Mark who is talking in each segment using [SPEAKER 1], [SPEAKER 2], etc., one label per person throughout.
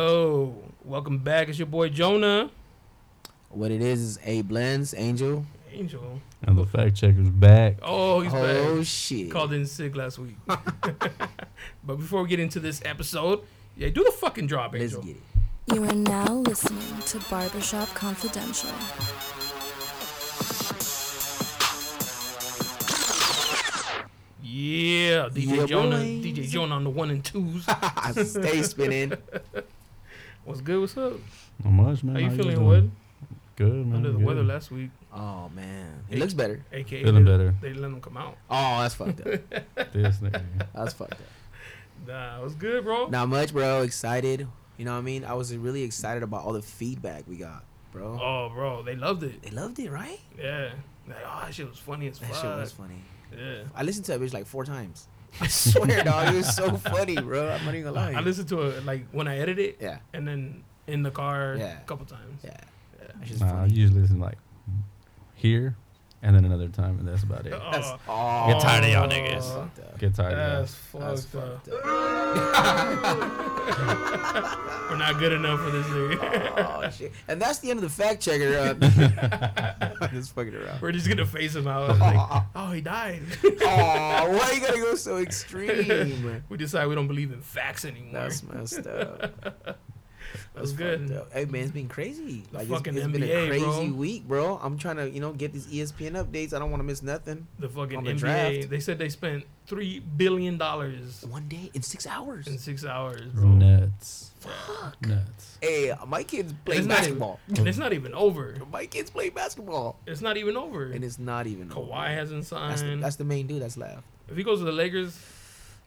[SPEAKER 1] Yo, welcome back. It's your boy Jonah.
[SPEAKER 2] What it is is a blends angel.
[SPEAKER 1] Angel.
[SPEAKER 3] And the fact checker's back.
[SPEAKER 1] Oh, he's
[SPEAKER 2] oh
[SPEAKER 1] back.
[SPEAKER 2] shit!
[SPEAKER 1] Called in sick last week. but before we get into this episode, yeah, do the fucking drop,
[SPEAKER 2] Let's
[SPEAKER 1] Angel.
[SPEAKER 2] get it.
[SPEAKER 4] You are now listening to Barbershop Confidential.
[SPEAKER 1] Yeah, DJ
[SPEAKER 2] Yeah,
[SPEAKER 1] Jonah.
[SPEAKER 2] boys.
[SPEAKER 1] DJ Jonah on the one and twos.
[SPEAKER 2] I stay spinning.
[SPEAKER 1] What's good? What's up?
[SPEAKER 3] Not much, man.
[SPEAKER 1] How you feeling,
[SPEAKER 3] doing?
[SPEAKER 1] Wood?
[SPEAKER 3] Good, man.
[SPEAKER 1] Under the
[SPEAKER 3] good.
[SPEAKER 1] weather last week,
[SPEAKER 2] Oh man, it looks better.
[SPEAKER 1] aka
[SPEAKER 3] Feeling
[SPEAKER 1] they,
[SPEAKER 3] better.
[SPEAKER 1] they didn't let him come out.
[SPEAKER 2] Oh, that's fucked up.
[SPEAKER 3] This nigga.
[SPEAKER 2] That's fucked up.
[SPEAKER 1] Nah, it was good, bro.
[SPEAKER 2] Not much, bro. Excited. You know what I mean? I was really excited about all the feedback we got, bro.
[SPEAKER 1] Oh, bro, they loved it.
[SPEAKER 2] They loved it, right?
[SPEAKER 1] Yeah. Like, oh, that shit was funny as
[SPEAKER 2] That
[SPEAKER 1] fuck.
[SPEAKER 2] shit was funny.
[SPEAKER 1] yeah.
[SPEAKER 2] I listened to that bitch like four times. I swear, dog, it was so funny, bro. I'm not even gonna lie.
[SPEAKER 1] I listened to it like when I edit it,
[SPEAKER 2] yeah,
[SPEAKER 1] and then in the car
[SPEAKER 2] Yeah.
[SPEAKER 1] a couple times.
[SPEAKER 2] yeah.
[SPEAKER 1] Yeah.
[SPEAKER 2] That shit's
[SPEAKER 3] Nah, I
[SPEAKER 2] funny.
[SPEAKER 3] usually listen like here and then another time, and that's about it.
[SPEAKER 1] Oh,
[SPEAKER 2] That's
[SPEAKER 3] I
[SPEAKER 2] oh,
[SPEAKER 3] get tired of y'all
[SPEAKER 2] that's
[SPEAKER 3] niggas.
[SPEAKER 2] fucked up.
[SPEAKER 3] Get tired of
[SPEAKER 1] That's
[SPEAKER 3] that.
[SPEAKER 2] That's
[SPEAKER 1] fucked up.
[SPEAKER 2] fucked up.
[SPEAKER 1] We're not good enough for this nigga.
[SPEAKER 2] Oh shit! And that's the end of the fact checker. Uh, just fucking around.
[SPEAKER 1] We're just gonna face him out. Like, oh, he died.
[SPEAKER 2] Oh, why you gotta go so extreme?
[SPEAKER 1] we decide we don't believe in facts anymore.
[SPEAKER 2] That's messed up.
[SPEAKER 1] That's
[SPEAKER 2] fucked
[SPEAKER 1] good.
[SPEAKER 2] up. Hey man, it's been crazy.
[SPEAKER 1] The
[SPEAKER 2] Like it's,
[SPEAKER 1] fucking
[SPEAKER 2] it's been a
[SPEAKER 1] NBA,
[SPEAKER 2] crazy
[SPEAKER 1] bro.
[SPEAKER 2] week, bro. I'm trying to, you know, get these E ESPN updates. I don't want to miss nothing.
[SPEAKER 1] The fucking
[SPEAKER 2] On the
[SPEAKER 1] NBA.
[SPEAKER 2] draft.
[SPEAKER 1] They said they spent three billion dollars
[SPEAKER 2] One day in six hours.
[SPEAKER 1] in six hours, bro.
[SPEAKER 3] Nuts.
[SPEAKER 1] Fuck.
[SPEAKER 3] Nuts.
[SPEAKER 2] Hey, my kids play
[SPEAKER 1] It's not even-
[SPEAKER 2] basketball.
[SPEAKER 1] And it's not even over.
[SPEAKER 2] My kids play basketball,
[SPEAKER 1] It's not even over.
[SPEAKER 2] and it's not even.
[SPEAKER 1] Kawhi hasn't signed.
[SPEAKER 2] That's the, that's the main dude that's left.
[SPEAKER 1] if he goes to the Lakers,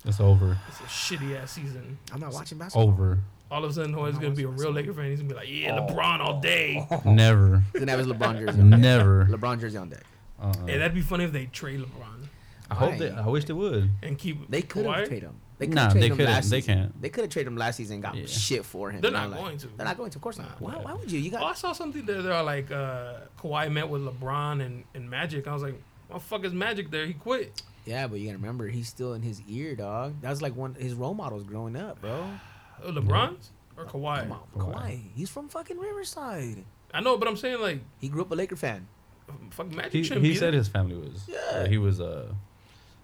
[SPEAKER 3] It's over.
[SPEAKER 1] it's a shitty ass season.
[SPEAKER 2] I'm not watching basketball.
[SPEAKER 3] Over.
[SPEAKER 1] All of a sudden, Hoy's
[SPEAKER 2] No,
[SPEAKER 1] gonna be a
[SPEAKER 2] it's- Oh.
[SPEAKER 1] real Laker fan. He's gonna be like, yeah, LeBron all day.
[SPEAKER 3] Never.
[SPEAKER 2] Then have his LeBron jersey. On deck.
[SPEAKER 3] Never.
[SPEAKER 2] LeBron jersey on deck.
[SPEAKER 3] Uh-uh.
[SPEAKER 1] Yeah, that'd be funny if they trade LeBron
[SPEAKER 3] I hope they. I wish they would.
[SPEAKER 1] and keep.
[SPEAKER 2] They could have
[SPEAKER 1] Kawhi.
[SPEAKER 2] traded him. They could
[SPEAKER 3] Nah,
[SPEAKER 2] have
[SPEAKER 3] they
[SPEAKER 2] traded him
[SPEAKER 3] couldn't.
[SPEAKER 2] last
[SPEAKER 3] They
[SPEAKER 2] season.
[SPEAKER 3] can't.
[SPEAKER 2] They could have traded him last season and got
[SPEAKER 3] Yeah.
[SPEAKER 2] shit for him.
[SPEAKER 1] They're
[SPEAKER 2] you know,
[SPEAKER 1] not
[SPEAKER 2] like-
[SPEAKER 1] going to.
[SPEAKER 2] They're not going to. Of course not. Why,
[SPEAKER 3] Yeah.
[SPEAKER 2] why would you? You
[SPEAKER 1] Oh, I
[SPEAKER 2] got.
[SPEAKER 1] saw something that they're like uh, Kawhi met with LeBron and, and Magic. I was like, motherfucker's Magic there. He quit.
[SPEAKER 2] Yeah, but you gotta remember, he's still in his ear, dog. That's like one his role models growing up, bro.
[SPEAKER 1] Uh, LeBron's or Kawhi?
[SPEAKER 2] Come on,
[SPEAKER 3] Kawhi.
[SPEAKER 2] Kawhi. He's from fucking Riverside.
[SPEAKER 1] I know, but I'm saying like,
[SPEAKER 2] He grew up a Laker fan.
[SPEAKER 1] fuck Magic
[SPEAKER 3] He,
[SPEAKER 1] shouldn't
[SPEAKER 3] he
[SPEAKER 1] be
[SPEAKER 3] said
[SPEAKER 1] there.
[SPEAKER 3] his family was.
[SPEAKER 2] Yeah.
[SPEAKER 3] He was. Uh.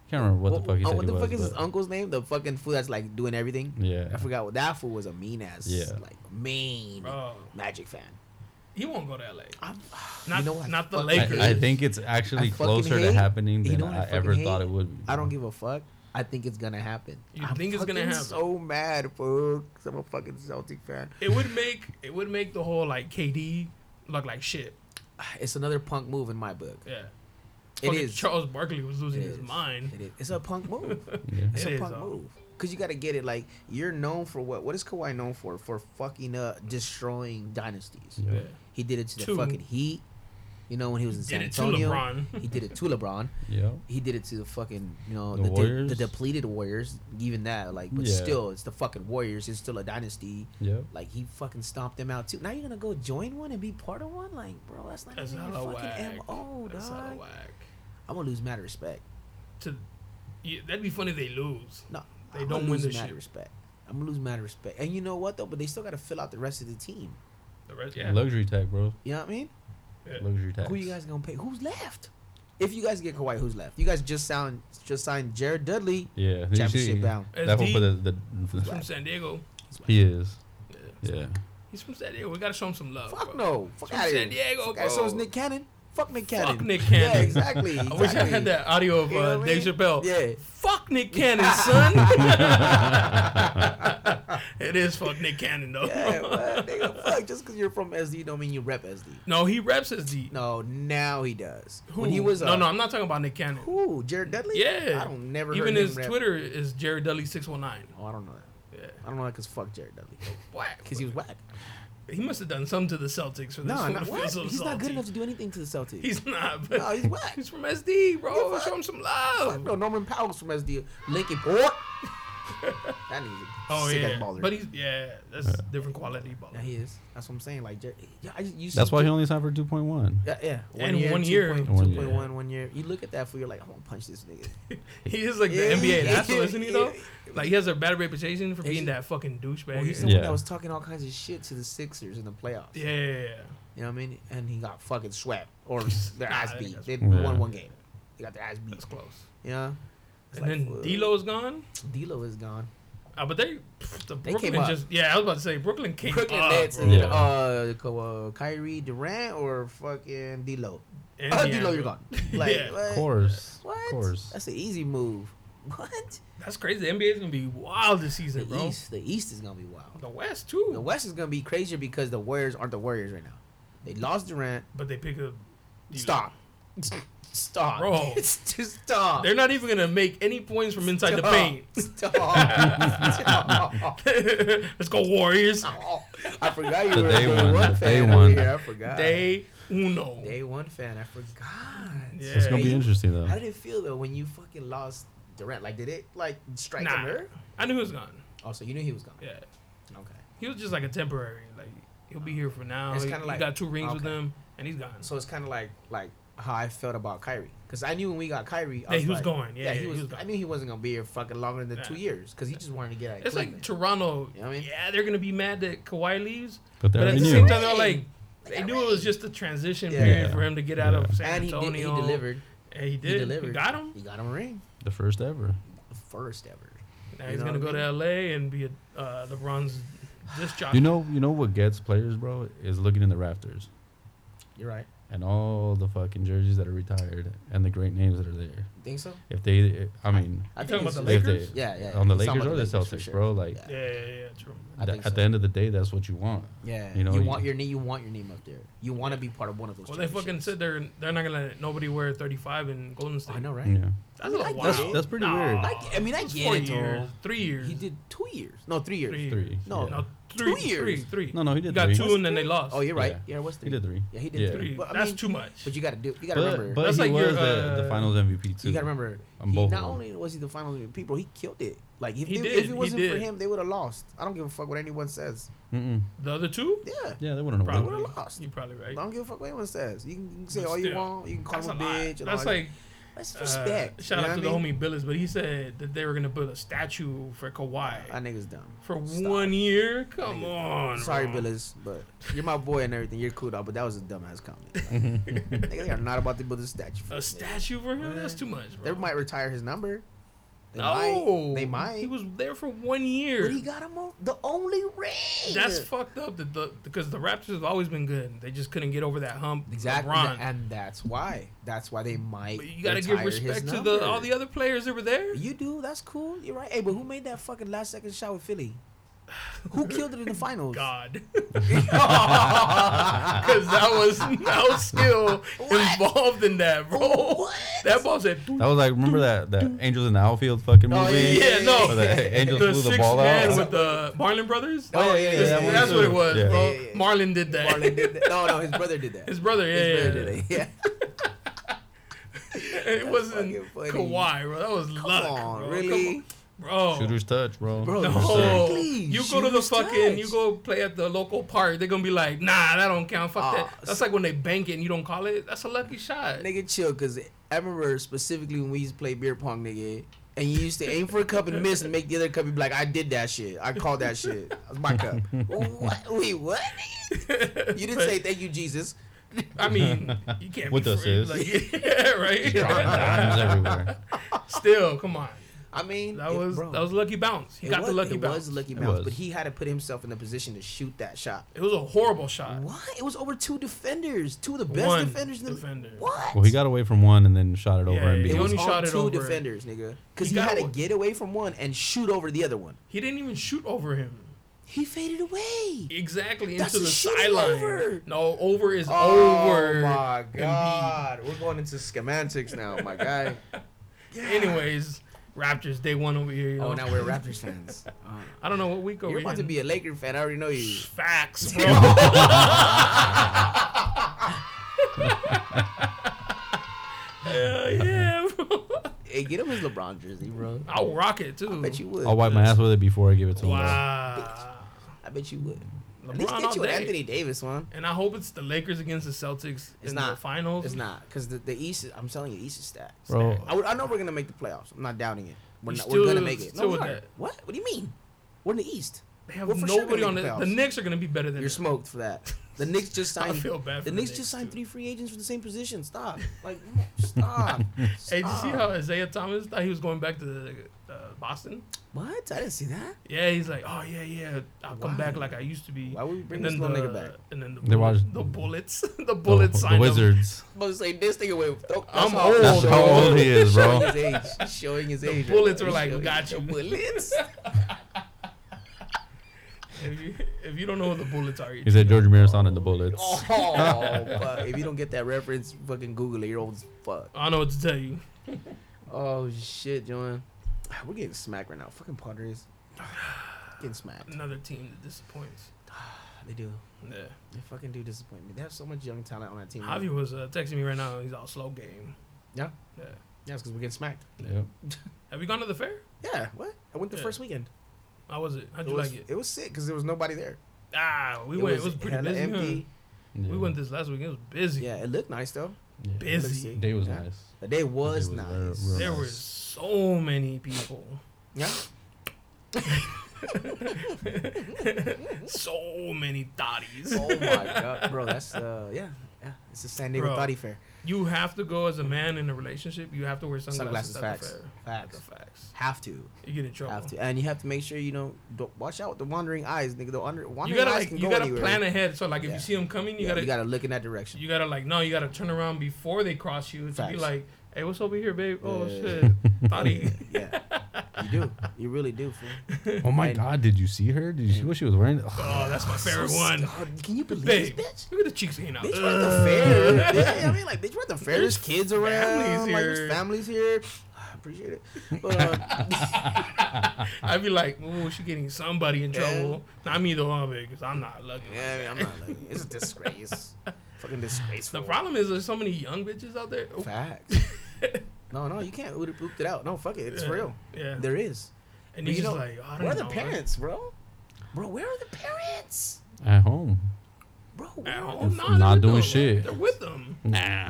[SPEAKER 3] Can't remember what the fuck he
[SPEAKER 2] oh,
[SPEAKER 3] said
[SPEAKER 2] what
[SPEAKER 3] he
[SPEAKER 2] the
[SPEAKER 3] was.
[SPEAKER 2] fuck is his
[SPEAKER 3] but-
[SPEAKER 2] uncle's name? The fucking fool that's like doing everything. I
[SPEAKER 3] Yeah.
[SPEAKER 2] forgot what that fool was a mean ass,
[SPEAKER 3] Yeah.
[SPEAKER 2] like mean
[SPEAKER 1] Bro,
[SPEAKER 2] Magic fan.
[SPEAKER 1] he won't go to LA.
[SPEAKER 2] I'm,
[SPEAKER 1] Not-
[SPEAKER 2] what I
[SPEAKER 1] not the
[SPEAKER 2] fucking
[SPEAKER 1] Lakers.
[SPEAKER 2] hate?
[SPEAKER 3] I, I think it's actually
[SPEAKER 2] I fucking
[SPEAKER 3] closer to
[SPEAKER 2] hate-
[SPEAKER 3] happening
[SPEAKER 2] you
[SPEAKER 3] than
[SPEAKER 2] know what I
[SPEAKER 3] I, ever
[SPEAKER 2] fucking
[SPEAKER 3] thought
[SPEAKER 2] hate?
[SPEAKER 3] it would be.
[SPEAKER 2] I don't give a fuck. I think it's gonna happen.
[SPEAKER 1] You
[SPEAKER 2] I'm
[SPEAKER 1] think it's gonna
[SPEAKER 2] fucking
[SPEAKER 1] happen?
[SPEAKER 2] So mad, fool. 'cause I'm a fucking Celtic fan.
[SPEAKER 1] It would make it would make the whole like KD look like shit.
[SPEAKER 2] It's another punk move in my book.
[SPEAKER 1] Yeah.
[SPEAKER 2] It
[SPEAKER 1] Fucking
[SPEAKER 2] is.
[SPEAKER 1] Charles Barkley was
[SPEAKER 2] It
[SPEAKER 1] losing
[SPEAKER 2] is.
[SPEAKER 1] his mind.
[SPEAKER 2] It is. It's a punk move.
[SPEAKER 3] Yeah.
[SPEAKER 2] It's
[SPEAKER 1] It
[SPEAKER 2] a
[SPEAKER 1] is,
[SPEAKER 2] punk
[SPEAKER 1] though.
[SPEAKER 2] move. Cause you gotta get it. Like you're known for what? What is Kawhi known for? For fucking uh, destroying dynasties.
[SPEAKER 3] Yeah.
[SPEAKER 1] Yeah.
[SPEAKER 2] He did it to the
[SPEAKER 1] Two.
[SPEAKER 2] fucking Heat. You know when he was in San
[SPEAKER 1] Did it to
[SPEAKER 2] Antonio.
[SPEAKER 1] LeBron.
[SPEAKER 2] He did it to LeBron.
[SPEAKER 3] Yeah.
[SPEAKER 2] He did it to the fucking you know
[SPEAKER 3] The
[SPEAKER 2] the, de-
[SPEAKER 3] Warriors.
[SPEAKER 2] the depleted Warriors. Even that, like, but
[SPEAKER 3] Yeah.
[SPEAKER 2] still, it's the fucking Warriors. It's still a dynasty.
[SPEAKER 3] Yep.
[SPEAKER 2] Like he fucking stomped them out too. Now you're gonna go join one and be part of one? Like, bro, that's not
[SPEAKER 1] That's
[SPEAKER 2] even
[SPEAKER 1] hella
[SPEAKER 2] your fucking
[SPEAKER 1] whack.
[SPEAKER 2] MO, dog.
[SPEAKER 1] That's hella whack.
[SPEAKER 2] I'm gonna lose mad respect.
[SPEAKER 1] To, yeah, that'd be funny if they lose.
[SPEAKER 2] No,
[SPEAKER 1] They
[SPEAKER 2] I'm
[SPEAKER 1] don't
[SPEAKER 2] gonna
[SPEAKER 1] win
[SPEAKER 2] lose
[SPEAKER 1] this
[SPEAKER 2] mad
[SPEAKER 1] shit.
[SPEAKER 2] respect. I'm gonna lose mad respect. And you know what though? But they still gotta fill out the rest of the team.
[SPEAKER 1] The rest, yeah.
[SPEAKER 3] Luxury tax, bro.
[SPEAKER 2] You know what I mean?
[SPEAKER 1] yeah.
[SPEAKER 3] Luxury tax.
[SPEAKER 2] Who you guys gonna pay? Who's left? If you guys get Kawhi, who's left? You guys just sound just signed Jared Dudley.
[SPEAKER 3] Yeah. you
[SPEAKER 2] Championship
[SPEAKER 3] see-
[SPEAKER 2] bound.
[SPEAKER 3] That one
[SPEAKER 1] SD.
[SPEAKER 3] for the, the,
[SPEAKER 1] He's
[SPEAKER 3] the
[SPEAKER 1] from San Diego.
[SPEAKER 3] he is.
[SPEAKER 1] Yeah.
[SPEAKER 3] Yeah.
[SPEAKER 1] He's from San Diego. We gotta show him some love.
[SPEAKER 2] Fuck
[SPEAKER 1] bro.
[SPEAKER 2] no. Fuck
[SPEAKER 1] From
[SPEAKER 2] out of here.
[SPEAKER 1] San Diego,
[SPEAKER 2] Fuck outta- So is
[SPEAKER 1] bro.
[SPEAKER 2] Nick Cannon. Fuck Nick Cannon.
[SPEAKER 1] Fuck Nick
[SPEAKER 2] Yeah,
[SPEAKER 1] Cannon.
[SPEAKER 2] exactly.
[SPEAKER 1] I wish I had
[SPEAKER 2] exactly.
[SPEAKER 1] that audio of
[SPEAKER 2] You know
[SPEAKER 1] uh,
[SPEAKER 2] what I
[SPEAKER 1] Dave
[SPEAKER 2] mean?
[SPEAKER 1] Chappelle.
[SPEAKER 2] Yeah.
[SPEAKER 1] Fuck Nick Cannon, son. it is fuck Nick Cannon though.
[SPEAKER 2] Yeah, what? Nigga, fuck. Just because you're from SD don't mean you rep SD.
[SPEAKER 1] no, he reps as D.
[SPEAKER 2] No, now he does.
[SPEAKER 1] Who?
[SPEAKER 2] When he was
[SPEAKER 1] no,
[SPEAKER 2] uh,
[SPEAKER 1] no, I'm not talking about Nick Cannon.
[SPEAKER 2] Who? Jared Dudley?
[SPEAKER 1] Yeah.
[SPEAKER 2] I don't never
[SPEAKER 1] Even
[SPEAKER 2] heard him
[SPEAKER 1] his
[SPEAKER 2] rap.
[SPEAKER 1] Twitter is Jared Dudley six one nine.
[SPEAKER 2] Oh, I don't know that.
[SPEAKER 1] Yeah.
[SPEAKER 2] I don't know that because fuck Jared Dudley.
[SPEAKER 1] Whack.
[SPEAKER 2] Because he was whack.
[SPEAKER 1] He must have done something to the Celtics for this
[SPEAKER 2] No,
[SPEAKER 1] one
[SPEAKER 2] not
[SPEAKER 1] to
[SPEAKER 2] whack.
[SPEAKER 1] feel so
[SPEAKER 2] He's not good
[SPEAKER 1] salty.
[SPEAKER 2] enough to do anything to the Celtics.
[SPEAKER 1] He's not. But
[SPEAKER 2] no, he's whack.
[SPEAKER 1] he's from SD, bro.
[SPEAKER 2] Yeah, fuck.
[SPEAKER 1] Show him some
[SPEAKER 2] Fuck
[SPEAKER 1] love.
[SPEAKER 2] no, Norman Powell's from SD. Lincoln Port. that nigga's
[SPEAKER 1] Oh
[SPEAKER 2] sick
[SPEAKER 1] yeah,
[SPEAKER 2] ass baller.
[SPEAKER 1] but he's yeah, that's different quality baller.
[SPEAKER 2] yeah, he is. That's what I'm saying. Like, Jer- yeah, I just, you
[SPEAKER 3] That's
[SPEAKER 2] see
[SPEAKER 3] why
[SPEAKER 2] Jer-
[SPEAKER 3] he only signed for 2.1.
[SPEAKER 2] Yeah, yeah.
[SPEAKER 1] And one year.
[SPEAKER 2] 2.1,
[SPEAKER 3] One
[SPEAKER 2] 2.1,
[SPEAKER 3] year.
[SPEAKER 2] one year. You look at that for you're like, I want to punch this nigga.
[SPEAKER 1] He is like the
[SPEAKER 2] Yeah,
[SPEAKER 1] NBA
[SPEAKER 2] yeah,
[SPEAKER 1] national, isn't he though?
[SPEAKER 2] yeah.
[SPEAKER 1] Like he has a bad reputation for
[SPEAKER 2] Is
[SPEAKER 1] being
[SPEAKER 2] he-
[SPEAKER 1] that fucking
[SPEAKER 2] Well, he's
[SPEAKER 1] douchebag.
[SPEAKER 2] the
[SPEAKER 1] Yeah.
[SPEAKER 2] one
[SPEAKER 3] Yeah.
[SPEAKER 2] that was talking all kinds of shit to the Sixers in the playoffs.
[SPEAKER 1] yeah, yeah,
[SPEAKER 2] You know what I mean? And he got fucking swept or their
[SPEAKER 1] Nah,
[SPEAKER 2] ass
[SPEAKER 1] I think
[SPEAKER 2] beat.
[SPEAKER 1] that's-
[SPEAKER 2] They
[SPEAKER 3] Yeah.
[SPEAKER 2] won one game. They got their ass beat.
[SPEAKER 1] that's close.
[SPEAKER 2] You know? It's
[SPEAKER 1] And
[SPEAKER 2] like,
[SPEAKER 1] then
[SPEAKER 2] whoa.
[SPEAKER 1] D'Lo's gone.
[SPEAKER 2] D'Lo is gone.
[SPEAKER 1] Uh, but they, pff, the
[SPEAKER 2] They
[SPEAKER 1] Brooklyn
[SPEAKER 2] came up.
[SPEAKER 1] just yeah. I was about to say Brooklyn came
[SPEAKER 2] Brooklyn
[SPEAKER 1] up,
[SPEAKER 2] Nets
[SPEAKER 1] bro.
[SPEAKER 2] and
[SPEAKER 3] Yeah.
[SPEAKER 2] uh, Ka- uh, Kyrie Durant or fucking D'Lo.
[SPEAKER 1] And
[SPEAKER 2] Uh,
[SPEAKER 1] D'Angelo.
[SPEAKER 2] D'Lo, you're gone. Like,
[SPEAKER 1] Yeah.
[SPEAKER 2] what?
[SPEAKER 3] Of course.
[SPEAKER 2] What?
[SPEAKER 3] Of course.
[SPEAKER 2] That's an easy move. What?
[SPEAKER 1] That's crazy. The NBA is gonna be wild this
[SPEAKER 2] The
[SPEAKER 1] season, bro.
[SPEAKER 2] East. The East is gonna be wild.
[SPEAKER 1] The West too.
[SPEAKER 2] The West is gonna be crazier because the Warriors aren't the Warriors right now. They lost Durant.
[SPEAKER 1] But they pick up. D'Lo.
[SPEAKER 2] Stop. Stop.
[SPEAKER 1] Bro.
[SPEAKER 2] Just stop.
[SPEAKER 1] They're not even gonna make any points from inside the
[SPEAKER 2] Stop.
[SPEAKER 1] paint.
[SPEAKER 2] Stop. Stop.
[SPEAKER 1] Let's go Warriors.
[SPEAKER 2] Oh, I forgot you
[SPEAKER 3] The
[SPEAKER 2] were a
[SPEAKER 3] day
[SPEAKER 2] day
[SPEAKER 3] one,
[SPEAKER 2] one,
[SPEAKER 3] the day
[SPEAKER 2] fan. over
[SPEAKER 3] one.
[SPEAKER 2] here. I forgot.
[SPEAKER 1] Day uno.
[SPEAKER 2] Uh, Day one fan. I forgot.
[SPEAKER 1] Yeah.
[SPEAKER 3] It's gonna be
[SPEAKER 2] Hey,
[SPEAKER 3] interesting though.
[SPEAKER 2] How did it feel though when you fucking lost Durant? Like, did it like strike a
[SPEAKER 1] Nah,
[SPEAKER 2] nerve?
[SPEAKER 1] I knew he was gone.
[SPEAKER 2] Oh, so you knew he was gone.
[SPEAKER 1] Yeah,
[SPEAKER 2] Okay.
[SPEAKER 1] he was just like a temporary. Like he'll be here for now.
[SPEAKER 2] It's
[SPEAKER 1] He-
[SPEAKER 2] kinda
[SPEAKER 1] he
[SPEAKER 2] like-
[SPEAKER 1] got two rings with
[SPEAKER 2] okay.
[SPEAKER 1] them, and he's gone.
[SPEAKER 2] So it's kind of like like how I felt about Kyrie because I knew when we got Kyrie, I
[SPEAKER 1] Yeah, he was
[SPEAKER 2] like-
[SPEAKER 1] going. Yeah, yeah,
[SPEAKER 2] he
[SPEAKER 1] he
[SPEAKER 2] was.
[SPEAKER 1] was going.
[SPEAKER 2] I knew he wasn't gonna be here fucking longer than
[SPEAKER 1] Yeah.
[SPEAKER 2] two years because he just wanted to get out. Of
[SPEAKER 1] it's like
[SPEAKER 2] Cleveland.
[SPEAKER 1] Toronto.
[SPEAKER 2] You know what I mean?
[SPEAKER 1] Yeah, they're gonna be mad that Kawhi leaves,
[SPEAKER 3] But they
[SPEAKER 1] but at
[SPEAKER 3] already
[SPEAKER 1] the
[SPEAKER 2] They
[SPEAKER 1] same
[SPEAKER 3] knew.
[SPEAKER 2] got
[SPEAKER 1] time, they're like.
[SPEAKER 2] rained. They
[SPEAKER 1] They
[SPEAKER 2] got
[SPEAKER 1] knew it was
[SPEAKER 2] rained.
[SPEAKER 1] just a transition
[SPEAKER 2] Yeah.
[SPEAKER 1] period for him to get out
[SPEAKER 3] Yeah.
[SPEAKER 1] of San
[SPEAKER 2] and he, did, he
[SPEAKER 1] Antonio.
[SPEAKER 2] delivered.
[SPEAKER 1] And he
[SPEAKER 2] He
[SPEAKER 1] did.
[SPEAKER 2] delivered.
[SPEAKER 1] He got him.
[SPEAKER 2] He got him a ring.
[SPEAKER 3] The first ever.
[SPEAKER 2] The first ever.
[SPEAKER 1] Now
[SPEAKER 2] You
[SPEAKER 1] he's
[SPEAKER 2] know
[SPEAKER 1] gonna go
[SPEAKER 2] what I
[SPEAKER 1] to LA and be a uh, LeBron's disc jockey.
[SPEAKER 3] You know, you know what gets players, bro, is looking in the rafters
[SPEAKER 2] You're right.
[SPEAKER 3] and all the fucking jerseys that are retired and the great names that are there.
[SPEAKER 2] Think so?
[SPEAKER 3] If they, I
[SPEAKER 2] I
[SPEAKER 3] mean,
[SPEAKER 1] You
[SPEAKER 2] think
[SPEAKER 1] talking
[SPEAKER 2] it's
[SPEAKER 1] about the
[SPEAKER 3] if
[SPEAKER 1] Lakers?
[SPEAKER 3] they,
[SPEAKER 2] Yeah, yeah.
[SPEAKER 3] on the
[SPEAKER 2] He's talking
[SPEAKER 3] Lakers
[SPEAKER 2] about
[SPEAKER 3] or the
[SPEAKER 2] Lakers for
[SPEAKER 3] Celtics,
[SPEAKER 2] sure.
[SPEAKER 3] bro, like
[SPEAKER 2] Yeah.
[SPEAKER 1] Yeah, yeah, yeah, true.
[SPEAKER 2] I
[SPEAKER 3] the-
[SPEAKER 2] think
[SPEAKER 3] at
[SPEAKER 2] so.
[SPEAKER 3] the end of the day, that's what you want.
[SPEAKER 2] Yeah,
[SPEAKER 3] You
[SPEAKER 2] you,
[SPEAKER 3] know, you-
[SPEAKER 2] want your name. You want your name up there. You want to be part of one of those.
[SPEAKER 1] Well, they fucking
[SPEAKER 2] championships. Oh,
[SPEAKER 1] said they're they're not gonna let nobody wear 35 in Golden State.
[SPEAKER 2] I know, right?
[SPEAKER 3] Yeah.
[SPEAKER 1] That's a
[SPEAKER 2] Like,
[SPEAKER 1] lot.
[SPEAKER 2] that's-
[SPEAKER 3] that's pretty weird.
[SPEAKER 2] I, I mean, I
[SPEAKER 1] It's
[SPEAKER 2] get
[SPEAKER 1] four
[SPEAKER 2] it.
[SPEAKER 1] years,
[SPEAKER 2] though.
[SPEAKER 1] three years.
[SPEAKER 2] He did two years. No, three years.
[SPEAKER 1] Three years.
[SPEAKER 3] Three.
[SPEAKER 2] No,
[SPEAKER 3] yeah.
[SPEAKER 1] No, three,
[SPEAKER 2] Two years.
[SPEAKER 1] Three, three.
[SPEAKER 3] no, no, he did
[SPEAKER 1] You got
[SPEAKER 3] three.
[SPEAKER 1] two and then they lost.
[SPEAKER 2] Oh, you're right.
[SPEAKER 3] Yeah.
[SPEAKER 2] Yeah, it was three.
[SPEAKER 3] He did three.
[SPEAKER 2] Yeah, he did
[SPEAKER 3] Yeah.
[SPEAKER 2] three.
[SPEAKER 1] Three.
[SPEAKER 2] But, I
[SPEAKER 1] That's
[SPEAKER 2] mean,
[SPEAKER 1] too much.
[SPEAKER 2] But you got to do. You got to remember.
[SPEAKER 3] But, but
[SPEAKER 1] That's
[SPEAKER 3] he
[SPEAKER 1] like
[SPEAKER 3] was
[SPEAKER 1] your,
[SPEAKER 3] the, the
[SPEAKER 1] uh,
[SPEAKER 3] Finals MVP too.
[SPEAKER 2] you got to remember.
[SPEAKER 3] On
[SPEAKER 2] he-
[SPEAKER 3] both
[SPEAKER 2] not
[SPEAKER 3] of them.
[SPEAKER 2] only was he the final people, he killed it. Like if,
[SPEAKER 1] He
[SPEAKER 2] they-
[SPEAKER 1] did,
[SPEAKER 2] if
[SPEAKER 1] he
[SPEAKER 2] it wasn't for
[SPEAKER 1] did.
[SPEAKER 2] him, they would have lost. I don't give a fuck what anyone says.
[SPEAKER 3] Mm-mm.
[SPEAKER 1] The other two?
[SPEAKER 2] Yeah,
[SPEAKER 3] Yeah, they wouldn't have
[SPEAKER 1] Probably.
[SPEAKER 3] won.
[SPEAKER 2] would've lost.
[SPEAKER 1] You probably right.
[SPEAKER 2] I don't give a fuck what anyone says. You can, you can say
[SPEAKER 1] But
[SPEAKER 2] all you
[SPEAKER 1] still,
[SPEAKER 2] want. You can call
[SPEAKER 1] That's a
[SPEAKER 2] him a
[SPEAKER 1] lot.
[SPEAKER 2] bitch. and all
[SPEAKER 1] That's
[SPEAKER 2] that.
[SPEAKER 1] like
[SPEAKER 2] that's
[SPEAKER 1] uh,
[SPEAKER 2] respect.
[SPEAKER 1] shout
[SPEAKER 2] you
[SPEAKER 1] out
[SPEAKER 2] know
[SPEAKER 1] to the
[SPEAKER 2] what I mean?
[SPEAKER 1] homie Billis, but he said that they were gonna build a statue for Kawhi
[SPEAKER 2] That nigga's dumb.
[SPEAKER 1] for
[SPEAKER 2] Stop.
[SPEAKER 1] one year. Come on.
[SPEAKER 2] Sorry,
[SPEAKER 1] bro.
[SPEAKER 2] Billis, but you're my boy and everything. You're cool, dog, but that was a dumbass comment. Like, nigga, they are not about to build a statue.
[SPEAKER 1] A
[SPEAKER 2] For this nigga.
[SPEAKER 1] statue for him? That's too much, bro.
[SPEAKER 2] They might retire his number. They
[SPEAKER 1] No,
[SPEAKER 2] might. They might.
[SPEAKER 1] He was there for one year.
[SPEAKER 2] but he got him on the only ring.
[SPEAKER 1] That's fucked up. That the because the Raptors have always been good. They just couldn't get over that hump.
[SPEAKER 2] exactly,
[SPEAKER 1] LeBron.
[SPEAKER 2] and that's why. That's why they might.
[SPEAKER 1] but you gotta give
[SPEAKER 2] retire his
[SPEAKER 1] respect to the all
[SPEAKER 2] number.
[SPEAKER 1] the other players that were there.
[SPEAKER 2] You do. That's cool. You're right. Hey, but who made that fucking last second shot with Philly? Who killed it in the finals?
[SPEAKER 1] God, because that was no skill involved in that, bro.
[SPEAKER 2] What?
[SPEAKER 1] That ball said.
[SPEAKER 3] That was like remember that that Angels in the Outfield fucking movie?
[SPEAKER 2] Oh, yeah,
[SPEAKER 1] yeah, no.
[SPEAKER 3] Where the Angels
[SPEAKER 1] the
[SPEAKER 3] blew the
[SPEAKER 1] six
[SPEAKER 3] ball
[SPEAKER 1] man
[SPEAKER 3] out.
[SPEAKER 1] with the Marlon brothers.
[SPEAKER 2] Oh, yeah, yeah,
[SPEAKER 1] That's-
[SPEAKER 2] that one
[SPEAKER 1] that's
[SPEAKER 2] too.
[SPEAKER 1] what it was,
[SPEAKER 3] Yeah.
[SPEAKER 1] bro.
[SPEAKER 2] Yeah, yeah, yeah.
[SPEAKER 1] Marlon did that.
[SPEAKER 2] Marlon did that. No, no, his brother did that.
[SPEAKER 1] His brother, yeah,
[SPEAKER 2] His brother
[SPEAKER 1] yeah, yeah.
[SPEAKER 2] did that. Yeah.
[SPEAKER 1] it wasn't
[SPEAKER 2] fucking funny.
[SPEAKER 1] Kawhi, bro. That was luck,
[SPEAKER 2] on,
[SPEAKER 1] bro.
[SPEAKER 2] really?
[SPEAKER 1] Come on, bro.
[SPEAKER 3] Shooters touch, bro.
[SPEAKER 2] Bro,
[SPEAKER 3] Shooters
[SPEAKER 1] No,
[SPEAKER 3] touch.
[SPEAKER 2] Please,
[SPEAKER 1] Oh, you go to the
[SPEAKER 2] shooters
[SPEAKER 1] fucking, you
[SPEAKER 2] touch.
[SPEAKER 1] go play at the local park. They're gonna be like, nah, that don't count. Fuck
[SPEAKER 2] Ah,
[SPEAKER 1] that. That's like when they bank it and you don't call it. That's a lucky shot.
[SPEAKER 2] Nigga, chill, cause I remember specifically when we used to play beer pong, nigga, and you used to aim for a cup and miss and make the other cup and be like, I did that shit. I called that shit. That was my cup. what? Wait, what? You didn't
[SPEAKER 1] But,
[SPEAKER 2] say thank you, Jesus.
[SPEAKER 1] I mean, you can't.
[SPEAKER 3] With
[SPEAKER 1] be
[SPEAKER 3] us
[SPEAKER 1] free,
[SPEAKER 3] is.
[SPEAKER 1] like, yeah,
[SPEAKER 3] Dropping
[SPEAKER 1] right.
[SPEAKER 3] dimes everywhere.
[SPEAKER 1] Still, come on.
[SPEAKER 2] I mean,
[SPEAKER 1] That
[SPEAKER 2] it-
[SPEAKER 1] was
[SPEAKER 2] bro,
[SPEAKER 1] that was a lucky bounce. He
[SPEAKER 2] it
[SPEAKER 1] got
[SPEAKER 2] was,
[SPEAKER 1] the lucky
[SPEAKER 2] It
[SPEAKER 1] bounce.
[SPEAKER 2] was a lucky
[SPEAKER 3] It
[SPEAKER 2] bounce,
[SPEAKER 3] was.
[SPEAKER 2] but he had to put himself in the position to shoot that shot.
[SPEAKER 1] It was a horrible shot.
[SPEAKER 2] What? It was over two defenders, two of the best
[SPEAKER 1] One
[SPEAKER 2] defenders in the
[SPEAKER 1] defender.
[SPEAKER 2] What?
[SPEAKER 3] Well, he got away from one and then shot it over
[SPEAKER 1] Yeah,
[SPEAKER 3] and
[SPEAKER 1] he
[SPEAKER 3] beat
[SPEAKER 2] it
[SPEAKER 3] him.
[SPEAKER 2] was
[SPEAKER 1] only
[SPEAKER 2] on
[SPEAKER 1] shot it
[SPEAKER 2] two
[SPEAKER 1] over-
[SPEAKER 2] defenders, nigga, because
[SPEAKER 1] He
[SPEAKER 2] he,
[SPEAKER 1] got
[SPEAKER 2] had to
[SPEAKER 1] one.
[SPEAKER 2] get away from one and shoot over the other one.
[SPEAKER 1] He didn't even shoot over him.
[SPEAKER 2] He faded away.
[SPEAKER 1] Exactly
[SPEAKER 2] That's
[SPEAKER 1] into
[SPEAKER 2] a
[SPEAKER 1] the
[SPEAKER 2] shooting
[SPEAKER 1] sideline.
[SPEAKER 2] over.
[SPEAKER 1] No, over is over.
[SPEAKER 2] Oh my
[SPEAKER 1] Embiid.
[SPEAKER 2] god, we're going into schematics now, my guy.
[SPEAKER 1] Anyways, Raptors day one over here. You know?
[SPEAKER 2] Oh, now we're Raptors fans.
[SPEAKER 1] I don't know what week are
[SPEAKER 2] You're
[SPEAKER 1] we
[SPEAKER 2] about to
[SPEAKER 1] in.
[SPEAKER 2] be a Laker fan. I already know you.
[SPEAKER 1] Facts, bro. Hell yeah, bro.
[SPEAKER 2] Hey, Hey, get him his LeBron jersey, bro.
[SPEAKER 1] I'll rock it too.
[SPEAKER 2] I bet you would.
[SPEAKER 3] I'll wipe my ass with it before I give it to him.
[SPEAKER 1] Wow.
[SPEAKER 2] I bet you would. At least
[SPEAKER 1] LeBron
[SPEAKER 2] get you
[SPEAKER 1] all
[SPEAKER 2] an
[SPEAKER 1] day.
[SPEAKER 2] Anthony Davis one.
[SPEAKER 1] And I hope it's the Lakers against the Celtics
[SPEAKER 2] It's
[SPEAKER 1] in the
[SPEAKER 2] not.
[SPEAKER 1] finals.
[SPEAKER 2] It's not because the, the East. Is, I'm telling you, the East is stacked.
[SPEAKER 3] Bro,
[SPEAKER 2] I, would, I know we're gonna make the playoffs. I'm not doubting it. We're,
[SPEAKER 1] You
[SPEAKER 2] not, we're gonna
[SPEAKER 1] still-
[SPEAKER 2] make it. No,
[SPEAKER 1] still
[SPEAKER 2] we
[SPEAKER 1] with
[SPEAKER 2] are.
[SPEAKER 1] that.
[SPEAKER 2] What? What do you mean? We're in the East.
[SPEAKER 1] They have
[SPEAKER 2] We're for sure
[SPEAKER 1] nobody
[SPEAKER 2] gonna
[SPEAKER 1] on
[SPEAKER 2] make
[SPEAKER 1] it.
[SPEAKER 2] the
[SPEAKER 1] The
[SPEAKER 2] playoffs.
[SPEAKER 1] Knicks are going to be better than
[SPEAKER 2] You're
[SPEAKER 1] them.
[SPEAKER 2] smoked for that. The Knicks just
[SPEAKER 1] I
[SPEAKER 2] signed.
[SPEAKER 1] feel bad
[SPEAKER 2] the
[SPEAKER 1] for the
[SPEAKER 2] Knicks
[SPEAKER 1] Knicks,
[SPEAKER 2] just signed
[SPEAKER 1] too.
[SPEAKER 2] three free agents for the same position. Stop. Like, come on, stop.
[SPEAKER 1] Hey, did you see
[SPEAKER 2] Stop.
[SPEAKER 1] how Isaiah Thomas thought he was going back to uh, Boston?
[SPEAKER 2] What? I didn't see that.
[SPEAKER 1] Yeah, he's like, oh yeah, yeah, I'll come back
[SPEAKER 2] Why?
[SPEAKER 1] like I used to be.
[SPEAKER 2] Why would we bring
[SPEAKER 1] And
[SPEAKER 2] this
[SPEAKER 1] then
[SPEAKER 2] little
[SPEAKER 1] the-
[SPEAKER 2] nigga back?
[SPEAKER 1] And then the,
[SPEAKER 3] They
[SPEAKER 1] bullets,
[SPEAKER 3] watched-
[SPEAKER 1] the bullets, the
[SPEAKER 3] the,
[SPEAKER 1] bullets.
[SPEAKER 3] the
[SPEAKER 1] signed him.
[SPEAKER 3] Wizards.
[SPEAKER 2] I'm about to say this nigga went. That's
[SPEAKER 1] I'm
[SPEAKER 2] how
[SPEAKER 1] old,
[SPEAKER 3] That's
[SPEAKER 1] Oh,
[SPEAKER 3] how
[SPEAKER 1] no.
[SPEAKER 3] old he is,
[SPEAKER 2] Showing
[SPEAKER 3] bro.
[SPEAKER 2] his age. He's showing his age.
[SPEAKER 1] bullets
[SPEAKER 2] right
[SPEAKER 1] were
[SPEAKER 2] now.
[SPEAKER 1] like,
[SPEAKER 2] He's
[SPEAKER 1] "We
[SPEAKER 2] showing-
[SPEAKER 1] got you."
[SPEAKER 2] the Bullets.
[SPEAKER 1] If you, if you don't know what the bullets are, you
[SPEAKER 3] He said George Marathon and the Bullets.
[SPEAKER 2] Oh, fuck. if you don't get that reference, fucking Google it. You're old as fuck.
[SPEAKER 1] I know what to tell you.
[SPEAKER 2] Oh shit, John. Ah, We're getting smacked right now. Fucking Padres. Getting smacked.
[SPEAKER 1] Another team that disappoints.
[SPEAKER 2] They do.
[SPEAKER 1] Yeah.
[SPEAKER 2] They fucking do disappoint me. They have so much young talent on that team.
[SPEAKER 1] Javi was uh, texting me right now. He's all slow game.
[SPEAKER 2] Yeah.
[SPEAKER 1] Yeah.
[SPEAKER 2] Yeah, it's because we're getting smacked.
[SPEAKER 3] Yep.
[SPEAKER 1] Have you gone to the fair?
[SPEAKER 2] Yeah. What? I went the
[SPEAKER 1] Yeah.
[SPEAKER 2] first weekend.
[SPEAKER 1] How was it? How'd
[SPEAKER 2] It
[SPEAKER 1] you
[SPEAKER 2] was,
[SPEAKER 1] like it?
[SPEAKER 2] it was sick because there was nobody there.
[SPEAKER 1] Ah, we went. it was pretty
[SPEAKER 2] hella
[SPEAKER 1] busy. huh?
[SPEAKER 2] empty.
[SPEAKER 3] Yeah.
[SPEAKER 1] We went this last week. It was busy.
[SPEAKER 2] Yeah, it looked nice though. It
[SPEAKER 3] Yeah.
[SPEAKER 2] looked
[SPEAKER 1] Busy.
[SPEAKER 2] sick.
[SPEAKER 3] Day was
[SPEAKER 2] Yeah.
[SPEAKER 3] nice.
[SPEAKER 2] The day was,
[SPEAKER 3] was
[SPEAKER 2] nice.
[SPEAKER 3] real- real
[SPEAKER 1] There
[SPEAKER 3] nice.
[SPEAKER 1] were so many people.
[SPEAKER 2] Yeah.
[SPEAKER 1] So many thotties.
[SPEAKER 2] Oh my god, bro. That's uh, yeah, yeah. It's the San Diego
[SPEAKER 1] Bro.
[SPEAKER 2] Thoughty Fair.
[SPEAKER 1] You have to go as a man in a relationship. You have to wear sunglasses,
[SPEAKER 2] Sunglasses,
[SPEAKER 1] at
[SPEAKER 2] facts,
[SPEAKER 1] the fair.
[SPEAKER 2] facts.
[SPEAKER 1] That's a facts.
[SPEAKER 2] Have to,
[SPEAKER 1] You get in trouble.
[SPEAKER 2] have to, and you have to make sure you don't, don't watch out with the wandering eyes, nigga. The wander,
[SPEAKER 1] You
[SPEAKER 2] wandering
[SPEAKER 1] gotta
[SPEAKER 2] eyes
[SPEAKER 1] like
[SPEAKER 2] can
[SPEAKER 1] you
[SPEAKER 2] go
[SPEAKER 1] gotta
[SPEAKER 2] anywhere.
[SPEAKER 1] plan ahead. So like if
[SPEAKER 2] Yeah.
[SPEAKER 1] you see them coming, you
[SPEAKER 2] Yeah,
[SPEAKER 1] gotta
[SPEAKER 2] you gotta look in that direction.
[SPEAKER 1] you gotta like no, you gotta turn around before they cross you to be
[SPEAKER 2] Facts.
[SPEAKER 1] like, hey, what's over here, babe? Oh
[SPEAKER 2] Yeah.
[SPEAKER 1] shit, thotty.
[SPEAKER 2] yeah, you do. You really do. Fool.
[SPEAKER 3] Oh my
[SPEAKER 2] And-
[SPEAKER 3] God! Did you see her? Did you see what she was wearing?
[SPEAKER 1] Oh, that's my favorite
[SPEAKER 2] So
[SPEAKER 1] one.
[SPEAKER 2] sc- Can you believe
[SPEAKER 1] Babe,
[SPEAKER 2] this, bitch?
[SPEAKER 1] look at the cheeks hanging out.
[SPEAKER 2] Bitch, we're at
[SPEAKER 1] Ugh.
[SPEAKER 2] the fair. bitch, I mean, like, bitch, we're at the fair.
[SPEAKER 1] There's
[SPEAKER 2] There's kids around.
[SPEAKER 1] families
[SPEAKER 2] like, there's
[SPEAKER 1] here.
[SPEAKER 2] families here. I appreciate it. But, uh,
[SPEAKER 1] I'd be like, ooh, she getting somebody in
[SPEAKER 2] Yeah.
[SPEAKER 1] trouble. Not me though, because I'm not lucky.
[SPEAKER 2] yeah, I mean, I'm not. Like, it's a disgrace. Fucking disgraceful.
[SPEAKER 1] The problem is there's so many young bitches out there. Oop.
[SPEAKER 2] Facts. no, no, you can't oot pooped it out. No, fuck it. It's
[SPEAKER 1] Yeah.
[SPEAKER 2] real.
[SPEAKER 1] Yeah.
[SPEAKER 2] There is.
[SPEAKER 1] and
[SPEAKER 2] But
[SPEAKER 1] he's
[SPEAKER 2] you
[SPEAKER 1] just
[SPEAKER 2] know,
[SPEAKER 1] like, oh, I don't
[SPEAKER 2] Where are
[SPEAKER 1] know.
[SPEAKER 2] the
[SPEAKER 1] man.
[SPEAKER 2] parents, bro? Bro, where are the parents?
[SPEAKER 3] At home.
[SPEAKER 2] Bro, where
[SPEAKER 1] At
[SPEAKER 2] are
[SPEAKER 1] home,
[SPEAKER 3] They're
[SPEAKER 1] Oh, nah,
[SPEAKER 3] not
[SPEAKER 1] they're
[SPEAKER 3] doing
[SPEAKER 1] with them.
[SPEAKER 3] shit.
[SPEAKER 1] They're with them.
[SPEAKER 3] Nah.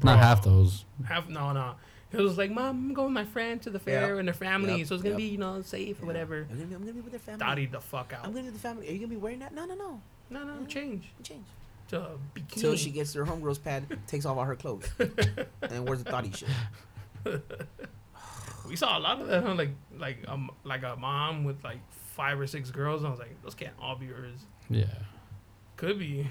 [SPEAKER 1] Bro.
[SPEAKER 3] Not half those.
[SPEAKER 1] Half no, no. He was like, Mom, I'm going with my friend to the fair
[SPEAKER 2] Yeah.
[SPEAKER 1] and their family,
[SPEAKER 2] Yep,
[SPEAKER 1] so it's gonna
[SPEAKER 2] yep.
[SPEAKER 1] be, you know, safe or
[SPEAKER 2] Yeah.
[SPEAKER 1] whatever.
[SPEAKER 2] I'm gonna, be, I'm gonna be with their family.
[SPEAKER 1] Dotty the fuck out.
[SPEAKER 2] I'm gonna be with the family. Are you gonna be wearing that? No, no, no.
[SPEAKER 1] no, no, change
[SPEAKER 2] Change.
[SPEAKER 1] to a bikini.
[SPEAKER 2] Till she gets her homegirl's pad, takes off all her clothes, and wears the thotty shit.
[SPEAKER 1] we saw a lot of that, huh? Like, like um, like a mom with like five or six girls. And I was like, those can't all be hers.
[SPEAKER 3] Yeah.
[SPEAKER 1] Could be.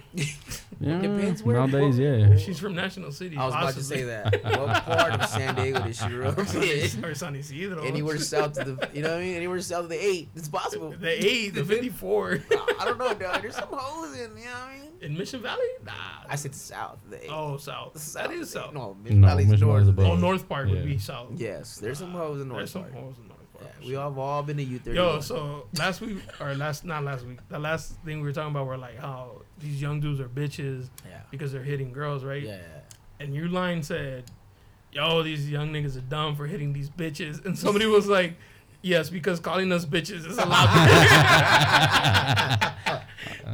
[SPEAKER 3] Yeah.
[SPEAKER 2] depends where-
[SPEAKER 3] Nowadays, yeah.
[SPEAKER 1] She's from National City.
[SPEAKER 2] I was about to say that. what part of San Diego is she real?
[SPEAKER 1] that. or San Isidro.
[SPEAKER 2] Anywhere south of the, you know what I mean? Anywhere south of the eight, it's possible.
[SPEAKER 1] The eight, the fifty-four
[SPEAKER 2] I don't know, dog. There's some hoes in, you know what I mean?
[SPEAKER 1] in Mission Valley. Nah.
[SPEAKER 2] I said south of the eight.
[SPEAKER 1] oh, south. That is south.
[SPEAKER 2] No, Mission
[SPEAKER 3] No,
[SPEAKER 2] Valley's
[SPEAKER 3] Mission
[SPEAKER 2] north.
[SPEAKER 3] Valley's
[SPEAKER 2] of the
[SPEAKER 1] Oh,
[SPEAKER 3] above.
[SPEAKER 2] eight.
[SPEAKER 1] North Park
[SPEAKER 3] Yeah.
[SPEAKER 1] would be south.
[SPEAKER 2] Yes, there's some hoes in
[SPEAKER 1] There's
[SPEAKER 2] north.
[SPEAKER 1] some
[SPEAKER 2] Park.
[SPEAKER 1] holes in North Park.
[SPEAKER 2] Yeah,
[SPEAKER 1] for
[SPEAKER 2] we
[SPEAKER 1] sure.
[SPEAKER 2] all have all been to youth.
[SPEAKER 1] Yo, so last week or last not last week, the last thing we were talking about were like how these young dudes are bitches
[SPEAKER 2] yeah.
[SPEAKER 1] because they're hitting girls, right?
[SPEAKER 2] yeah,
[SPEAKER 1] And your line said, "Yo, these young niggas are dumb for hitting these bitches," and somebody was like. Yes, because calling us bitches is a lot.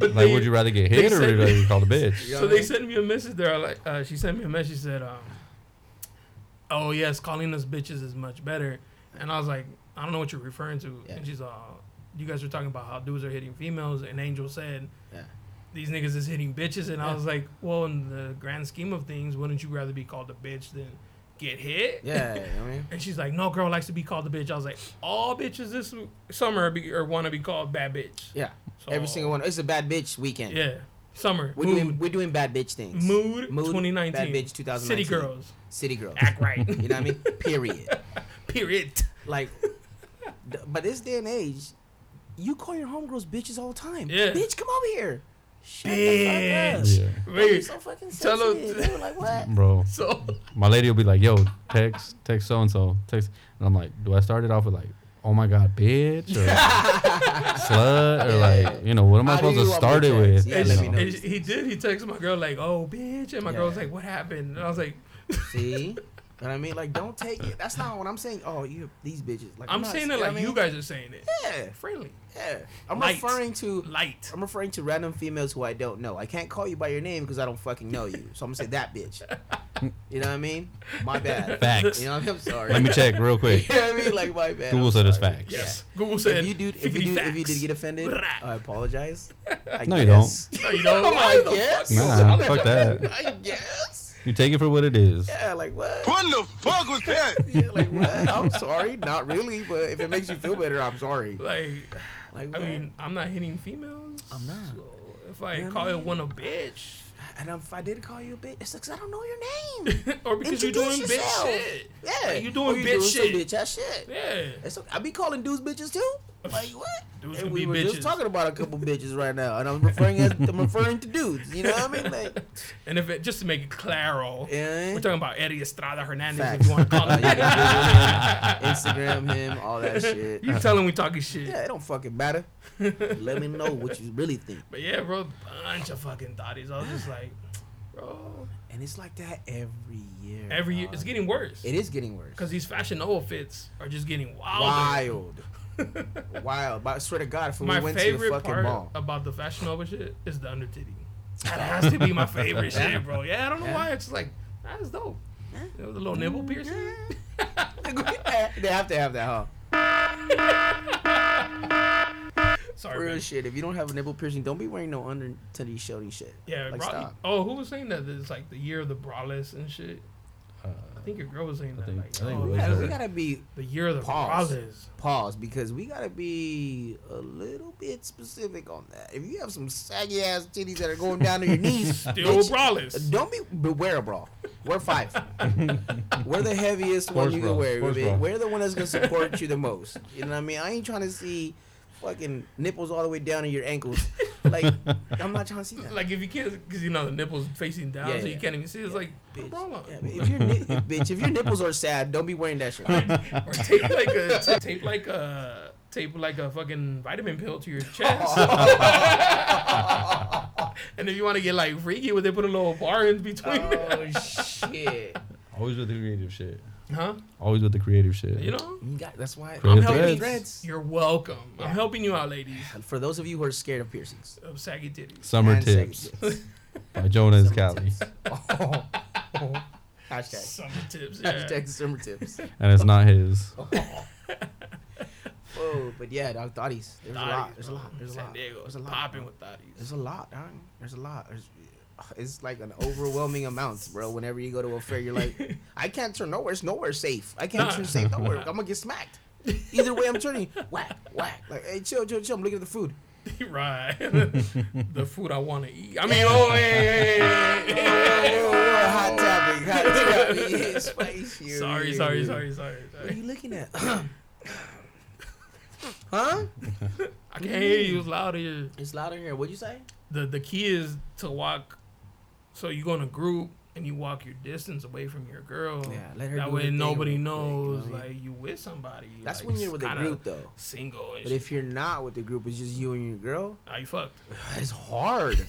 [SPEAKER 1] But
[SPEAKER 3] like,
[SPEAKER 1] they-
[SPEAKER 3] would you rather get
[SPEAKER 1] they
[SPEAKER 3] hit or would
[SPEAKER 1] said-
[SPEAKER 3] you rather get called a bitch?
[SPEAKER 1] so they sent me a message. They're like, uh, she sent me a message. She said, um, "Oh yes, calling us bitches is much better." And I was like, "I don't know what you're referring to."
[SPEAKER 2] Yeah.
[SPEAKER 1] And she's like, "You guys were talking about how dudes are hitting females," and Angel said,
[SPEAKER 2] Yeah.
[SPEAKER 1] "These niggas is hitting bitches." And
[SPEAKER 2] Yeah.
[SPEAKER 1] I was like, "Well, in the grand scheme of things, wouldn't you rather be called a bitch than get hit?"
[SPEAKER 2] yeah. you know what I mean,
[SPEAKER 1] And she's like, "No girl likes to be called a bitch." I was like, "All bitches this summer be, or want to be called bad bitch."
[SPEAKER 2] yeah.
[SPEAKER 1] So-
[SPEAKER 2] Every single one. It's a bad bitch weekend.
[SPEAKER 1] Yeah, summer.
[SPEAKER 2] We're
[SPEAKER 1] mood.
[SPEAKER 2] doing we're doing bad bitch things.
[SPEAKER 1] Mood,
[SPEAKER 2] Mood,
[SPEAKER 1] 2019.
[SPEAKER 2] Bad bitch 2019.
[SPEAKER 1] City girls.
[SPEAKER 2] City girls.
[SPEAKER 1] Act right.
[SPEAKER 2] You know what I mean? Period.
[SPEAKER 1] Period.
[SPEAKER 2] Like, th- but this day and age, you call your homegirls bitches all the time.
[SPEAKER 1] Yeah.
[SPEAKER 2] Bitch, come over here. Shit.
[SPEAKER 1] Bitch.
[SPEAKER 3] Yeah.
[SPEAKER 2] You're
[SPEAKER 1] Wait,
[SPEAKER 2] so fucking
[SPEAKER 1] Tell
[SPEAKER 2] sensitive.
[SPEAKER 1] them-
[SPEAKER 2] They were like, what?
[SPEAKER 3] Bro,
[SPEAKER 1] so
[SPEAKER 3] my lady will be like, yo, text, text so and so, text. And I'm like, do I start it off with like, oh my God, bitch? Or slut? Or like, you know, what am I
[SPEAKER 2] How do
[SPEAKER 3] supposed to
[SPEAKER 2] you want
[SPEAKER 3] start
[SPEAKER 2] me
[SPEAKER 3] it
[SPEAKER 2] to
[SPEAKER 3] with?
[SPEAKER 2] text? Yeah,
[SPEAKER 1] and
[SPEAKER 2] let
[SPEAKER 3] you
[SPEAKER 1] she-
[SPEAKER 2] me
[SPEAKER 3] know?
[SPEAKER 2] know.
[SPEAKER 1] and she- he did. He texted my girl like, "Oh, bitch," and my
[SPEAKER 2] Yeah.
[SPEAKER 1] girl was like, "What happened?" And I was like,
[SPEAKER 2] See? You know what I mean? Like, don't take it. That's not what I'm saying. Oh, you these bitches. Like,
[SPEAKER 1] I'm
[SPEAKER 2] not-
[SPEAKER 1] saying it
[SPEAKER 2] know
[SPEAKER 1] like
[SPEAKER 2] what I
[SPEAKER 1] you
[SPEAKER 2] mean?
[SPEAKER 1] guys are saying it.
[SPEAKER 2] Yeah,
[SPEAKER 1] Friendly,
[SPEAKER 2] yeah. I'm
[SPEAKER 1] Light.
[SPEAKER 2] referring to.
[SPEAKER 1] light.
[SPEAKER 2] I'm referring to random females who I don't know. I can't call you by your name because I don't fucking know you. So I'm gonna say that bitch. You know what I mean? My bad.
[SPEAKER 3] Facts.
[SPEAKER 2] You know what I mean? I'm sorry.
[SPEAKER 3] Let me check real quick.
[SPEAKER 2] You know what I mean? Like my bad.
[SPEAKER 3] Google
[SPEAKER 2] I'm
[SPEAKER 3] said it's
[SPEAKER 2] sorry.
[SPEAKER 3] facts.
[SPEAKER 1] Yes. Google said.
[SPEAKER 2] If you did, if you did, if you did get offended,
[SPEAKER 1] Brah.
[SPEAKER 2] I apologize. I
[SPEAKER 3] No, you don't.
[SPEAKER 2] guess. Oh,
[SPEAKER 1] No, you don't.
[SPEAKER 2] I'm
[SPEAKER 1] Why
[SPEAKER 2] like,
[SPEAKER 1] the
[SPEAKER 2] yes.
[SPEAKER 1] fuck?
[SPEAKER 3] Nah, fuck that.
[SPEAKER 2] I guess.
[SPEAKER 3] You take it for what it is.
[SPEAKER 2] Yeah, like what?
[SPEAKER 5] What the fuck was that?
[SPEAKER 2] Yeah, like what? I'm sorry, not really, but if it makes you feel better, I'm sorry.
[SPEAKER 1] Like,
[SPEAKER 2] Like
[SPEAKER 1] I
[SPEAKER 2] what?
[SPEAKER 1] mean, I'm not hitting females.
[SPEAKER 2] I'm not.
[SPEAKER 1] So if I
[SPEAKER 2] Yeah,
[SPEAKER 1] call
[SPEAKER 2] man.
[SPEAKER 1] one a bitch,
[SPEAKER 2] and if I did call you a bitch, it's because I don't know your name.
[SPEAKER 1] or because you're doing
[SPEAKER 2] Introduce
[SPEAKER 1] bitch
[SPEAKER 2] yourself.
[SPEAKER 1] shit.
[SPEAKER 2] Yeah,
[SPEAKER 1] Like, you doing
[SPEAKER 2] Or
[SPEAKER 1] bitch
[SPEAKER 2] some
[SPEAKER 1] shit.
[SPEAKER 2] bitch ass shit.
[SPEAKER 1] Yeah.
[SPEAKER 2] It's okay. I be calling dudes bitches too. Like what?
[SPEAKER 1] Dudes
[SPEAKER 2] and
[SPEAKER 1] can
[SPEAKER 2] we
[SPEAKER 1] be
[SPEAKER 2] were
[SPEAKER 1] bitches.
[SPEAKER 2] just talking about a couple bitches right now, and I'm referring as I'm referring to dudes. You know what I mean? Like,
[SPEAKER 1] And if it just to make it claro,
[SPEAKER 2] eh?
[SPEAKER 1] we're talking about Eddie Estrada Hernandez. If
[SPEAKER 2] Facts.
[SPEAKER 1] you want to call
[SPEAKER 2] Uh,
[SPEAKER 1] him.
[SPEAKER 2] you can Instagram him, all that shit.
[SPEAKER 1] You tell him we talking shit.
[SPEAKER 2] Yeah, it don't fucking matter. Let me know what you really think.
[SPEAKER 1] But yeah, bro, bunch of fucking thotties. I was just like, bro,
[SPEAKER 2] And it's like that every year.
[SPEAKER 1] every year
[SPEAKER 2] dog.
[SPEAKER 1] it's getting worse.
[SPEAKER 2] It is getting worse.
[SPEAKER 1] Cause these fashion outfits are just getting wild.
[SPEAKER 2] wild, wild. But I swear to God, if we
[SPEAKER 1] My
[SPEAKER 2] went to the
[SPEAKER 1] favorite
[SPEAKER 2] fucking
[SPEAKER 1] part
[SPEAKER 2] mall,
[SPEAKER 1] about the fashion over shit is the under titty. That has to be my favorite shit, bro. Yeah, I don't know
[SPEAKER 2] Yeah.
[SPEAKER 1] why. It's just like that's dope. You know, the little nipple piercing.
[SPEAKER 2] they have to have that, huh?
[SPEAKER 1] Sorry,
[SPEAKER 2] Real
[SPEAKER 1] man.
[SPEAKER 2] shit. If you don't have a nipple piercing, don't be wearing no under titty showing shit.
[SPEAKER 1] Yeah,
[SPEAKER 2] like
[SPEAKER 1] bra-
[SPEAKER 2] stop.
[SPEAKER 1] oh, who was saying that? that It's like the year of the braless and shit.
[SPEAKER 3] Uh,
[SPEAKER 1] I think your girl was saying
[SPEAKER 3] I
[SPEAKER 1] that.
[SPEAKER 3] think-
[SPEAKER 1] like,
[SPEAKER 3] I think
[SPEAKER 1] oh,
[SPEAKER 3] it
[SPEAKER 2] We
[SPEAKER 3] was
[SPEAKER 1] yeah,
[SPEAKER 2] gotta,
[SPEAKER 3] her.
[SPEAKER 2] we gotta be
[SPEAKER 1] the year of the
[SPEAKER 2] Pause.
[SPEAKER 1] braless.
[SPEAKER 2] paused because we gotta be a little bit specific on that. If you have some saggy ass titties that are going down to your knees,
[SPEAKER 1] Still
[SPEAKER 2] bitch,
[SPEAKER 1] braless.
[SPEAKER 2] Don't be but wear a bra. Wear five. wear the heaviest one
[SPEAKER 3] Sports
[SPEAKER 2] you
[SPEAKER 3] bra,
[SPEAKER 2] can wear.
[SPEAKER 3] sports
[SPEAKER 2] baby.
[SPEAKER 3] bra.
[SPEAKER 2] Wear the one that's gonna support you the most. You know what I mean? I ain't trying to see fucking nipples all the way down to your ankles. Like I'm not trying to see that.
[SPEAKER 1] Like if you can't, because you know the nipples facing down,
[SPEAKER 2] Yeah,
[SPEAKER 1] so you
[SPEAKER 2] yeah.
[SPEAKER 1] can't even see. It's like put a
[SPEAKER 2] Bitch,
[SPEAKER 1] bra on.
[SPEAKER 2] Yeah, but if your ni- if- bitch, if your nipples are sad, don't be wearing that shit.
[SPEAKER 1] or tape like a ta- tape like a tape like a fucking vitamin pill to your chest. and if you want to get like freaky with it, put a little bar in between.
[SPEAKER 2] Oh shit!
[SPEAKER 3] Always with the creative shit.
[SPEAKER 1] huh?
[SPEAKER 3] Always with the creative shit.
[SPEAKER 1] You know?
[SPEAKER 2] You got that's why
[SPEAKER 3] Creative
[SPEAKER 2] I'm helping
[SPEAKER 3] threads.
[SPEAKER 2] threads.
[SPEAKER 1] You're welcome.
[SPEAKER 2] Yeah.
[SPEAKER 1] I'm helping you out, ladies.
[SPEAKER 2] For those of you who are scared of piercings,
[SPEAKER 1] Of saggy titties.
[SPEAKER 3] Summer
[SPEAKER 2] and saggy
[SPEAKER 3] tips
[SPEAKER 2] tits.
[SPEAKER 3] by Jonas
[SPEAKER 2] Summer
[SPEAKER 3] Uh, Cali,
[SPEAKER 2] tits. Oh, oh. Hashtag.
[SPEAKER 1] Summer tips. Yeah.
[SPEAKER 2] Hashtag summer tips.
[SPEAKER 3] and it's not his.
[SPEAKER 2] Whoa, Oh, but yeah, dog, thotties. There's a lot.
[SPEAKER 1] Thotties,
[SPEAKER 2] There's
[SPEAKER 1] bro.
[SPEAKER 2] a lot. There's a
[SPEAKER 1] San
[SPEAKER 2] lot.
[SPEAKER 1] Diego
[SPEAKER 2] There's
[SPEAKER 1] is
[SPEAKER 2] a lot.
[SPEAKER 1] popping
[SPEAKER 2] dog.
[SPEAKER 1] with thotties.
[SPEAKER 2] There's a lot, dog. There's a lot. There's, it's like an overwhelming amount, bro. Whenever you go to a fair, you're like, I can't turn nowhere. It's nowhere safe. I can't
[SPEAKER 1] Nah.
[SPEAKER 2] turn safe nowhere. I'm gonna get smacked. Either way, I'm turning. Whack, whack. Like, hey, chill, chill, chill. I'm looking at the food.
[SPEAKER 1] right. the food I want to eat. I mean, oh, hey, hey, hey, hey,
[SPEAKER 2] Oh,
[SPEAKER 1] hey.
[SPEAKER 2] oh, oh, hot topic. Hot topic. Yeah, spicy.
[SPEAKER 1] Sorry, sorry, sorry, sorry,
[SPEAKER 2] What are
[SPEAKER 1] sorry.
[SPEAKER 2] you looking at? huh?
[SPEAKER 1] I
[SPEAKER 2] Mm-hmm.
[SPEAKER 1] can't hear you. It's loud here.
[SPEAKER 2] It's loud in here. What'd you say?
[SPEAKER 1] The the key is to walk. So you go in a group and you walk your distance away from your girl.
[SPEAKER 2] Yeah, let her do
[SPEAKER 1] That
[SPEAKER 2] her
[SPEAKER 1] way
[SPEAKER 2] thing
[SPEAKER 1] nobody
[SPEAKER 2] real quick,
[SPEAKER 1] knows
[SPEAKER 2] you know what I mean?
[SPEAKER 1] like you with somebody.
[SPEAKER 2] That's
[SPEAKER 1] like,
[SPEAKER 2] when you're with a
[SPEAKER 1] kinda
[SPEAKER 2] group, though.
[SPEAKER 1] Single. And
[SPEAKER 2] But if you're not with the group, it's just you and your girl.
[SPEAKER 1] shit. Are you fucked?
[SPEAKER 2] It's hard.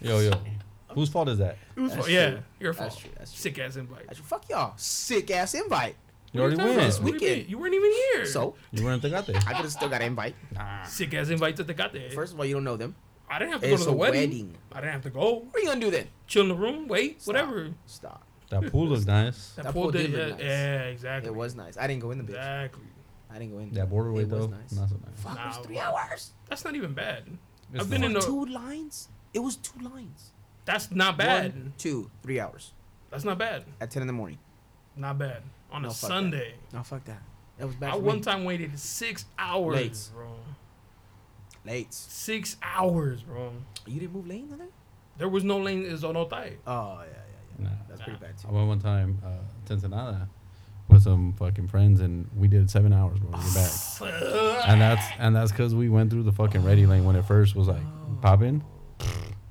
[SPEAKER 3] Yo, yo. Whose fault is that?
[SPEAKER 1] It was
[SPEAKER 2] That's
[SPEAKER 1] fu- Yeah,
[SPEAKER 2] true.
[SPEAKER 1] your fault.
[SPEAKER 2] That's true, that's true.
[SPEAKER 1] Sick ass invite.
[SPEAKER 2] Actually, fuck y'all. Sick ass invite.
[SPEAKER 1] What
[SPEAKER 3] You
[SPEAKER 1] are
[SPEAKER 3] already
[SPEAKER 1] you talking about?
[SPEAKER 3] went.
[SPEAKER 2] This
[SPEAKER 1] What do you mean?
[SPEAKER 2] weekend.
[SPEAKER 1] You weren't even here.
[SPEAKER 2] So
[SPEAKER 3] You weren't the got there.
[SPEAKER 2] I could have still got an invite.
[SPEAKER 1] sick ass invite to the goddamn.
[SPEAKER 2] First of all, you don't know them.
[SPEAKER 1] I didn't have to go
[SPEAKER 2] It's
[SPEAKER 1] to the
[SPEAKER 2] a
[SPEAKER 1] wedding.
[SPEAKER 2] wedding.
[SPEAKER 1] I didn't have to go.
[SPEAKER 2] What are you gonna do then?
[SPEAKER 1] Chill in the room. Wait.
[SPEAKER 2] Stop.
[SPEAKER 1] Whatever.
[SPEAKER 2] Stop.
[SPEAKER 3] That pool looks nice.
[SPEAKER 1] That,
[SPEAKER 2] That
[SPEAKER 1] pool
[SPEAKER 2] pool did
[SPEAKER 1] did.
[SPEAKER 2] look
[SPEAKER 1] yeah,
[SPEAKER 2] nice.
[SPEAKER 1] yeah, exactly.
[SPEAKER 2] It was nice. I didn't go in the bitch.
[SPEAKER 1] Exactly.
[SPEAKER 2] I didn't go in.
[SPEAKER 3] That border
[SPEAKER 2] It
[SPEAKER 3] wait
[SPEAKER 2] was
[SPEAKER 3] though,
[SPEAKER 2] nice.
[SPEAKER 3] not so nice.
[SPEAKER 2] Fuck, it was
[SPEAKER 1] Nah,
[SPEAKER 2] three
[SPEAKER 1] well,
[SPEAKER 2] hours.
[SPEAKER 1] That's not even bad.
[SPEAKER 3] It's
[SPEAKER 1] I've been in
[SPEAKER 3] nice.
[SPEAKER 1] a.
[SPEAKER 2] Two lines. It was two lines.
[SPEAKER 1] That's not bad.
[SPEAKER 2] One, two, three hours
[SPEAKER 1] That's not bad.
[SPEAKER 2] at ten in the morning.
[SPEAKER 1] Not bad. On
[SPEAKER 2] No,
[SPEAKER 1] a
[SPEAKER 2] fuck
[SPEAKER 1] Sunday.
[SPEAKER 2] No, fuck that. That was bad.
[SPEAKER 1] I
[SPEAKER 2] for
[SPEAKER 1] one
[SPEAKER 2] me.
[SPEAKER 1] time waited six hours,
[SPEAKER 2] Late.
[SPEAKER 1] bro.
[SPEAKER 2] late.
[SPEAKER 1] Six hours, bro.
[SPEAKER 2] You didn't move lanes on there.
[SPEAKER 1] There was no lane in Zonotai.
[SPEAKER 2] Oh yeah, yeah, yeah.
[SPEAKER 3] Nah.
[SPEAKER 2] That's pretty bad
[SPEAKER 3] I
[SPEAKER 2] too.
[SPEAKER 3] went one time uh, to Ensenada with some fucking friends, and we did seven hours before we get back. And that's and that's because we went through the fucking ready lane when it first was like popping.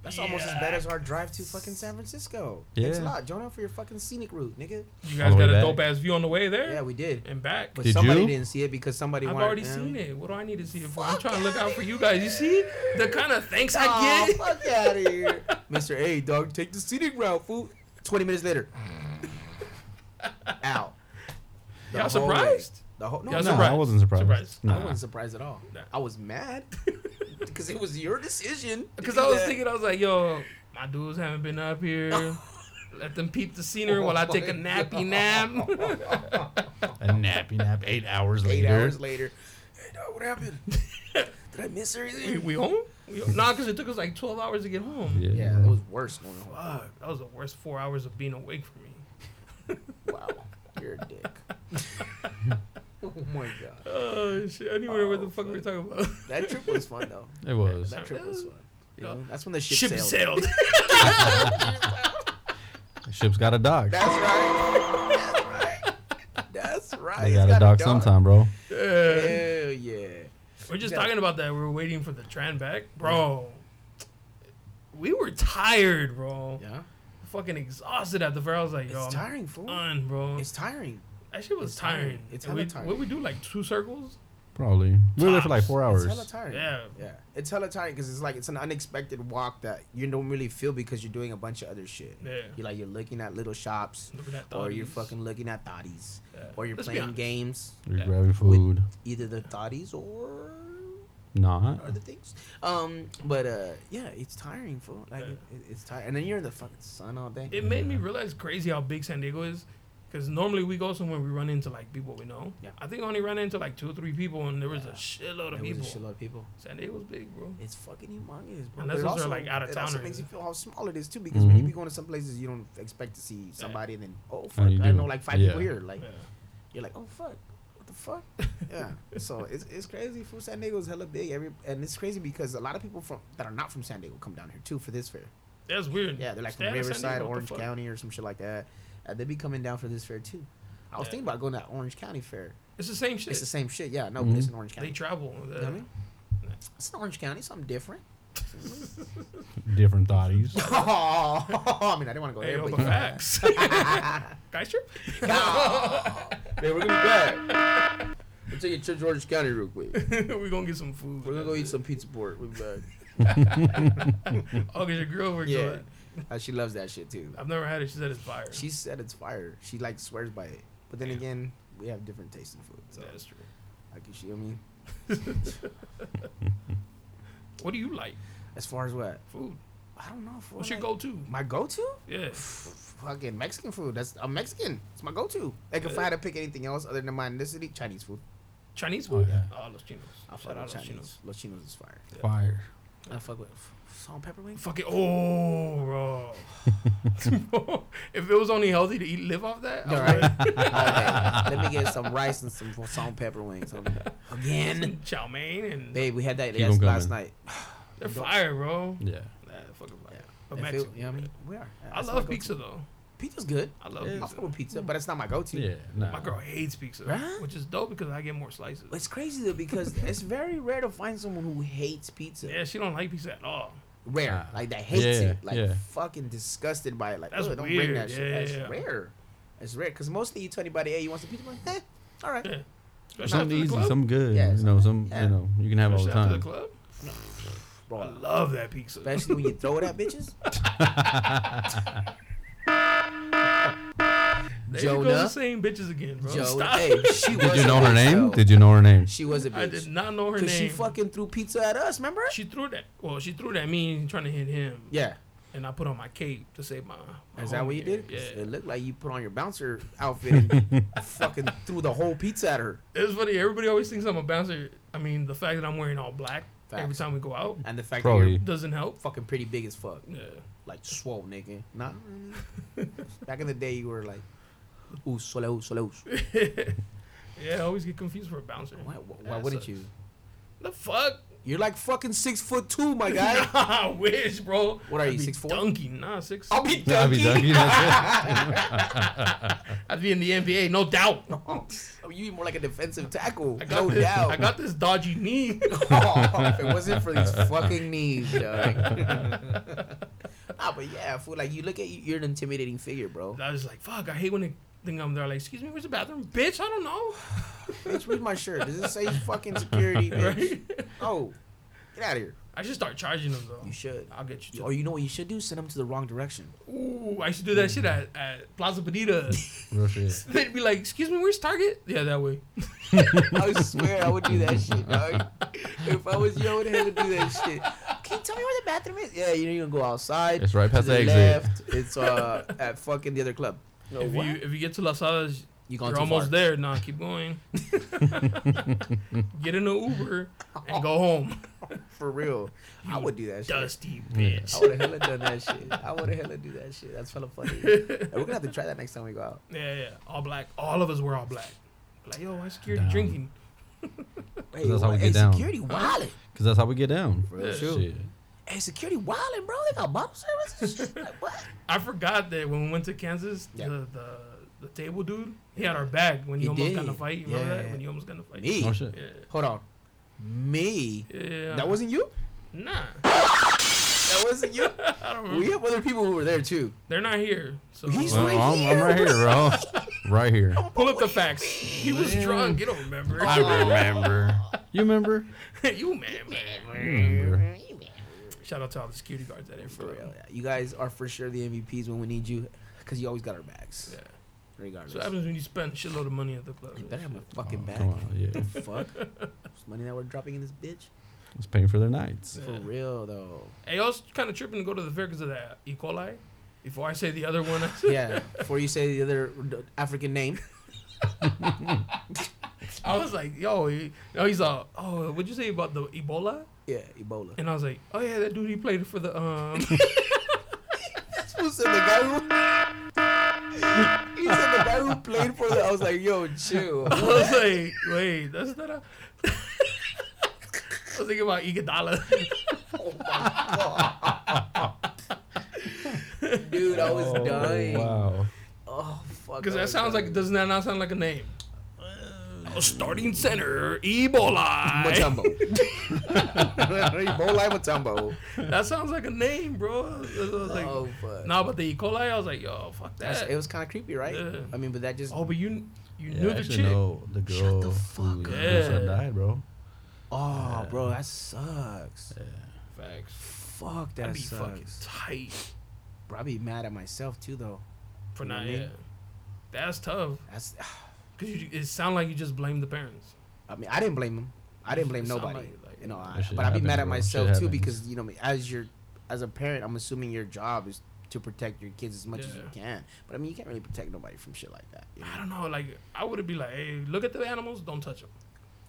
[SPEAKER 2] That's almost as bad as our drive to fucking San Francisco. Thanks a
[SPEAKER 3] Yeah.
[SPEAKER 2] lot, Jonah, for your fucking scenic route, nigga.
[SPEAKER 1] You
[SPEAKER 3] All
[SPEAKER 1] guys
[SPEAKER 3] the way
[SPEAKER 1] got a
[SPEAKER 3] back.
[SPEAKER 1] dope ass view on the way there
[SPEAKER 2] Yeah, we did.
[SPEAKER 1] and back.
[SPEAKER 2] But
[SPEAKER 3] Did
[SPEAKER 2] somebody
[SPEAKER 3] you?
[SPEAKER 2] didn't see it because somebody
[SPEAKER 1] I've
[SPEAKER 2] wanted.
[SPEAKER 1] already seen it. What do I need to see it for? I'm trying to look out for you guys. You see the kind of thanks I get?
[SPEAKER 2] fuck out of here, Mister A, dog. Take the scenic route, fool. Twenty minutes later. out. The
[SPEAKER 1] Y'all
[SPEAKER 2] whole way.
[SPEAKER 1] surprised?
[SPEAKER 2] The whole, no,
[SPEAKER 1] Y'all
[SPEAKER 2] no,
[SPEAKER 3] No, I
[SPEAKER 1] surprised.
[SPEAKER 3] wasn't surprised.
[SPEAKER 1] Surprised.
[SPEAKER 3] Nah.
[SPEAKER 2] I wasn't surprised at all.
[SPEAKER 1] Nah.
[SPEAKER 2] I was mad because it was your decision. to
[SPEAKER 1] Because
[SPEAKER 2] do
[SPEAKER 1] I was
[SPEAKER 2] that.
[SPEAKER 1] thinking, I was like, yo, my dudes haven't been up here. Let them peep the scenery while I take a nappy nap.
[SPEAKER 3] a nappy nap eight hours
[SPEAKER 2] eight
[SPEAKER 3] later.
[SPEAKER 2] hours later. Hey, dog, what happened? Did I miss
[SPEAKER 1] we,
[SPEAKER 2] everything?
[SPEAKER 1] we home? We home? Nah, because it took us like 12 hours to get home.
[SPEAKER 3] Yeah.
[SPEAKER 2] Yeah, it was worse. Going home.
[SPEAKER 1] Fuck, that was the worst four hours of being awake for me.
[SPEAKER 2] Wow, you're a dick. oh my god,
[SPEAKER 1] Oh, shit. I didn't even remember what
[SPEAKER 2] Oh,
[SPEAKER 1] the fuck we were
[SPEAKER 2] fuck.
[SPEAKER 1] talking about.
[SPEAKER 2] that trip was fun though.
[SPEAKER 3] It was.
[SPEAKER 2] That trip was fun. You know, that's when the ship,
[SPEAKER 1] Ship
[SPEAKER 2] sailed.
[SPEAKER 1] sailed.
[SPEAKER 3] Ship's got a dock.
[SPEAKER 2] That's right. That's right. That's right.
[SPEAKER 3] They
[SPEAKER 2] It's
[SPEAKER 3] got a dock sometime, bro.
[SPEAKER 1] Yeah.
[SPEAKER 2] Hell yeah.
[SPEAKER 1] We're just
[SPEAKER 2] Yeah.
[SPEAKER 1] talking about that. We were waiting for the Tran back. Bro, we were tired, bro.
[SPEAKER 2] Yeah.
[SPEAKER 1] Fucking exhausted after the fair. I was like, yo,
[SPEAKER 2] It's
[SPEAKER 1] I'm
[SPEAKER 2] tiring, fool.
[SPEAKER 1] done, bro.
[SPEAKER 2] It's tiring.
[SPEAKER 1] that shit was
[SPEAKER 2] it's tiring.
[SPEAKER 1] tiring.
[SPEAKER 2] It's
[SPEAKER 1] And
[SPEAKER 2] hella
[SPEAKER 1] we,
[SPEAKER 2] tiring.
[SPEAKER 1] What we do, like two circles?
[SPEAKER 3] Probably. We were there for like four
[SPEAKER 2] It's
[SPEAKER 3] hours.
[SPEAKER 2] hella tiring.
[SPEAKER 1] Yeah.
[SPEAKER 2] Yeah. It's hella tiring because it's like it's an unexpected walk that you don't really feel because you're doing a bunch of other shit.
[SPEAKER 1] Yeah.
[SPEAKER 2] You're like you're looking at little shops,
[SPEAKER 1] Looking at
[SPEAKER 2] or you're
[SPEAKER 1] thotties.
[SPEAKER 2] fucking looking at thotties,
[SPEAKER 1] Yeah.
[SPEAKER 2] or you're
[SPEAKER 1] Let's be
[SPEAKER 2] playing
[SPEAKER 1] honest.
[SPEAKER 2] games,
[SPEAKER 3] You're
[SPEAKER 1] Yeah.
[SPEAKER 3] grabbing food.
[SPEAKER 2] either the thotties or
[SPEAKER 3] Not.
[SPEAKER 2] other things. Um, but uh, yeah, it's tiring, fool. Like
[SPEAKER 1] Yeah.
[SPEAKER 2] it, it's tiring, and then you're in the fucking sun all day.
[SPEAKER 1] It made me realize crazy how big San Diego is. Because normally we go somewhere, we run into like people we know.
[SPEAKER 2] Yeah.
[SPEAKER 1] I think I only ran into like two or three people, and there was
[SPEAKER 2] Yeah.
[SPEAKER 1] a shitload of
[SPEAKER 2] There
[SPEAKER 1] people.
[SPEAKER 2] was a shitload of people.
[SPEAKER 1] San Diego's big, bro.
[SPEAKER 2] It's fucking humongous, bro.
[SPEAKER 1] And
[SPEAKER 2] But
[SPEAKER 1] that's
[SPEAKER 2] it
[SPEAKER 1] those are, like, out of
[SPEAKER 2] it
[SPEAKER 1] town
[SPEAKER 2] also
[SPEAKER 1] or
[SPEAKER 2] makes you
[SPEAKER 1] anything.
[SPEAKER 2] feel how small it is too, because when you
[SPEAKER 3] Mhm.
[SPEAKER 2] be going to some places, you don't expect to see somebody, and then oh fuck,
[SPEAKER 3] And you
[SPEAKER 2] I
[SPEAKER 3] do.
[SPEAKER 2] know like five
[SPEAKER 3] Yeah.
[SPEAKER 2] people here. Like
[SPEAKER 1] Yeah.
[SPEAKER 2] you're like oh fuck, what the fuck? yeah. So it's it's crazy. Food San Diego is hella big. Every and it's crazy because a lot of people from that are not from San Diego come down here too for this fair.
[SPEAKER 1] That's weird.
[SPEAKER 2] Yeah, they're like
[SPEAKER 1] Stay
[SPEAKER 2] from
[SPEAKER 1] out of San
[SPEAKER 2] Riverside,
[SPEAKER 1] Diego, what the
[SPEAKER 2] Orange
[SPEAKER 1] fuck?
[SPEAKER 2] County, or some shit like that. And they be coming down for this fair too. I was
[SPEAKER 1] Yeah.
[SPEAKER 2] thinking about going to that Orange County fair.
[SPEAKER 1] It's the same shit.
[SPEAKER 2] It's the same shit. Yeah, no,
[SPEAKER 3] Mhm.
[SPEAKER 2] but it's in Orange County.
[SPEAKER 1] They travel.
[SPEAKER 2] You
[SPEAKER 1] Uh,
[SPEAKER 2] know what I mean? It's in Orange County, something different.
[SPEAKER 3] Different thotties.
[SPEAKER 2] oh, I mean, I didn't want to go
[SPEAKER 1] Hey, oh,
[SPEAKER 2] there,
[SPEAKER 1] yo,
[SPEAKER 2] but
[SPEAKER 1] but facts. Guys trip?
[SPEAKER 2] Hey, we're gonna be back. We'll take a trip to Orange County real quick.
[SPEAKER 1] We're going to get some food.
[SPEAKER 2] We're gonna go eat some pizza port. We'll be back.
[SPEAKER 1] Oh, 'cause your girl works
[SPEAKER 2] Yeah,
[SPEAKER 1] on it.
[SPEAKER 2] Uh, she loves that shit too.
[SPEAKER 1] I've never had it. She said it's fire.
[SPEAKER 2] She said it's fire. She like swears by it. But then again, we have different tastes in food. So
[SPEAKER 1] That's true.
[SPEAKER 2] I can see. I mean,
[SPEAKER 1] What do you like?
[SPEAKER 2] as far as what,
[SPEAKER 1] Food.
[SPEAKER 2] I don't know. fool,
[SPEAKER 1] What's your
[SPEAKER 2] like-
[SPEAKER 1] go-to?
[SPEAKER 2] My go-to?
[SPEAKER 1] Yeah.
[SPEAKER 2] Fucking Mexican food. That's I'm Mexican. It's my go-to. Like if I had to pick anything else other than my ethnicity, Chinese food.
[SPEAKER 1] Chinese
[SPEAKER 3] Oh,
[SPEAKER 1] food?
[SPEAKER 3] yeah.
[SPEAKER 1] Oh, Los Chinos.
[SPEAKER 2] I fuck
[SPEAKER 1] Shout out Los
[SPEAKER 2] with Chinese.
[SPEAKER 1] Chinos.
[SPEAKER 2] Los Chinos is fire.
[SPEAKER 3] Fire.
[SPEAKER 2] I fuck with f- salt and pepper wings.
[SPEAKER 1] Fuck it. Oh, bro. if it was only healthy to eat, live off that,
[SPEAKER 2] All
[SPEAKER 1] I
[SPEAKER 2] right.
[SPEAKER 1] would.
[SPEAKER 2] Let me get some rice and some salt and pepper wings. Again.
[SPEAKER 1] Some chow mein and
[SPEAKER 2] Babe, we had that
[SPEAKER 3] Keep 'em
[SPEAKER 2] yes, last
[SPEAKER 3] coming.
[SPEAKER 2] night.
[SPEAKER 1] they're fire, bro.
[SPEAKER 3] Yeah.
[SPEAKER 1] Nah, they're fucking fire.
[SPEAKER 2] Yeah.
[SPEAKER 1] But
[SPEAKER 2] If it-
[SPEAKER 1] Mexican.
[SPEAKER 2] you know what I mean? We are.
[SPEAKER 1] Oh, I
[SPEAKER 2] That's my
[SPEAKER 1] love
[SPEAKER 2] go-to.
[SPEAKER 1] pizza though.
[SPEAKER 2] Pizza's good.
[SPEAKER 1] I love
[SPEAKER 2] I
[SPEAKER 1] pizza.
[SPEAKER 2] fuck with pizza, but it's not my go-to.
[SPEAKER 3] Yeah. Nah.
[SPEAKER 1] My girl hates pizza,
[SPEAKER 2] Right?
[SPEAKER 1] which is dope because I get more slices.
[SPEAKER 2] It's crazy though because it's very rare to find someone who hates pizza.
[SPEAKER 1] Yeah, she don't like pizza at all.
[SPEAKER 2] Rare,
[SPEAKER 3] Ah.
[SPEAKER 2] like that hates
[SPEAKER 3] Yeah,
[SPEAKER 2] it, like
[SPEAKER 3] yeah.
[SPEAKER 2] fucking disgusted by it. Like,
[SPEAKER 1] That's
[SPEAKER 2] "Ugh, don't bring
[SPEAKER 1] weird.
[SPEAKER 2] that shit.
[SPEAKER 1] Yeah,
[SPEAKER 2] That's
[SPEAKER 1] yeah.
[SPEAKER 2] rare. It's rare because mostly you tell anybody, hey, you want some pizza? Like, eh, all right.
[SPEAKER 1] Yeah. Especially
[SPEAKER 3] Some
[SPEAKER 1] after the
[SPEAKER 3] easy,
[SPEAKER 1] club.
[SPEAKER 3] some good.
[SPEAKER 2] Yeah,
[SPEAKER 3] you know, some
[SPEAKER 2] yeah.
[SPEAKER 3] you know, you can have all the
[SPEAKER 1] Especially after
[SPEAKER 3] time.
[SPEAKER 1] the club.
[SPEAKER 2] Bro,
[SPEAKER 1] I love that pizza.
[SPEAKER 2] especially when you throw it at bitches.
[SPEAKER 1] There you go, the
[SPEAKER 2] Jonah,
[SPEAKER 1] same bitches again, bro.
[SPEAKER 2] Joe,
[SPEAKER 1] Stop.
[SPEAKER 2] hey, she was.
[SPEAKER 3] Did you
[SPEAKER 2] a
[SPEAKER 3] know her
[SPEAKER 2] bitch,
[SPEAKER 3] name?
[SPEAKER 2] though.
[SPEAKER 3] Did you know her name?
[SPEAKER 2] she was a bitch?
[SPEAKER 1] I did not know her name.
[SPEAKER 2] Cause she fucking threw pizza at us. Remember?
[SPEAKER 1] She threw that. Well, she threw that at me trying to hit him.
[SPEAKER 2] Yeah.
[SPEAKER 1] And I put on my cape to save my. my
[SPEAKER 2] Is that what
[SPEAKER 1] homie
[SPEAKER 2] you did?
[SPEAKER 1] there. Oh, Yeah.
[SPEAKER 2] It looked like you put on your bouncer outfit and fucking threw the whole pizza at her.
[SPEAKER 1] It's funny. Everybody always thinks I'm a bouncer. I mean, the fact that I'm wearing all black every
[SPEAKER 2] Facts.
[SPEAKER 1] time we go out
[SPEAKER 2] And the fact that
[SPEAKER 3] Probably.
[SPEAKER 2] you're
[SPEAKER 1] doesn't help.
[SPEAKER 2] fucking pretty big as fuck,
[SPEAKER 1] Yeah.
[SPEAKER 2] like swole, nigga. Nah. Back in the day, you were like, ooh, sole, ooh, sole, ooh.
[SPEAKER 1] Yeah, I always get confused for a bouncer.
[SPEAKER 2] Why, why
[SPEAKER 1] That
[SPEAKER 2] wouldn't
[SPEAKER 1] sucks.
[SPEAKER 2] you?
[SPEAKER 1] The fuck?
[SPEAKER 2] You're like fucking six foot two, my guy.
[SPEAKER 1] I wish, bro.
[SPEAKER 2] What are
[SPEAKER 1] I'd
[SPEAKER 2] you,
[SPEAKER 1] be
[SPEAKER 2] 6'4"?
[SPEAKER 1] Donkey. Nah, six.
[SPEAKER 2] I'll be
[SPEAKER 3] Nah, be
[SPEAKER 2] dunking.
[SPEAKER 3] dunking, that's
[SPEAKER 1] I'd be in the NBA, no doubt.
[SPEAKER 2] Oh, you more like a defensive tackle.
[SPEAKER 1] I got
[SPEAKER 2] No
[SPEAKER 1] this,
[SPEAKER 2] doubt.
[SPEAKER 1] I got this dodgy knee.
[SPEAKER 2] Oh, if it wasn't for these fucking knees, dog. nah, but yeah, fool. Like you look at you, you're an intimidating figure, bro.
[SPEAKER 1] I was like, fuck, I hate when they think I'm there. Like, excuse me, where's the bathroom? Bitch, I don't know.
[SPEAKER 2] Bitch, read my shirt. Does it say fucking security, bitch?
[SPEAKER 1] Right?
[SPEAKER 2] Oh, get out of here.
[SPEAKER 1] I should start charging them
[SPEAKER 2] You
[SPEAKER 1] though.
[SPEAKER 2] should. Oh,
[SPEAKER 1] I'll get you.
[SPEAKER 2] Or you know what you should do? Send them to the wrong direction.
[SPEAKER 1] Ooh, I used to do that shit at, at Plaza Bonita.
[SPEAKER 3] Real shit.
[SPEAKER 1] They'd be like, "Excuse me, where's Target?" Yeah, that way.
[SPEAKER 2] I swear I would do that shit, dog. If I was you, I would have to do that shit. Can you tell me where the bathroom is? Yeah, you know, you're gonna go outside.
[SPEAKER 3] It's right
[SPEAKER 2] to
[SPEAKER 3] past the exit.
[SPEAKER 2] It's uh at fucking the other club. No,
[SPEAKER 1] if you if you get to Las Alas,
[SPEAKER 2] you gone
[SPEAKER 1] you're
[SPEAKER 2] too
[SPEAKER 1] almost
[SPEAKER 2] far.
[SPEAKER 1] there. Nah, keep going. get in an Uber and go home.
[SPEAKER 2] For real. I
[SPEAKER 1] You
[SPEAKER 2] would do that shit.
[SPEAKER 1] Dusty
[SPEAKER 3] Yeah.
[SPEAKER 1] bitch.
[SPEAKER 2] I would have hella done that shit. I would have hella do that shit. That's hella funny. And we're gonna have to try that next time we go out.
[SPEAKER 1] Yeah, yeah. All black. All of us were all black. Like, yo, why security
[SPEAKER 3] Damn.
[SPEAKER 1] drinking?
[SPEAKER 2] Hey,
[SPEAKER 3] That's how we
[SPEAKER 2] what-
[SPEAKER 3] get
[SPEAKER 2] hey,
[SPEAKER 3] down.
[SPEAKER 2] security wallet.
[SPEAKER 3] Cause that's how we get down.
[SPEAKER 2] For real,
[SPEAKER 1] Yeah.
[SPEAKER 2] too.
[SPEAKER 3] Shit.
[SPEAKER 2] Hey, security wallet, bro. They got bottle service. and shit. like, what?
[SPEAKER 1] I forgot that when we went to Kansas,
[SPEAKER 2] Yeah.
[SPEAKER 1] the, the the table dude, he had our bag when
[SPEAKER 2] He
[SPEAKER 1] you almost got in a
[SPEAKER 2] did.
[SPEAKER 1] fight. You remember
[SPEAKER 2] Yeah.
[SPEAKER 1] that? When you almost got in a fight.
[SPEAKER 2] Me.
[SPEAKER 3] Oh shit.
[SPEAKER 1] Yeah.
[SPEAKER 2] Hold on. Me.
[SPEAKER 1] yeah.
[SPEAKER 2] That wasn't you?
[SPEAKER 1] Nah.
[SPEAKER 2] That wasn't you?
[SPEAKER 1] I don't remember.
[SPEAKER 2] we have other people who were there too.
[SPEAKER 1] They're not here. So uh,
[SPEAKER 2] He's- oh,
[SPEAKER 3] Well,
[SPEAKER 2] right
[SPEAKER 3] I'm, I'm
[SPEAKER 2] here.
[SPEAKER 3] right here, bro. right here.
[SPEAKER 1] pull up the facts. He was drunk. You don't remember.
[SPEAKER 3] remember. You remember?
[SPEAKER 1] you man,
[SPEAKER 3] You
[SPEAKER 1] man.
[SPEAKER 3] remember.
[SPEAKER 1] Shout out to all the security guards that there
[SPEAKER 2] For
[SPEAKER 1] for
[SPEAKER 2] real, yeah. You guys are for sure the MVPs when we need you, cause you always got our bags.
[SPEAKER 1] Yeah.
[SPEAKER 2] Regardless.
[SPEAKER 1] So what happens when you spend a shitload of money at the club.
[SPEAKER 2] you better have my
[SPEAKER 3] Oh,
[SPEAKER 2] fucking bag.
[SPEAKER 3] Come on, yeah.
[SPEAKER 2] Fuck. This money that we're dropping in this bitch.
[SPEAKER 3] It's paying for their nights.
[SPEAKER 2] For
[SPEAKER 1] Yeah.
[SPEAKER 2] real though.
[SPEAKER 1] Hey, I was kind of tripping to go to the fair because of that E. coli. Before I say the other one, I said-
[SPEAKER 2] Yeah. Before you say the other d- African name,
[SPEAKER 1] I was like, yo, he, no, he's all, oh, what'd you say about the Ebola?
[SPEAKER 2] yeah, Ebola.
[SPEAKER 1] And I was like, oh yeah, that dude he played for the um.
[SPEAKER 2] Who said the guy who? He said the guy who played for the. I was like, yo, chill.
[SPEAKER 1] I was like, wait, that's not a. I was thinking about Iguodala.
[SPEAKER 2] Dude, I was
[SPEAKER 3] Oh,
[SPEAKER 2] dying.
[SPEAKER 3] Wow.
[SPEAKER 2] Oh fuck.
[SPEAKER 1] Because
[SPEAKER 2] I
[SPEAKER 1] that
[SPEAKER 2] was
[SPEAKER 1] sounds like
[SPEAKER 2] dying.
[SPEAKER 1] doesn't that not sound like a name? Oh, starting center Ebola.
[SPEAKER 2] Matumbo. Ebola Matumbo.
[SPEAKER 1] that sounds like a name, bro. That's what I was like,
[SPEAKER 2] Oh fuck.
[SPEAKER 1] nah, but the E. coli, I was like, yo, fuck
[SPEAKER 2] That's,
[SPEAKER 1] that.
[SPEAKER 2] it was kind of creepy, right?
[SPEAKER 1] Yeah.
[SPEAKER 2] I mean, but that just
[SPEAKER 1] oh, but you you
[SPEAKER 3] Yeah,
[SPEAKER 1] knew
[SPEAKER 3] I
[SPEAKER 1] the
[SPEAKER 3] actually
[SPEAKER 1] chick.
[SPEAKER 3] know the girl
[SPEAKER 2] the
[SPEAKER 3] who
[SPEAKER 2] fuck
[SPEAKER 3] the
[SPEAKER 1] up.
[SPEAKER 3] son died, bro.
[SPEAKER 2] Oh, bro, that sucks.
[SPEAKER 1] Facts.
[SPEAKER 2] Fuck, that
[SPEAKER 1] I'd be fucking
[SPEAKER 2] sucks.
[SPEAKER 1] tight
[SPEAKER 2] Bro, I'd be mad at myself too, though.
[SPEAKER 1] for
[SPEAKER 2] You know what
[SPEAKER 1] not.
[SPEAKER 2] I mean?
[SPEAKER 1] Yeah. That's tough.
[SPEAKER 2] That's,
[SPEAKER 1] Cause you, it sound like you just blame the parents.
[SPEAKER 2] I mean, I didn't blame him. I didn't blame
[SPEAKER 1] Sound
[SPEAKER 2] nobody.
[SPEAKER 1] like- like-
[SPEAKER 2] you know, I,
[SPEAKER 3] That shit
[SPEAKER 2] but I'd be mad
[SPEAKER 3] happens,
[SPEAKER 2] at
[SPEAKER 3] bro.
[SPEAKER 2] myself
[SPEAKER 3] Shit
[SPEAKER 2] too
[SPEAKER 3] happens.
[SPEAKER 2] because you know, as your, as a parent, I'm assuming your job is to protect your kids as much as you
[SPEAKER 1] Yeah.
[SPEAKER 2] can. But I mean, you can't really protect nobody from shit like that. You know?
[SPEAKER 1] I don't know. Like I would be like, hey, look at the animals. Don't touch them.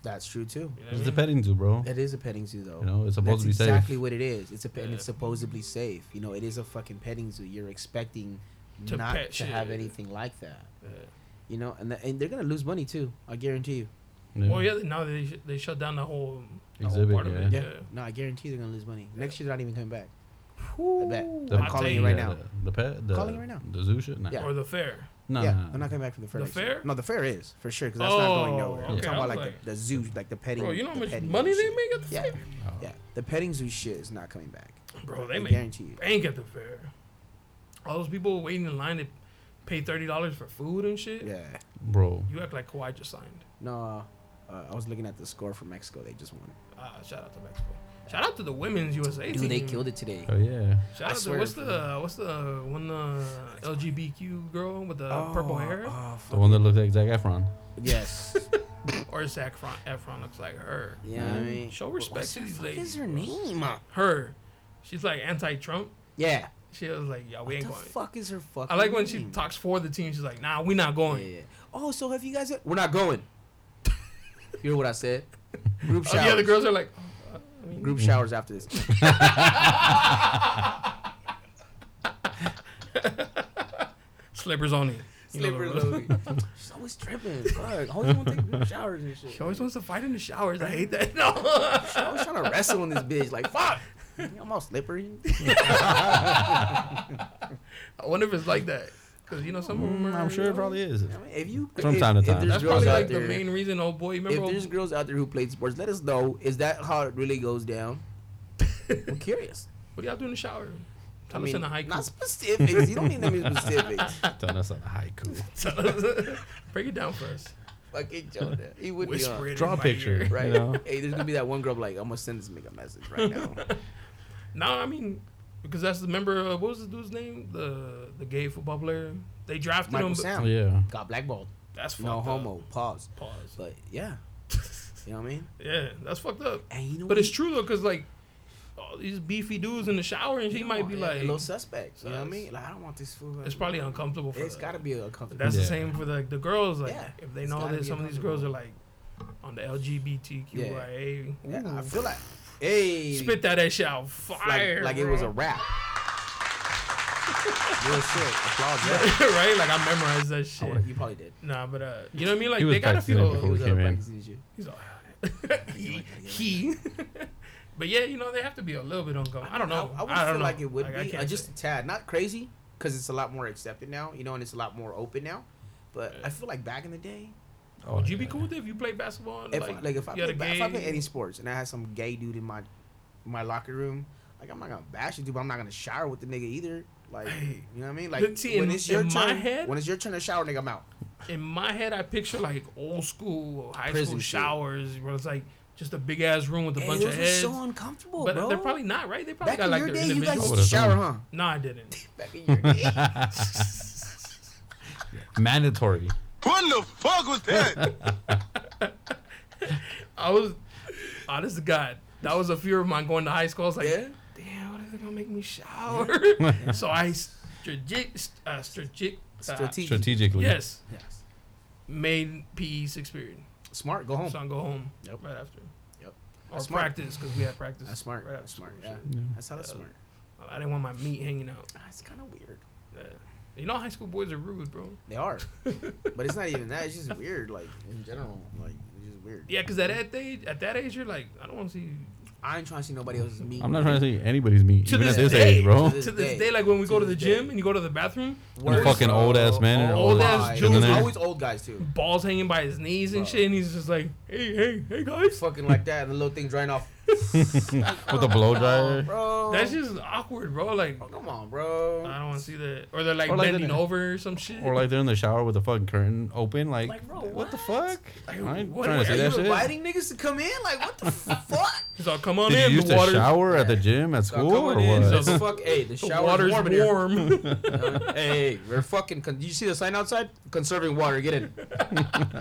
[SPEAKER 2] That's true too.
[SPEAKER 1] You know what
[SPEAKER 3] It's
[SPEAKER 1] I
[SPEAKER 3] the
[SPEAKER 1] mean?
[SPEAKER 3] petting zoo, bro.
[SPEAKER 2] It is a petting zoo, though.
[SPEAKER 3] You know, it's
[SPEAKER 2] And that's
[SPEAKER 3] supposed to be safe.
[SPEAKER 2] exactly what it is. It's a pet, and
[SPEAKER 1] Yeah.
[SPEAKER 2] it's supposedly safe. You know, it is a fucking petting zoo. You're expecting
[SPEAKER 1] To
[SPEAKER 2] not
[SPEAKER 1] pet
[SPEAKER 2] to have
[SPEAKER 1] shit.
[SPEAKER 2] anything like that.
[SPEAKER 1] Yeah.
[SPEAKER 2] You know, and, th- and they're gonna lose money too. I guarantee you.
[SPEAKER 3] Yeah.
[SPEAKER 1] Well, Oh, yeah. Now they sh- they shut down the whole, the whole
[SPEAKER 3] Exhibit,
[SPEAKER 1] part of it.
[SPEAKER 3] yeah.
[SPEAKER 1] Yeah.
[SPEAKER 2] No, I guarantee they're gonna lose money. Next year they're not even coming back.
[SPEAKER 1] Whew.
[SPEAKER 2] bet.
[SPEAKER 3] The-
[SPEAKER 2] I'm calling
[SPEAKER 1] take
[SPEAKER 2] you right
[SPEAKER 1] it.
[SPEAKER 2] now.
[SPEAKER 3] The, the pet. The,
[SPEAKER 2] Calling you right now.
[SPEAKER 3] The zoo shit. Nah.
[SPEAKER 2] Yeah.
[SPEAKER 1] Or the fair.
[SPEAKER 3] Nah,
[SPEAKER 2] yeah,
[SPEAKER 3] nah, nah.
[SPEAKER 2] they're not coming back for the fair.
[SPEAKER 1] The
[SPEAKER 2] next year.
[SPEAKER 1] fair?
[SPEAKER 2] No, the fair is for sure because that's not going
[SPEAKER 1] Oh,
[SPEAKER 2] nowhere. I'm
[SPEAKER 1] okay.
[SPEAKER 2] talking
[SPEAKER 1] I
[SPEAKER 2] about
[SPEAKER 1] was
[SPEAKER 2] like,
[SPEAKER 1] like-
[SPEAKER 2] the, the zoo, like the petting.
[SPEAKER 1] Bro, you know
[SPEAKER 2] the
[SPEAKER 1] how much
[SPEAKER 2] petting
[SPEAKER 1] money they
[SPEAKER 2] shit.
[SPEAKER 1] make at the
[SPEAKER 2] Yeah,
[SPEAKER 1] fair?
[SPEAKER 3] Oh.
[SPEAKER 2] yeah. The petting zoo shit is not coming back.
[SPEAKER 1] Bro, they
[SPEAKER 2] I
[SPEAKER 1] make
[SPEAKER 2] guarantee you.
[SPEAKER 1] bank at the fair. All those people waiting in line to pay thirty dollars for food and shit.
[SPEAKER 2] Yeah.
[SPEAKER 3] Bro.
[SPEAKER 1] You act like Kawhi just signed.
[SPEAKER 2] No, uh, I was looking at the score for Mexico. They just won.
[SPEAKER 1] Ah, shout out to Mexico. Shout out to the women's USA
[SPEAKER 2] Dude,
[SPEAKER 1] team.
[SPEAKER 2] they killed it today.
[SPEAKER 3] Oh yeah.
[SPEAKER 1] Shout
[SPEAKER 2] I
[SPEAKER 1] out to
[SPEAKER 2] swear
[SPEAKER 1] what's
[SPEAKER 2] for
[SPEAKER 1] the what's the one uh, LGBTQ girl with the purple hair
[SPEAKER 2] Oh,
[SPEAKER 3] The one that looked like Zac Efron.
[SPEAKER 2] yes.
[SPEAKER 1] or Zac Efron, Efron looks like her.
[SPEAKER 2] yeah, I mean,
[SPEAKER 1] Show respect to these
[SPEAKER 2] what
[SPEAKER 1] ladies.
[SPEAKER 2] is her name?
[SPEAKER 1] Her, she's like anti-Trump.
[SPEAKER 2] Yeah.
[SPEAKER 1] She was like, "Yeah, we
[SPEAKER 2] What
[SPEAKER 1] ain't
[SPEAKER 2] the
[SPEAKER 1] going."
[SPEAKER 2] fuck is her fucking?
[SPEAKER 1] I like when she
[SPEAKER 2] name?
[SPEAKER 1] talks for the team. She's like, "Nah, we not
[SPEAKER 2] Yeah,
[SPEAKER 1] going."
[SPEAKER 2] yeah. Oh, so have you guys? We're not going. Hear what I said? Group
[SPEAKER 1] Oh,
[SPEAKER 2] showers.
[SPEAKER 1] the other girls are like, oh, I mean,
[SPEAKER 2] Group showers after this.
[SPEAKER 1] slippers only. You know the
[SPEAKER 2] Slippers
[SPEAKER 1] rule.
[SPEAKER 2] only. She's always tripping. Fuck. Always want to take group showers and shit.
[SPEAKER 1] She always wants to fight in the showers. I hate that. No.
[SPEAKER 2] She always trying to wrestle in this bitch. Like fuck. I'm all slippery.
[SPEAKER 1] I wonder if it's like that. Because, you know, some of them
[SPEAKER 3] Mm,
[SPEAKER 1] are.
[SPEAKER 3] I'm sure it probably is.
[SPEAKER 2] I mean, if you
[SPEAKER 3] From
[SPEAKER 2] if-
[SPEAKER 3] time to
[SPEAKER 2] if
[SPEAKER 3] time.
[SPEAKER 2] there's
[SPEAKER 1] That's
[SPEAKER 2] girls
[SPEAKER 1] probably
[SPEAKER 2] out
[SPEAKER 1] like the
[SPEAKER 2] there-
[SPEAKER 1] main reason, old boy. Remember? oh,
[SPEAKER 2] if
[SPEAKER 1] old-
[SPEAKER 2] there's girls out there who played sports, let us know. Is that how it really goes down? I'm curious.
[SPEAKER 1] what y'all do in the shower?
[SPEAKER 2] I
[SPEAKER 1] Tell us
[SPEAKER 2] mean,
[SPEAKER 1] in the hike.
[SPEAKER 2] not specifics. You don't need to be specific.
[SPEAKER 3] Done us on a haiku.
[SPEAKER 1] Tell us- Break it down for us.
[SPEAKER 2] fucking Jonah. He would
[SPEAKER 1] Whisper
[SPEAKER 2] be
[SPEAKER 1] it.
[SPEAKER 2] on.
[SPEAKER 1] in
[SPEAKER 3] Draw a
[SPEAKER 1] my
[SPEAKER 3] picture.
[SPEAKER 1] ear.
[SPEAKER 2] Right.
[SPEAKER 3] You know?
[SPEAKER 2] Hey, there's gonna be that one girl like, I'm gonna send this nigga a message right now.
[SPEAKER 1] No, I mean because that's the member. Uh, what was the dude's name? The the gay football player. They drafted
[SPEAKER 2] Michael
[SPEAKER 1] him. but-
[SPEAKER 2] Sam
[SPEAKER 3] Oh, Yeah.
[SPEAKER 2] got blackballed.
[SPEAKER 1] That's fucked
[SPEAKER 2] No
[SPEAKER 1] up.
[SPEAKER 2] homo. Pause.
[SPEAKER 1] Pause.
[SPEAKER 2] But yeah, you know what I mean.
[SPEAKER 1] Yeah, that's fucked up.
[SPEAKER 2] And you know,
[SPEAKER 1] But
[SPEAKER 2] what
[SPEAKER 1] it's
[SPEAKER 2] he-
[SPEAKER 1] true though, cause like all these beefy dudes in the shower and she
[SPEAKER 2] you
[SPEAKER 1] might
[SPEAKER 2] know,
[SPEAKER 1] be
[SPEAKER 2] a-
[SPEAKER 1] like,
[SPEAKER 2] a little suspect. You know what I
[SPEAKER 1] sus.
[SPEAKER 2] mean? Like, I don't want this fool.
[SPEAKER 1] it's probably uncomfortable for.
[SPEAKER 2] It's
[SPEAKER 1] the-
[SPEAKER 2] gotta be a comfort.
[SPEAKER 1] That's
[SPEAKER 3] Yeah.
[SPEAKER 1] the same for the the girls. Like
[SPEAKER 2] Yeah,
[SPEAKER 1] if they
[SPEAKER 2] it's
[SPEAKER 1] know
[SPEAKER 2] gotta
[SPEAKER 1] that
[SPEAKER 2] be
[SPEAKER 1] some of these girls are
[SPEAKER 2] uncomfortable.
[SPEAKER 1] like on the LGBTQIA.
[SPEAKER 2] Yeah, I
[SPEAKER 1] Ooh.
[SPEAKER 2] feel like, hey,
[SPEAKER 1] Spit that ass out,
[SPEAKER 2] like,
[SPEAKER 1] fire.
[SPEAKER 2] like it was a
[SPEAKER 1] bro.
[SPEAKER 2] rap. Real shit. Applause. yeah.
[SPEAKER 1] right. Like I memorized that
[SPEAKER 2] I
[SPEAKER 1] shit.
[SPEAKER 2] would've- You probably did.
[SPEAKER 1] Nah, but uh, you know what I mean. Like
[SPEAKER 3] He was
[SPEAKER 1] they gotta
[SPEAKER 3] practicing it
[SPEAKER 1] feel.
[SPEAKER 3] before. we
[SPEAKER 2] He was
[SPEAKER 3] came
[SPEAKER 2] out
[SPEAKER 3] in.
[SPEAKER 2] practicing his shit.
[SPEAKER 1] He's like, he, he. but yeah, you know they have to be a little bit uncomfortable. I don't know.
[SPEAKER 2] I, I would
[SPEAKER 1] don't
[SPEAKER 2] feel
[SPEAKER 1] know.
[SPEAKER 2] like it would
[SPEAKER 1] I
[SPEAKER 2] be uh,
[SPEAKER 1] can't
[SPEAKER 2] just
[SPEAKER 1] say.
[SPEAKER 2] a tad, not crazy, because it's a lot more accepted now, you know, and it's a lot more open now. But I feel like back in the day,
[SPEAKER 1] Would you be cool with it if you played basketball? And,
[SPEAKER 2] if
[SPEAKER 1] like,
[SPEAKER 2] I, like if I,
[SPEAKER 1] you had
[SPEAKER 2] play,
[SPEAKER 1] a
[SPEAKER 2] ba- if I play
[SPEAKER 1] gay-
[SPEAKER 2] any sports and I had some gay dude in my my locker room, like I'm not gonna bash the dude, but I'm not gonna shower with the nigga either. Like
[SPEAKER 1] Hey.
[SPEAKER 2] you know what I mean? Like
[SPEAKER 1] But see,
[SPEAKER 2] when
[SPEAKER 1] in-
[SPEAKER 2] it's your
[SPEAKER 1] in
[SPEAKER 2] turn,
[SPEAKER 1] my head-
[SPEAKER 2] when it's your turn to shower, nigga, I'm out.
[SPEAKER 1] in my head, I picture like old school high
[SPEAKER 2] Prison
[SPEAKER 1] school
[SPEAKER 2] shit.
[SPEAKER 1] showers where it's like just a big ass room with a
[SPEAKER 2] Hey,
[SPEAKER 1] bunch
[SPEAKER 2] those
[SPEAKER 1] of
[SPEAKER 2] were
[SPEAKER 1] heads.
[SPEAKER 2] so uncomfortable,
[SPEAKER 1] but
[SPEAKER 2] bro.
[SPEAKER 1] they're probably not right. They probably
[SPEAKER 2] back
[SPEAKER 1] got
[SPEAKER 2] in
[SPEAKER 1] like
[SPEAKER 2] your
[SPEAKER 1] their
[SPEAKER 2] day, you guys
[SPEAKER 1] individual.
[SPEAKER 2] used
[SPEAKER 3] What
[SPEAKER 2] to
[SPEAKER 3] a
[SPEAKER 2] shower, huh?
[SPEAKER 3] thought.
[SPEAKER 1] No, I didn't.
[SPEAKER 2] Back in your day,
[SPEAKER 3] Mandatory.
[SPEAKER 5] What the fuck was that?
[SPEAKER 1] I was honest to God. That was a fear of mine going to high school. I was like,
[SPEAKER 2] yeah.
[SPEAKER 1] damn, what are they gonna make me shower? so I strategic, uh, strategic, uh,
[SPEAKER 2] Strategic.
[SPEAKER 3] Strategically.
[SPEAKER 1] yes,
[SPEAKER 2] Yes.
[SPEAKER 1] made PE sixth period.
[SPEAKER 2] Smart. Go home.
[SPEAKER 1] So I go home
[SPEAKER 2] Yep.
[SPEAKER 1] right after.
[SPEAKER 2] Yep.
[SPEAKER 1] Or
[SPEAKER 2] That's smart.
[SPEAKER 1] practice because we had practice.
[SPEAKER 2] That's smart.
[SPEAKER 1] right after
[SPEAKER 2] That's smart.
[SPEAKER 1] school,
[SPEAKER 2] Yeah.
[SPEAKER 1] so
[SPEAKER 2] That's how that's smart.
[SPEAKER 1] I didn't want my meat hanging out.
[SPEAKER 2] Ah, It's kind of weird.
[SPEAKER 1] Yeah. Uh, You know, high school boys are rude, bro.
[SPEAKER 2] They are, but it's not even that. It's just weird, like in general, like it's just weird.
[SPEAKER 1] Yeah, because at that age, at that age, you're like, I don't want to see. you.
[SPEAKER 2] I ain't trying to see nobody else's meat.
[SPEAKER 3] I'm not trying to see anybody's meat.
[SPEAKER 1] To
[SPEAKER 3] even at
[SPEAKER 1] this
[SPEAKER 3] this
[SPEAKER 1] day.
[SPEAKER 3] age,
[SPEAKER 2] To
[SPEAKER 3] bro.
[SPEAKER 1] To
[SPEAKER 2] this
[SPEAKER 1] this
[SPEAKER 2] day.
[SPEAKER 1] day, like when we
[SPEAKER 2] To
[SPEAKER 1] go to
[SPEAKER 2] this
[SPEAKER 1] the
[SPEAKER 2] day.
[SPEAKER 1] gym and you go to the bathroom,
[SPEAKER 3] Worst. fucking old-ass man and
[SPEAKER 1] old-ass
[SPEAKER 2] guys.
[SPEAKER 1] dudes.
[SPEAKER 2] It's always old guys too.
[SPEAKER 1] balls hanging by his knees and
[SPEAKER 2] Bro.
[SPEAKER 1] shit, and he's just like, hey, hey, hey, guys.
[SPEAKER 2] Fucking like that, and the little thing drying off.
[SPEAKER 3] With a blow
[SPEAKER 2] Oh,
[SPEAKER 3] dryer.
[SPEAKER 2] bro.
[SPEAKER 1] That's just awkward, bro. Like,
[SPEAKER 2] Oh, come on, bro.
[SPEAKER 1] I don't want to see that. Or they're like
[SPEAKER 3] Or like
[SPEAKER 1] bending
[SPEAKER 3] that-
[SPEAKER 1] over or some shit.
[SPEAKER 3] Or like they're in the shower with the fucking curtain open. Like,
[SPEAKER 1] Like, bro,
[SPEAKER 3] what? the fuck? I ain't
[SPEAKER 1] what-
[SPEAKER 3] trying to
[SPEAKER 1] what
[SPEAKER 3] see
[SPEAKER 1] are
[SPEAKER 3] that
[SPEAKER 2] you
[SPEAKER 3] shit.
[SPEAKER 2] inviting niggas to come in? Like what the fuck?
[SPEAKER 1] he's all, come on
[SPEAKER 3] Did
[SPEAKER 1] in.
[SPEAKER 3] you used
[SPEAKER 1] the
[SPEAKER 3] to
[SPEAKER 1] water,
[SPEAKER 3] shower at the
[SPEAKER 2] Yeah.
[SPEAKER 3] gym at
[SPEAKER 2] Y'all
[SPEAKER 3] school or
[SPEAKER 2] coming in,
[SPEAKER 3] what?
[SPEAKER 2] so fuck. Hey, the
[SPEAKER 1] the
[SPEAKER 2] shower's
[SPEAKER 1] water's
[SPEAKER 2] warm in here.
[SPEAKER 1] warm.
[SPEAKER 2] hey, we're fucking. Con- you see the sign outside? Conserving water. Get in.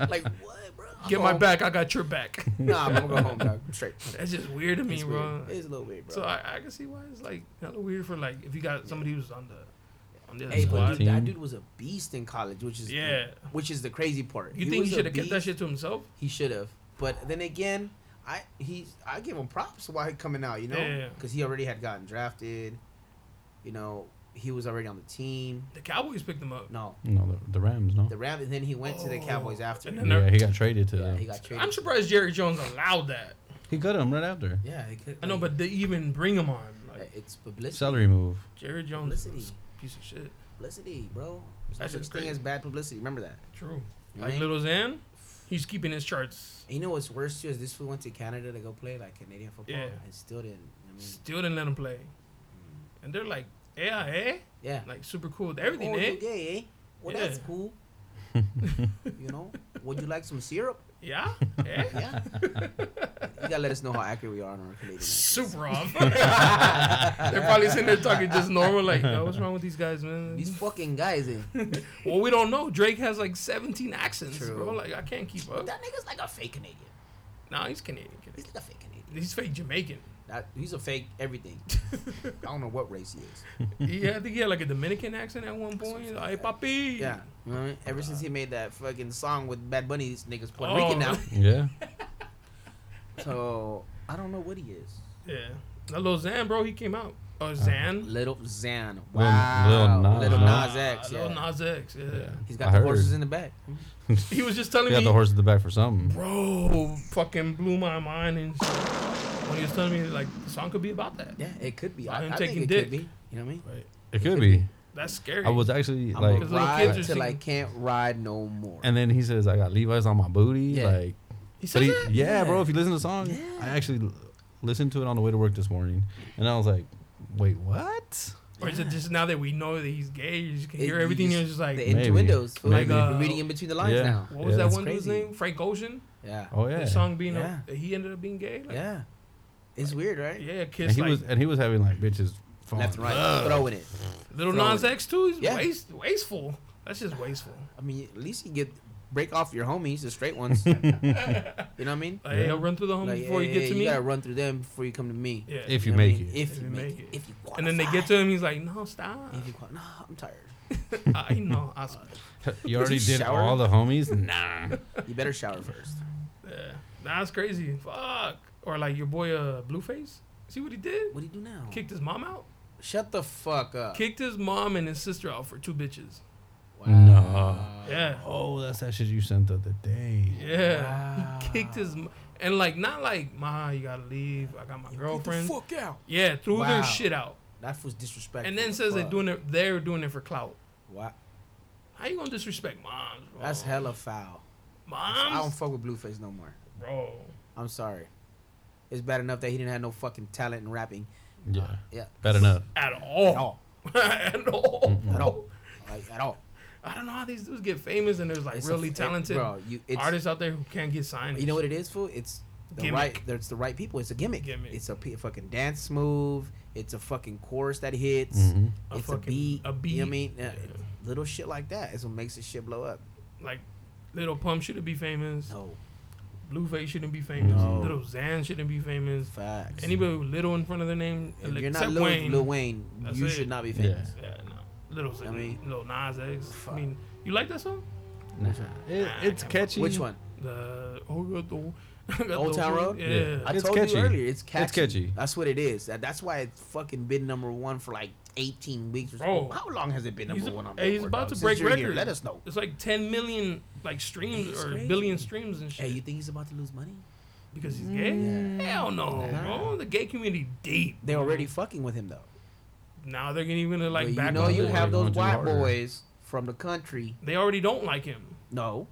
[SPEAKER 2] like what, bro? I'm
[SPEAKER 1] Get my
[SPEAKER 2] home.
[SPEAKER 1] back. I got your back.
[SPEAKER 2] Nah, I'm gonna go home, dog. Straight.
[SPEAKER 1] That's just weird to me,
[SPEAKER 2] It's
[SPEAKER 1] bro.
[SPEAKER 2] weird. It's a little weird, bro.
[SPEAKER 1] So I, I can see why it's like hella weird for like if you got somebody who's on the on the other
[SPEAKER 2] Hey, but
[SPEAKER 1] squad.
[SPEAKER 2] dude,
[SPEAKER 3] Team.
[SPEAKER 2] that dude was a beast in college, which is
[SPEAKER 1] Yeah.
[SPEAKER 2] which is the crazy part.
[SPEAKER 1] you think
[SPEAKER 2] was
[SPEAKER 1] he
[SPEAKER 2] a
[SPEAKER 1] should have kept that
[SPEAKER 2] beast.
[SPEAKER 1] shit to himself?
[SPEAKER 2] He should have, but then again, I he I give him props why he coming out, you
[SPEAKER 1] Yeah,
[SPEAKER 2] know,
[SPEAKER 1] yeah.
[SPEAKER 2] because he already had gotten drafted. You know, he was already on the team.
[SPEAKER 1] The Cowboys picked him up.
[SPEAKER 2] No,
[SPEAKER 3] No, the, the Rams, no.
[SPEAKER 2] the Rams, and then he went to the
[SPEAKER 1] Oh.
[SPEAKER 2] Cowboys after.
[SPEAKER 1] And then
[SPEAKER 3] Yeah, he got traded to
[SPEAKER 2] Yeah,
[SPEAKER 3] them.
[SPEAKER 2] he got traded.
[SPEAKER 1] I'm surprised Jerry Jones allowed that.
[SPEAKER 3] He cut him right after.
[SPEAKER 2] yeah, he could,
[SPEAKER 1] I know, but they even bring him on. Like
[SPEAKER 2] it's publicity.
[SPEAKER 3] Salary move.
[SPEAKER 1] Jerry Jones is
[SPEAKER 2] Publicity,
[SPEAKER 1] a piece of shit.
[SPEAKER 2] publicity, bro. There's no
[SPEAKER 1] That's
[SPEAKER 2] such
[SPEAKER 1] just
[SPEAKER 2] thing
[SPEAKER 1] crazy.
[SPEAKER 2] as bad publicity. Remember that.
[SPEAKER 1] True.
[SPEAKER 2] You know what I
[SPEAKER 1] Like
[SPEAKER 2] mean?
[SPEAKER 1] Little Zan, he's keeping his charts.
[SPEAKER 2] And you know what's worse too is this fool went to Canada to go play like Canadian football
[SPEAKER 1] Yeah.
[SPEAKER 2] and still didn't. you know what I mean,
[SPEAKER 1] Still didn't let him play. And they're like, yeah, eh?
[SPEAKER 2] yeah.
[SPEAKER 1] Like super cool with everything,
[SPEAKER 2] oh,
[SPEAKER 1] eh?
[SPEAKER 2] you gay, eh? Well, that's
[SPEAKER 1] Yeah.
[SPEAKER 2] cool. you know, would you like some syrup?
[SPEAKER 1] Yeah? Eh?
[SPEAKER 2] Yeah. you gotta let us know how accurate we are on our Canadian. accent.
[SPEAKER 1] Super off. They're probably sitting there talking just normal, like, yo, what's wrong with these guys, man?
[SPEAKER 2] These fucking guys, eh?
[SPEAKER 1] Well, we don't know. Drake has like 17 accents,
[SPEAKER 2] True.
[SPEAKER 1] bro. Like, I can't keep up.
[SPEAKER 2] That nigga's like a fake Canadian.
[SPEAKER 1] Nah, he's Canadian.
[SPEAKER 2] He's
[SPEAKER 1] Canadian.
[SPEAKER 2] like a fake Canadian.
[SPEAKER 1] He's fake Jamaican.
[SPEAKER 2] That, he's a fake everything. I don't know what race he is.
[SPEAKER 1] He, I think he had like a Dominican accent at one point. Hey, papi.
[SPEAKER 2] Yeah. You know what I mean? Ever since he made that fucking song with Bad Bunny, this nigga's Puerto
[SPEAKER 1] Oh.
[SPEAKER 2] Rican now.
[SPEAKER 3] Yeah.
[SPEAKER 2] So I don't know what he is.
[SPEAKER 1] Yeah. That little Zan, bro, he came out. Oh,
[SPEAKER 3] Uh,
[SPEAKER 1] Zan?
[SPEAKER 2] Little Xan.
[SPEAKER 3] Lil-
[SPEAKER 2] Wow.
[SPEAKER 3] Lil Nas.
[SPEAKER 2] Little
[SPEAKER 3] Nah,
[SPEAKER 2] Nas, X.
[SPEAKER 1] Ah, Lil
[SPEAKER 2] yeah.
[SPEAKER 1] Nas X, yeah.
[SPEAKER 3] Yeah.
[SPEAKER 2] He's
[SPEAKER 3] I
[SPEAKER 2] got the
[SPEAKER 3] heard.
[SPEAKER 2] horses in the back.
[SPEAKER 1] He was just telling
[SPEAKER 3] He got
[SPEAKER 1] me,
[SPEAKER 3] the horse at the back for something.
[SPEAKER 1] bro, fucking blew my mind and shit. When he was telling me, like, the song could be about that.
[SPEAKER 2] Yeah, it could be.
[SPEAKER 1] About
[SPEAKER 2] I,
[SPEAKER 1] him
[SPEAKER 2] I
[SPEAKER 1] taking
[SPEAKER 2] think it
[SPEAKER 1] dick.
[SPEAKER 2] could be. You know what I mean?
[SPEAKER 3] It could be.
[SPEAKER 1] That's scary.
[SPEAKER 3] I was actually
[SPEAKER 2] I'm
[SPEAKER 3] like,
[SPEAKER 2] gonna
[SPEAKER 1] little
[SPEAKER 2] ride
[SPEAKER 1] kids are
[SPEAKER 2] till I
[SPEAKER 1] singing.
[SPEAKER 2] can't ride no more.
[SPEAKER 3] and then he says, I got Levi's on my booty.
[SPEAKER 2] Yeah.
[SPEAKER 3] Like,
[SPEAKER 1] he said
[SPEAKER 3] but he,
[SPEAKER 1] that?
[SPEAKER 3] yeah,
[SPEAKER 2] Yeah.
[SPEAKER 3] bro, if you listen to the song, I actually l- listened to it on the way to work this morning. And I was like, wait, what?
[SPEAKER 1] Or is it just now that we know that he's gay, you just can
[SPEAKER 2] It-
[SPEAKER 1] hear
[SPEAKER 2] you
[SPEAKER 1] everything?
[SPEAKER 2] just-
[SPEAKER 1] You're just like,
[SPEAKER 2] the into
[SPEAKER 3] Maybe.
[SPEAKER 2] windows. fool.
[SPEAKER 1] Like, uh,
[SPEAKER 2] We're reading in between the lines
[SPEAKER 3] yeah.
[SPEAKER 2] now.
[SPEAKER 1] what was that
[SPEAKER 3] that's
[SPEAKER 1] one dude's
[SPEAKER 2] crazy.
[SPEAKER 1] name? Frank Ocean.
[SPEAKER 2] Yeah.
[SPEAKER 3] Oh yeah.
[SPEAKER 1] His song being
[SPEAKER 2] Yeah.
[SPEAKER 1] a, he ended up being gay. Like,
[SPEAKER 2] Yeah. It's weird, right?
[SPEAKER 1] yeah,
[SPEAKER 3] And
[SPEAKER 1] kids
[SPEAKER 3] he
[SPEAKER 1] like
[SPEAKER 3] was and he was having like bitches falling.
[SPEAKER 2] Left and right. Throwing it.
[SPEAKER 1] little
[SPEAKER 2] throwing
[SPEAKER 1] Nas
[SPEAKER 2] it.
[SPEAKER 1] X too. He's
[SPEAKER 2] Yeah.
[SPEAKER 1] waste, wasteful. That's just wasteful.
[SPEAKER 2] I mean, at least you get break off your homies, the straight ones. you know what I mean?
[SPEAKER 1] Like, hey, I'll run through the home
[SPEAKER 2] Like,
[SPEAKER 1] before
[SPEAKER 2] yeah,
[SPEAKER 1] you get
[SPEAKER 2] yeah,
[SPEAKER 1] to
[SPEAKER 2] you
[SPEAKER 1] me.
[SPEAKER 2] gotta run through them before you come to me.
[SPEAKER 1] yeah.
[SPEAKER 3] If
[SPEAKER 2] You
[SPEAKER 3] you
[SPEAKER 2] know what I
[SPEAKER 3] make
[SPEAKER 2] mean?
[SPEAKER 3] it.
[SPEAKER 2] If you make it. If you qualify.
[SPEAKER 1] and then they get to him, he's like, no, stop.
[SPEAKER 2] If you qual- Nah, I'm tired.
[SPEAKER 1] I know. I,
[SPEAKER 3] You already
[SPEAKER 2] you
[SPEAKER 3] did
[SPEAKER 2] shower?
[SPEAKER 3] all the homies? Nah.
[SPEAKER 2] You better shower first.
[SPEAKER 1] yeah. That's crazy. Fuck. Or like your boy uh, Blueface. See what he did?
[SPEAKER 2] What do you do now?
[SPEAKER 1] Kicked his mom out.
[SPEAKER 2] Shut the fuck up.
[SPEAKER 1] Kicked his mom and his sister out for two bitches.
[SPEAKER 3] No.
[SPEAKER 1] Yeah.
[SPEAKER 3] Oh, that's that shit you sent the other day.
[SPEAKER 1] Yeah.
[SPEAKER 2] Wow.
[SPEAKER 1] He kicked his m- and like not like ma, you gotta leave. I got my girlfriend.
[SPEAKER 2] Get the fuck out.
[SPEAKER 1] Yeah, threw
[SPEAKER 2] Wow.
[SPEAKER 1] their shit out,
[SPEAKER 2] That was disrespectful.
[SPEAKER 1] and then says they're doing it. They're doing it for clout.
[SPEAKER 2] Wow.
[SPEAKER 1] How you gonna disrespect moms? Bro?
[SPEAKER 2] That's hella foul. I don't
[SPEAKER 1] moms,
[SPEAKER 2] fuck with Blueface no more.
[SPEAKER 1] bro.
[SPEAKER 2] I'm sorry. It's bad enough that he didn't have no fucking talent in rapping.
[SPEAKER 3] Yeah.
[SPEAKER 2] Yeah.
[SPEAKER 3] Bad enough.
[SPEAKER 1] At
[SPEAKER 2] At
[SPEAKER 1] all,
[SPEAKER 2] all. Mm-hmm.
[SPEAKER 1] at all,
[SPEAKER 2] At
[SPEAKER 1] bro.
[SPEAKER 2] all. Like at all.
[SPEAKER 1] I don't know how these dudes get famous, and there's like
[SPEAKER 2] It's a-
[SPEAKER 1] really
[SPEAKER 2] it-
[SPEAKER 1] talented
[SPEAKER 2] bro, you, it's,
[SPEAKER 1] artists out there who can't get signed.
[SPEAKER 2] You know what it is, fool? It's the
[SPEAKER 1] Gimmick.
[SPEAKER 2] right. It's the right people. It's a gimmick.
[SPEAKER 1] Gimmick.
[SPEAKER 2] It's a p- fucking dance move. It's a fucking chorus that hits.
[SPEAKER 3] Mhm.
[SPEAKER 1] A
[SPEAKER 2] It's a,
[SPEAKER 1] fucking-
[SPEAKER 2] beat.
[SPEAKER 1] a
[SPEAKER 2] You know what I
[SPEAKER 1] beat.
[SPEAKER 2] mean, Uh,
[SPEAKER 1] Yeah.
[SPEAKER 2] little shit like that is what makes this shit blow up.
[SPEAKER 1] Like, Little Pump shouldn't be famous.
[SPEAKER 2] No
[SPEAKER 1] Blueface shouldn't be famous.
[SPEAKER 2] No.
[SPEAKER 1] Little Xan shouldn't be famous.
[SPEAKER 2] facts.
[SPEAKER 1] Anybody with little in front of their name,
[SPEAKER 2] if you're not
[SPEAKER 1] except
[SPEAKER 2] Lil
[SPEAKER 1] Wayne.
[SPEAKER 2] Wayne, Lil Wayne
[SPEAKER 1] That's
[SPEAKER 2] you
[SPEAKER 1] it.
[SPEAKER 2] should not be
[SPEAKER 3] Yeah.
[SPEAKER 2] famous.
[SPEAKER 1] Yeah, no. Little
[SPEAKER 2] I mean-
[SPEAKER 1] Little Nas X. I mean, you like that song?
[SPEAKER 3] Nah. It, it's catchy.
[SPEAKER 2] Which one?
[SPEAKER 1] The oh, got the, got
[SPEAKER 2] Old
[SPEAKER 1] the-
[SPEAKER 2] Town Road?
[SPEAKER 1] Yeah.
[SPEAKER 3] Yeah.
[SPEAKER 2] I
[SPEAKER 3] It's
[SPEAKER 2] told
[SPEAKER 3] catchy.
[SPEAKER 2] you earlier. It's catchy.
[SPEAKER 3] catchy.
[SPEAKER 2] That's what it is. That, that's why it's fucking been number one for like 18 weeks or
[SPEAKER 1] Bro.
[SPEAKER 2] something. How long has it been
[SPEAKER 1] Oh. He's
[SPEAKER 2] number
[SPEAKER 1] a-
[SPEAKER 2] one on
[SPEAKER 1] hey, he's
[SPEAKER 2] Billboard,
[SPEAKER 1] about
[SPEAKER 2] dog?
[SPEAKER 1] to
[SPEAKER 2] Since
[SPEAKER 1] break
[SPEAKER 2] you're here,
[SPEAKER 1] records.
[SPEAKER 2] Let us know.
[SPEAKER 1] It's like 10 million like streams
[SPEAKER 2] It's
[SPEAKER 1] or
[SPEAKER 2] crazy.
[SPEAKER 1] billion streams and shit
[SPEAKER 2] Hey, you think he's about to lose money?
[SPEAKER 1] because he's gay. Hell no, bro. The gay community deep.
[SPEAKER 2] They're
[SPEAKER 1] bro.
[SPEAKER 2] already fucking with him though.
[SPEAKER 1] now they're gonna even like
[SPEAKER 2] Like you
[SPEAKER 1] back.
[SPEAKER 2] know,
[SPEAKER 1] off.
[SPEAKER 2] you
[SPEAKER 3] They're
[SPEAKER 2] have those
[SPEAKER 3] going too
[SPEAKER 2] white
[SPEAKER 3] harder.
[SPEAKER 2] boys from the country.
[SPEAKER 1] they already don't like him.
[SPEAKER 2] No,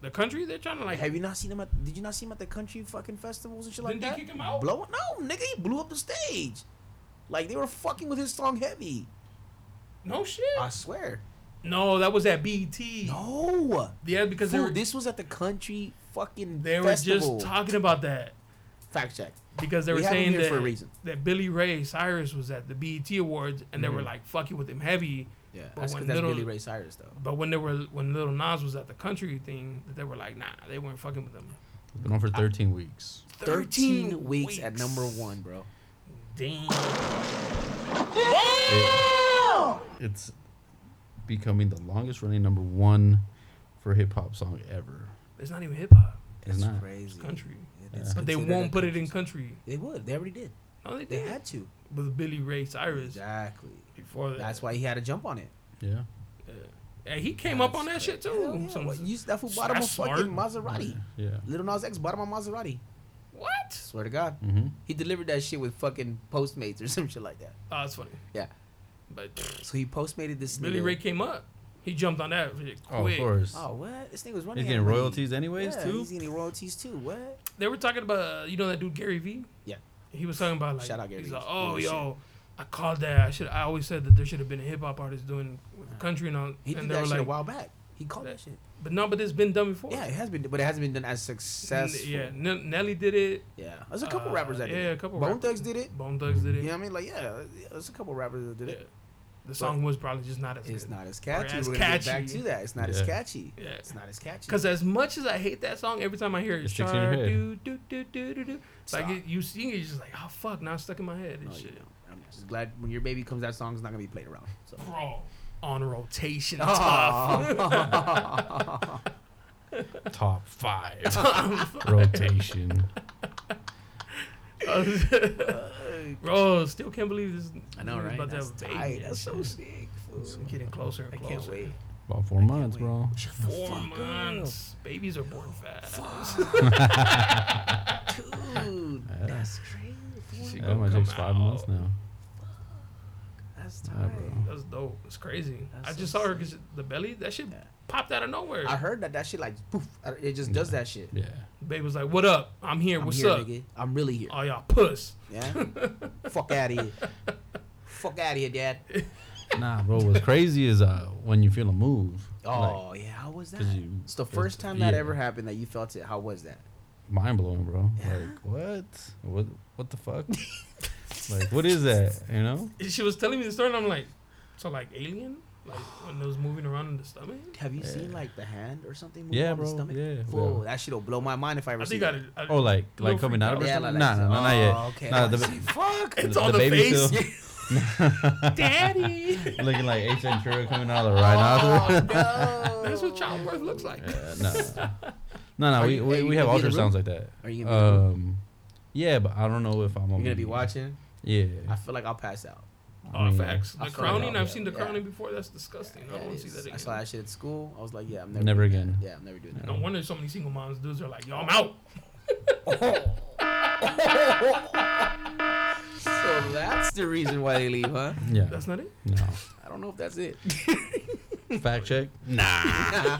[SPEAKER 1] The country they're trying to like.
[SPEAKER 2] have you not seen him? At, did you not see him at the country fucking festivals and shit like
[SPEAKER 1] Didn't they
[SPEAKER 2] that?
[SPEAKER 1] kick him out?
[SPEAKER 2] Blow? No, nigga, he blew up the stage. Like they were fucking with his song heavy.
[SPEAKER 1] no shit.
[SPEAKER 2] I swear.
[SPEAKER 1] no, that was at BT.
[SPEAKER 2] No,
[SPEAKER 1] Yeah, because they
[SPEAKER 2] Fool,
[SPEAKER 1] were
[SPEAKER 2] this was at the country fucking
[SPEAKER 1] they were
[SPEAKER 2] festival.
[SPEAKER 1] just talking about that.
[SPEAKER 2] Fact check.
[SPEAKER 1] because they
[SPEAKER 2] We
[SPEAKER 1] were
[SPEAKER 2] have him
[SPEAKER 1] saying
[SPEAKER 2] here
[SPEAKER 1] that,
[SPEAKER 2] for a reason.
[SPEAKER 1] that Billy Ray Cyrus was at the BET Awards and they were
[SPEAKER 2] Mm.
[SPEAKER 1] like fucking with him heavy.
[SPEAKER 2] Yeah,
[SPEAKER 1] But
[SPEAKER 2] that's
[SPEAKER 1] when
[SPEAKER 2] because that's
[SPEAKER 1] little-
[SPEAKER 2] Billy Ray Cyrus though.
[SPEAKER 1] But when they were when Little Nas was at the country thing, that they were like, nah, they weren't fucking with him.
[SPEAKER 3] It's been on for 13 weeks.
[SPEAKER 2] 13, weeks, at number one, bro.
[SPEAKER 1] Damn.
[SPEAKER 3] It's becoming the longest running number one for hip hop song ever.
[SPEAKER 1] It's not even hip hop.
[SPEAKER 3] It's
[SPEAKER 2] That's
[SPEAKER 3] not.
[SPEAKER 2] crazy.
[SPEAKER 1] Country.
[SPEAKER 2] It is
[SPEAKER 1] But they
[SPEAKER 2] considered a
[SPEAKER 1] won't put it in
[SPEAKER 2] country
[SPEAKER 1] country.
[SPEAKER 2] song. They would. They already did.
[SPEAKER 1] No, they
[SPEAKER 2] They
[SPEAKER 1] did.
[SPEAKER 2] had to.
[SPEAKER 1] With Billy Ray Cyrus
[SPEAKER 2] Exactly.
[SPEAKER 1] before that.
[SPEAKER 2] That's why he had to jump on it.
[SPEAKER 3] Yeah.
[SPEAKER 1] And he came up on that shit
[SPEAKER 2] Hell
[SPEAKER 1] too.
[SPEAKER 2] yeah,
[SPEAKER 1] Some-
[SPEAKER 2] what- you- that fool bought him a
[SPEAKER 1] that's smart.
[SPEAKER 2] fucking Maserati.
[SPEAKER 3] Yeah.
[SPEAKER 2] Little Nas X bought him a Maserati.
[SPEAKER 1] what?
[SPEAKER 2] Swear to God.
[SPEAKER 3] Mm-hmm.
[SPEAKER 2] He delivered that shit with fucking Postmates or some shit like that.
[SPEAKER 1] Oh, that's funny.
[SPEAKER 2] Yeah.
[SPEAKER 1] But
[SPEAKER 2] So he postmated this
[SPEAKER 1] Billy
[SPEAKER 2] nigga.
[SPEAKER 1] Ray came up. He jumped on that shit
[SPEAKER 3] Oh,
[SPEAKER 1] quick.
[SPEAKER 3] of course.
[SPEAKER 2] Oh, what? This nigga's running.
[SPEAKER 3] He's getting
[SPEAKER 2] out of money.
[SPEAKER 3] royalties anyways,
[SPEAKER 2] yeah,
[SPEAKER 3] too.
[SPEAKER 2] He's getting royalties too. What?
[SPEAKER 1] They were talking about uh, you know that dude Gary V.
[SPEAKER 2] Yeah.
[SPEAKER 1] He was talking about like
[SPEAKER 2] Shout out Gary
[SPEAKER 1] he's
[SPEAKER 2] Vee.
[SPEAKER 1] like, oh
[SPEAKER 2] Real
[SPEAKER 1] yo, I called that. I should. I always said that there should have been a hip hop artist doing country and all.
[SPEAKER 2] He did
[SPEAKER 1] and they
[SPEAKER 2] that
[SPEAKER 1] were
[SPEAKER 2] shit a
[SPEAKER 1] like,
[SPEAKER 2] while back. He called that shit.
[SPEAKER 1] but no, but it's been done before.
[SPEAKER 2] Yeah, it has been, but it hasn't been done as
[SPEAKER 1] N-
[SPEAKER 2] successful.
[SPEAKER 1] yeah. N- Nelly did it.
[SPEAKER 2] Yeah. There's a couple
[SPEAKER 1] Uh,
[SPEAKER 2] rappers that did
[SPEAKER 1] yeah,
[SPEAKER 2] it.
[SPEAKER 1] a couple
[SPEAKER 2] Bone
[SPEAKER 1] rappers.
[SPEAKER 2] Thugs did it.
[SPEAKER 1] Bone Thugs did it.
[SPEAKER 2] You know what I mean? Like, yeah, yeah, there's a couple rappers that did
[SPEAKER 1] Yeah.
[SPEAKER 2] it.
[SPEAKER 1] The song was probably just not as
[SPEAKER 2] It's
[SPEAKER 1] good.
[SPEAKER 2] not as catchy.
[SPEAKER 1] as
[SPEAKER 2] We're gonna get back
[SPEAKER 1] catchy.
[SPEAKER 2] to that. It's not as
[SPEAKER 3] Yeah.
[SPEAKER 2] catchy.
[SPEAKER 1] Yeah.
[SPEAKER 2] It's not as catchy.
[SPEAKER 1] Cause as much as I hate that song, every time I hear it,
[SPEAKER 3] It
[SPEAKER 1] it's
[SPEAKER 3] sticks in your head.
[SPEAKER 1] do do do do do do. Like
[SPEAKER 2] Stop. Oh,
[SPEAKER 1] it, you sing it, you're just like, oh fuck, now it's stuck in my head and
[SPEAKER 2] No, you
[SPEAKER 1] shit.
[SPEAKER 2] don't. I'm just glad when your baby comes, that song's not gonna be played around. So.
[SPEAKER 1] Bro, on rotation, top,
[SPEAKER 2] Aw.
[SPEAKER 3] Top five rotation.
[SPEAKER 1] bro, still can't believe this.
[SPEAKER 2] I know,
[SPEAKER 1] this is
[SPEAKER 2] right?
[SPEAKER 1] About
[SPEAKER 2] That's
[SPEAKER 1] to have a
[SPEAKER 2] tight.
[SPEAKER 1] baby.
[SPEAKER 2] That's so sick. fool.
[SPEAKER 1] It's getting closer and
[SPEAKER 2] I
[SPEAKER 1] closer.
[SPEAKER 2] can't wait.
[SPEAKER 3] About four months, bro.
[SPEAKER 1] Four months. Babies are born fast.
[SPEAKER 2] Dude, that's crazy. fool.
[SPEAKER 1] She
[SPEAKER 3] That
[SPEAKER 1] gonna
[SPEAKER 3] might
[SPEAKER 1] come
[SPEAKER 3] take five months
[SPEAKER 1] out.
[SPEAKER 3] now.
[SPEAKER 2] That's
[SPEAKER 3] Yeah,
[SPEAKER 2] tight.
[SPEAKER 3] bro.
[SPEAKER 1] That's dope. It's crazy.
[SPEAKER 2] That's
[SPEAKER 1] I
[SPEAKER 2] so
[SPEAKER 1] just saw her because the belly, that shit
[SPEAKER 2] Yeah.
[SPEAKER 1] popped out of nowhere.
[SPEAKER 2] I heard that that shit like poof, it just does that shit.
[SPEAKER 3] Yeah.
[SPEAKER 1] Babe was like, "What up? I'm here.
[SPEAKER 2] I'm
[SPEAKER 1] What's
[SPEAKER 2] here,
[SPEAKER 1] up?
[SPEAKER 2] nigga. I'm really here.
[SPEAKER 1] Oh y'all puss."
[SPEAKER 2] Yeah. Fuck out of here. fuck out of here, dad.
[SPEAKER 3] Nah, bro. What's crazy is uh when you feel a move.
[SPEAKER 2] Oh yeah, how was that?
[SPEAKER 3] 'cause you-
[SPEAKER 2] it's the first time that
[SPEAKER 3] yeah.
[SPEAKER 2] ever happened that you felt it. How was that?
[SPEAKER 3] mind blowing, bro. Like what? What? What the fuck? like what is that? You know?
[SPEAKER 1] She was telling me the story, and I'm like, so like alien, like when it was moving around in the stomach.
[SPEAKER 2] Have you seen like the hand or something? move
[SPEAKER 3] Yeah,
[SPEAKER 2] on the
[SPEAKER 3] bro,
[SPEAKER 2] stomach?
[SPEAKER 3] yeah,
[SPEAKER 2] Whoa,
[SPEAKER 3] yeah.
[SPEAKER 2] that shit'll blow my mind if I ever
[SPEAKER 1] I
[SPEAKER 2] see
[SPEAKER 1] think I,
[SPEAKER 2] that.
[SPEAKER 1] I
[SPEAKER 3] Oh, like
[SPEAKER 1] little
[SPEAKER 3] like coming
[SPEAKER 1] freaked
[SPEAKER 3] out
[SPEAKER 1] out.
[SPEAKER 3] of it? or
[SPEAKER 2] Yeah,
[SPEAKER 3] something?
[SPEAKER 2] like-
[SPEAKER 3] nah,
[SPEAKER 2] like-
[SPEAKER 3] nah, nah, not yet.
[SPEAKER 2] oh, okay.
[SPEAKER 3] Nah, the,
[SPEAKER 2] See, fuck.
[SPEAKER 1] It's on the
[SPEAKER 3] baby's
[SPEAKER 1] face.
[SPEAKER 3] still
[SPEAKER 1] Daddy. Oh,
[SPEAKER 3] looking like H. Ventura coming out of the rhinoceros.
[SPEAKER 2] Oh.
[SPEAKER 1] That's what childbirth looks like.
[SPEAKER 3] Yeah, no, no, no.
[SPEAKER 2] Are
[SPEAKER 3] we,
[SPEAKER 2] you- are
[SPEAKER 3] we,
[SPEAKER 2] you
[SPEAKER 3] we have
[SPEAKER 2] gonna be in the room?
[SPEAKER 3] ultrasounds like that.
[SPEAKER 2] Are you gonna be in the
[SPEAKER 3] Um, yeah, but I don't know if I'm
[SPEAKER 2] You're gonna be watching.
[SPEAKER 3] Yeah,
[SPEAKER 2] I feel like I'll pass out.
[SPEAKER 1] Oh,
[SPEAKER 3] mean,
[SPEAKER 1] facts. The
[SPEAKER 2] I feel
[SPEAKER 1] crowning,
[SPEAKER 2] that,
[SPEAKER 1] I've
[SPEAKER 2] yeah,
[SPEAKER 1] seen the
[SPEAKER 2] yeah.
[SPEAKER 1] crowning before. That's disgusting. I
[SPEAKER 2] Yeah,
[SPEAKER 1] don't
[SPEAKER 2] it
[SPEAKER 1] want to see
[SPEAKER 2] is.
[SPEAKER 1] that again.
[SPEAKER 2] I saw that shit at school. I was like, yeah, I'm never.
[SPEAKER 3] Never
[SPEAKER 2] doing
[SPEAKER 3] again.
[SPEAKER 2] That. Yeah, I'm never doing
[SPEAKER 1] No wonder so many single moms dudes are like, yo, I'm out.
[SPEAKER 2] that. So that's the reason why they leave, huh?
[SPEAKER 3] yeah.
[SPEAKER 1] That's not it.
[SPEAKER 3] no.
[SPEAKER 2] I don't know if that's it.
[SPEAKER 3] Fact check. Nah.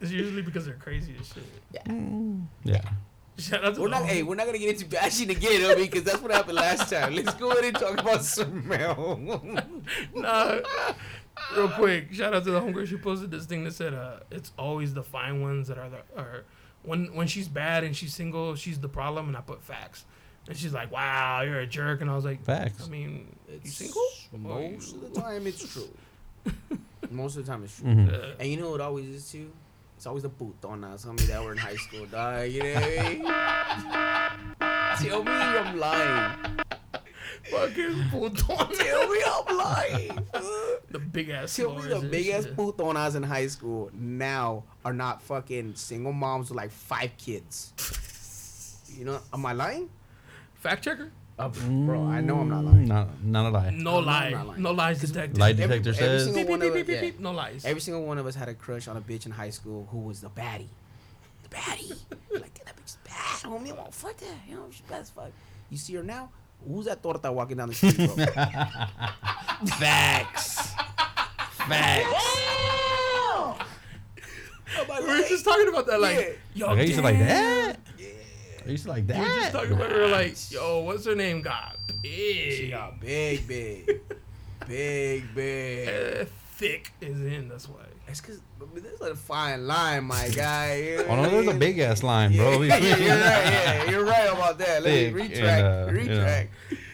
[SPEAKER 1] It's usually because they're crazy as shit.
[SPEAKER 3] yeah.
[SPEAKER 1] Shout out to
[SPEAKER 2] We're not.
[SPEAKER 1] the-
[SPEAKER 2] Hey, we're not gonna get into bashing again, homie, because that's what happened last time. Let's go ahead and talk about smell.
[SPEAKER 1] Nah. Real quick, shout out to the homegirl. She posted this thing that said, uh, "It's always the fine ones that are the are when when she's bad and she's single, she's the problem." And I put facts, and she's like, "Wow, you're a jerk." And I was like,
[SPEAKER 3] Facts.
[SPEAKER 1] I mean, you
[SPEAKER 2] It's-
[SPEAKER 1] single? Or you-
[SPEAKER 2] Most of the time, it's true. most of the time, it's true.
[SPEAKER 3] Mhm.
[SPEAKER 1] Uh,
[SPEAKER 2] And you know what always is too? It's always the putonas, homie, that were in high school, dog. You know what I mean? Tell me I'm lying.
[SPEAKER 1] fucking putona.
[SPEAKER 2] Tell me I'm lying.
[SPEAKER 1] The big ass.
[SPEAKER 2] Tell me the
[SPEAKER 1] lords and
[SPEAKER 2] big ass
[SPEAKER 1] shit.
[SPEAKER 2] putonas in high school now are not fucking single moms with like five kids. You know, am I lying?
[SPEAKER 1] Fact checker.
[SPEAKER 2] Uh, bro, I know I'm not
[SPEAKER 3] Mm,
[SPEAKER 2] lying.
[SPEAKER 3] Not not a lie.
[SPEAKER 1] No
[SPEAKER 2] I'm not
[SPEAKER 1] lie.
[SPEAKER 2] lying.
[SPEAKER 1] No lies detected.
[SPEAKER 3] Lie
[SPEAKER 2] Every-
[SPEAKER 3] detector
[SPEAKER 2] every
[SPEAKER 3] says.
[SPEAKER 2] single-
[SPEAKER 1] Beep, beep,
[SPEAKER 2] one of
[SPEAKER 1] beep, beep,
[SPEAKER 2] it,
[SPEAKER 1] beep,
[SPEAKER 2] yeah.
[SPEAKER 1] beep. No lies.
[SPEAKER 2] Every single one of us had a crush on a bitch in high school who was the baddie. The baddie. like, "Damn, that bitch is bad, homie. Well, fuck that. You know, she's bad as fuck. You see her now? Who's that torta walking down the street, bro?
[SPEAKER 3] Facts. Facts.
[SPEAKER 2] Am I
[SPEAKER 1] we were
[SPEAKER 2] right?
[SPEAKER 1] just talking about that, like, yo,
[SPEAKER 3] Like, I used to like
[SPEAKER 1] damn.
[SPEAKER 3] that. I used to like that.
[SPEAKER 1] We were just talking about her, like, yo, what's her name? Got big,
[SPEAKER 2] she got big, big. big, big.
[SPEAKER 1] Uh, thick is in. That's why.
[SPEAKER 2] It's because there's a fine line, my guy. You know
[SPEAKER 3] Oh
[SPEAKER 2] what
[SPEAKER 3] no,
[SPEAKER 2] I
[SPEAKER 3] there's a
[SPEAKER 2] mean?
[SPEAKER 3] big ass line, bro.
[SPEAKER 2] yeah, yeah, you're right, yeah, you're right about that. Let me
[SPEAKER 3] Thick and,
[SPEAKER 2] retract.
[SPEAKER 3] uh, you know.
[SPEAKER 2] retract.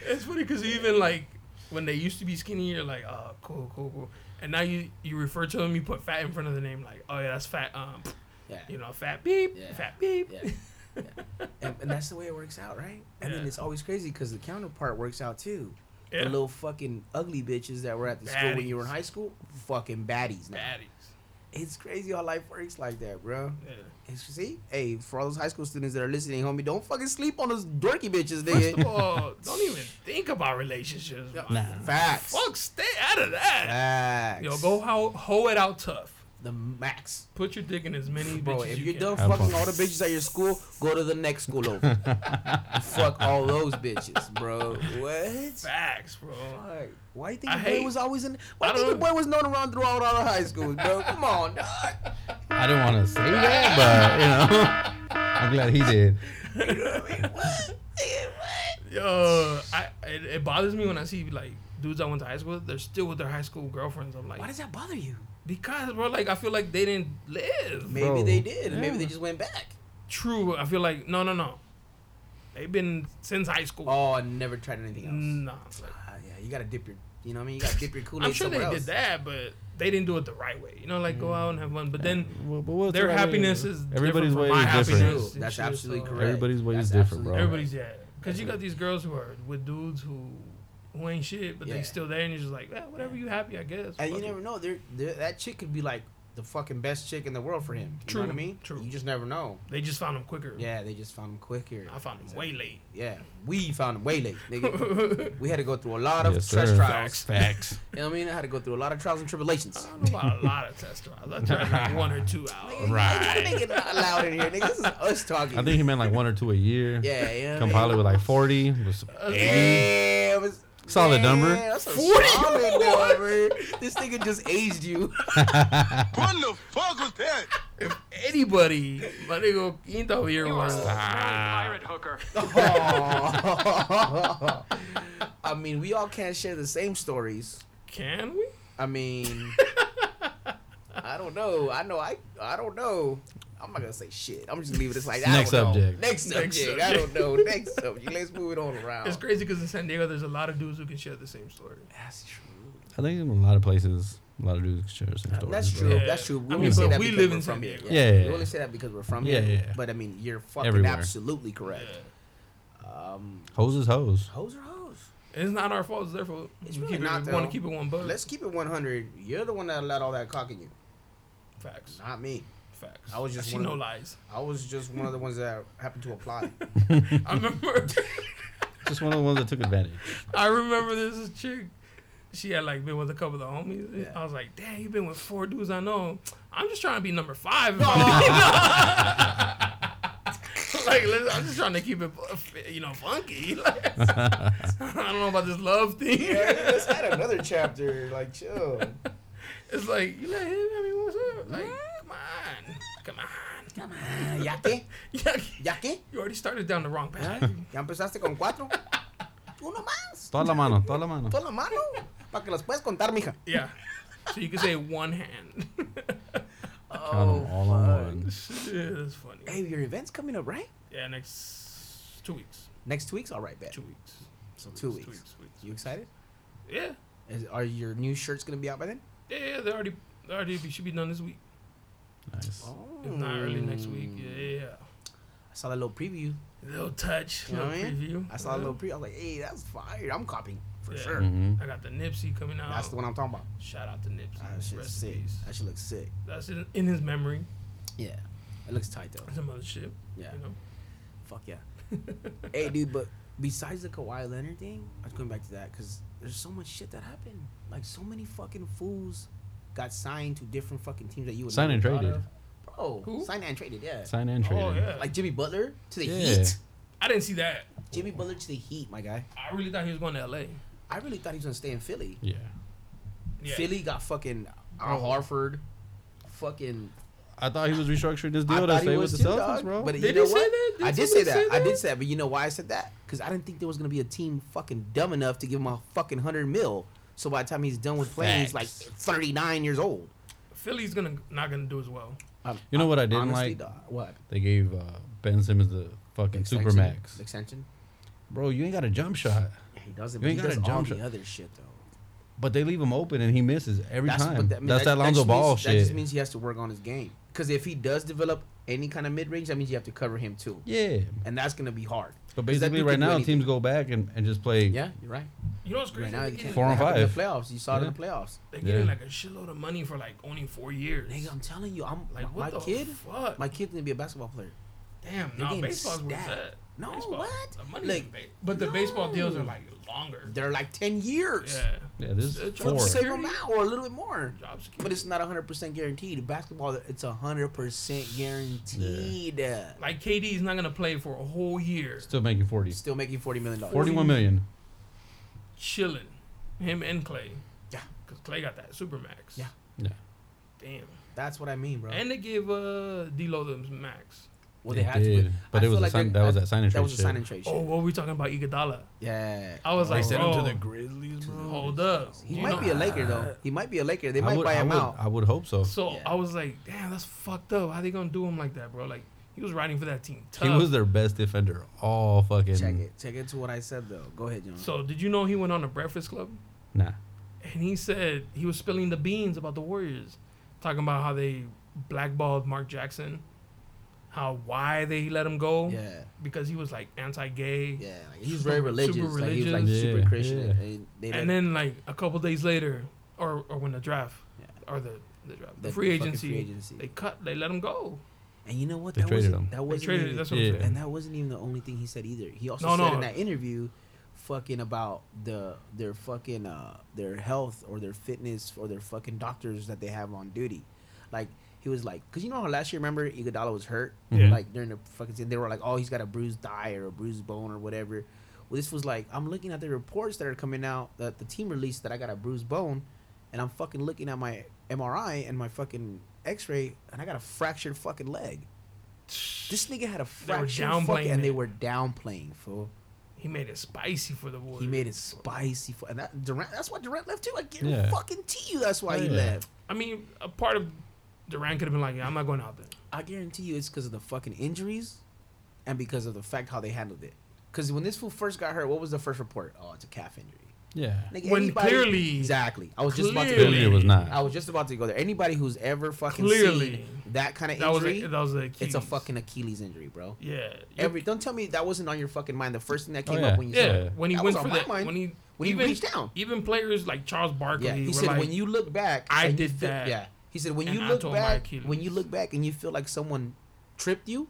[SPEAKER 1] It's funny because even like when they used to be skinny, you're like, oh, cool, cool, cool. And now you you refer to them, you put fat in front of the name, like, oh yeah, that's fat. Um,
[SPEAKER 2] Yeah.
[SPEAKER 1] you know, fat beep,
[SPEAKER 2] Yeah.
[SPEAKER 1] fat beep.
[SPEAKER 2] Yeah. yeah. And, and that's the way it works out, right? And then
[SPEAKER 1] Yeah.
[SPEAKER 2] it's always crazy because the counterpart works out too.
[SPEAKER 1] Yeah.
[SPEAKER 2] The little fucking ugly bitches that were at the school when you were in
[SPEAKER 1] Baddies.
[SPEAKER 2] high school, fucking baddies now.
[SPEAKER 1] Baddies.
[SPEAKER 2] It's crazy how life works like that, bro.
[SPEAKER 1] Yeah.
[SPEAKER 2] And see, hey, for all those high school students that are listening, homie, don't fucking sleep on those dorky bitches,
[SPEAKER 1] First of
[SPEAKER 2] nigga.
[SPEAKER 1] all, don't even think about relationships.
[SPEAKER 3] Nah.
[SPEAKER 1] man.
[SPEAKER 2] Facts.
[SPEAKER 1] Fuck, stay out of that.
[SPEAKER 2] Facts.
[SPEAKER 1] Yo, go how hoe it out tough.
[SPEAKER 2] The max.
[SPEAKER 1] Put your dick in as many
[SPEAKER 2] Bro,
[SPEAKER 1] bitches
[SPEAKER 2] if
[SPEAKER 1] you
[SPEAKER 2] you're
[SPEAKER 1] can.
[SPEAKER 2] done
[SPEAKER 3] Have
[SPEAKER 2] fucking
[SPEAKER 3] fun.
[SPEAKER 2] all the bitches at your school, go to the next school over. Fuck all those bitches, bro. What?
[SPEAKER 1] Facts, bro.
[SPEAKER 2] Like, why you think
[SPEAKER 1] I
[SPEAKER 2] the
[SPEAKER 1] hate-
[SPEAKER 2] boy was always in? Why
[SPEAKER 1] I
[SPEAKER 2] do you think
[SPEAKER 1] don't-
[SPEAKER 2] the boy was known around throughout all of high school, bro? Come on, dog.
[SPEAKER 3] I didn't want to say that, but you know, I'm glad he did.
[SPEAKER 2] You know what I mean? What? Nigga, what?
[SPEAKER 1] Yo, I it, it bothers me when I see like dudes I went to high school. with, They're still with their high school girlfriends. I'm like,
[SPEAKER 2] Why does that bother you?
[SPEAKER 1] because bro, like I feel like they didn't live.
[SPEAKER 2] Maybe
[SPEAKER 3] Bro,
[SPEAKER 2] they did. and Maybe
[SPEAKER 3] yeah.
[SPEAKER 2] they just went back.
[SPEAKER 1] True, I feel like no, no, no. They've been since high school.
[SPEAKER 2] Oh, I never tried anything else.
[SPEAKER 1] nah, it's like-
[SPEAKER 2] Ah, yeah, you gotta dip your. You know what I mean? You gotta dip your Kool Aid
[SPEAKER 1] Mm. I'm sure they
[SPEAKER 2] somewhere
[SPEAKER 1] did
[SPEAKER 2] else. Mm.
[SPEAKER 1] that, but they didn't do it the right way. You know, like go out and have fun. But then
[SPEAKER 3] Well, but what's
[SPEAKER 1] Their
[SPEAKER 3] the right
[SPEAKER 1] happiness
[SPEAKER 3] way?
[SPEAKER 1] is
[SPEAKER 3] everybody's
[SPEAKER 1] different from
[SPEAKER 3] way
[SPEAKER 1] my
[SPEAKER 3] is
[SPEAKER 2] That's
[SPEAKER 1] happiness.
[SPEAKER 3] different.
[SPEAKER 2] true.
[SPEAKER 1] Yes,
[SPEAKER 2] That's
[SPEAKER 1] yes,
[SPEAKER 2] absolutely
[SPEAKER 1] so-
[SPEAKER 2] correct.
[SPEAKER 3] Everybody's way
[SPEAKER 2] That's
[SPEAKER 3] is different,
[SPEAKER 2] absolutely
[SPEAKER 3] bro.
[SPEAKER 2] correct.
[SPEAKER 1] everybody's yeah, because you got these girls who are with dudes who who ain't shit, but
[SPEAKER 2] Yeah.
[SPEAKER 1] they still there, and you're just like, eh, whatever you happy, I guess.
[SPEAKER 2] And you
[SPEAKER 1] Fuck it.
[SPEAKER 2] never know. They're, they're, that chick could be like the fucking best chick in the world for him. You
[SPEAKER 1] True,
[SPEAKER 2] know what I mean?
[SPEAKER 1] true.
[SPEAKER 2] You just never know.
[SPEAKER 1] They just found them quicker.
[SPEAKER 2] Yeah, they just found him quicker.
[SPEAKER 1] I found them way late.
[SPEAKER 2] Yeah, we found him way late, nigga. we had to go through a lot of
[SPEAKER 3] Yes,
[SPEAKER 2] stress
[SPEAKER 3] sir.
[SPEAKER 2] trials.
[SPEAKER 3] Facts.
[SPEAKER 2] You know what I mean? I had to go through a lot of trials and
[SPEAKER 3] Uh,
[SPEAKER 2] tribulations.
[SPEAKER 1] I don't know about a lot of test drives. I tried like one or two hours.
[SPEAKER 2] Right. Make it not loud in here, nigga. This is us talking.
[SPEAKER 3] I think he meant like one or two a year.
[SPEAKER 2] yeah, yeah.
[SPEAKER 3] Come probably with like 40. was Eighty.
[SPEAKER 2] Damn, it's-
[SPEAKER 3] Solid
[SPEAKER 2] damn,
[SPEAKER 3] number.
[SPEAKER 2] That's a
[SPEAKER 1] 40?
[SPEAKER 2] solid number. This nigga just aged you.
[SPEAKER 5] What the fuck was that?
[SPEAKER 1] Anybody, my nigga, Quinta over here was.
[SPEAKER 6] pirate hooker.
[SPEAKER 2] Aw. I mean, we all can't share the same stories.
[SPEAKER 1] Can we?
[SPEAKER 2] I mean, I don't know. I know. I I don't know. I'm not gonna say shit. I'm just leaving it like that.
[SPEAKER 3] Next subject.
[SPEAKER 2] Next subject.
[SPEAKER 1] Next
[SPEAKER 2] I
[SPEAKER 1] subject.
[SPEAKER 2] don't know. Next subject. Let's move it on around.
[SPEAKER 1] It's crazy because in San Diego, there's a lot of dudes who can share the same story.
[SPEAKER 2] That's true.
[SPEAKER 3] I think in a lot of places, a lot of dudes share the same stories.
[SPEAKER 2] That's
[SPEAKER 3] but
[SPEAKER 2] true.
[SPEAKER 1] Yeah.
[SPEAKER 2] That's true. We
[SPEAKER 1] I
[SPEAKER 2] only
[SPEAKER 1] mean,
[SPEAKER 2] say
[SPEAKER 1] but
[SPEAKER 2] that
[SPEAKER 1] we
[SPEAKER 2] because
[SPEAKER 1] live
[SPEAKER 2] we're
[SPEAKER 1] in
[SPEAKER 2] from
[SPEAKER 1] San
[SPEAKER 2] here.
[SPEAKER 1] Diego.
[SPEAKER 3] Yeah, yeah,
[SPEAKER 2] We only
[SPEAKER 3] yeah.
[SPEAKER 2] say that because we're from
[SPEAKER 3] Yeah,
[SPEAKER 2] here.
[SPEAKER 3] yeah.
[SPEAKER 2] But I mean, you're fucking
[SPEAKER 3] Everywhere.
[SPEAKER 2] absolutely correct. Um,
[SPEAKER 3] Hoes is hoes.
[SPEAKER 2] hoes are hoes.
[SPEAKER 1] And it's not our fault. It's their fault.
[SPEAKER 2] It's
[SPEAKER 1] we
[SPEAKER 2] really
[SPEAKER 1] keep
[SPEAKER 2] not,
[SPEAKER 1] it, want
[SPEAKER 2] though.
[SPEAKER 1] to keep it one buck.
[SPEAKER 2] Let's keep it 100. You're the one that allowed all that cock in you,
[SPEAKER 1] facts.
[SPEAKER 2] not me.
[SPEAKER 1] Facts.
[SPEAKER 2] I was just
[SPEAKER 1] Actually, no
[SPEAKER 2] wondering-
[SPEAKER 1] lies.
[SPEAKER 2] I was just one of the ones that happened to apply.
[SPEAKER 1] I remember.
[SPEAKER 3] Just one of the ones that took advantage.
[SPEAKER 1] I remember this chick. She had like been with a couple of the homies. and
[SPEAKER 2] Yeah.
[SPEAKER 1] I was like, "Damn, you've been with four dudes I know. I'm just trying to be number five. like, listen, I'm just trying to keep it, you know, funky. Like, I don't know about this love thing.
[SPEAKER 2] Yeah, let's add another chapter. Like, chill.
[SPEAKER 1] It's like you let him. I mean, what's up? Like, come on, come on.
[SPEAKER 2] Yaqui,
[SPEAKER 1] Yeah,
[SPEAKER 2] yaqui.
[SPEAKER 1] you already started down the wrong path.
[SPEAKER 2] Ya empezaste con cuatro. Uno más.
[SPEAKER 3] Toda la mano, toda la mano.
[SPEAKER 2] Pon la mano. Para que las puedas contar, mija.
[SPEAKER 1] Yeah. So you can say one hand.
[SPEAKER 3] Count 'em all on one.
[SPEAKER 1] Shit, that's funny.
[SPEAKER 2] Hey, your event's coming up, right?
[SPEAKER 1] Yeah, next two weeks.
[SPEAKER 2] Next week's all right, bet.
[SPEAKER 1] Two weeks.
[SPEAKER 2] Two weeks.
[SPEAKER 1] Two weeks. Two weeks.
[SPEAKER 2] You excited?
[SPEAKER 1] Yeah.
[SPEAKER 2] Is, are your new shirts gonna be out by then?
[SPEAKER 1] Yeah, yeah, they already they already be, should be done this week.
[SPEAKER 3] Nice.
[SPEAKER 2] Oh,
[SPEAKER 1] If not early next week. Yeah,
[SPEAKER 2] Mm.
[SPEAKER 1] yeah.
[SPEAKER 2] I saw that little preview.
[SPEAKER 1] yeah. Little touch,
[SPEAKER 2] You know
[SPEAKER 1] little
[SPEAKER 2] what I mean?
[SPEAKER 1] preview.
[SPEAKER 2] I saw that little preview. I was like, hey, that's fire. I'm copying for
[SPEAKER 1] Yeah.
[SPEAKER 2] sure.
[SPEAKER 3] Mm-hmm.
[SPEAKER 1] I got the Nipsey coming out.
[SPEAKER 2] That's the one I'm talking about.
[SPEAKER 1] Shout out to Nipsey.
[SPEAKER 2] That shit
[SPEAKER 1] Rest in
[SPEAKER 2] sick.
[SPEAKER 1] peace.
[SPEAKER 2] That shit looks sick.
[SPEAKER 1] That's in, in his memory.
[SPEAKER 2] Yeah. It looks tight though.
[SPEAKER 1] Some other shit.
[SPEAKER 2] Yeah.
[SPEAKER 1] You know.
[SPEAKER 2] Fuck yeah. hey, dude, but besides the Kawhi Leonard thing, I was going back to that because there's so much shit that happened. Like, so many fucking fools got signed to different fucking teams that you would
[SPEAKER 3] Signed and
[SPEAKER 2] never thought
[SPEAKER 3] traded.
[SPEAKER 2] of. Bro,
[SPEAKER 1] Who?
[SPEAKER 2] signed and traded, yeah.
[SPEAKER 3] Sign and trade.
[SPEAKER 1] Oh yeah.
[SPEAKER 2] Like Jimmy Butler to the
[SPEAKER 3] Yeah.
[SPEAKER 2] Heat.
[SPEAKER 1] I didn't see that.
[SPEAKER 2] Jimmy Butler to the Heat, my guy.
[SPEAKER 1] I really thought he was going to LA.
[SPEAKER 2] I really thought he was going to stay in Philly.
[SPEAKER 3] Yeah.
[SPEAKER 1] Yeah.
[SPEAKER 2] Philly got fucking Al Harford. Fucking
[SPEAKER 3] I thought he was restructuring this
[SPEAKER 2] I
[SPEAKER 3] deal to
[SPEAKER 2] thought he
[SPEAKER 3] stay
[SPEAKER 2] was
[SPEAKER 3] with the
[SPEAKER 2] too,
[SPEAKER 3] Celtics,
[SPEAKER 2] dog,
[SPEAKER 3] bro.
[SPEAKER 2] But you
[SPEAKER 1] Did
[SPEAKER 2] know
[SPEAKER 1] he say
[SPEAKER 2] what?
[SPEAKER 1] that? Did
[SPEAKER 2] I did
[SPEAKER 1] somebody
[SPEAKER 2] say that.
[SPEAKER 1] say
[SPEAKER 2] I did
[SPEAKER 1] that?
[SPEAKER 2] say that. But you know why I said that? Because I didn't think there was gonna be a team fucking dumb enough to give him a fucking hundred mil. So by the time he's done with playing, he's like
[SPEAKER 3] Facts.
[SPEAKER 2] thirty nine years old.
[SPEAKER 1] Philly's gonna not gonna do as well.
[SPEAKER 2] Um,
[SPEAKER 3] You know what I
[SPEAKER 2] hon-
[SPEAKER 3] didn't
[SPEAKER 2] honestly,
[SPEAKER 3] like?
[SPEAKER 2] dog, what
[SPEAKER 3] They gave uh, Ben Simmons the fucking
[SPEAKER 2] Extension?
[SPEAKER 3] Supermax.
[SPEAKER 2] extension?
[SPEAKER 3] Bro, you ain't got a jump shot.
[SPEAKER 2] Yeah, he doesn't.
[SPEAKER 3] You
[SPEAKER 2] But he
[SPEAKER 3] ain't got
[SPEAKER 2] does
[SPEAKER 3] a
[SPEAKER 2] all
[SPEAKER 3] jump
[SPEAKER 2] the
[SPEAKER 3] shot.
[SPEAKER 2] other shit though.
[SPEAKER 3] But they leave him open and he misses every
[SPEAKER 2] That's,
[SPEAKER 3] time.
[SPEAKER 2] but that, I mean,
[SPEAKER 3] That's that, Lonzo
[SPEAKER 2] just
[SPEAKER 3] Ball
[SPEAKER 2] means,
[SPEAKER 3] shit.
[SPEAKER 2] That just means he has to work on his game. Because if he does develop any kind of mid range, that means you have to cover him too,
[SPEAKER 3] yeah.
[SPEAKER 2] and that's gonna be hard.
[SPEAKER 3] But
[SPEAKER 2] 'Cause that
[SPEAKER 3] basically,
[SPEAKER 2] dude
[SPEAKER 3] right
[SPEAKER 2] can do
[SPEAKER 3] now,
[SPEAKER 2] anything.
[SPEAKER 3] teams go back and, and just play.
[SPEAKER 2] Yeah, you're right.
[SPEAKER 1] You know what's
[SPEAKER 2] Right
[SPEAKER 1] crazy?
[SPEAKER 2] now,
[SPEAKER 1] They
[SPEAKER 2] you
[SPEAKER 1] get-
[SPEAKER 2] can't.
[SPEAKER 3] Four and
[SPEAKER 2] that happened
[SPEAKER 3] five.
[SPEAKER 2] In the playoffs, you saw it in the playoffs.
[SPEAKER 1] They're getting
[SPEAKER 3] Yeah.
[SPEAKER 1] like a shitload of money for like only four years.
[SPEAKER 2] Nigga, I'm telling you, I'm
[SPEAKER 1] Like,
[SPEAKER 2] my
[SPEAKER 1] what the
[SPEAKER 2] kid.
[SPEAKER 1] fuck?
[SPEAKER 2] My kid's gonna be a basketball player.
[SPEAKER 1] Damn,
[SPEAKER 2] They're
[SPEAKER 1] no,
[SPEAKER 2] getting
[SPEAKER 1] baseball's worth
[SPEAKER 2] stacked.
[SPEAKER 1] that.
[SPEAKER 2] No,
[SPEAKER 1] Baseball,
[SPEAKER 2] what?
[SPEAKER 1] The money's
[SPEAKER 2] Like,
[SPEAKER 1] in ba- but the baseball deals are
[SPEAKER 2] no.
[SPEAKER 1] like longer.
[SPEAKER 2] They're like ten years.
[SPEAKER 1] Yeah.
[SPEAKER 3] Yeah, this
[SPEAKER 1] It's
[SPEAKER 3] is
[SPEAKER 1] four.
[SPEAKER 3] four.
[SPEAKER 2] Save them out or a little bit more.
[SPEAKER 1] Job security.
[SPEAKER 2] But it's not hundred percent guaranteed. Basketball, it's hundred percent guaranteed.
[SPEAKER 1] like KD's not gonna play for a whole year.
[SPEAKER 3] Still making 40.
[SPEAKER 2] Still making forty million dollars.
[SPEAKER 3] 41 million.
[SPEAKER 1] Chilling. Him and Clay.
[SPEAKER 2] Yeah.
[SPEAKER 1] Cause Clay got that Supermax.
[SPEAKER 2] Yeah.
[SPEAKER 3] Yeah.
[SPEAKER 1] Damn.
[SPEAKER 2] That's what I mean, bro.
[SPEAKER 1] And they gave uh D Lo the max.
[SPEAKER 2] well,
[SPEAKER 3] They did, but it
[SPEAKER 2] feel
[SPEAKER 3] was a sign-
[SPEAKER 2] they're-
[SPEAKER 3] that was
[SPEAKER 2] I-
[SPEAKER 3] that sign and
[SPEAKER 2] That
[SPEAKER 3] trade
[SPEAKER 2] was a
[SPEAKER 3] shit.
[SPEAKER 2] sign and trade shit.
[SPEAKER 1] Oh, what were we talking about? Iguodala.
[SPEAKER 2] Yeah.
[SPEAKER 1] I was
[SPEAKER 3] They
[SPEAKER 1] like,
[SPEAKER 3] sent
[SPEAKER 1] bro,
[SPEAKER 6] Grizzlies,
[SPEAKER 1] hold up.
[SPEAKER 2] He
[SPEAKER 1] You
[SPEAKER 2] might
[SPEAKER 1] know-
[SPEAKER 2] be a Laker though. He might be a Laker. They
[SPEAKER 3] I
[SPEAKER 2] might
[SPEAKER 3] would,
[SPEAKER 2] buy
[SPEAKER 3] I,
[SPEAKER 2] him
[SPEAKER 3] would,
[SPEAKER 2] out.
[SPEAKER 3] I would hope so.
[SPEAKER 1] So
[SPEAKER 2] Yeah.
[SPEAKER 1] I was like, damn, that's fucked up. How they gonna do him like that, bro? Like he was riding for that team.
[SPEAKER 3] he
[SPEAKER 1] Tough.
[SPEAKER 3] was their best defender all fucking.
[SPEAKER 2] Check it. Check it to what I said though. Go ahead, John.
[SPEAKER 1] So did you know he went on the Breakfast Club
[SPEAKER 3] Nah.
[SPEAKER 1] and he said he was spilling the beans about the Warriors, talking about how they blackballed Mark Jackson, how why they let him go
[SPEAKER 2] yeah.
[SPEAKER 1] because he was like anti-gay.
[SPEAKER 2] Yeah, like he's
[SPEAKER 1] Super-
[SPEAKER 2] very religious.
[SPEAKER 1] super
[SPEAKER 2] Like he was like
[SPEAKER 3] religious.
[SPEAKER 2] super
[SPEAKER 3] Yeah,
[SPEAKER 2] Christian.
[SPEAKER 3] yeah.
[SPEAKER 2] And, they
[SPEAKER 1] And
[SPEAKER 2] let-
[SPEAKER 1] then like a couple days later, or or when the draft
[SPEAKER 2] Yeah.
[SPEAKER 1] or the the draft, the,
[SPEAKER 2] The
[SPEAKER 1] free,
[SPEAKER 2] fucking
[SPEAKER 1] agency,
[SPEAKER 2] free agency.
[SPEAKER 1] they cut, they let him go.
[SPEAKER 2] and you know what?
[SPEAKER 3] They
[SPEAKER 2] That
[SPEAKER 3] traded
[SPEAKER 2] wasn't,
[SPEAKER 3] him.
[SPEAKER 2] That wasn't
[SPEAKER 1] traded-
[SPEAKER 2] even,
[SPEAKER 1] that's what I'm
[SPEAKER 3] Yeah.
[SPEAKER 1] saying.
[SPEAKER 2] and that wasn't even the only thing he said either. He also
[SPEAKER 1] No,
[SPEAKER 2] said
[SPEAKER 1] no.
[SPEAKER 2] in that interview, fucking about the their fucking uh their health or their fitness or their fucking doctors that they have on duty. Like he was like, cause you know how last year remember Iguodala was hurt,
[SPEAKER 1] Yeah.
[SPEAKER 2] like during the fucking thing, they were like, oh he's got a bruised thigh or a bruised bone or whatever. Well, this was like I'm looking at the reports that are coming out that the team released that I got a bruised bone, and I'm fucking looking at my MRI and my fucking X-ray and I got a fractured fucking leg. This nigga had
[SPEAKER 1] They were
[SPEAKER 2] a fractured fucking,
[SPEAKER 1] downplaying
[SPEAKER 2] and they
[SPEAKER 1] it.
[SPEAKER 2] were downplaying fool.
[SPEAKER 1] He made it spicy for the Warriors.
[SPEAKER 2] He made it spicy for and that Durant. That's why Durant left too. I guarantee
[SPEAKER 3] Yeah.
[SPEAKER 2] fucking to you. That's why he
[SPEAKER 3] Yeah.
[SPEAKER 2] left.
[SPEAKER 1] I mean, a part of Durant could have been like, yeah, I'm not going out there.
[SPEAKER 2] I guarantee you, it's because of the fucking injuries, and because of the fact how they handled it. Because when this fool first got hurt, what was the first report? Oh, it's a calf injury.
[SPEAKER 3] Yeah.
[SPEAKER 2] Nigga,
[SPEAKER 1] When clearly-
[SPEAKER 2] exactly, I was just about to go
[SPEAKER 1] Clearly.
[SPEAKER 3] Clearly it
[SPEAKER 2] there.
[SPEAKER 3] was not.
[SPEAKER 2] I was just about to go there. Anybody who's ever fucking
[SPEAKER 1] Clearly.
[SPEAKER 2] seen that kind of
[SPEAKER 1] That was
[SPEAKER 2] injury,
[SPEAKER 1] a, that was a
[SPEAKER 2] it's a fucking Achilles injury, bro.
[SPEAKER 1] yeah.
[SPEAKER 2] Every don't tell me that wasn't on your fucking mind. The first thing that
[SPEAKER 3] Oh,
[SPEAKER 2] came
[SPEAKER 3] yeah.
[SPEAKER 2] up when you
[SPEAKER 1] yeah,
[SPEAKER 2] said
[SPEAKER 3] Yeah.
[SPEAKER 1] when he
[SPEAKER 2] That
[SPEAKER 1] went
[SPEAKER 2] was
[SPEAKER 1] for
[SPEAKER 2] on
[SPEAKER 1] that,
[SPEAKER 2] my mind.
[SPEAKER 1] when he
[SPEAKER 2] When he
[SPEAKER 1] even,
[SPEAKER 2] reached down.
[SPEAKER 1] even players like Charles Barkley.
[SPEAKER 2] Yeah, he
[SPEAKER 1] were
[SPEAKER 2] said
[SPEAKER 1] like,
[SPEAKER 2] when you look back,
[SPEAKER 1] I
[SPEAKER 2] and you
[SPEAKER 1] did
[SPEAKER 2] feel-
[SPEAKER 1] that,
[SPEAKER 2] Yeah, he said when
[SPEAKER 1] and
[SPEAKER 2] you
[SPEAKER 1] I
[SPEAKER 2] look
[SPEAKER 1] tore my
[SPEAKER 2] back, when you
[SPEAKER 1] Achilles."
[SPEAKER 2] look back and you feel like someone tripped you,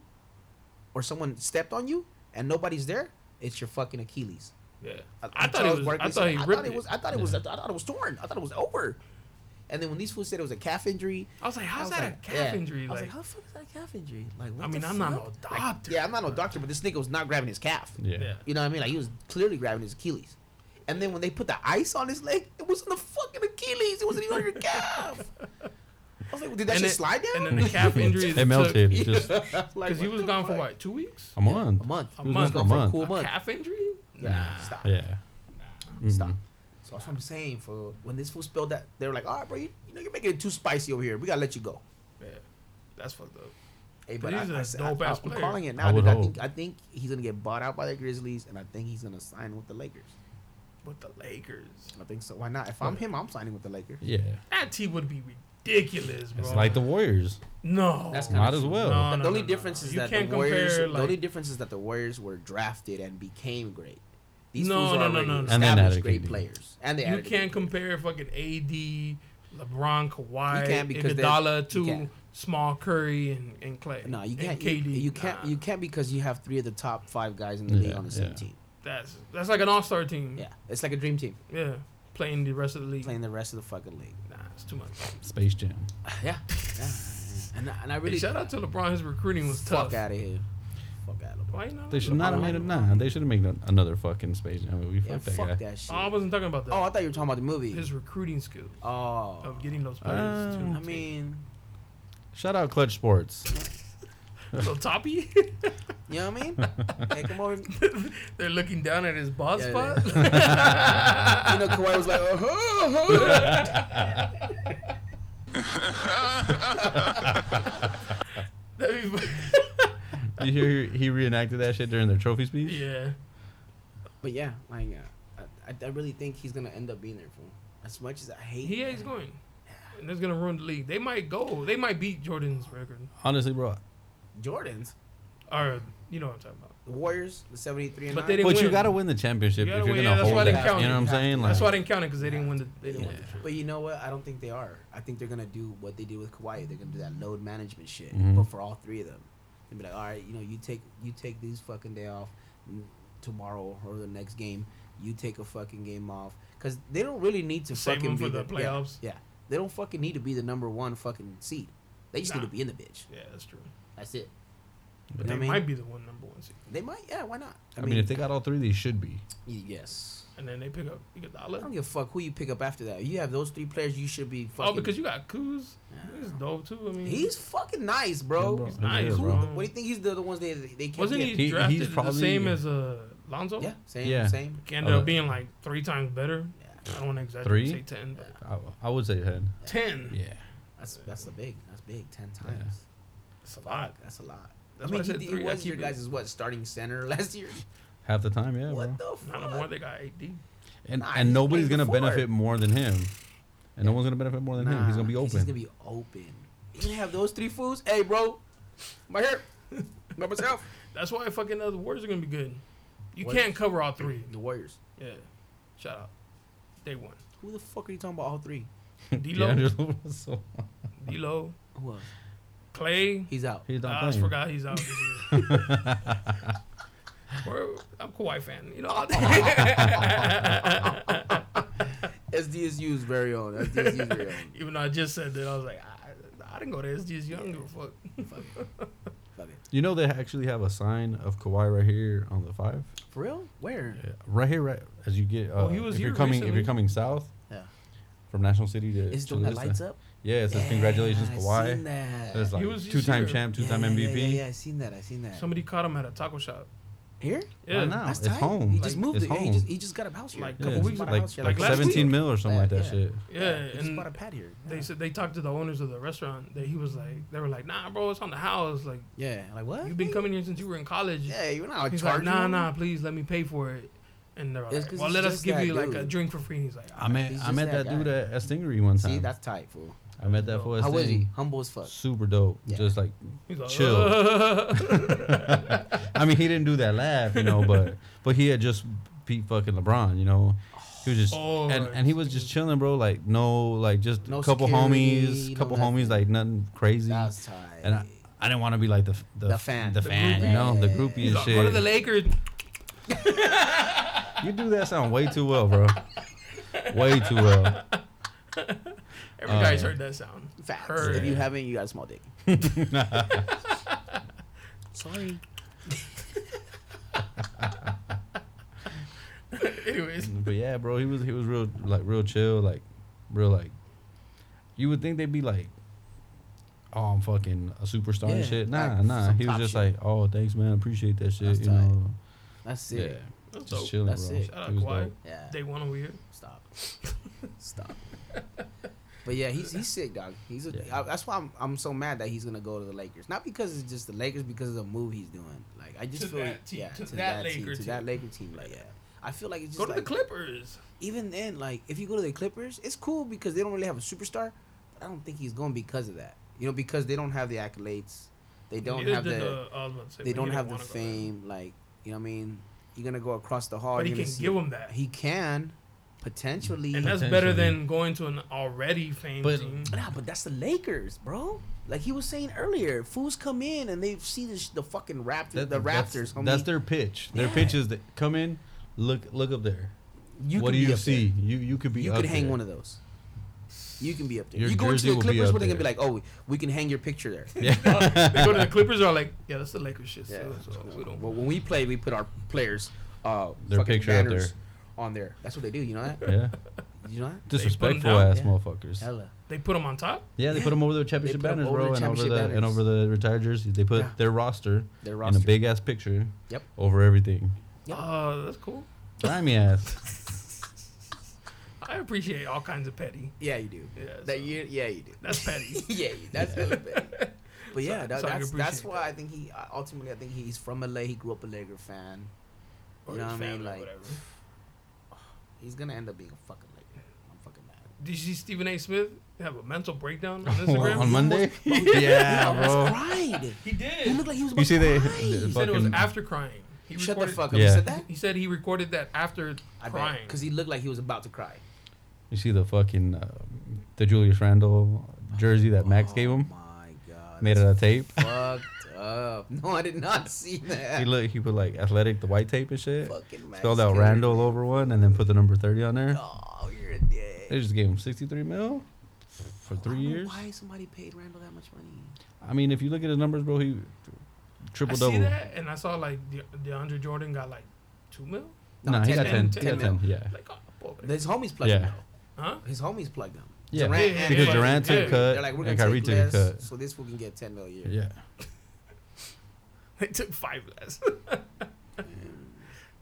[SPEAKER 2] or someone stepped on you, and nobody's there, it's your fucking Achilles.
[SPEAKER 1] yeah,
[SPEAKER 2] Uh,
[SPEAKER 1] I thought
[SPEAKER 2] Charles
[SPEAKER 1] it was.
[SPEAKER 2] Barkley
[SPEAKER 1] I
[SPEAKER 2] said,
[SPEAKER 1] thought he ripped
[SPEAKER 2] it
[SPEAKER 1] it.
[SPEAKER 2] was. I thought it was. I thought it was torn. I thought it was over. And then when these fools said it was a calf injury,
[SPEAKER 1] I was like,
[SPEAKER 2] I
[SPEAKER 1] how's
[SPEAKER 2] was
[SPEAKER 1] that
[SPEAKER 2] like,
[SPEAKER 1] a calf
[SPEAKER 2] yeah.
[SPEAKER 1] injury?
[SPEAKER 2] I was like,
[SPEAKER 1] Like,
[SPEAKER 2] how the fuck is that a calf injury? Like, what
[SPEAKER 1] I
[SPEAKER 2] the
[SPEAKER 1] mean, I'm not no
[SPEAKER 2] fuck?
[SPEAKER 1] doctor.
[SPEAKER 2] Yeah, I'm not no doctor, but this nigga was not grabbing his calf.
[SPEAKER 3] Yeah.
[SPEAKER 1] Yeah.
[SPEAKER 2] You know what I mean? Like he was clearly grabbing his Achilles. And then when they put the ice on his leg, it was on the fucking Achilles. It wasn't even on your calf. I was like, did that
[SPEAKER 1] And
[SPEAKER 2] shit
[SPEAKER 1] it-
[SPEAKER 2] slide
[SPEAKER 1] and
[SPEAKER 2] down?
[SPEAKER 1] then the calf injury
[SPEAKER 3] It melted. It just a
[SPEAKER 2] Because
[SPEAKER 1] because he was gone for what two weeks.
[SPEAKER 3] month.
[SPEAKER 2] A month.
[SPEAKER 1] A
[SPEAKER 3] He
[SPEAKER 1] month.
[SPEAKER 3] was gone for a
[SPEAKER 1] A
[SPEAKER 3] month.
[SPEAKER 2] cool month.
[SPEAKER 1] Calf injury?
[SPEAKER 2] Nah, stop.
[SPEAKER 3] Yeah. Mm-hmm.
[SPEAKER 2] Stop. So that's what I'm saying. For when this fool spelled that, they were like, "All right, bro, you, you know you're making it too spicy over here. We gotta let you go."
[SPEAKER 1] Yeah, that's fucked up.
[SPEAKER 2] Hey, but
[SPEAKER 1] He's
[SPEAKER 2] I,
[SPEAKER 1] a
[SPEAKER 2] I, said- I,
[SPEAKER 1] dope-ass
[SPEAKER 2] am
[SPEAKER 1] player.
[SPEAKER 2] calling it
[SPEAKER 3] I
[SPEAKER 2] now.
[SPEAKER 3] would
[SPEAKER 2] Dude. I
[SPEAKER 3] hope.
[SPEAKER 2] think I think he's gonna get bought out by the Grizzlies, and I think he's gonna sign with the Lakers.
[SPEAKER 1] With the Lakers,
[SPEAKER 2] I think so. Why not? If I'm him, I'm signing with the Lakers.
[SPEAKER 3] Yeah.
[SPEAKER 1] that T would be ridiculous, bro.
[SPEAKER 3] It's like the Warriors.
[SPEAKER 1] no.
[SPEAKER 2] That's kinda
[SPEAKER 3] Might as
[SPEAKER 2] true.
[SPEAKER 3] well.
[SPEAKER 1] No,
[SPEAKER 2] the only
[SPEAKER 1] no,
[SPEAKER 2] difference
[SPEAKER 1] no.
[SPEAKER 2] is
[SPEAKER 1] You
[SPEAKER 2] that
[SPEAKER 1] can't
[SPEAKER 2] the Warriors.
[SPEAKER 1] compare,
[SPEAKER 2] the
[SPEAKER 1] like-
[SPEAKER 2] only difference is that the Warriors were drafted and became great. These
[SPEAKER 1] No,
[SPEAKER 2] fools
[SPEAKER 1] no,
[SPEAKER 2] were
[SPEAKER 1] no,
[SPEAKER 2] already
[SPEAKER 1] no, no.
[SPEAKER 3] And then
[SPEAKER 2] established
[SPEAKER 3] added
[SPEAKER 2] great
[SPEAKER 3] KD.
[SPEAKER 2] players, and they
[SPEAKER 1] You
[SPEAKER 2] added
[SPEAKER 1] can't
[SPEAKER 2] KD.
[SPEAKER 1] compare fucking AD, LeBron, Kawhi,
[SPEAKER 2] You can't because they're-
[SPEAKER 1] Iguodala to
[SPEAKER 2] you can't.
[SPEAKER 1] Small Curry and, and Clay.
[SPEAKER 2] No, you
[SPEAKER 1] and
[SPEAKER 2] can't. You,
[SPEAKER 1] KD.
[SPEAKER 2] you can't.
[SPEAKER 1] Nah,
[SPEAKER 2] You can't because you have three of the top five guys in the
[SPEAKER 3] Yeah,
[SPEAKER 2] league on the same
[SPEAKER 3] yeah.
[SPEAKER 2] team.
[SPEAKER 1] that's that's like an All Star team.
[SPEAKER 2] Yeah, it's like a dream team
[SPEAKER 1] Yeah, Playing the rest of the league.
[SPEAKER 2] playing the rest of the fucking league.
[SPEAKER 1] Nah, it's too much.
[SPEAKER 3] Space Jam.
[SPEAKER 2] Yeah, yeah. and, I- and I
[SPEAKER 1] Hey,
[SPEAKER 2] really
[SPEAKER 1] shout out to LeBron. His recruiting was tough.
[SPEAKER 2] fuck out of here. Fuck out of here.
[SPEAKER 1] Why not?
[SPEAKER 3] They should not have made it. Nah, they should have made an- another fucking Space Jam. movie.
[SPEAKER 2] Yeah,
[SPEAKER 3] fuck that
[SPEAKER 2] fuck
[SPEAKER 3] guy.
[SPEAKER 2] that shit.
[SPEAKER 1] Oh, I wasn't talking about that.
[SPEAKER 2] Oh, I thought you were talking about the movie.
[SPEAKER 1] his recruiting skills
[SPEAKER 2] Oh,
[SPEAKER 1] of getting those players.
[SPEAKER 3] Uh,
[SPEAKER 1] to
[SPEAKER 2] I mean,
[SPEAKER 3] Shout out Clutch Sports.
[SPEAKER 1] little toppy.
[SPEAKER 2] you know what I mean? hey, come over.
[SPEAKER 1] They're looking down at his bald
[SPEAKER 2] Yeah,
[SPEAKER 1] spot.
[SPEAKER 2] You know, Kawhi was like, uh huh.
[SPEAKER 1] That'd be-
[SPEAKER 3] you hear he reenacted that shit during their trophy speech?
[SPEAKER 1] yeah.
[SPEAKER 2] But yeah, like, uh, I, I- I really think he's gonna end up being there for him. As much as I hate,
[SPEAKER 1] He is going. And that's gonna ruin the league. They might go. They might beat Jordan's record.
[SPEAKER 3] Honestly, bro.
[SPEAKER 2] Jordan's
[SPEAKER 1] Or you know what I'm talking about.
[SPEAKER 2] the Warriors, the seventy-three and
[SPEAKER 1] But
[SPEAKER 2] nine.
[SPEAKER 1] they didn't-
[SPEAKER 3] But you
[SPEAKER 1] win.
[SPEAKER 3] gotta win the championship
[SPEAKER 1] You
[SPEAKER 3] if
[SPEAKER 1] gotta
[SPEAKER 3] you're
[SPEAKER 1] win,
[SPEAKER 3] gonna
[SPEAKER 1] yeah, that's why
[SPEAKER 3] hold
[SPEAKER 1] they
[SPEAKER 3] it. You know
[SPEAKER 1] count
[SPEAKER 3] what
[SPEAKER 1] it.
[SPEAKER 3] I'm saying? Like,
[SPEAKER 1] That's why I didn't count it because they didn't win the. They didn't win the
[SPEAKER 2] But you know what? I don't think they are. I think they're gonna do what they did with Kawhi. They're gonna do that load management shit,
[SPEAKER 3] Mhm.
[SPEAKER 2] but for all three of them, and be like, all right, you know, you take you take these fucking day off mm, tomorrow or the next game. You take a fucking game off because they don't really need to
[SPEAKER 1] Save
[SPEAKER 2] fucking
[SPEAKER 1] them for
[SPEAKER 2] be
[SPEAKER 1] the
[SPEAKER 2] yeah,
[SPEAKER 1] playoffs.
[SPEAKER 2] Yeah, they don't fucking need to be the number one fucking seed. They just
[SPEAKER 1] Nah.
[SPEAKER 2] need to be in the bitch.
[SPEAKER 1] Yeah, that's true.
[SPEAKER 2] That's it.
[SPEAKER 1] But
[SPEAKER 2] You know
[SPEAKER 1] they
[SPEAKER 2] what I mean?
[SPEAKER 1] might be the one number one seed,
[SPEAKER 2] They might. Yeah, why not?
[SPEAKER 3] I mean, if they got all three, they should be.
[SPEAKER 2] y- yes.
[SPEAKER 1] and then they pick up
[SPEAKER 2] I don't
[SPEAKER 1] Iguodala.
[SPEAKER 2] give a fuck who you pick up after that. You have those three players, you should be fucking.
[SPEAKER 1] Oh, because you got Kuz. He's dope too. I mean,
[SPEAKER 2] he's fucking nice,
[SPEAKER 3] Yeah,
[SPEAKER 2] bro.
[SPEAKER 3] He's
[SPEAKER 1] nice,
[SPEAKER 3] good,
[SPEAKER 2] Who-
[SPEAKER 3] bro.
[SPEAKER 1] bro.
[SPEAKER 2] What do you think he's the, the ones they they kept?
[SPEAKER 1] Wasn't he,
[SPEAKER 2] getting?
[SPEAKER 3] He- he's
[SPEAKER 1] drafted the
[SPEAKER 3] probably-
[SPEAKER 1] same as uh, Lonzo?
[SPEAKER 2] Yeah, Uh-huh. same,
[SPEAKER 3] Yeah.
[SPEAKER 2] same.
[SPEAKER 1] Ended
[SPEAKER 3] Uh,
[SPEAKER 1] up being like three times better.
[SPEAKER 2] Yeah.
[SPEAKER 1] I don't want to exaggerate.
[SPEAKER 3] Three?
[SPEAKER 1] Say ten. But
[SPEAKER 3] I, I would say head.
[SPEAKER 1] Ten.
[SPEAKER 3] Yeah.
[SPEAKER 2] That's that's the big. That's big. Ten times.
[SPEAKER 1] That's a lot.
[SPEAKER 2] That's a lot.
[SPEAKER 1] That's
[SPEAKER 2] I
[SPEAKER 1] why
[SPEAKER 2] mean,
[SPEAKER 1] I
[SPEAKER 2] he,
[SPEAKER 1] said
[SPEAKER 2] he
[SPEAKER 1] three. I
[SPEAKER 2] was your
[SPEAKER 1] keep it.
[SPEAKER 2] guys is what starting center last year.
[SPEAKER 3] Half the time, yeah, bro.
[SPEAKER 2] what the
[SPEAKER 1] Not no more.
[SPEAKER 2] fuck?
[SPEAKER 1] They got eight D.
[SPEAKER 3] and
[SPEAKER 2] Nah,
[SPEAKER 3] and
[SPEAKER 2] he's
[SPEAKER 3] nobody's
[SPEAKER 2] playing
[SPEAKER 3] gonna
[SPEAKER 2] the four.
[SPEAKER 3] benefit more than him. And no one's gonna benefit more than him. He's gonna be open.
[SPEAKER 2] He's gonna be open. You gonna have those three fools? Hey, bro, my hair, by myself.
[SPEAKER 1] That's why fucking uh, the Warriors are gonna be good. You
[SPEAKER 2] Warriors.
[SPEAKER 1] can't cover all three.
[SPEAKER 2] The Warriors.
[SPEAKER 1] Yeah. Shout out. Day one.
[SPEAKER 2] Who the fuck are you talking about? All three?
[SPEAKER 1] D'Lo,
[SPEAKER 3] D'Angelo Russell.
[SPEAKER 1] D'Lo,
[SPEAKER 2] Who else?
[SPEAKER 1] Clay.
[SPEAKER 2] He's out.
[SPEAKER 3] He's
[SPEAKER 1] I
[SPEAKER 3] not
[SPEAKER 1] just
[SPEAKER 3] playing.
[SPEAKER 1] forgot he's out. this year. We're- I'm a Kawhi fan. You know. I-
[SPEAKER 2] SDSU's very own. SDSU's very own.
[SPEAKER 1] Even though I just said that, I was like, I, I didn't go to SG's. You don't give a fuck.
[SPEAKER 2] Fuck it.
[SPEAKER 3] You know they actually have a sign of Kawhi right here on the five.
[SPEAKER 2] For real? Where?
[SPEAKER 3] Yeah, right here, right as you get. Uh,
[SPEAKER 1] Oh, he was
[SPEAKER 3] if
[SPEAKER 1] here
[SPEAKER 3] you're coming, if
[SPEAKER 1] recently.
[SPEAKER 3] you're coming south
[SPEAKER 2] Yeah.
[SPEAKER 3] from National City to,
[SPEAKER 2] It's
[SPEAKER 3] to
[SPEAKER 2] the one that
[SPEAKER 3] Lista.
[SPEAKER 2] lights up.
[SPEAKER 3] Yeah, it says congratulations,
[SPEAKER 2] Yeah, I seen
[SPEAKER 3] Kawhi.
[SPEAKER 2] that.
[SPEAKER 3] It's like
[SPEAKER 1] was just
[SPEAKER 3] two-time
[SPEAKER 1] here.
[SPEAKER 3] champ,
[SPEAKER 2] Yeah,
[SPEAKER 3] two-time
[SPEAKER 2] yeah,
[SPEAKER 3] MVP.
[SPEAKER 2] Yeah, yeah, I seen that. I seen that.
[SPEAKER 1] Somebody caught him at a taco shop.
[SPEAKER 2] Here?
[SPEAKER 1] Yeah.
[SPEAKER 3] Right now,
[SPEAKER 2] That's
[SPEAKER 3] it's
[SPEAKER 2] tight.
[SPEAKER 3] home.
[SPEAKER 2] He just
[SPEAKER 3] Like,
[SPEAKER 2] moved
[SPEAKER 3] it's
[SPEAKER 2] it. He
[SPEAKER 3] home.
[SPEAKER 2] just he just got a house here.
[SPEAKER 1] Like,
[SPEAKER 3] Yeah,
[SPEAKER 1] couple
[SPEAKER 3] it's
[SPEAKER 1] weeks ago.
[SPEAKER 3] like,
[SPEAKER 1] house,
[SPEAKER 2] yeah,
[SPEAKER 3] like
[SPEAKER 1] last week.
[SPEAKER 3] seventeen mil or something like that
[SPEAKER 2] Yeah.
[SPEAKER 3] shit.
[SPEAKER 1] Yeah,
[SPEAKER 2] He just
[SPEAKER 1] and
[SPEAKER 2] bought a pad here.
[SPEAKER 1] they said they talked to the owners of the restaurant. That he was like, they were like, "Nah, bro, it's on the house. Like,
[SPEAKER 2] Yeah. Like what?
[SPEAKER 1] you've been coming here since you were in college.
[SPEAKER 2] Yeah, you're not
[SPEAKER 1] He's like,
[SPEAKER 2] charging.
[SPEAKER 1] nah,
[SPEAKER 2] him.
[SPEAKER 1] nah, please let me pay for it. And they're
[SPEAKER 2] It's
[SPEAKER 1] like,
[SPEAKER 2] 'cause
[SPEAKER 1] well,
[SPEAKER 2] he's
[SPEAKER 1] let us
[SPEAKER 2] just
[SPEAKER 1] give
[SPEAKER 2] that
[SPEAKER 1] you like a
[SPEAKER 2] dude.
[SPEAKER 1] drink for free. And he's like, "Ah."
[SPEAKER 3] I met
[SPEAKER 2] He's
[SPEAKER 3] I
[SPEAKER 2] just
[SPEAKER 3] met
[SPEAKER 2] that
[SPEAKER 3] that, dude
[SPEAKER 2] guy.
[SPEAKER 3] at, at Stingery one time.
[SPEAKER 2] See, that's tight, fool.
[SPEAKER 3] I met that fool at
[SPEAKER 2] How was
[SPEAKER 3] Stingery.
[SPEAKER 2] he? Humble as fuck.
[SPEAKER 3] Super dope.
[SPEAKER 2] Yeah.
[SPEAKER 3] Just like
[SPEAKER 1] he's like
[SPEAKER 3] Chill. I mean, he didn't do that laugh, you know, but but he had just beat fucking LeBron, you know. He was just
[SPEAKER 1] Oh,
[SPEAKER 3] and, and he was just chilling, bro. Like no, like just
[SPEAKER 2] No
[SPEAKER 3] a couple
[SPEAKER 2] security,
[SPEAKER 3] homies,
[SPEAKER 2] no
[SPEAKER 3] couple
[SPEAKER 2] nothing.
[SPEAKER 3] homies, like nothing crazy.
[SPEAKER 2] That's tight.
[SPEAKER 3] and I, I didn't want to be like the f- the,
[SPEAKER 2] The
[SPEAKER 3] f-
[SPEAKER 2] fan.
[SPEAKER 3] the
[SPEAKER 2] The
[SPEAKER 3] fan,
[SPEAKER 2] groupie.
[SPEAKER 3] you know, the
[SPEAKER 2] Yeah.
[SPEAKER 3] groupie
[SPEAKER 1] He's
[SPEAKER 3] and
[SPEAKER 1] like, go to
[SPEAKER 3] shit.
[SPEAKER 1] the Lakers.
[SPEAKER 3] you do that sound way too well, bro. Way too well.
[SPEAKER 1] Every
[SPEAKER 3] Uh,
[SPEAKER 1] guy's heard that sound.
[SPEAKER 2] Facts.
[SPEAKER 1] Heard.
[SPEAKER 2] If you haven't, you got a small dick. Sorry.
[SPEAKER 1] Anyways,
[SPEAKER 3] But yeah, bro, he was he was real like real chill, like real like. You would think they'd be like, "Oh, I'm fucking a superstar
[SPEAKER 2] Yeah,
[SPEAKER 3] and shit." Nah,
[SPEAKER 2] like
[SPEAKER 3] nah.
[SPEAKER 2] some
[SPEAKER 3] He was
[SPEAKER 2] top
[SPEAKER 3] just
[SPEAKER 2] shit.
[SPEAKER 3] like, "Oh, thanks, man. Appreciate that shit."
[SPEAKER 2] That's
[SPEAKER 3] you
[SPEAKER 2] tight.
[SPEAKER 3] know,
[SPEAKER 2] That's
[SPEAKER 3] yeah,
[SPEAKER 2] it.
[SPEAKER 1] that's
[SPEAKER 3] just
[SPEAKER 1] dope.
[SPEAKER 3] chilling,
[SPEAKER 2] That's
[SPEAKER 3] bro.
[SPEAKER 2] it.
[SPEAKER 1] Shout out
[SPEAKER 3] He was
[SPEAKER 1] Kawhi.
[SPEAKER 3] dope.
[SPEAKER 2] Yeah.
[SPEAKER 1] Day one over here.
[SPEAKER 2] Stop. Stop. But yeah, he's he's sick, dog. He's a,
[SPEAKER 3] Yeah.
[SPEAKER 2] I- that's why I'm I'm so mad that he's gonna go to the Lakers. Not because it's just the Lakers, because of the move he's doing. Like I just
[SPEAKER 1] To
[SPEAKER 2] feel
[SPEAKER 1] that team,
[SPEAKER 2] yeah,
[SPEAKER 1] to that Laker
[SPEAKER 2] to that
[SPEAKER 1] team.
[SPEAKER 2] Laker team. Like yeah, I feel like it's just
[SPEAKER 1] Go to the
[SPEAKER 2] like-
[SPEAKER 1] Clippers.
[SPEAKER 2] even then, like if you go to the Clippers, it's cool because they don't really have a superstar. But I don't think he's going because of that. You know, because they don't have the accolades. They don't
[SPEAKER 1] Neither
[SPEAKER 2] have the,
[SPEAKER 1] did uh, I was about to say,
[SPEAKER 2] they
[SPEAKER 1] but
[SPEAKER 2] don't
[SPEAKER 1] he
[SPEAKER 2] have
[SPEAKER 1] didn't wanna go there.
[SPEAKER 2] the fame. Like you know, what I mean, you're gonna go across the hall.
[SPEAKER 1] But he
[SPEAKER 2] you're gonna
[SPEAKER 1] can
[SPEAKER 2] see-
[SPEAKER 1] give him that.
[SPEAKER 2] He can potentially.
[SPEAKER 1] And that's better
[SPEAKER 3] Potentially.
[SPEAKER 1] than going to an already famed
[SPEAKER 3] But-
[SPEAKER 1] team.
[SPEAKER 2] Nah, but that's the Lakers, bro. Like he was saying earlier, fools come in and they see the, sh- the fucking Raptors,
[SPEAKER 3] That-
[SPEAKER 2] the
[SPEAKER 3] that's-
[SPEAKER 2] Raptors.
[SPEAKER 3] That's,
[SPEAKER 2] homie.
[SPEAKER 3] their pitch. Their
[SPEAKER 2] Yeah.
[SPEAKER 3] pitch is that come in, look look up there.
[SPEAKER 2] You
[SPEAKER 3] what
[SPEAKER 2] could
[SPEAKER 3] do
[SPEAKER 2] be
[SPEAKER 3] you
[SPEAKER 2] up there.
[SPEAKER 3] see? You you could be.
[SPEAKER 2] You
[SPEAKER 3] up
[SPEAKER 2] could hang
[SPEAKER 3] there.
[SPEAKER 2] one of those. You can be up there.
[SPEAKER 3] Your
[SPEAKER 2] you go into
[SPEAKER 3] jersey
[SPEAKER 2] the
[SPEAKER 3] will be
[SPEAKER 2] Clippers,
[SPEAKER 3] up
[SPEAKER 2] where they're gonna be
[SPEAKER 3] there.
[SPEAKER 2] like, oh, we can hang your picture there.
[SPEAKER 1] they go to the Clippers are like, yeah, that's the Lakers shit.
[SPEAKER 2] Yeah.
[SPEAKER 1] So, so we don't.
[SPEAKER 2] Well, when we play, we put our players, uh,
[SPEAKER 3] Their
[SPEAKER 2] fucking
[SPEAKER 3] picture up
[SPEAKER 2] banners
[SPEAKER 3] there.
[SPEAKER 2] on there. That's what they do. You know that?
[SPEAKER 3] Yeah,
[SPEAKER 2] You know that?
[SPEAKER 3] disrespectful
[SPEAKER 1] down,
[SPEAKER 3] ass
[SPEAKER 2] yeah.
[SPEAKER 3] motherfuckers.
[SPEAKER 2] Hella.
[SPEAKER 1] They put him on top.
[SPEAKER 3] Yeah, they put them over their championship
[SPEAKER 2] put 'em
[SPEAKER 3] banners,
[SPEAKER 2] over
[SPEAKER 3] bro,
[SPEAKER 2] the
[SPEAKER 3] and over
[SPEAKER 2] championship
[SPEAKER 3] the and
[SPEAKER 2] banners.
[SPEAKER 3] over the retired jerseys. They put
[SPEAKER 2] Yeah.
[SPEAKER 3] their roster,
[SPEAKER 2] Their
[SPEAKER 3] in
[SPEAKER 2] roster.
[SPEAKER 3] a big ass picture.
[SPEAKER 2] Yep.
[SPEAKER 3] Over everything.
[SPEAKER 2] Yep.
[SPEAKER 1] Uh, that's cool.
[SPEAKER 3] Grimy ass.
[SPEAKER 1] I appreciate all kinds of petty.
[SPEAKER 2] yeah, you do.
[SPEAKER 1] Yeah,
[SPEAKER 2] That
[SPEAKER 1] so-
[SPEAKER 2] you. Yeah, you do.
[SPEAKER 1] That's petty.
[SPEAKER 2] yeah, you, that's hella bad. But yeah,
[SPEAKER 1] So-
[SPEAKER 2] that,
[SPEAKER 1] so I
[SPEAKER 2] that's that's
[SPEAKER 1] appreciate
[SPEAKER 2] why I think he I- ultimately I think he's from LA. He grew up a Laker fan.
[SPEAKER 1] Or
[SPEAKER 2] You know
[SPEAKER 1] his
[SPEAKER 2] what I mean?
[SPEAKER 1] family,
[SPEAKER 2] Like-
[SPEAKER 1] whatever.
[SPEAKER 2] He's gonna end up being a fucking Laker. I'm fucking mad.
[SPEAKER 1] Did you see Stephen A. Smith have a mental breakdown on Instagram?
[SPEAKER 3] On Monday.
[SPEAKER 2] I
[SPEAKER 3] Yeah,
[SPEAKER 2] almost
[SPEAKER 3] bro.
[SPEAKER 2] cried.
[SPEAKER 1] he did.
[SPEAKER 2] He looked like he was. About
[SPEAKER 3] You see
[SPEAKER 2] to
[SPEAKER 3] they.
[SPEAKER 2] cry.
[SPEAKER 3] the
[SPEAKER 1] He said it was
[SPEAKER 3] fucking-
[SPEAKER 1] after crying. He
[SPEAKER 2] Shut the
[SPEAKER 1] recorded-
[SPEAKER 2] fuck up. You
[SPEAKER 3] Yeah.
[SPEAKER 2] said that?
[SPEAKER 1] He said he recorded that after
[SPEAKER 2] I bet.
[SPEAKER 1] crying.
[SPEAKER 2] Because he looked like he was about to cry.
[SPEAKER 3] You see the fucking uh, the Julius Randle jersey that Max gave him,
[SPEAKER 2] Oh My God.
[SPEAKER 3] made out of tape.
[SPEAKER 2] fucked up. No, I did not see that.
[SPEAKER 3] He look, he put like athletic, the white tape and shit.
[SPEAKER 2] Fucking Max
[SPEAKER 3] Spelled out
[SPEAKER 2] Kellerman.
[SPEAKER 3] Randall over one, and then put the number thirty on there.
[SPEAKER 2] Oh, you're a dick.
[SPEAKER 3] They just gave him sixty-three mil for
[SPEAKER 2] I
[SPEAKER 3] three
[SPEAKER 2] don't know
[SPEAKER 3] years.
[SPEAKER 2] Why somebody paid Randall that much money?
[SPEAKER 3] I mean, if you look at his numbers, bro, he
[SPEAKER 1] I
[SPEAKER 3] triple
[SPEAKER 1] see
[SPEAKER 3] double.
[SPEAKER 1] that, and I saw like De- DeAndre Jordan got like two mil.
[SPEAKER 3] No, he got
[SPEAKER 1] 10,
[SPEAKER 3] ten.
[SPEAKER 1] ten
[SPEAKER 3] He got ten.
[SPEAKER 1] mil.
[SPEAKER 3] Yeah.
[SPEAKER 1] Like, oh, pobre.
[SPEAKER 2] His homies plugged
[SPEAKER 3] Yeah.
[SPEAKER 2] him.
[SPEAKER 1] huh?
[SPEAKER 2] Though. His homies plugged him.
[SPEAKER 3] Yeah.
[SPEAKER 2] Durant and
[SPEAKER 3] Because
[SPEAKER 1] Yeah.
[SPEAKER 2] Curry.
[SPEAKER 3] Durant took
[SPEAKER 1] Yeah.
[SPEAKER 3] a
[SPEAKER 2] They're
[SPEAKER 3] cut
[SPEAKER 2] like, we're
[SPEAKER 3] and
[SPEAKER 2] gonna
[SPEAKER 3] Kyrie
[SPEAKER 2] take
[SPEAKER 3] took a
[SPEAKER 2] less,
[SPEAKER 3] cut.
[SPEAKER 2] so this fool can get ten mil a year.
[SPEAKER 3] Yeah.
[SPEAKER 1] They took five less,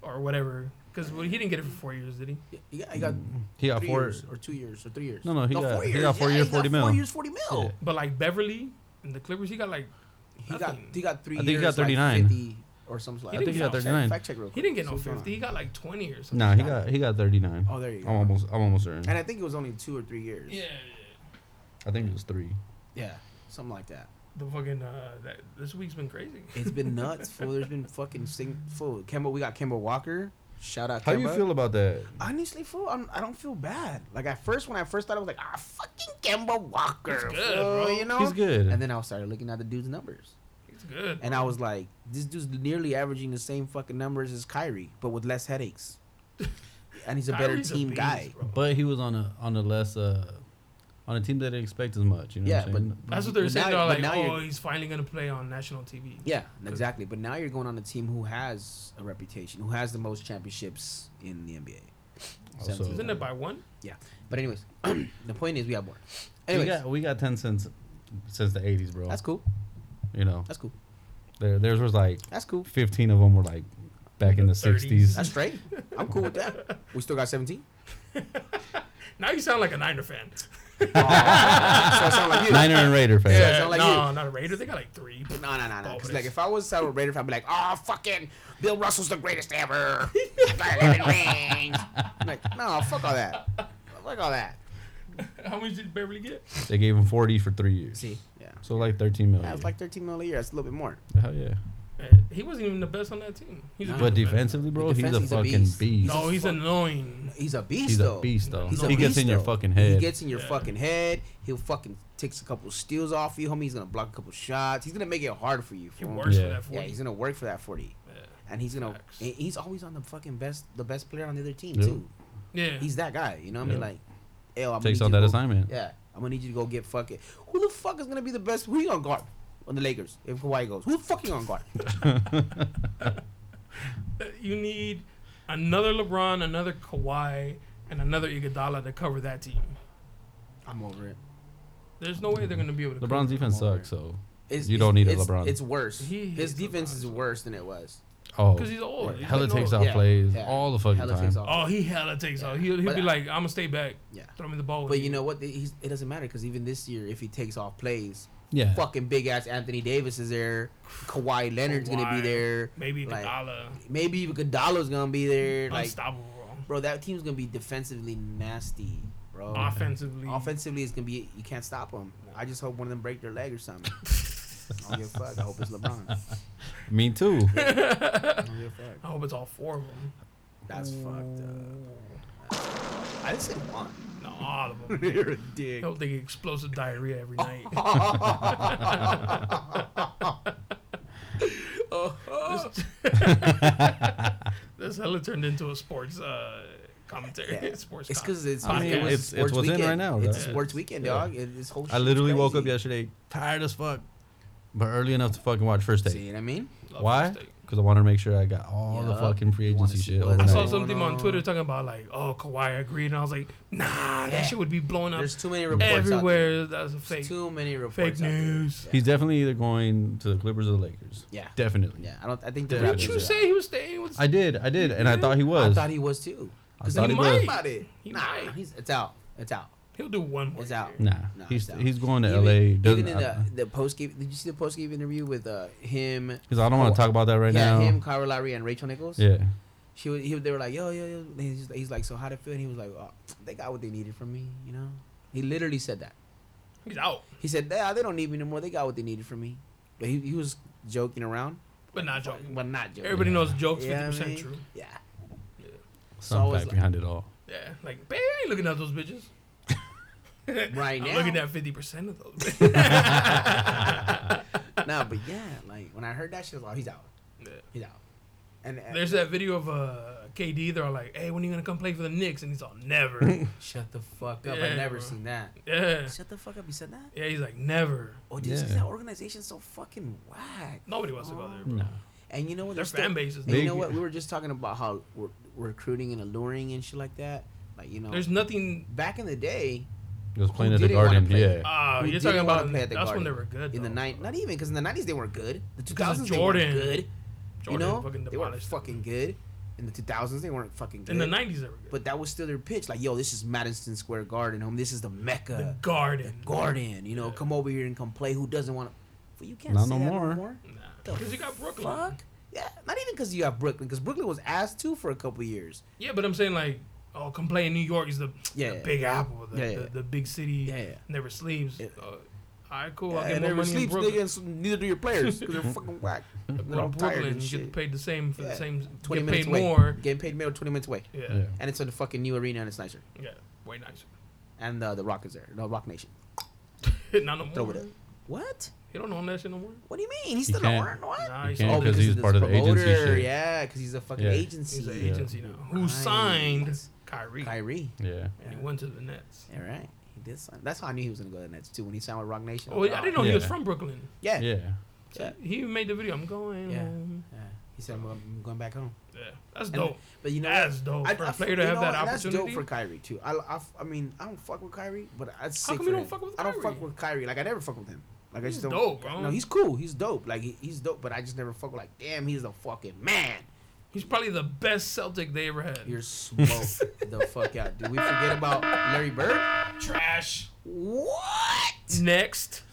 [SPEAKER 1] or whatever. Because well, he didn't get it for four years, did he?
[SPEAKER 2] Yeah, he got, he got
[SPEAKER 3] He got
[SPEAKER 2] three
[SPEAKER 3] four.
[SPEAKER 2] years or two years or three years.
[SPEAKER 3] No, no, he got-
[SPEAKER 2] four
[SPEAKER 3] he
[SPEAKER 2] years.
[SPEAKER 3] got four
[SPEAKER 2] yeah,
[SPEAKER 3] years,
[SPEAKER 2] he
[SPEAKER 3] 40
[SPEAKER 2] got
[SPEAKER 3] mil.
[SPEAKER 2] Four years, forty mil.
[SPEAKER 3] Yeah.
[SPEAKER 1] But like Beverly and the Clippers, he got like
[SPEAKER 2] He got
[SPEAKER 1] nothing.
[SPEAKER 2] he got three.
[SPEAKER 3] I think he
[SPEAKER 2] years,
[SPEAKER 3] got 39.
[SPEAKER 2] Like 50 or some like.
[SPEAKER 1] He didn't get
[SPEAKER 2] fact check-
[SPEAKER 3] 39.
[SPEAKER 2] Fact check real quick.
[SPEAKER 1] He didn't get no
[SPEAKER 2] So, hold on.
[SPEAKER 1] fifty. He got like twenty or something.
[SPEAKER 3] No, he got he got thirty nine.
[SPEAKER 2] Oh, there you go.
[SPEAKER 3] I'm almost I'm almost certain.
[SPEAKER 2] And I think it was only two or three years.
[SPEAKER 1] Yeah,
[SPEAKER 3] I think it was three.
[SPEAKER 2] Yeah, something like that.
[SPEAKER 1] the fucking uh, that, this week's been crazy.
[SPEAKER 2] It's been nuts, fool. There's been fucking sing, fool. Kemba, we got Kemba Walker. Shout out.
[SPEAKER 3] How
[SPEAKER 2] Kemba.
[SPEAKER 3] do you feel about that?
[SPEAKER 2] Honestly, fool, I'm, I don't feel bad. Like at first, when I first thought, I was like, ah, fucking Kemba Walker,
[SPEAKER 1] He's good,
[SPEAKER 2] fool,
[SPEAKER 1] bro.
[SPEAKER 2] You know,
[SPEAKER 3] He's good.
[SPEAKER 2] And then I started looking at the dude's numbers,
[SPEAKER 1] It's good.
[SPEAKER 2] and I was like, this dude's nearly averaging the same fucking numbers as Kyrie, but with less headaches. And he's a
[SPEAKER 1] Kyrie's
[SPEAKER 2] better team
[SPEAKER 1] beast,
[SPEAKER 2] guy.
[SPEAKER 1] bro.
[SPEAKER 3] But he was on a on a less uh on a team that didn't expect as much. You know
[SPEAKER 2] Yeah,
[SPEAKER 3] what I'm saying?
[SPEAKER 1] That's what they're
[SPEAKER 2] But
[SPEAKER 1] saying.
[SPEAKER 2] now-
[SPEAKER 1] they're
[SPEAKER 2] but
[SPEAKER 1] like,
[SPEAKER 2] now
[SPEAKER 1] oh,
[SPEAKER 2] you're-
[SPEAKER 1] he's finally gonna play on national TV.
[SPEAKER 2] Yeah, exactly. But now you're going on a team who has a reputation, who has the most championships in the NBA.
[SPEAKER 3] Also-
[SPEAKER 2] Seventeen.
[SPEAKER 1] Isn't it by one?
[SPEAKER 2] Yeah. But anyways, the point is we have more.
[SPEAKER 3] we
[SPEAKER 2] Anyways,
[SPEAKER 3] got we got ten cents since the eighties, bro.
[SPEAKER 2] that's cool.
[SPEAKER 3] You know,
[SPEAKER 2] That's cool.
[SPEAKER 3] there theirs was like
[SPEAKER 2] That's cool.
[SPEAKER 3] fifteen of them were like back in the
[SPEAKER 1] 30s.
[SPEAKER 3] sixties.
[SPEAKER 2] That's straight. I'm cool with that. We still got 17.
[SPEAKER 1] Now you sound like a Niner fan.
[SPEAKER 2] Oh, so I sound like you.
[SPEAKER 3] Niner and Raider fan.
[SPEAKER 2] Yeah. sound like
[SPEAKER 1] no,
[SPEAKER 2] you.
[SPEAKER 1] not a Raider. They got like three.
[SPEAKER 2] No, no, no, no. Because
[SPEAKER 1] Baldness.
[SPEAKER 2] like, if I was a Saddle Raider fan, I'd be like, "Oh, fucking Bill Russell's the greatest ever." Got 11 rings. I'm like, no, fuck all that. Fuck all that.
[SPEAKER 1] How many did Beverly get?
[SPEAKER 3] They gave him forty for three years.
[SPEAKER 2] See, yeah,
[SPEAKER 3] So like thirteen million.
[SPEAKER 2] that was like 13 million a year. That's a little bit more.
[SPEAKER 3] Hell yeah.
[SPEAKER 1] Eh, He wasn't even the best on that team. He's a
[SPEAKER 2] Nah.
[SPEAKER 1] good
[SPEAKER 3] But defensively, bro, he's
[SPEAKER 2] Defense,
[SPEAKER 3] a
[SPEAKER 2] he's a
[SPEAKER 3] fucking
[SPEAKER 2] beast.
[SPEAKER 3] beast.
[SPEAKER 1] No, he's annoying.
[SPEAKER 2] He's a beast.
[SPEAKER 3] He's
[SPEAKER 2] though.
[SPEAKER 3] a beast though.
[SPEAKER 2] He's
[SPEAKER 1] No,
[SPEAKER 2] a
[SPEAKER 3] he gets
[SPEAKER 2] beast,
[SPEAKER 3] in your
[SPEAKER 2] though.
[SPEAKER 3] fucking head.
[SPEAKER 2] He gets in your
[SPEAKER 1] Yeah.
[SPEAKER 2] fucking head. He'll fucking takes a couple steals off you, homie. He's gonna block a couple shots. He's gonna make it hard for you.
[SPEAKER 1] He
[SPEAKER 2] fool.
[SPEAKER 1] works
[SPEAKER 3] Yeah.
[SPEAKER 1] for that for
[SPEAKER 2] Yeah, he's gonna work for that 40. And he's gonna.
[SPEAKER 1] Facts.
[SPEAKER 2] and He's always on the fucking best, the best player on the other team
[SPEAKER 3] Yeah.
[SPEAKER 2] too.
[SPEAKER 1] yeah.
[SPEAKER 2] He's that guy. You know what I mean?
[SPEAKER 3] Yeah.
[SPEAKER 2] Like, yo, I'm
[SPEAKER 3] Takes
[SPEAKER 2] gonna
[SPEAKER 3] on
[SPEAKER 2] need you
[SPEAKER 3] that
[SPEAKER 2] to go-
[SPEAKER 3] assignment.
[SPEAKER 2] Yeah, I'm gonna need you to go get fucking. Who the fuck is gonna be the best? Who you gonna guard on the Lakers if Kawhi goes? Who the fuck you gonna guard?
[SPEAKER 1] Uh, you need another LeBron, another Kawhi, and another Iguodala to cover that team.
[SPEAKER 2] I'm over it.
[SPEAKER 1] There's no way they're gonna be able to.
[SPEAKER 3] LeBron's
[SPEAKER 1] cover.
[SPEAKER 3] defense
[SPEAKER 2] Come on,
[SPEAKER 3] sucks, so
[SPEAKER 2] It's,
[SPEAKER 3] You
[SPEAKER 2] it's-
[SPEAKER 3] don't need a
[SPEAKER 2] it's-
[SPEAKER 3] LeBron.
[SPEAKER 2] It's worse.
[SPEAKER 1] He
[SPEAKER 2] His
[SPEAKER 1] hates
[SPEAKER 2] defense
[SPEAKER 1] LeBron
[SPEAKER 2] is
[SPEAKER 1] so much.
[SPEAKER 2] worse than it was.
[SPEAKER 3] oh,
[SPEAKER 1] Because he's old. He's
[SPEAKER 3] hella
[SPEAKER 1] like,
[SPEAKER 3] takes
[SPEAKER 1] no.
[SPEAKER 3] out
[SPEAKER 2] Yeah,
[SPEAKER 3] plays
[SPEAKER 2] yeah.
[SPEAKER 3] all the fucking
[SPEAKER 2] Hella
[SPEAKER 3] time.
[SPEAKER 2] takes off.
[SPEAKER 1] Oh, he hella takes
[SPEAKER 2] Yeah.
[SPEAKER 1] out. He'll he'll
[SPEAKER 2] But
[SPEAKER 1] be
[SPEAKER 2] I-
[SPEAKER 1] like, I'm gonna stay back.
[SPEAKER 2] Yeah.
[SPEAKER 1] Throw me the ball.
[SPEAKER 2] But you know what? He's, it doesn't matter because even this year, if he takes off plays,
[SPEAKER 3] Yeah.
[SPEAKER 2] fucking big ass Anthony Davis is there. Kawhi Leonard's gonna be
[SPEAKER 1] Kawhi,
[SPEAKER 2] there.
[SPEAKER 1] maybe
[SPEAKER 2] like,
[SPEAKER 1] Iguodala.
[SPEAKER 2] Maybe even Iguodala's gonna be there. Like,
[SPEAKER 1] unstoppable.
[SPEAKER 2] bro, that team's gonna be defensively nasty, bro.
[SPEAKER 1] Offensively,
[SPEAKER 2] Offensively, it's gonna be you can't stop them. I just hope one of them break their leg or something. I don't give a fuck. I hope it's LeBron. I
[SPEAKER 3] Me too.
[SPEAKER 2] don't give a
[SPEAKER 1] I
[SPEAKER 2] fuck.
[SPEAKER 1] hope it's all four of them.
[SPEAKER 2] That's
[SPEAKER 1] Oh.
[SPEAKER 2] fucked up.
[SPEAKER 1] up. Uh,
[SPEAKER 2] I just said one.
[SPEAKER 1] No, all of them.
[SPEAKER 2] You're a dick.
[SPEAKER 1] He'll think explosive diarrhea every
[SPEAKER 2] Oh.
[SPEAKER 1] night. this hella turned into a sports uh, commentary.
[SPEAKER 2] Yeah.
[SPEAKER 1] Sports.
[SPEAKER 2] It's because
[SPEAKER 1] comment.
[SPEAKER 2] it's
[SPEAKER 3] I mean,
[SPEAKER 2] fucking
[SPEAKER 3] it's- it's what's in
[SPEAKER 2] weekend.
[SPEAKER 3] right now,
[SPEAKER 2] It's
[SPEAKER 3] that's-
[SPEAKER 2] sports weekend, dog. It, it's whole.
[SPEAKER 3] I
[SPEAKER 2] shit's
[SPEAKER 3] literally woke up
[SPEAKER 2] crazy.
[SPEAKER 3] yesterday tired as fuck, but early enough to fucking watch first
[SPEAKER 2] See
[SPEAKER 3] date.
[SPEAKER 2] what I mean?
[SPEAKER 1] Love
[SPEAKER 3] Why?
[SPEAKER 1] this thing.
[SPEAKER 3] Because I want to make sure I got all the
[SPEAKER 2] Yeah.
[SPEAKER 3] fucking free
[SPEAKER 2] You wanna
[SPEAKER 3] agency
[SPEAKER 2] see
[SPEAKER 3] shit.
[SPEAKER 2] what- I
[SPEAKER 1] I saw
[SPEAKER 2] Right.
[SPEAKER 3] overnight.
[SPEAKER 1] something
[SPEAKER 2] No,
[SPEAKER 1] on
[SPEAKER 2] no.
[SPEAKER 1] Twitter talking about like, oh, Kawhi agreed, and I was like, nah,
[SPEAKER 2] Yeah.
[SPEAKER 1] that shit would be blowing up
[SPEAKER 2] There's too many reports Out
[SPEAKER 1] everywhere. That's a
[SPEAKER 2] there.
[SPEAKER 1] fake,
[SPEAKER 2] There's Too many
[SPEAKER 1] fake
[SPEAKER 2] reports. out there.
[SPEAKER 1] news.
[SPEAKER 3] He's definitely either going to the Clippers or the Lakers.
[SPEAKER 2] Yeah.
[SPEAKER 3] Definitely.
[SPEAKER 2] Yeah, I don't. I think the
[SPEAKER 3] Did
[SPEAKER 1] Did
[SPEAKER 2] Raptors.
[SPEAKER 1] you
[SPEAKER 2] are-
[SPEAKER 1] say he was staying with?
[SPEAKER 3] I did, I did, and I thought he
[SPEAKER 2] I
[SPEAKER 3] was.
[SPEAKER 2] thought he was too. Because
[SPEAKER 3] I thought
[SPEAKER 2] he
[SPEAKER 3] he
[SPEAKER 2] might.
[SPEAKER 3] was.
[SPEAKER 2] About it.
[SPEAKER 1] He
[SPEAKER 2] nah,
[SPEAKER 1] might.
[SPEAKER 2] he's it's out. It's out.
[SPEAKER 1] He'll do one more.
[SPEAKER 2] It's out.
[SPEAKER 1] year.
[SPEAKER 3] nah,
[SPEAKER 2] Nah,
[SPEAKER 3] he's
[SPEAKER 2] no.
[SPEAKER 3] he's going to
[SPEAKER 2] Even-
[SPEAKER 3] LA.
[SPEAKER 2] Even
[SPEAKER 3] Doesn't
[SPEAKER 2] in the the post game, did you see the post game interview with uh, him?
[SPEAKER 3] because I don't
[SPEAKER 1] Oh,
[SPEAKER 3] want to talk about that right
[SPEAKER 2] yeah,
[SPEAKER 3] now.
[SPEAKER 2] him, Kyle Lowry, and Rachel Nichols.
[SPEAKER 3] Yeah,
[SPEAKER 2] She was, he, was- they were like, yo, yo, yo. And He's, he's like, so how'd it feel? And he was like, oh, they got what they needed from me, you know? He literally said that.
[SPEAKER 1] He's out,
[SPEAKER 2] He said, yeah, they don't need me no more. They got what they needed from me. But he, he was joking around,
[SPEAKER 1] but not joking.
[SPEAKER 2] but not joking.
[SPEAKER 1] Everybody knows jokes
[SPEAKER 2] You know
[SPEAKER 1] fifty
[SPEAKER 2] what
[SPEAKER 1] percent
[SPEAKER 2] I mean?
[SPEAKER 1] true.
[SPEAKER 2] Yeah. So I
[SPEAKER 3] some
[SPEAKER 2] was
[SPEAKER 3] fact
[SPEAKER 2] like-
[SPEAKER 3] behind it all.
[SPEAKER 1] Yeah, like, babe, I ain't looking at those bitches.
[SPEAKER 2] Right
[SPEAKER 1] I'm
[SPEAKER 2] now.
[SPEAKER 1] looking at fifty percent of those. bitches.
[SPEAKER 2] no, but yeah, like when I heard that shit, I was like, "Oh, he's out.
[SPEAKER 1] Yeah.
[SPEAKER 2] He's out. And, and
[SPEAKER 1] There's that video of uh, KD. They're all like, "Hey, when are you gonna come play for the Knicks?" And he's all, "Never."
[SPEAKER 2] shut the fuck up.
[SPEAKER 1] Yeah,
[SPEAKER 2] I've never
[SPEAKER 1] bro.
[SPEAKER 2] seen that.
[SPEAKER 1] yeah,
[SPEAKER 2] Shut the fuck up. You said that?
[SPEAKER 1] yeah. He's like, "Never."
[SPEAKER 2] Oh, dude, yeah.
[SPEAKER 3] Yeah.
[SPEAKER 2] that organization's so fucking whack.
[SPEAKER 1] Nobody wants to go there. Bro.
[SPEAKER 3] No,
[SPEAKER 2] And you know what?
[SPEAKER 1] Their
[SPEAKER 2] They're still-
[SPEAKER 1] fan base is
[SPEAKER 2] And you
[SPEAKER 3] Big-
[SPEAKER 2] know what? We were just talking about how we're, recruiting and alluring and shit like that. Like you know,
[SPEAKER 1] There's nothing.
[SPEAKER 2] back in the day,
[SPEAKER 3] he was playing
[SPEAKER 2] Who
[SPEAKER 3] at the
[SPEAKER 2] didn't wanna
[SPEAKER 3] Garden.
[SPEAKER 2] play?
[SPEAKER 3] Yeah,
[SPEAKER 1] Ah,
[SPEAKER 2] we
[SPEAKER 1] you're
[SPEAKER 2] didn't
[SPEAKER 1] talking
[SPEAKER 2] wanna
[SPEAKER 1] about
[SPEAKER 2] play at the
[SPEAKER 1] that's when they
[SPEAKER 2] Garden
[SPEAKER 1] were good.
[SPEAKER 2] in the
[SPEAKER 1] though.
[SPEAKER 2] night, not even because in the nineties they weren't good. The
[SPEAKER 1] Because
[SPEAKER 2] two
[SPEAKER 1] of
[SPEAKER 2] thousands they weren't
[SPEAKER 1] Jordan.
[SPEAKER 2] good.
[SPEAKER 1] Jordan
[SPEAKER 2] you know,
[SPEAKER 1] fucking
[SPEAKER 2] they weren't
[SPEAKER 1] demolished them.
[SPEAKER 2] fucking good. In the two thousands they weren't fucking good.
[SPEAKER 1] In the nineties, they were good.
[SPEAKER 2] but that was still their pitch. Like yo, this is Madison Square Garden, home. This is the mecca,
[SPEAKER 1] Garden.
[SPEAKER 2] Garden. You know, come over here and come play. Who doesn't want to? Well, you can't
[SPEAKER 3] Not
[SPEAKER 2] say
[SPEAKER 3] no
[SPEAKER 2] that
[SPEAKER 3] more.
[SPEAKER 2] no more. The
[SPEAKER 1] Because you got Brooklyn.
[SPEAKER 2] Fuck. Yeah, not even because you have Brooklyn, because Brooklyn was asked to for a couple years.
[SPEAKER 1] Yeah, but I'm saying like, oh, come play in New York is the,
[SPEAKER 2] Yeah,
[SPEAKER 1] the
[SPEAKER 2] yeah.
[SPEAKER 1] Big Apple, the,
[SPEAKER 2] Yeah, yeah.
[SPEAKER 1] The, the big city
[SPEAKER 2] Yeah, yeah.
[SPEAKER 1] never sleeps.
[SPEAKER 2] Yeah.
[SPEAKER 1] Uh, all right, cool. I'll
[SPEAKER 2] Yeah,
[SPEAKER 1] get
[SPEAKER 2] and
[SPEAKER 1] more
[SPEAKER 2] never
[SPEAKER 1] money in
[SPEAKER 2] sleeps,
[SPEAKER 1] Brooklyn.
[SPEAKER 2] nigga, and so neither do your players because they're fucking whack. They're
[SPEAKER 1] Go
[SPEAKER 2] all
[SPEAKER 1] to
[SPEAKER 2] tired
[SPEAKER 1] Brooklyn,
[SPEAKER 2] and
[SPEAKER 1] you
[SPEAKER 2] shit.
[SPEAKER 1] get paid the same for
[SPEAKER 2] Yeah.
[SPEAKER 1] the same.
[SPEAKER 2] Twenty
[SPEAKER 1] get
[SPEAKER 2] minutes
[SPEAKER 1] paid
[SPEAKER 2] away.
[SPEAKER 1] more.
[SPEAKER 2] Getting paid more, twenty minutes away,
[SPEAKER 1] Oh, Yeah.
[SPEAKER 3] yeah.
[SPEAKER 1] yeah,
[SPEAKER 2] and it's in the fucking new arena and it's nicer.
[SPEAKER 1] way nicer.
[SPEAKER 2] And uh, the Rock is there, no Rock Nation.
[SPEAKER 1] Not no more.
[SPEAKER 2] Throw it up. What?
[SPEAKER 1] You don't own that shit no more.
[SPEAKER 2] What do you mean? He's
[SPEAKER 3] He
[SPEAKER 2] still an
[SPEAKER 3] can't.
[SPEAKER 2] orange. What? Oh,
[SPEAKER 1] Nah, he's
[SPEAKER 3] can't.
[SPEAKER 1] all-
[SPEAKER 3] because he's
[SPEAKER 2] this
[SPEAKER 3] part of the agency shit.
[SPEAKER 2] Yeah, because he's a fucking
[SPEAKER 3] Yeah.
[SPEAKER 2] agency.
[SPEAKER 1] he's an
[SPEAKER 3] Yeah.
[SPEAKER 1] agency now. Who
[SPEAKER 2] Right.
[SPEAKER 1] signed Kyrie?
[SPEAKER 2] Kyrie.
[SPEAKER 3] yeah.
[SPEAKER 1] And he went to the Nets.
[SPEAKER 2] All right. He did sign. That's how I knew he was gonna go to the Nets too when he signed with Rock Nation.
[SPEAKER 1] Oh, I didn't know he was
[SPEAKER 3] Yeah.
[SPEAKER 1] from Brooklyn.
[SPEAKER 2] Yeah. yeah.
[SPEAKER 3] Yeah.
[SPEAKER 1] So He even made the video. I'm going
[SPEAKER 2] Yeah.
[SPEAKER 1] home.
[SPEAKER 2] He said, I'm going, I'm going back home.
[SPEAKER 1] Yeah, that's
[SPEAKER 2] And-
[SPEAKER 1] dope.
[SPEAKER 2] But you know, what?
[SPEAKER 1] That's dope for a player to
[SPEAKER 2] you
[SPEAKER 1] have
[SPEAKER 2] know
[SPEAKER 1] that
[SPEAKER 2] what? That's
[SPEAKER 1] opportunity.
[SPEAKER 2] dope for Kyrie too. I, I, I mean, I don't fuck with Kyrie, but that's sick
[SPEAKER 1] come
[SPEAKER 2] for
[SPEAKER 1] you don't
[SPEAKER 2] him.
[SPEAKER 1] fuck with
[SPEAKER 2] I don't fuck
[SPEAKER 1] Kyrie?
[SPEAKER 2] with Kyrie. Like I never fuck with him. Like I
[SPEAKER 1] He's
[SPEAKER 2] just don't.
[SPEAKER 1] dope, bro.
[SPEAKER 2] No, he's cool. He's dope. Like he, he's dope, but I just never fuck with. Like damn, he's the fucking man.
[SPEAKER 1] He's probably the best Celtic they ever had.
[SPEAKER 2] You're smoked the fuck out. Did we forget about Larry Bird?
[SPEAKER 1] trash.
[SPEAKER 2] What?
[SPEAKER 1] Next.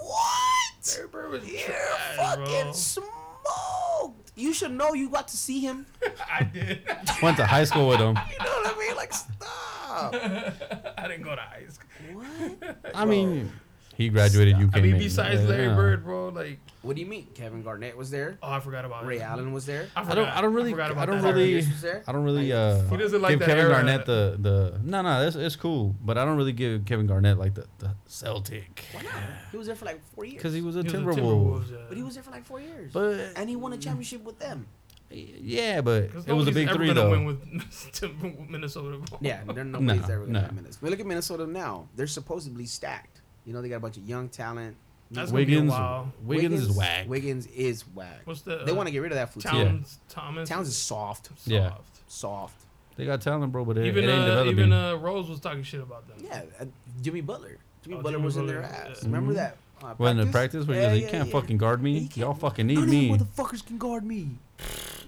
[SPEAKER 2] What?
[SPEAKER 1] Larry Bird was
[SPEAKER 2] You're
[SPEAKER 1] trash,
[SPEAKER 2] fucking
[SPEAKER 1] bro.
[SPEAKER 2] smoked. You should know you got to see him.
[SPEAKER 1] I did.
[SPEAKER 3] Went to high school with him.
[SPEAKER 2] You know what I mean? Like, stop.
[SPEAKER 1] I didn't go to high school.
[SPEAKER 2] What?
[SPEAKER 3] I mean, he graduated. You
[SPEAKER 1] I
[SPEAKER 3] came
[SPEAKER 1] mean,
[SPEAKER 3] in.
[SPEAKER 1] besides
[SPEAKER 3] Yeah.
[SPEAKER 1] Larry Bird, bro, like,
[SPEAKER 2] What do you mean? Kevin Garnett was there.
[SPEAKER 1] oh, I forgot about
[SPEAKER 2] Ray
[SPEAKER 1] him.
[SPEAKER 2] Allen was there.
[SPEAKER 1] I,
[SPEAKER 3] I
[SPEAKER 1] forgot.
[SPEAKER 3] don't. I don't really.
[SPEAKER 1] forgot
[SPEAKER 3] I
[SPEAKER 1] about
[SPEAKER 3] don't
[SPEAKER 1] that.
[SPEAKER 3] really.
[SPEAKER 2] Harris was there?
[SPEAKER 3] I don't really. Uh,
[SPEAKER 1] He doesn't like
[SPEAKER 3] give
[SPEAKER 1] that
[SPEAKER 3] Kevin
[SPEAKER 1] era.
[SPEAKER 3] Garnett the the. No, no, that's it's cool, but I don't really give Kevin Garnett like the, the Celtic
[SPEAKER 2] Why not? He was there for like four years.
[SPEAKER 3] because he was a
[SPEAKER 1] He was a
[SPEAKER 3] Timberwolves.
[SPEAKER 1] Timberwolves, yeah.
[SPEAKER 2] But he was there for like four years.
[SPEAKER 3] But
[SPEAKER 2] and he won a championship with them.
[SPEAKER 3] yeah, but
[SPEAKER 1] 'Cause
[SPEAKER 3] it was a
[SPEAKER 1] nobody's
[SPEAKER 3] big
[SPEAKER 1] ever
[SPEAKER 3] three
[SPEAKER 1] gonna
[SPEAKER 3] though.
[SPEAKER 1] Win with Tim- Minnesota. bro.
[SPEAKER 2] Yeah, they're nobody's
[SPEAKER 3] No,
[SPEAKER 2] there with
[SPEAKER 3] no.
[SPEAKER 2] that minutes. We look at Minnesota now. They're supposedly stacked. You know, they got a bunch of young talent.
[SPEAKER 1] That's gonna be a
[SPEAKER 3] Wiggins,
[SPEAKER 1] while.
[SPEAKER 3] Wiggins, is whack.
[SPEAKER 2] Wiggins is whack.
[SPEAKER 1] What's the? uh,
[SPEAKER 2] they want to get rid of that fool. too.
[SPEAKER 1] Towns. Thomas.
[SPEAKER 2] Towns is soft,
[SPEAKER 1] Soft.
[SPEAKER 3] Yeah.
[SPEAKER 2] soft.
[SPEAKER 3] They got talent, bro, but it,
[SPEAKER 1] Even
[SPEAKER 3] it ain't
[SPEAKER 1] uh,
[SPEAKER 3] developing.
[SPEAKER 1] even uh, Rose was talking shit about them.
[SPEAKER 2] Yeah, uh, Jimmy Butler.
[SPEAKER 1] Oh,
[SPEAKER 2] Jimmy Butler
[SPEAKER 1] Jimmy
[SPEAKER 2] was in
[SPEAKER 1] Butler,
[SPEAKER 2] their
[SPEAKER 1] yeah.
[SPEAKER 2] ass. Remember that? Uh,
[SPEAKER 3] when Mm-hmm. the practice, when he was like, you can't
[SPEAKER 2] yeah.
[SPEAKER 3] fucking guard
[SPEAKER 2] You
[SPEAKER 3] me.
[SPEAKER 2] can't-
[SPEAKER 3] Y'all fucking
[SPEAKER 2] None
[SPEAKER 3] need
[SPEAKER 2] of
[SPEAKER 3] me.
[SPEAKER 2] you motherfuckers can guard me.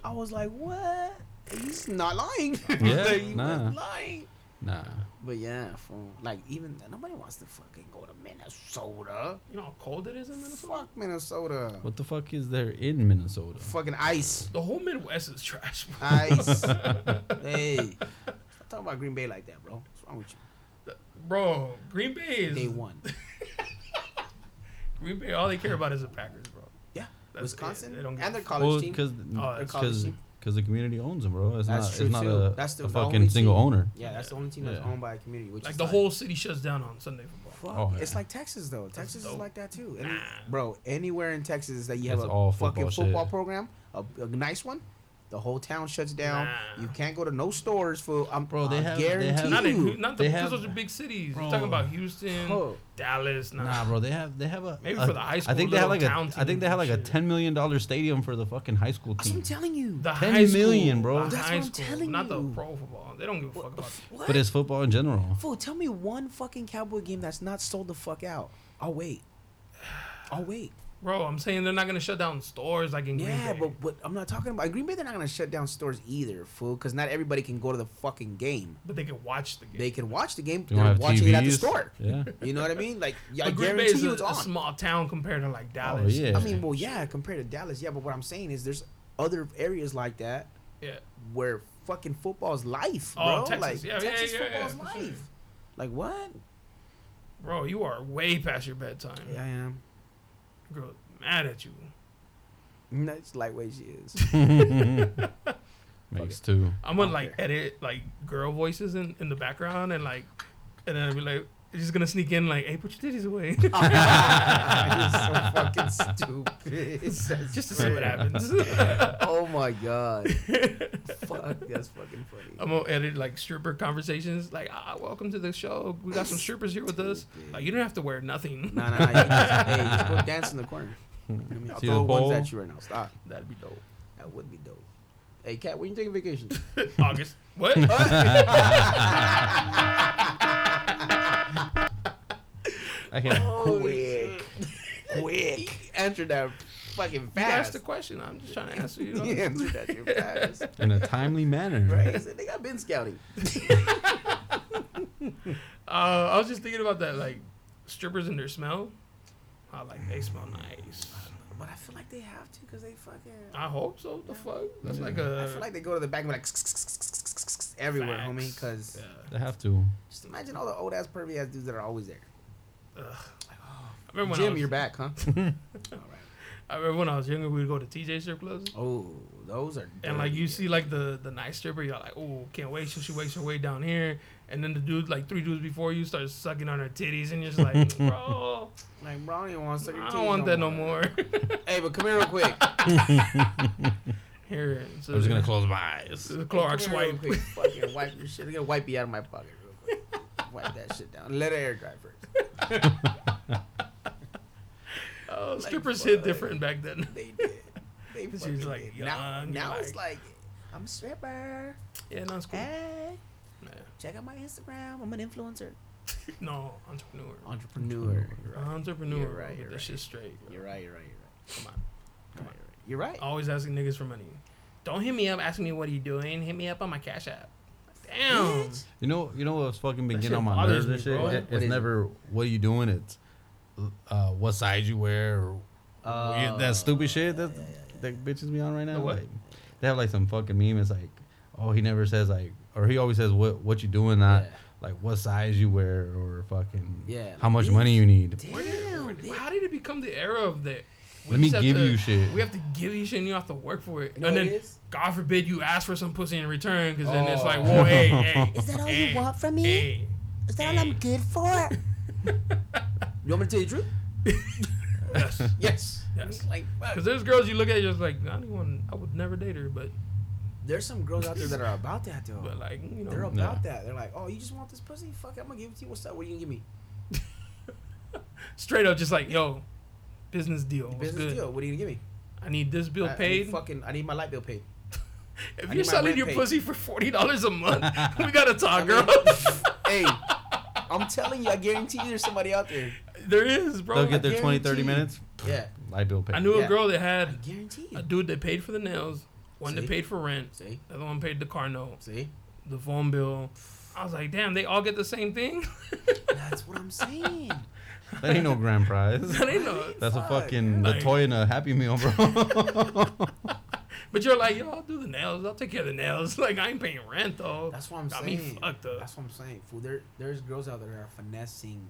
[SPEAKER 2] I was like, what? He's not lying.
[SPEAKER 3] Yeah,
[SPEAKER 2] Like, he was
[SPEAKER 3] nah.
[SPEAKER 2] lying.
[SPEAKER 3] Nah.
[SPEAKER 2] But yeah, fool. like even nobody wants to fucking go to Minnesota.
[SPEAKER 1] You know how cold it is in Minnesota.
[SPEAKER 2] Fuck Minnesota.
[SPEAKER 3] What the fuck is there in Minnesota?
[SPEAKER 2] Fucking ice.
[SPEAKER 1] The whole Midwest is trash. Bro.
[SPEAKER 2] Ice. hey. Stop talking about Green Bay like that, bro. What's wrong with you?
[SPEAKER 1] Bro, Green Bay is
[SPEAKER 2] Day one.
[SPEAKER 1] Green Bay. All they care about is the Packers, bro.
[SPEAKER 2] Yeah.
[SPEAKER 1] That's
[SPEAKER 2] Wisconsin.
[SPEAKER 1] it. They don't give
[SPEAKER 2] and their
[SPEAKER 1] a
[SPEAKER 2] college
[SPEAKER 3] Well,
[SPEAKER 2] team.
[SPEAKER 3] because
[SPEAKER 1] that's
[SPEAKER 3] because
[SPEAKER 2] college
[SPEAKER 3] the community owns them, bro. It's
[SPEAKER 2] That's
[SPEAKER 3] not
[SPEAKER 2] true
[SPEAKER 3] it's not
[SPEAKER 2] too.
[SPEAKER 3] a,
[SPEAKER 2] that's the
[SPEAKER 3] a
[SPEAKER 2] only
[SPEAKER 3] fucking single
[SPEAKER 2] team.
[SPEAKER 3] owner.
[SPEAKER 2] Yeah, that's the only team that's
[SPEAKER 3] Yeah.
[SPEAKER 2] owned by a community, which
[SPEAKER 1] Like
[SPEAKER 2] is
[SPEAKER 1] the whole city shuts down on Sunday football.
[SPEAKER 2] Fuck.
[SPEAKER 3] Oh, yeah.
[SPEAKER 2] It's like Texas though. Texas is
[SPEAKER 1] dope.
[SPEAKER 2] like that too. Any,
[SPEAKER 1] Nah.
[SPEAKER 2] Bro, anywhere in Texas that you have
[SPEAKER 3] It's
[SPEAKER 2] a
[SPEAKER 3] all
[SPEAKER 2] fucking
[SPEAKER 3] football shit.
[SPEAKER 2] football program, a, a nice one, the whole town shuts down.
[SPEAKER 1] Nah.
[SPEAKER 2] You can't go to no stores for. I'm
[SPEAKER 3] Bro, they
[SPEAKER 2] I
[SPEAKER 3] have- they
[SPEAKER 2] guarantee
[SPEAKER 3] have-
[SPEAKER 1] Not
[SPEAKER 2] you.
[SPEAKER 1] in, not the,
[SPEAKER 3] They
[SPEAKER 1] because
[SPEAKER 3] have-
[SPEAKER 1] those are big cities.
[SPEAKER 3] Bro.
[SPEAKER 1] You're talking about Houston,
[SPEAKER 2] Huh.
[SPEAKER 1] Dallas. Nah,
[SPEAKER 3] Nah, bro, they have they have a
[SPEAKER 1] Maybe
[SPEAKER 3] a-
[SPEAKER 1] for the high
[SPEAKER 3] I
[SPEAKER 1] school
[SPEAKER 3] think they have
[SPEAKER 1] little
[SPEAKER 3] like a
[SPEAKER 1] town
[SPEAKER 3] I think they
[SPEAKER 1] teams
[SPEAKER 3] have like
[SPEAKER 1] and
[SPEAKER 3] a
[SPEAKER 1] shit.
[SPEAKER 3] ten million dollar stadium for the fucking high school
[SPEAKER 2] That's what I'm
[SPEAKER 3] team.
[SPEAKER 2] telling you.
[SPEAKER 1] The
[SPEAKER 3] 10
[SPEAKER 1] high
[SPEAKER 3] million,
[SPEAKER 1] school,
[SPEAKER 3] bro.
[SPEAKER 1] The
[SPEAKER 2] That's
[SPEAKER 1] high
[SPEAKER 2] what I'm
[SPEAKER 1] school,
[SPEAKER 2] telling
[SPEAKER 1] not the
[SPEAKER 2] you.
[SPEAKER 1] pro football. They don't give a fuck about. it.
[SPEAKER 2] What?
[SPEAKER 3] But it's football in general.
[SPEAKER 2] Fool, tell me one fucking Cowboy game that's not sold the fuck out. I'll wait. I'll wait.
[SPEAKER 1] Bro, I'm saying they're not gonna shut down stores like in Green
[SPEAKER 2] Yeah,
[SPEAKER 1] Bay.
[SPEAKER 2] but, but I'm not talking about Green Bay. They're not gonna shut down stores either, fool, because not everybody can go to the fucking game.
[SPEAKER 1] But they can watch the game.
[SPEAKER 2] They can watch the game.
[SPEAKER 3] They
[SPEAKER 2] They
[SPEAKER 3] don't
[SPEAKER 2] are
[SPEAKER 3] have
[SPEAKER 2] watching it at the
[SPEAKER 3] TVs.
[SPEAKER 2] store.
[SPEAKER 3] Yeah.
[SPEAKER 2] You know what I mean? Like, yeah, I
[SPEAKER 1] but Green Bay
[SPEAKER 2] guarantee
[SPEAKER 1] is
[SPEAKER 2] you
[SPEAKER 1] a,
[SPEAKER 2] it's
[SPEAKER 1] a
[SPEAKER 2] on.
[SPEAKER 1] small town compared to like Dallas.
[SPEAKER 3] Oh, yeah.
[SPEAKER 2] I mean, well, yeah, compared to Dallas, yeah. But what I'm saying is, there's other areas like that
[SPEAKER 1] yeah.
[SPEAKER 2] where fucking football's life,
[SPEAKER 1] Oh,
[SPEAKER 2] bro.
[SPEAKER 1] Texas.
[SPEAKER 2] Like
[SPEAKER 1] Yeah, yeah,
[SPEAKER 2] Texas
[SPEAKER 1] yeah, yeah,
[SPEAKER 2] football's
[SPEAKER 1] for sure.
[SPEAKER 2] life. Like what?
[SPEAKER 1] Bro, you are way past your bedtime.
[SPEAKER 2] Yeah, I am.
[SPEAKER 1] Girl, mad at you.
[SPEAKER 2] That's lightweight she is.
[SPEAKER 3] Makes two.
[SPEAKER 1] I'm gonna like edit like girl voices in, in the background and like, and then I'll be like, she's gonna sneak in like, hey, put your titties away.
[SPEAKER 2] You're so fucking stupid.
[SPEAKER 1] Just to see what happens.
[SPEAKER 2] Oh my god. Fuck, that's fucking funny.
[SPEAKER 1] I'm gonna edit like stripper conversations. Like, ah, welcome to the show. We got some strippers here with us. Like, you don't have to wear nothing.
[SPEAKER 2] Nah, nah, nah. You just, hey, just go dance in the corner. You know what I mean, I'll
[SPEAKER 3] See
[SPEAKER 2] throw
[SPEAKER 3] the pole?
[SPEAKER 2] ones at you right now. Stop.
[SPEAKER 1] That'd be dope.
[SPEAKER 2] That would be dope. Hey, Cat, when you taking vacation?
[SPEAKER 1] August. What?
[SPEAKER 3] I can't.
[SPEAKER 2] Quick. Quick. Answer that fucking
[SPEAKER 1] You asked
[SPEAKER 2] fast.
[SPEAKER 1] the question. I'm just trying to answer you.
[SPEAKER 2] You
[SPEAKER 1] know?
[SPEAKER 2] answered that shit fast.
[SPEAKER 3] in a timely manner.
[SPEAKER 2] Right? He said, nigga, I've been scouting.
[SPEAKER 1] Uh, I was just thinking about that, like strippers and their smell. I like they smell nice.
[SPEAKER 2] But I feel like they have to because they fucking.
[SPEAKER 1] I hope so. The fuck? That's like
[SPEAKER 2] I feel
[SPEAKER 1] a
[SPEAKER 2] like they go to the back and be like everywhere, homie.
[SPEAKER 1] Uh, Facts.
[SPEAKER 2] Because
[SPEAKER 1] yeah.
[SPEAKER 3] They have to.
[SPEAKER 2] just imagine all the old ass pervy ass dudes that are always there.
[SPEAKER 1] I remember when I
[SPEAKER 2] Jim,
[SPEAKER 1] was,
[SPEAKER 2] you're back, huh? all right.
[SPEAKER 1] I remember when I was younger, we would go to TJ strip clubs,
[SPEAKER 2] Oh, those are.
[SPEAKER 1] and like
[SPEAKER 2] dirty.
[SPEAKER 1] you see like the the nice stripper, you're like, oh, can't wait till she wakes her way down here, and then the dude like three dudes before you starts sucking on her titties, and you're just like, bro,
[SPEAKER 2] Like, bro, I don't even want to suck your
[SPEAKER 1] I
[SPEAKER 2] titties
[SPEAKER 1] don't want that no more.
[SPEAKER 2] Hey, but come here real quick. Come
[SPEAKER 1] here, so
[SPEAKER 3] I was gonna close my eyes.
[SPEAKER 1] the Clorox
[SPEAKER 2] here
[SPEAKER 1] wipe.
[SPEAKER 2] Real quick. Fucking wipe your shit. I'm gonna wipe you out of my pocket real quick. Wipe that shit down. Let it air dry first.
[SPEAKER 1] Oh, strippers hit
[SPEAKER 2] fuck.
[SPEAKER 1] different back then.
[SPEAKER 2] They did. They
[SPEAKER 1] This
[SPEAKER 2] fucking
[SPEAKER 1] dude's, like,
[SPEAKER 2] did. Now,
[SPEAKER 1] young,
[SPEAKER 2] now it's
[SPEAKER 1] like-
[SPEAKER 2] like, I'm a stripper.
[SPEAKER 1] Yeah, no, it's cool.
[SPEAKER 2] Hey,
[SPEAKER 1] Nah.
[SPEAKER 2] check out my Instagram. I'm an influencer.
[SPEAKER 1] No, entrepreneur.
[SPEAKER 2] Entrepreneur.
[SPEAKER 1] Entrepreneur.
[SPEAKER 2] You're
[SPEAKER 1] bro.
[SPEAKER 2] right,
[SPEAKER 1] Get
[SPEAKER 2] you're
[SPEAKER 1] that
[SPEAKER 2] right.
[SPEAKER 1] shit straight. bro.
[SPEAKER 2] You're right. You're right. You're right.
[SPEAKER 1] Come on.
[SPEAKER 2] You're right.
[SPEAKER 1] Always asking niggas for money. Don't hit me up asking me what are you doing. Hit me up on my Cash App. Damn.
[SPEAKER 3] You know, you know what's fucking been
[SPEAKER 1] That
[SPEAKER 3] getting
[SPEAKER 1] shit
[SPEAKER 3] on my
[SPEAKER 1] bothers
[SPEAKER 3] nerves and
[SPEAKER 1] me,
[SPEAKER 3] shit.
[SPEAKER 1] bro.
[SPEAKER 3] It-
[SPEAKER 2] What
[SPEAKER 3] it's
[SPEAKER 2] is it?
[SPEAKER 3] never what are you doing. It's uh, what size you wear or
[SPEAKER 1] Oh,
[SPEAKER 2] Uh,
[SPEAKER 3] weird- that stupid shit that that bitches me on right now.
[SPEAKER 1] The what?
[SPEAKER 3] Like, they have like some fucking meme. It's like, oh, he never says like, or he always says what what you doing, not
[SPEAKER 2] Yeah.
[SPEAKER 3] like what size you wear or fucking
[SPEAKER 2] Yeah,
[SPEAKER 3] how much
[SPEAKER 2] bitch.
[SPEAKER 3] money you need.
[SPEAKER 2] Damn,
[SPEAKER 1] Where did,
[SPEAKER 2] bitch.
[SPEAKER 1] where- how did it become the era of that? We
[SPEAKER 3] Let me
[SPEAKER 1] just have
[SPEAKER 3] give
[SPEAKER 1] to-
[SPEAKER 3] you shit.
[SPEAKER 1] We have to give you shit and you have to work for it.
[SPEAKER 2] You know
[SPEAKER 1] and
[SPEAKER 2] what
[SPEAKER 1] then,
[SPEAKER 2] it is?
[SPEAKER 1] God forbid, you ask for some pussy in return because then it's
[SPEAKER 2] Oh.
[SPEAKER 1] like, whoa, hey, hey.
[SPEAKER 6] Is that all
[SPEAKER 1] hey,
[SPEAKER 6] you want from me?
[SPEAKER 1] Hey.
[SPEAKER 6] Is that all I'm good for?
[SPEAKER 2] You want me to tell you the truth?
[SPEAKER 1] Yes.
[SPEAKER 2] Yes.
[SPEAKER 1] Yes.
[SPEAKER 2] Like, fuck.
[SPEAKER 1] Because there's girls you look at, you're just like, I don't even, I would never date her, but,
[SPEAKER 2] There's some girls out there that are about that though.
[SPEAKER 1] but like, you know.
[SPEAKER 2] They're about
[SPEAKER 3] Nah.
[SPEAKER 2] that. They're like, oh, you just want this pussy? Fuck, it, I'm gonna give it to you. What's up? What are you gonna give me?
[SPEAKER 1] straight up just like, yo, business deal. What's good?
[SPEAKER 2] Business deal. What are you gonna give me?
[SPEAKER 1] I need this bill
[SPEAKER 2] I- I need
[SPEAKER 1] paid.
[SPEAKER 2] fucking, I need my light bill paid.
[SPEAKER 1] if
[SPEAKER 2] I
[SPEAKER 1] you're
[SPEAKER 2] need my
[SPEAKER 1] selling
[SPEAKER 2] rent
[SPEAKER 1] your
[SPEAKER 2] paid.
[SPEAKER 1] pussy for forty dollars a month, we gotta
[SPEAKER 2] I
[SPEAKER 1] talk,
[SPEAKER 2] mean,
[SPEAKER 1] girl.
[SPEAKER 2] hey, I'm telling you, I guarantee you, there's somebody out there.
[SPEAKER 1] there is, bro.
[SPEAKER 3] They'll get their 20,
[SPEAKER 2] guarantee
[SPEAKER 3] 30
[SPEAKER 2] you.
[SPEAKER 3] minutes.
[SPEAKER 2] Yeah,
[SPEAKER 3] Light bill pay.
[SPEAKER 1] I knew
[SPEAKER 2] Yeah.
[SPEAKER 1] a girl that
[SPEAKER 2] I
[SPEAKER 1] had
[SPEAKER 2] guarantee you.
[SPEAKER 1] a dude that paid for the nails, one that
[SPEAKER 2] See?
[SPEAKER 1] paid for rent,
[SPEAKER 2] See,
[SPEAKER 1] the other one paid the car note,
[SPEAKER 2] see,
[SPEAKER 1] the phone bill. I was like, damn, they all get the same thing.
[SPEAKER 2] that's what I'm saying.
[SPEAKER 3] That ain't no grand prize.
[SPEAKER 1] I didn't know. it.
[SPEAKER 3] That's a
[SPEAKER 2] Fuck,
[SPEAKER 3] fucking
[SPEAKER 1] yeah.
[SPEAKER 3] the toy in a Happy Meal, bro.
[SPEAKER 1] But you're like, yo, I'll do the nails. I'll take care of the nails. Like I ain't paying rent though.
[SPEAKER 2] That's what I'm
[SPEAKER 1] Got me
[SPEAKER 2] saying.
[SPEAKER 1] fucked up.
[SPEAKER 2] That's what I'm saying. Fool, there, there's girls out there that are finessing.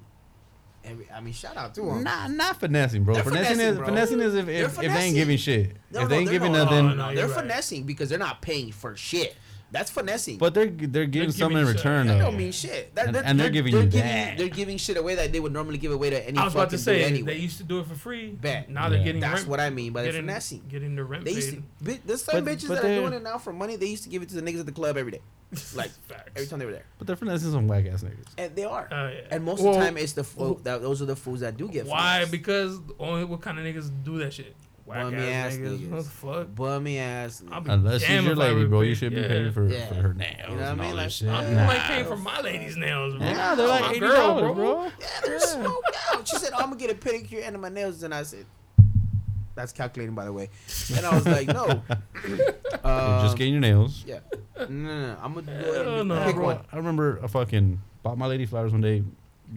[SPEAKER 2] Every, I mean, shout out to them.
[SPEAKER 3] Nah, not finessing, bro.
[SPEAKER 2] They're
[SPEAKER 3] Finessing,
[SPEAKER 2] finessing,
[SPEAKER 3] is
[SPEAKER 2] bro.
[SPEAKER 3] finessing is if, if, if
[SPEAKER 2] They're
[SPEAKER 3] they ain't giving shit.
[SPEAKER 2] No,
[SPEAKER 3] if
[SPEAKER 2] no,
[SPEAKER 3] they ain't
[SPEAKER 2] they're
[SPEAKER 3] giving
[SPEAKER 2] not.
[SPEAKER 3] nothing,
[SPEAKER 1] Oh, no,
[SPEAKER 2] They're
[SPEAKER 1] You're right.
[SPEAKER 2] finessing because they're not paying for shit. That's finessing.
[SPEAKER 3] but they're they're
[SPEAKER 1] giving
[SPEAKER 3] giving something in
[SPEAKER 1] shit.
[SPEAKER 3] return
[SPEAKER 2] that
[SPEAKER 3] though.
[SPEAKER 2] don't mean shit. That-
[SPEAKER 3] And- and they're giving you that.
[SPEAKER 2] They're giving shit away that they would normally give away to any.
[SPEAKER 1] I was about to
[SPEAKER 2] fucking dude
[SPEAKER 1] say
[SPEAKER 2] anyway.
[SPEAKER 1] they used to do it for free.
[SPEAKER 2] Bet.
[SPEAKER 1] Now they're
[SPEAKER 3] Yeah.
[SPEAKER 1] getting
[SPEAKER 2] That's
[SPEAKER 1] rent.
[SPEAKER 2] what I mean by the
[SPEAKER 1] getting,
[SPEAKER 2] finessing.
[SPEAKER 1] getting the rent
[SPEAKER 2] They
[SPEAKER 1] paid.
[SPEAKER 2] used to. bi- There's some
[SPEAKER 3] But-
[SPEAKER 2] bitches
[SPEAKER 3] but
[SPEAKER 2] that are
[SPEAKER 3] they're-
[SPEAKER 2] doing it now for money. They used to give it to the niggas at the club every day, like
[SPEAKER 1] Facts.
[SPEAKER 2] every time they were there,
[SPEAKER 3] but they're finessing some whack ass niggas.
[SPEAKER 2] and they are.
[SPEAKER 1] Oh, yeah.
[SPEAKER 2] And most of
[SPEAKER 1] Well,
[SPEAKER 2] the time, it's the fo- that, those are the fools that do get.
[SPEAKER 1] Why?
[SPEAKER 2] finessed.
[SPEAKER 1] Because only what kind of niggas do that shit? Whack
[SPEAKER 2] Bummy
[SPEAKER 1] ass
[SPEAKER 2] ass
[SPEAKER 1] niggas.
[SPEAKER 2] niggas.
[SPEAKER 1] What the fuck?
[SPEAKER 2] bummy ass. niggas.
[SPEAKER 1] I'll be
[SPEAKER 3] Unless she's
[SPEAKER 1] damned
[SPEAKER 3] your
[SPEAKER 1] if I
[SPEAKER 3] lady,
[SPEAKER 1] would
[SPEAKER 3] bro,
[SPEAKER 1] pay-
[SPEAKER 3] you should be
[SPEAKER 1] yeah.
[SPEAKER 3] paying for,
[SPEAKER 2] Yeah.
[SPEAKER 3] for her nails
[SPEAKER 2] You know what I
[SPEAKER 3] and
[SPEAKER 2] mean?
[SPEAKER 3] all
[SPEAKER 2] Like,
[SPEAKER 3] that shit.
[SPEAKER 1] I'm
[SPEAKER 3] Nah.
[SPEAKER 1] like paying for my lady's nails, bro.
[SPEAKER 3] Yeah, they're like
[SPEAKER 1] My
[SPEAKER 3] eighty
[SPEAKER 1] girl,
[SPEAKER 3] dollars, bro.
[SPEAKER 2] Yeah, they're smoked out. She said, "I'm gonna get a pedicure and my nails," and I said, "That's calculating, by the way." And I was like, "No."
[SPEAKER 3] You're
[SPEAKER 2] Um,
[SPEAKER 3] just getting your nails.
[SPEAKER 2] Yeah. No, no, no. I'm gonna
[SPEAKER 1] Hell
[SPEAKER 2] go ahead
[SPEAKER 1] no,
[SPEAKER 2] and pick
[SPEAKER 1] bro.
[SPEAKER 2] one.
[SPEAKER 3] I remember I fucking bought my lady flowers one day,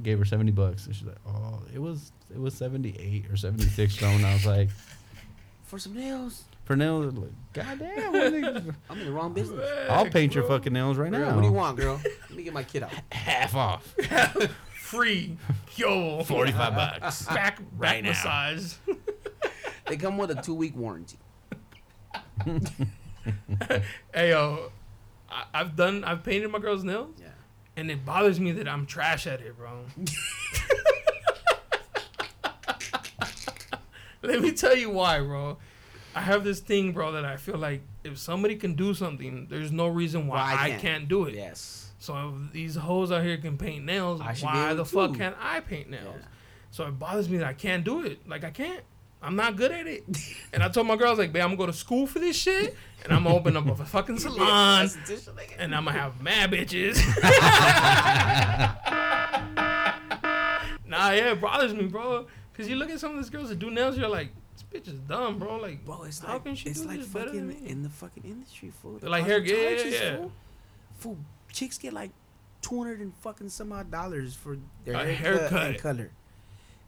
[SPEAKER 3] gave her seventy bucks, and she's like, "Oh, it was it was seventy eight or seventy six stone." I was like,
[SPEAKER 2] for some nails.
[SPEAKER 3] "For nails, like, goddamn, what nigga-
[SPEAKER 2] I'm in the wrong business.
[SPEAKER 3] I'll paint your fucking nails right
[SPEAKER 2] Girl,
[SPEAKER 3] now."
[SPEAKER 2] what do you want, girl? Let me get my kid out.
[SPEAKER 3] Half off.
[SPEAKER 1] free. Yo, forty five bucks. Back back massage.
[SPEAKER 2] They come with a two week warranty.
[SPEAKER 1] hey yo, I, I've done. I've painted my girl's nails,
[SPEAKER 2] Yeah.
[SPEAKER 1] and it bothers me that I'm trash at it, bro. Let me tell you why, bro. I have this thing, bro, that I feel like if somebody can do something, there's no reason why
[SPEAKER 2] Why I
[SPEAKER 1] I
[SPEAKER 2] can't.
[SPEAKER 1] can't do it.
[SPEAKER 2] Yes.
[SPEAKER 1] So if these hoes out here can paint nails,
[SPEAKER 2] I should be
[SPEAKER 1] why
[SPEAKER 2] able
[SPEAKER 1] the
[SPEAKER 2] to.
[SPEAKER 1] fuck can't I paint nails?
[SPEAKER 2] Yeah.
[SPEAKER 1] So it bothers me that I can't do it. Like I can't. I'm not good at it. and I told my girls like, babe, I'm gonna go to school for this shit, and I'm gonna open up a fucking salon,
[SPEAKER 2] Esthetician, nigga.
[SPEAKER 1] and I'm gonna have mad bitches. nah, yeah, it bothers me, bro. Cause you look at some of these girls that do nails, you're like, this bitch is dumb, bro. Like,
[SPEAKER 2] Bro, it's
[SPEAKER 1] how
[SPEAKER 2] like
[SPEAKER 1] can she
[SPEAKER 2] it's
[SPEAKER 1] do
[SPEAKER 2] like
[SPEAKER 1] this better than
[SPEAKER 2] fucking
[SPEAKER 1] me?
[SPEAKER 2] in the fucking industry, fool.
[SPEAKER 1] They're like, here, yeah, yeah,
[SPEAKER 2] Cosmetologists,
[SPEAKER 1] yeah.
[SPEAKER 2] Fool. Fool, chicks get like two hundred and fucking some odd dollars for their
[SPEAKER 1] A
[SPEAKER 2] haircut, and
[SPEAKER 1] haircut.
[SPEAKER 2] color.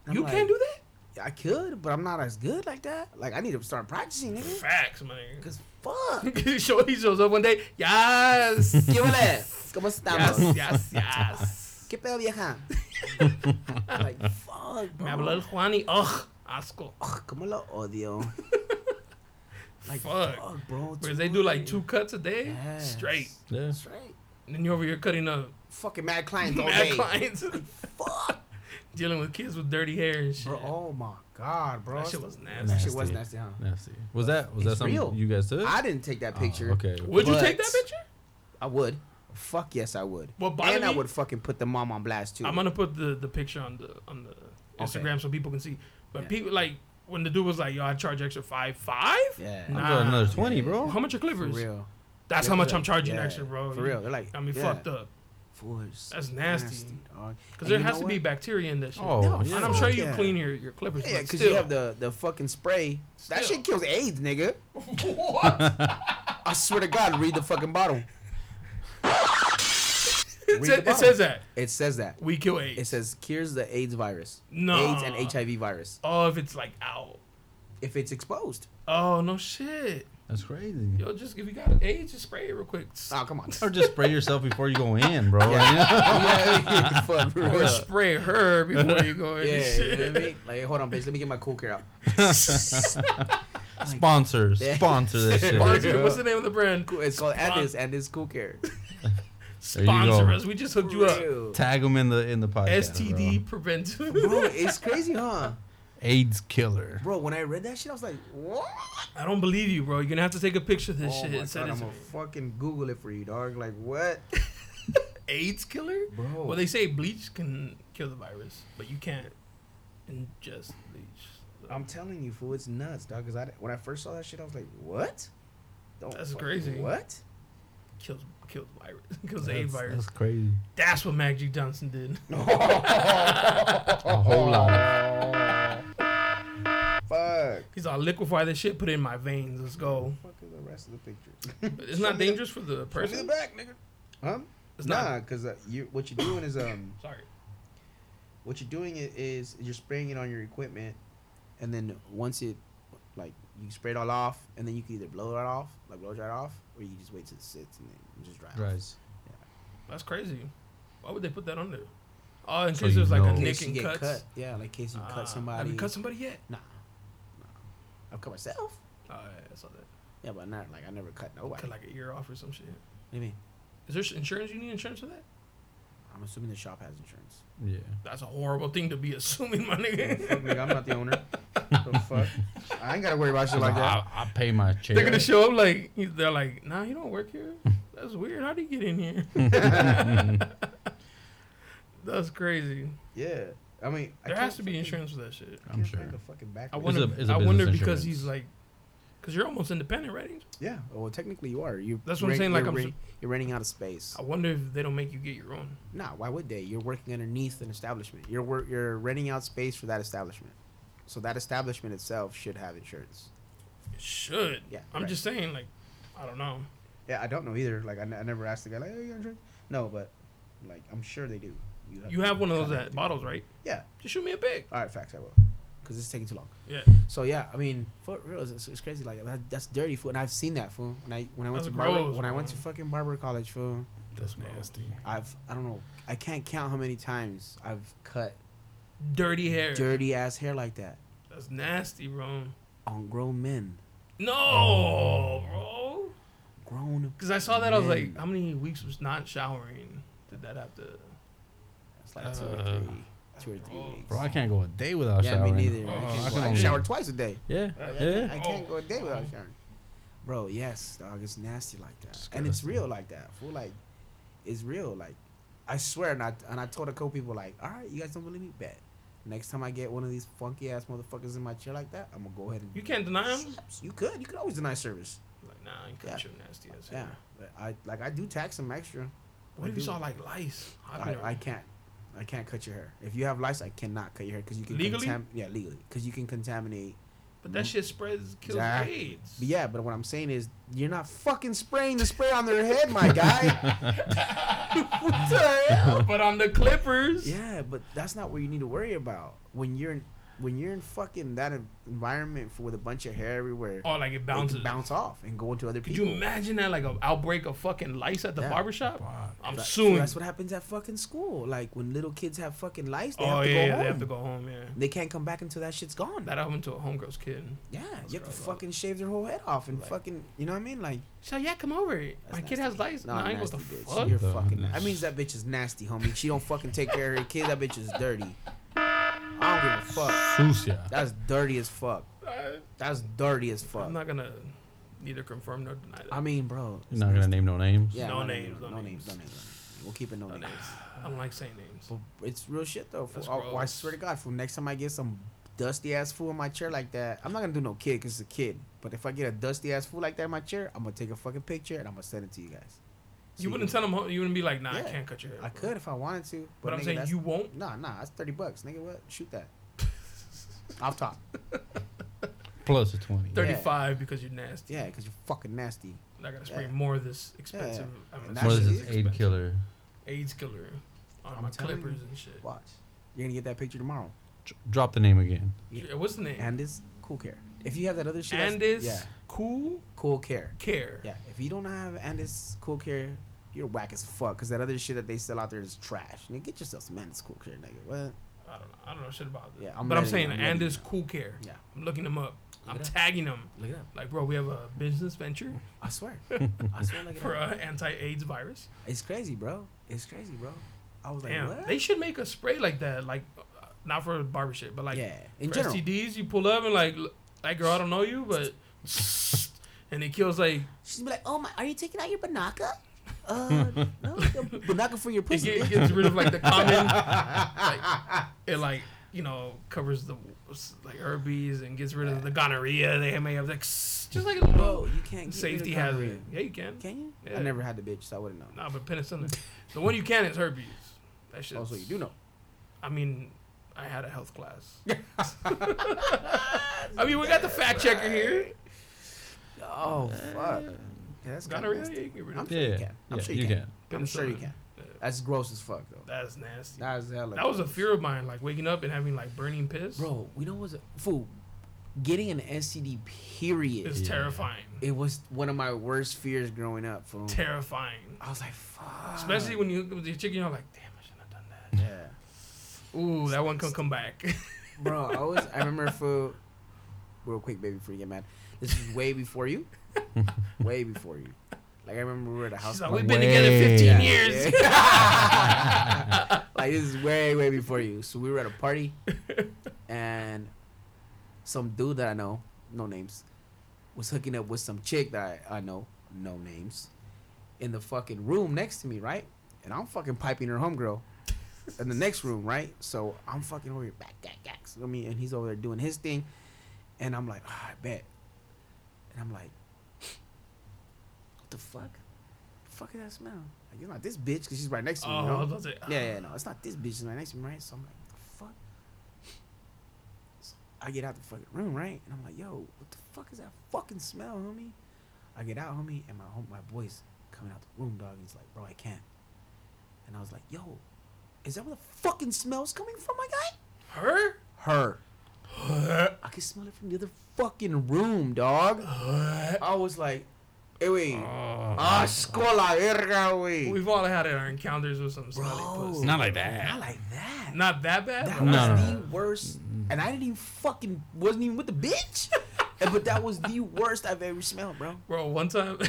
[SPEAKER 2] And I'm
[SPEAKER 1] You
[SPEAKER 2] like,
[SPEAKER 1] can't do that.
[SPEAKER 2] I could, but I'm not as good like that. Like I need to start practicing, nigga.
[SPEAKER 1] Facts, man.
[SPEAKER 2] Cause fuck.
[SPEAKER 1] Show he shows up one day. Yes.
[SPEAKER 2] Give it ass. Come on,
[SPEAKER 1] Yes, yes, yes.
[SPEAKER 2] ¿Qué pedo, vieja? like, fuck,
[SPEAKER 1] Me habló el
[SPEAKER 2] bro.
[SPEAKER 1] Juani. Ugh, asco.
[SPEAKER 2] Ugh, ¿Cómo lo odio? Like,
[SPEAKER 1] Fuck.
[SPEAKER 2] fuck, bro.
[SPEAKER 1] Whereas they do like two cuts a day,
[SPEAKER 2] Yes.
[SPEAKER 1] straight.
[SPEAKER 3] Yeah.
[SPEAKER 2] Straight.
[SPEAKER 1] And then you're over here cutting up
[SPEAKER 2] Fucking mad clients all
[SPEAKER 1] mad
[SPEAKER 2] day.
[SPEAKER 1] clients,
[SPEAKER 2] Fuck.
[SPEAKER 1] dealing with kids with dirty hair and shit.
[SPEAKER 2] Bro, oh my god, bro.
[SPEAKER 1] that shit was
[SPEAKER 2] That
[SPEAKER 1] nasty.
[SPEAKER 2] shit was nasty, huh?
[SPEAKER 3] Nasty. Was that was
[SPEAKER 2] It's
[SPEAKER 3] that something
[SPEAKER 2] real.
[SPEAKER 3] you guys took?
[SPEAKER 2] I didn't take that
[SPEAKER 3] Oh,
[SPEAKER 2] picture.
[SPEAKER 3] okay.
[SPEAKER 1] Would you
[SPEAKER 2] But-
[SPEAKER 1] take that picture?
[SPEAKER 2] I would. Fuck yes, I would.
[SPEAKER 1] What bothered
[SPEAKER 2] and I
[SPEAKER 1] me-
[SPEAKER 2] would fucking put the mom on blast too.
[SPEAKER 1] I'm gonna put the, the picture on the on the Instagram so people can see. But
[SPEAKER 2] Yeah.
[SPEAKER 1] people like when the dude was like, "Yo, I charge extra five, five?
[SPEAKER 2] Yeah.
[SPEAKER 3] I'm
[SPEAKER 1] Nah.
[SPEAKER 3] doing another twenty, bro.
[SPEAKER 1] How much are
[SPEAKER 2] for
[SPEAKER 1] Clippers?
[SPEAKER 2] real.
[SPEAKER 1] That's
[SPEAKER 2] Yeah,
[SPEAKER 1] how
[SPEAKER 2] for
[SPEAKER 1] much
[SPEAKER 2] real.
[SPEAKER 1] I'm charging
[SPEAKER 2] Yeah,
[SPEAKER 1] extra, bro.
[SPEAKER 2] For real. They're like,
[SPEAKER 1] I mean,
[SPEAKER 2] yeah.
[SPEAKER 1] fucked up.
[SPEAKER 2] Fool, it's
[SPEAKER 1] That's nasty.
[SPEAKER 2] dog.
[SPEAKER 1] Because
[SPEAKER 2] And
[SPEAKER 1] there
[SPEAKER 2] you
[SPEAKER 1] has
[SPEAKER 2] know
[SPEAKER 1] to be
[SPEAKER 2] what?
[SPEAKER 1] bacteria in that shit.
[SPEAKER 3] Oh,
[SPEAKER 2] No,
[SPEAKER 3] yeah.
[SPEAKER 1] And I'm sure you
[SPEAKER 2] Yeah.
[SPEAKER 1] clean your, your clippers.
[SPEAKER 2] Yeah,
[SPEAKER 1] but
[SPEAKER 2] because
[SPEAKER 1] still.
[SPEAKER 2] you have the, the fucking spray. That
[SPEAKER 1] Still.
[SPEAKER 2] shit kills AIDS, nigga.
[SPEAKER 1] What?
[SPEAKER 2] I swear to God, read the fucking bottle.
[SPEAKER 1] It, said, it says that.
[SPEAKER 2] It says that.
[SPEAKER 1] We kill AIDS.
[SPEAKER 2] It says cures the AIDS virus.
[SPEAKER 1] No.
[SPEAKER 2] AIDS and HIV virus.
[SPEAKER 1] oh, if it's like out.
[SPEAKER 2] If it's exposed.
[SPEAKER 1] Oh, no shit.
[SPEAKER 3] That's crazy.
[SPEAKER 1] Yo, just if you got AIDS, just spray it real quick. S-
[SPEAKER 2] Oh, come on.
[SPEAKER 3] Or just spray yourself before you go in, bro.
[SPEAKER 2] yeah, fuck, bro.
[SPEAKER 1] Or spray her before you go in.
[SPEAKER 2] Yeah,
[SPEAKER 1] and
[SPEAKER 2] you know
[SPEAKER 1] shit.
[SPEAKER 2] what I mean? Like, hold on, bitch. Let me get my cool care out.
[SPEAKER 3] Sponsor,
[SPEAKER 2] Yeah.
[SPEAKER 3] sponsor this shit.
[SPEAKER 1] Or
[SPEAKER 3] There
[SPEAKER 1] is it- What's the name of the brand?
[SPEAKER 2] Cool- It's called Andis, Andis Cool Care.
[SPEAKER 3] you
[SPEAKER 1] Sponsor
[SPEAKER 3] go.
[SPEAKER 1] us. We just hooked you up.
[SPEAKER 2] Ew.
[SPEAKER 3] Tag them in the in the podcast.
[SPEAKER 1] STD
[SPEAKER 3] bro.
[SPEAKER 2] Bro,
[SPEAKER 1] prevention.
[SPEAKER 2] it's crazy, huh?
[SPEAKER 3] AIDS killer.
[SPEAKER 2] Bro, when I read that shit, I was like, what?
[SPEAKER 1] I don't believe you, bro. You're gonna have to take a picture of this
[SPEAKER 2] Oh
[SPEAKER 1] shit
[SPEAKER 2] my
[SPEAKER 1] and send
[SPEAKER 2] God,
[SPEAKER 1] it
[SPEAKER 2] I'm
[SPEAKER 1] to
[SPEAKER 2] gonna
[SPEAKER 1] me.
[SPEAKER 2] fucking Google it for you, dog. Like, what?
[SPEAKER 1] AIDS killer?
[SPEAKER 2] Bro.
[SPEAKER 1] Well, they say bleach can kill the virus, but you can't ingest bleach.
[SPEAKER 2] I'm telling you, fool, it's nuts, dog. Cause I when I first saw that shit, I was like, what? Don't
[SPEAKER 1] That's
[SPEAKER 2] fuck-
[SPEAKER 1] crazy.
[SPEAKER 2] What?
[SPEAKER 1] Kills kills virus. Kills the AIDS
[SPEAKER 3] That's,
[SPEAKER 1] virus.
[SPEAKER 3] that's
[SPEAKER 1] That's,
[SPEAKER 3] crazy.
[SPEAKER 1] what Mac G Johnson did.
[SPEAKER 3] A
[SPEAKER 2] Oh.
[SPEAKER 3] whole lot.
[SPEAKER 2] Fuck.
[SPEAKER 1] He's all liquefy this shit, put it in my veins. Let's go.
[SPEAKER 2] Fuck is the rest of the picture.
[SPEAKER 1] It's not dangerous for the
[SPEAKER 2] Show me the
[SPEAKER 1] person.
[SPEAKER 2] back, nigga. Huh?
[SPEAKER 1] It's
[SPEAKER 2] nah,
[SPEAKER 1] not.
[SPEAKER 2] cause uh, you what you're doing is um
[SPEAKER 1] Sorry.
[SPEAKER 2] what you're doing i- is you're spraying it on your equipment, and then once it like you spray it all off, and then you can either blow it off, like blow dry it off, or you just wait till it sits and then just dry. Right.
[SPEAKER 3] Guys,
[SPEAKER 1] That's crazy. Why would they put that on there? Oh, in
[SPEAKER 3] So
[SPEAKER 1] case
[SPEAKER 3] you
[SPEAKER 1] there's like
[SPEAKER 3] know.
[SPEAKER 1] a
[SPEAKER 3] In
[SPEAKER 2] In
[SPEAKER 1] nick
[SPEAKER 2] case you
[SPEAKER 1] and
[SPEAKER 2] get
[SPEAKER 1] cuts.
[SPEAKER 2] cut. Yeah, like in case you
[SPEAKER 1] Ah,
[SPEAKER 2] cut somebody.
[SPEAKER 1] Have you cut somebody yet?
[SPEAKER 2] Nah. nah. I've cut myself.
[SPEAKER 1] Oh, yeah, I saw that.
[SPEAKER 2] Yeah, but not like I never cut nobody.
[SPEAKER 1] Cut
[SPEAKER 2] what
[SPEAKER 1] like an ear off or some shit.
[SPEAKER 2] do you mean?
[SPEAKER 1] Is there insurance? You need insurance for that?
[SPEAKER 2] I'm assuming the shop has insurance.
[SPEAKER 3] yeah.
[SPEAKER 1] That's a horrible thing to be assuming, my nigga.
[SPEAKER 2] fuck, nigga, I'm not the owner. the fuck? I ain't gotta worry about shit like that.
[SPEAKER 3] I, I pay my check.
[SPEAKER 1] They're gonna show up like they're like, nah, you don't work here. That's weird. How do you get in here? That's crazy.
[SPEAKER 2] Yeah. I mean, I
[SPEAKER 1] There
[SPEAKER 2] can't
[SPEAKER 1] has to be
[SPEAKER 2] fucking-
[SPEAKER 1] insurance for that shit.
[SPEAKER 2] I
[SPEAKER 3] I'm
[SPEAKER 2] can't
[SPEAKER 3] sure.
[SPEAKER 2] find the fucking back
[SPEAKER 1] I
[SPEAKER 2] of it.
[SPEAKER 1] wonder.
[SPEAKER 3] a- it's a
[SPEAKER 1] I wonder
[SPEAKER 3] business
[SPEAKER 1] because
[SPEAKER 3] insurance.
[SPEAKER 1] he's like, because you're almost independent, right? Angel?
[SPEAKER 2] Yeah. Oh, Well, technically you are. You.
[SPEAKER 1] That's what I'm saying, like,
[SPEAKER 2] you're,
[SPEAKER 1] I'm
[SPEAKER 2] rent- you're renting out of space.
[SPEAKER 1] I wonder if they don't make you get your own.
[SPEAKER 2] Nah. Why would they? You're working underneath an establishment. You're wor- you're renting out space for that establishment. So that establishment itself should have insurance.
[SPEAKER 1] It should.
[SPEAKER 2] Yeah,
[SPEAKER 1] I'm
[SPEAKER 2] right.
[SPEAKER 1] just saying, like, I don't know.
[SPEAKER 2] Yeah, I don't know either. Like I ne- I never asked the guy like, "Hey, you got insurance?" No, but like I'm sure they do.
[SPEAKER 1] You have one of those
[SPEAKER 2] contact
[SPEAKER 1] at
[SPEAKER 2] people.
[SPEAKER 1] bottles, right?
[SPEAKER 2] Yeah.
[SPEAKER 1] Just shoot me a pic.
[SPEAKER 2] All right, facts. I will, because it's taking too long.
[SPEAKER 1] Yeah.
[SPEAKER 2] So yeah, I mean, for real, it's, it's crazy. Like that, that's dirty food, and I've seen that food. When I when I went
[SPEAKER 1] That's
[SPEAKER 2] to barber,
[SPEAKER 1] gross,
[SPEAKER 2] when I went
[SPEAKER 1] man.
[SPEAKER 2] to fucking barber college food,
[SPEAKER 3] That's nasty.
[SPEAKER 2] I've I don't know, I can't count how many times I've cut
[SPEAKER 1] Dirty hair.
[SPEAKER 2] dirty ass hair like that
[SPEAKER 1] That's nasty, bro.
[SPEAKER 2] on grown men.
[SPEAKER 1] No,
[SPEAKER 3] Oh.
[SPEAKER 1] bro.
[SPEAKER 2] Grown.
[SPEAKER 1] Because I saw that, I was like,
[SPEAKER 2] Men.
[SPEAKER 1] how many weeks was not showering? Did that have to?
[SPEAKER 2] It's like two or
[SPEAKER 3] Uh,
[SPEAKER 2] three, two or three
[SPEAKER 1] bro.
[SPEAKER 2] weeks.
[SPEAKER 3] Bro, I can't go a day without
[SPEAKER 2] yeah,
[SPEAKER 3] showering.
[SPEAKER 2] me neither.
[SPEAKER 1] Oh,
[SPEAKER 2] I,
[SPEAKER 1] I
[SPEAKER 2] can't
[SPEAKER 1] can
[SPEAKER 2] go- I
[SPEAKER 1] only-
[SPEAKER 2] shower twice a day.
[SPEAKER 3] Yeah,
[SPEAKER 2] I can't,
[SPEAKER 3] yeah.
[SPEAKER 2] I
[SPEAKER 1] Oh.
[SPEAKER 2] can't go a day without showering. Bro, yes, dog, it's nasty like that, and it's real like that. Fool, like, it's real. Like, I swear, and I and I told a couple people like, all right, you guys don't believe me, bet. Next time I get one of these funky ass motherfuckers in my chair like that, I'm gonna go ahead and.
[SPEAKER 1] You can't deny them.
[SPEAKER 2] You could, you could always deny service.
[SPEAKER 1] Like, nah, you
[SPEAKER 2] Yeah.
[SPEAKER 1] cut your nasty ass
[SPEAKER 2] Yeah,
[SPEAKER 1] hair.
[SPEAKER 2] but I like I do tax them extra. I
[SPEAKER 1] What if you
[SPEAKER 2] do.
[SPEAKER 1] saw like lice? I've
[SPEAKER 2] I,
[SPEAKER 1] never-
[SPEAKER 2] I can't. I can't cut your hair. If you have lice, I cannot cut your hair because you can
[SPEAKER 1] Legally?
[SPEAKER 2] Contam- yeah, legally, because you can contaminate
[SPEAKER 1] but that shit spreads, kills
[SPEAKER 2] Zach.
[SPEAKER 1] AIDS.
[SPEAKER 2] But yeah, but what I'm saying is you're not fucking spraying the spray on their head, my guy. what the hell?
[SPEAKER 1] But on the Clippers,
[SPEAKER 2] Yeah, but that's not what you need to worry about when you're in, when you're in fucking that en- environment for, with a bunch of hair everywhere.
[SPEAKER 1] or like it
[SPEAKER 2] it
[SPEAKER 1] bounces.
[SPEAKER 2] can bounce off and go into other
[SPEAKER 1] Could
[SPEAKER 2] people.
[SPEAKER 1] you imagine that like an outbreak of fucking lice at the
[SPEAKER 2] Yeah.
[SPEAKER 1] barbershop? I'm
[SPEAKER 2] That-
[SPEAKER 1] suing.
[SPEAKER 2] That's what happens at fucking school. Like when little kids have fucking lice, they
[SPEAKER 1] oh
[SPEAKER 2] have to
[SPEAKER 1] yeah,
[SPEAKER 2] go home.
[SPEAKER 1] they have to go home. Yeah,
[SPEAKER 2] They can't come back until that shit's gone.
[SPEAKER 1] that happened to a homegirl's kid.
[SPEAKER 2] yeah, you have to
[SPEAKER 1] gross.
[SPEAKER 2] fucking shave their whole head off and fucking, you know what I mean? Like,
[SPEAKER 1] So yeah, come over. My kid
[SPEAKER 2] nasty.
[SPEAKER 1] has lice.
[SPEAKER 2] No,
[SPEAKER 1] Nah, I ain't what the
[SPEAKER 2] nasty bitch.
[SPEAKER 1] fuck.
[SPEAKER 2] You're
[SPEAKER 3] Nah,
[SPEAKER 2] fucking.
[SPEAKER 3] nah.
[SPEAKER 2] That means that bitch is nasty, homie. She don't fucking take care of her kid. That bitch is dirty. I don't give a fuck.
[SPEAKER 3] Sucia.
[SPEAKER 2] That's dirty as fuck.
[SPEAKER 1] I-
[SPEAKER 2] That's dirty as fuck.
[SPEAKER 1] I'm not gonna neither confirm nor deny that.
[SPEAKER 2] I mean, bro.
[SPEAKER 3] You're not gonna name no names.
[SPEAKER 2] Yeah,
[SPEAKER 1] No
[SPEAKER 2] no,
[SPEAKER 1] names, no
[SPEAKER 2] no, no, no
[SPEAKER 1] names.
[SPEAKER 2] names, no names. We'll keep it no, names.
[SPEAKER 1] I don't like saying names.
[SPEAKER 2] But it's real shit though. Fool.
[SPEAKER 1] That's
[SPEAKER 2] Oh, I
[SPEAKER 1] gross.
[SPEAKER 2] swear to God, for next time I get some dusty ass fool in my chair like that, I'm not gonna do no kid because it's a kid. But if I get a dusty ass fool like that in my chair, I'm gonna take a fucking picture and I'm gonna send it to you guys. So
[SPEAKER 1] You wouldn't tell them. You wouldn't be like, nah, I
[SPEAKER 2] Yeah.
[SPEAKER 1] can't cut your hair.
[SPEAKER 2] I
[SPEAKER 1] bro.
[SPEAKER 2] could if I wanted to,
[SPEAKER 1] But I'm
[SPEAKER 2] nigga,
[SPEAKER 1] saying
[SPEAKER 2] that's-
[SPEAKER 1] you won't.
[SPEAKER 2] Nah, nah, that's thirty bucks, nigga. What? Shoot that. Off top.
[SPEAKER 3] Plus a twenty.
[SPEAKER 1] Thirty-five because you're nasty.
[SPEAKER 2] Yeah, because you're fucking nasty.
[SPEAKER 1] I gotta
[SPEAKER 2] Yeah.
[SPEAKER 1] spray more of this expensive. I mean,
[SPEAKER 2] And
[SPEAKER 1] it's
[SPEAKER 3] What
[SPEAKER 2] That
[SPEAKER 3] is
[SPEAKER 2] shit
[SPEAKER 1] expensive.
[SPEAKER 3] this aid killer?
[SPEAKER 1] AIDS killer on
[SPEAKER 2] I'm
[SPEAKER 1] my
[SPEAKER 2] telling you.
[SPEAKER 1] clippers and shit.
[SPEAKER 2] Watch. You're gonna get that picture tomorrow.
[SPEAKER 3] Dr- drop the name again.
[SPEAKER 1] Yeah, What's the name?
[SPEAKER 2] And this cool care. If you have that other shit, that's-
[SPEAKER 1] Andis
[SPEAKER 2] yeah,
[SPEAKER 1] Cool
[SPEAKER 2] cool care.
[SPEAKER 1] Care.
[SPEAKER 2] Yeah, if you don't have Andis cool care, you're whack as fuck. Cause that other shit that they sell out there is trash. Nigga, get yourself some Andis cool care, nigga. What?
[SPEAKER 1] I don't know. I don't know shit about this.
[SPEAKER 2] Yeah, I'm
[SPEAKER 1] but I'm
[SPEAKER 2] ready,
[SPEAKER 1] saying
[SPEAKER 2] I'm ready.
[SPEAKER 1] Andis Cool Care.
[SPEAKER 2] Yeah.
[SPEAKER 1] I'm looking them up. I'm
[SPEAKER 2] it up.
[SPEAKER 1] tagging them.
[SPEAKER 2] Look it up.
[SPEAKER 1] Like, bro, we have a business venture
[SPEAKER 2] I swear. I swear. Look it
[SPEAKER 1] for
[SPEAKER 2] up.
[SPEAKER 1] uh, anti-AIDS virus.
[SPEAKER 2] It's crazy, bro. It's crazy, bro. I was like,
[SPEAKER 1] Damn,
[SPEAKER 2] what?
[SPEAKER 1] they should make a spray like that. Like, uh, not for barbershop, but like
[SPEAKER 2] yeah, in
[SPEAKER 1] for
[SPEAKER 2] general.
[SPEAKER 1] STDs, you pull up and like, l- like girl, I don't know you, but and it kills like
[SPEAKER 2] She's be like, oh my, are you taking out your banaka? Uh, no, the banaka for your
[SPEAKER 1] it,
[SPEAKER 2] pussy.
[SPEAKER 1] get,
[SPEAKER 2] bitch.
[SPEAKER 1] gets rid of like the common, like, it like you know covers the like herpes and gets rid of the gonorrhea they may have like just like a
[SPEAKER 2] Bro,
[SPEAKER 1] little
[SPEAKER 2] Oh, you can't get
[SPEAKER 1] safety
[SPEAKER 2] rid of gonorrhea.
[SPEAKER 1] hazard. Yeah, you can.
[SPEAKER 2] Can you?
[SPEAKER 1] Yeah.
[SPEAKER 2] I never had the bitch, so I wouldn't know.
[SPEAKER 1] Nah, but penicillin. the one you can is herpes. That shit.
[SPEAKER 2] Oh, so you do know.
[SPEAKER 1] I mean, I had a health class. I mean, we got the fact checker here.
[SPEAKER 2] Oh fuck. Yeah, that's kinda
[SPEAKER 1] Gonorrhea, yeah,
[SPEAKER 2] nasty.
[SPEAKER 1] you get rid
[SPEAKER 2] I'm
[SPEAKER 1] of
[SPEAKER 2] sure
[SPEAKER 3] Yeah,
[SPEAKER 2] you can. I'm
[SPEAKER 3] yeah,
[SPEAKER 2] sure you,
[SPEAKER 3] you
[SPEAKER 2] can.
[SPEAKER 3] can.
[SPEAKER 2] I'm sure you can. That's gross as fuck though.
[SPEAKER 1] That's nasty.
[SPEAKER 2] That is hella.
[SPEAKER 1] That was a
[SPEAKER 2] gross.
[SPEAKER 1] fear of mine, like waking up and having like burning piss.
[SPEAKER 2] Bro, we know what's a fool. Getting an STD period.
[SPEAKER 1] it's terrifying.
[SPEAKER 2] It was one of my worst fears growing up. Fool.
[SPEAKER 1] terrifying.
[SPEAKER 2] I was like, fuck.
[SPEAKER 1] Especially when you with your chicken, you're like, damn, I shouldn't have done that.
[SPEAKER 2] Yeah.
[SPEAKER 1] Ooh, that one can come back.
[SPEAKER 2] Bro, I always I remember for real quick, baby, before you get mad. This is way before you. way before you. Like I remember we were at a house
[SPEAKER 1] She's like,
[SPEAKER 2] party.
[SPEAKER 1] we've been together
[SPEAKER 3] Way.
[SPEAKER 1] 15
[SPEAKER 3] Yeah,
[SPEAKER 1] years.
[SPEAKER 2] Yeah. like this is way, way before you. So we were at a party and some dude that I know, no names, was hooking up with some chick that I, I know, no names, in the fucking room next to me, right? And I'm fucking piping her homegirl in the next room, right? So I'm fucking over here, back, back, back. I mean, and he's over there doing his thing. And I'm like, ah, I bet. And I'm like, what the fuck? The fuck is that smell? Like, it's not this bitch because she's right next to
[SPEAKER 1] Oh,
[SPEAKER 2] me.
[SPEAKER 1] I
[SPEAKER 2] you know?
[SPEAKER 1] was about to say, ah.
[SPEAKER 2] Yeah, yeah, no, it's not this bitch. It's right next to me, right? So I'm like, the fuck? So I get out the fucking room, right? And I'm like, yo, what the fuck is that fucking smell, homie? I get out, homie, and my home, my boy's coming out the room, dog. And he's like, bro, I can't. And I was like, yo, is that where the fucking smell's coming from, my guy?
[SPEAKER 1] Her?
[SPEAKER 2] Her. I could smell it from the other fucking room, dog. I was like, hey, wait. Ah, escola, verga, wey.
[SPEAKER 1] Oh. We've all had our encounters with some smelly
[SPEAKER 2] Bro.
[SPEAKER 1] puss.
[SPEAKER 2] Not
[SPEAKER 3] like
[SPEAKER 2] Not
[SPEAKER 3] that.
[SPEAKER 2] like that.
[SPEAKER 1] Not that bad.
[SPEAKER 2] That
[SPEAKER 1] but
[SPEAKER 2] was
[SPEAKER 3] No.
[SPEAKER 2] the worst. And I didn't even fucking wasn't even with the bitch. And- but that was the worst I've ever smelled, bro.
[SPEAKER 1] Bro, one time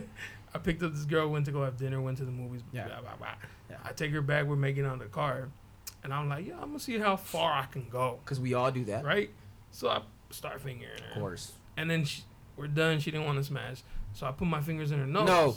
[SPEAKER 1] I picked up this girl, went to go have dinner, went to the movies.
[SPEAKER 2] Yeah.
[SPEAKER 1] Blah, blah, blah.
[SPEAKER 2] Yeah.
[SPEAKER 1] I take her back, we're making on the car. And I'm like, yeah, I'm going to see how far I can go.
[SPEAKER 2] Cause we all do that.
[SPEAKER 1] Right? So I start fingering her.
[SPEAKER 2] Of course.
[SPEAKER 1] And then she, we're done. She didn't want to smash. So I put my fingers in her nose.
[SPEAKER 2] No.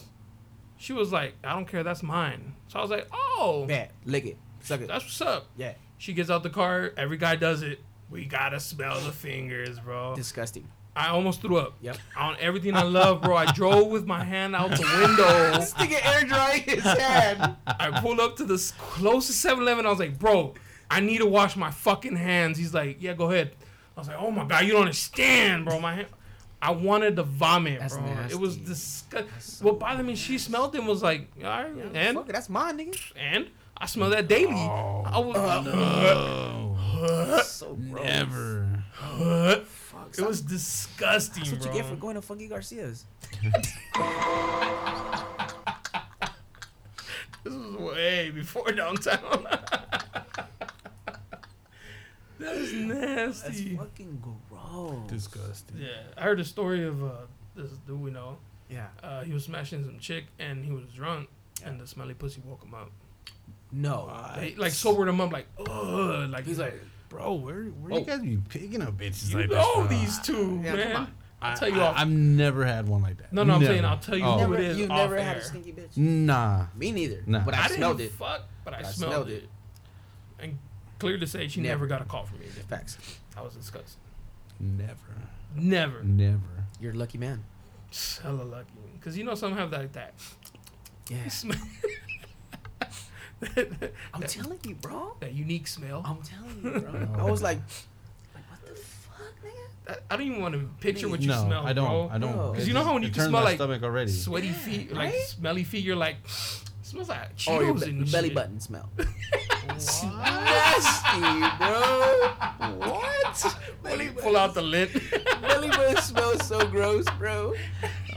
[SPEAKER 1] She was like, I don't care. That's mine. So I was like, oh,
[SPEAKER 2] Bad. Lick it. Suck it.
[SPEAKER 1] that's what's up.
[SPEAKER 2] Yeah.
[SPEAKER 1] She gets out the car. Every guy does it. We got to smell the fingers, bro.
[SPEAKER 2] Disgusting.
[SPEAKER 1] I almost threw up.
[SPEAKER 2] Yep.
[SPEAKER 1] On everything I love, bro. I drove with my hand out the window.
[SPEAKER 2] this nigga air drying his hand.
[SPEAKER 1] I pulled up to the s- closest 7 Eleven. I was like, bro, I need to wash my fucking hands. He's like, yeah, go ahead. I was like, oh my God, you don't understand, bro. My hand. I wanted to vomit,
[SPEAKER 2] That's
[SPEAKER 1] bro. It was
[SPEAKER 2] nasty.
[SPEAKER 1] disgusting. what bothered me, she smelled it and was like, all right, and,
[SPEAKER 2] Fuck it, Oh. that's mine, nigga.
[SPEAKER 1] and I smell that daily. I was,
[SPEAKER 3] Oh,
[SPEAKER 2] so gross.
[SPEAKER 3] never.
[SPEAKER 2] Fuck,
[SPEAKER 1] it
[SPEAKER 2] stop.
[SPEAKER 1] was disgusting,
[SPEAKER 2] That's what
[SPEAKER 1] bro.
[SPEAKER 2] you get for going to Funky Garcia's.
[SPEAKER 1] This was way before downtown. that is
[SPEAKER 2] That's
[SPEAKER 1] nasty.
[SPEAKER 2] fucking gross.
[SPEAKER 3] Disgusting.
[SPEAKER 1] Yeah, I heard a story of uh, this dude we know.
[SPEAKER 2] Yeah.
[SPEAKER 1] Uh, he was smashing some chick and he was drunk, and the smelly pussy woke him up.
[SPEAKER 2] No.
[SPEAKER 1] They, like sobered him up, like ugh, like
[SPEAKER 2] He's like,
[SPEAKER 3] Bro, where where
[SPEAKER 2] Oh.
[SPEAKER 3] you guys be picking up bitches
[SPEAKER 1] you
[SPEAKER 3] like this?
[SPEAKER 1] know
[SPEAKER 3] from?
[SPEAKER 1] these two,
[SPEAKER 2] Yeah, come
[SPEAKER 1] man.
[SPEAKER 2] on.
[SPEAKER 1] I'll
[SPEAKER 3] I-
[SPEAKER 1] tell you
[SPEAKER 3] I,
[SPEAKER 1] off.
[SPEAKER 3] I've never had one like that.
[SPEAKER 1] no, no, I'm
[SPEAKER 3] Never.
[SPEAKER 1] saying I'll tell you
[SPEAKER 3] Oh.
[SPEAKER 1] who
[SPEAKER 2] never,
[SPEAKER 1] it is
[SPEAKER 2] you've
[SPEAKER 1] off
[SPEAKER 2] never
[SPEAKER 1] air.
[SPEAKER 2] had a stinky bitch.
[SPEAKER 3] Nah.
[SPEAKER 2] Me neither.
[SPEAKER 3] Nah.
[SPEAKER 2] But I,
[SPEAKER 1] I,
[SPEAKER 2] smelled
[SPEAKER 1] didn't
[SPEAKER 2] it.
[SPEAKER 1] fuck, but I,
[SPEAKER 2] I
[SPEAKER 1] smelled,
[SPEAKER 2] smelled
[SPEAKER 1] it.
[SPEAKER 2] it.
[SPEAKER 1] And clear to say, she never,
[SPEAKER 2] Never.
[SPEAKER 1] got a call from me again.
[SPEAKER 2] Facts.
[SPEAKER 1] I was disgusted.
[SPEAKER 3] Never.
[SPEAKER 1] Never.
[SPEAKER 3] Never.
[SPEAKER 2] You're a lucky man.
[SPEAKER 1] Hella lucky, because you know some have like that.
[SPEAKER 2] Yeah.
[SPEAKER 1] smell. that,
[SPEAKER 2] I'm telling you, bro.
[SPEAKER 1] that unique smell.
[SPEAKER 2] I'm telling you, bro. I was like, like, what the fuck, nigga?
[SPEAKER 1] I don't even want to picture what you
[SPEAKER 3] no,
[SPEAKER 1] smell.
[SPEAKER 3] I don't.
[SPEAKER 1] bro.
[SPEAKER 3] I don't.
[SPEAKER 2] Bro.
[SPEAKER 1] 'Cause
[SPEAKER 3] It
[SPEAKER 1] you know
[SPEAKER 3] just-
[SPEAKER 1] how when you
[SPEAKER 3] it
[SPEAKER 1] can
[SPEAKER 3] turns
[SPEAKER 1] smell
[SPEAKER 3] my
[SPEAKER 1] like
[SPEAKER 3] stomach already.
[SPEAKER 1] sweaty feet, like
[SPEAKER 2] Right?
[SPEAKER 1] smelly feet, you're like, smells like Cheetos
[SPEAKER 2] Oh, your be-
[SPEAKER 1] and
[SPEAKER 2] belly
[SPEAKER 1] shit.
[SPEAKER 2] button smell. Nasty, bro. What?
[SPEAKER 1] Pull,
[SPEAKER 2] Belly
[SPEAKER 1] it- pull out the lid.
[SPEAKER 2] belly button smells so gross, bro.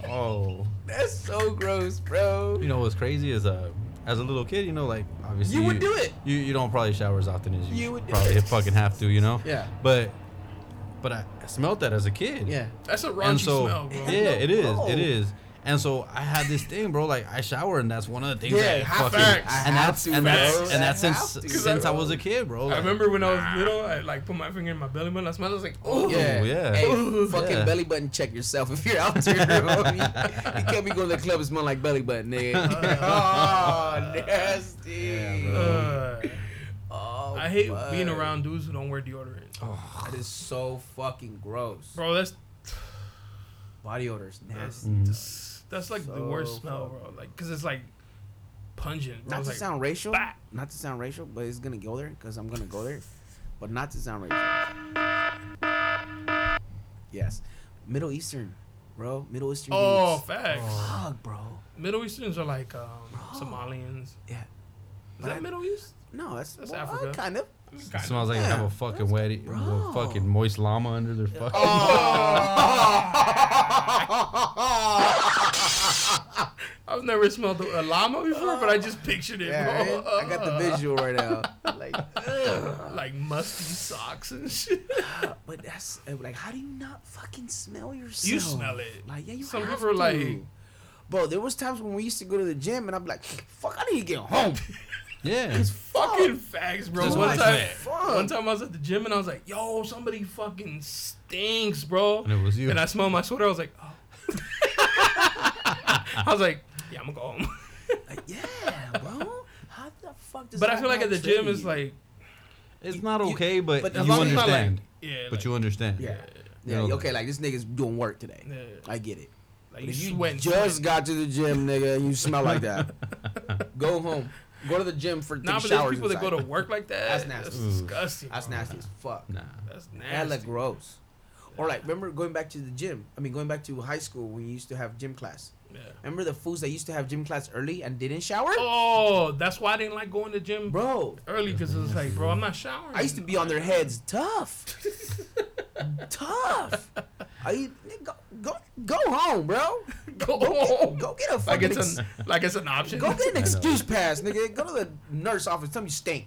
[SPEAKER 3] Oh,
[SPEAKER 2] That's so gross, bro.
[SPEAKER 3] you know what's crazy is uh, as a little kid, you know, like obviously
[SPEAKER 2] You would do it.
[SPEAKER 3] You you don't probably shower as often as you,
[SPEAKER 2] You would do
[SPEAKER 3] probably
[SPEAKER 2] it.
[SPEAKER 3] fucking have to, you know.
[SPEAKER 2] Yeah.
[SPEAKER 3] But but I, I smelled that as a kid.
[SPEAKER 2] Yeah.
[SPEAKER 1] That's a
[SPEAKER 3] and
[SPEAKER 1] raunchy
[SPEAKER 3] so
[SPEAKER 1] smell, bro.
[SPEAKER 3] yeah, it is,
[SPEAKER 2] No.
[SPEAKER 3] it is. And so I had this thing, bro. Like I shower, and that's one of the things.
[SPEAKER 2] Yeah,
[SPEAKER 3] that
[SPEAKER 2] high
[SPEAKER 3] fucking,
[SPEAKER 1] facts.
[SPEAKER 2] I
[SPEAKER 3] and that's
[SPEAKER 2] have to,
[SPEAKER 3] and
[SPEAKER 2] bro.
[SPEAKER 3] that's and
[SPEAKER 2] I
[SPEAKER 3] that's since
[SPEAKER 2] have to.
[SPEAKER 3] since I was a kid, bro.
[SPEAKER 1] I
[SPEAKER 3] Like,
[SPEAKER 1] remember when I was little, I like put my finger in my belly button. I smelled. it, I was like, oh,
[SPEAKER 2] yeah.
[SPEAKER 3] yeah.
[SPEAKER 2] Hey,
[SPEAKER 3] Ooh,
[SPEAKER 2] fucking
[SPEAKER 3] yeah.
[SPEAKER 2] belly button check yourself if you're out there. homie. you can't be going to the club and smell like belly button, nigga. oh, nasty.
[SPEAKER 1] Uh,
[SPEAKER 2] oh,
[SPEAKER 1] I hate
[SPEAKER 2] fuck.
[SPEAKER 1] being around dudes who don't wear deodorant,
[SPEAKER 3] Oh.
[SPEAKER 2] That is so fucking gross.
[SPEAKER 1] bro. That's
[SPEAKER 2] Body odors,
[SPEAKER 1] that's
[SPEAKER 2] nasty.
[SPEAKER 3] Mm.
[SPEAKER 1] that's, that's like the worst
[SPEAKER 2] So
[SPEAKER 1] smell, bro. Like, cause it's like pungent. Bro.
[SPEAKER 2] Not
[SPEAKER 1] It's
[SPEAKER 2] to
[SPEAKER 1] like,
[SPEAKER 2] sound racial,
[SPEAKER 1] bah.
[SPEAKER 2] not to sound racial, but it's gonna go there because I'm gonna go there, but not to sound racial. Yes, Middle Eastern, bro. Middle Eastern.
[SPEAKER 1] oh,
[SPEAKER 2] dudes.
[SPEAKER 1] facts.
[SPEAKER 2] fuck, bro.
[SPEAKER 1] Middle Easterns are like um, Somalians.
[SPEAKER 2] Yeah.
[SPEAKER 1] Is that Middle East?
[SPEAKER 2] No, that's,
[SPEAKER 1] That's
[SPEAKER 2] well,
[SPEAKER 1] Africa.
[SPEAKER 2] Kind of.
[SPEAKER 1] I mean,
[SPEAKER 3] It
[SPEAKER 1] kinda.
[SPEAKER 3] smells like they have a fucking wet, a fucking moist llama under their fucking.
[SPEAKER 2] Oh.
[SPEAKER 1] I've never smelled a a llama before, but I just pictured it,
[SPEAKER 2] Yeah,
[SPEAKER 1] bro.
[SPEAKER 2] right? I got the visual right now. Like, ugh.
[SPEAKER 1] like musty socks and shit.
[SPEAKER 2] but that's uh, like, how do you not fucking smell yourself?
[SPEAKER 1] You smell it.
[SPEAKER 2] Like, yeah, you
[SPEAKER 1] Some
[SPEAKER 2] have
[SPEAKER 1] people are
[SPEAKER 2] to.
[SPEAKER 1] like-
[SPEAKER 2] bro. There was times when we used to go to the gym, and I'm like, fuck, I need to get home.
[SPEAKER 3] yeah.
[SPEAKER 1] fucking facts, bro.
[SPEAKER 3] That's
[SPEAKER 1] One
[SPEAKER 3] what I
[SPEAKER 1] time,
[SPEAKER 2] smell.
[SPEAKER 1] one time I was at the gym and I was like, "Yo, somebody fucking stinks, bro."
[SPEAKER 3] And it was you.
[SPEAKER 1] And I smelled my sweater. I was like, "Oh." I was like, "Yeah, I'm gonna go home."
[SPEAKER 2] Like, yeah, bro. How the fuck does?
[SPEAKER 1] but I
[SPEAKER 2] that
[SPEAKER 1] feel like
[SPEAKER 2] not
[SPEAKER 1] at the
[SPEAKER 2] trigger
[SPEAKER 1] gym, it's
[SPEAKER 2] you?
[SPEAKER 1] like,
[SPEAKER 3] It's not
[SPEAKER 2] You-
[SPEAKER 3] okay, but,
[SPEAKER 2] but as
[SPEAKER 3] you
[SPEAKER 2] long as it's
[SPEAKER 1] not like-
[SPEAKER 3] understand.
[SPEAKER 1] yeah,
[SPEAKER 3] but
[SPEAKER 1] like-
[SPEAKER 3] you understand.
[SPEAKER 2] yeah,
[SPEAKER 3] You
[SPEAKER 2] yeah,
[SPEAKER 3] know,
[SPEAKER 2] okay. Like this nigga's doing work today.
[SPEAKER 1] Yeah.
[SPEAKER 2] I get it.
[SPEAKER 1] like
[SPEAKER 2] But
[SPEAKER 1] you
[SPEAKER 2] if you
[SPEAKER 1] sweat,
[SPEAKER 2] just got to the gym, nigga, and you smell like that. go home. Go to the gym for take
[SPEAKER 1] Nah, but there's
[SPEAKER 2] showers.
[SPEAKER 1] people that go to
[SPEAKER 2] inside.
[SPEAKER 1] work like that.
[SPEAKER 2] That's nasty.
[SPEAKER 1] That's disgusting.
[SPEAKER 2] That's
[SPEAKER 1] bro.
[SPEAKER 2] nasty as fuck.
[SPEAKER 3] Nah.
[SPEAKER 1] That's
[SPEAKER 2] That
[SPEAKER 1] nasty.
[SPEAKER 2] look gross. Or like, remember going back to the gym? I mean, going back to high school when you used to have gym class.
[SPEAKER 1] Yeah.
[SPEAKER 2] Remember the fools that used to have gym class early and didn't shower?
[SPEAKER 1] Oh, that's why I didn't like going to gym
[SPEAKER 2] Bro,
[SPEAKER 1] early because it was like, bro, I'm not showering.
[SPEAKER 2] I used to be on their heads tough. tough. I go, go go home, bro.
[SPEAKER 1] go home.
[SPEAKER 2] Go get a fucking
[SPEAKER 1] like it's
[SPEAKER 2] ex-
[SPEAKER 1] an like it's an option.
[SPEAKER 2] go get an
[SPEAKER 3] I know.
[SPEAKER 2] excuse pass, nigga. Go to the nurse office. Tell me you stink.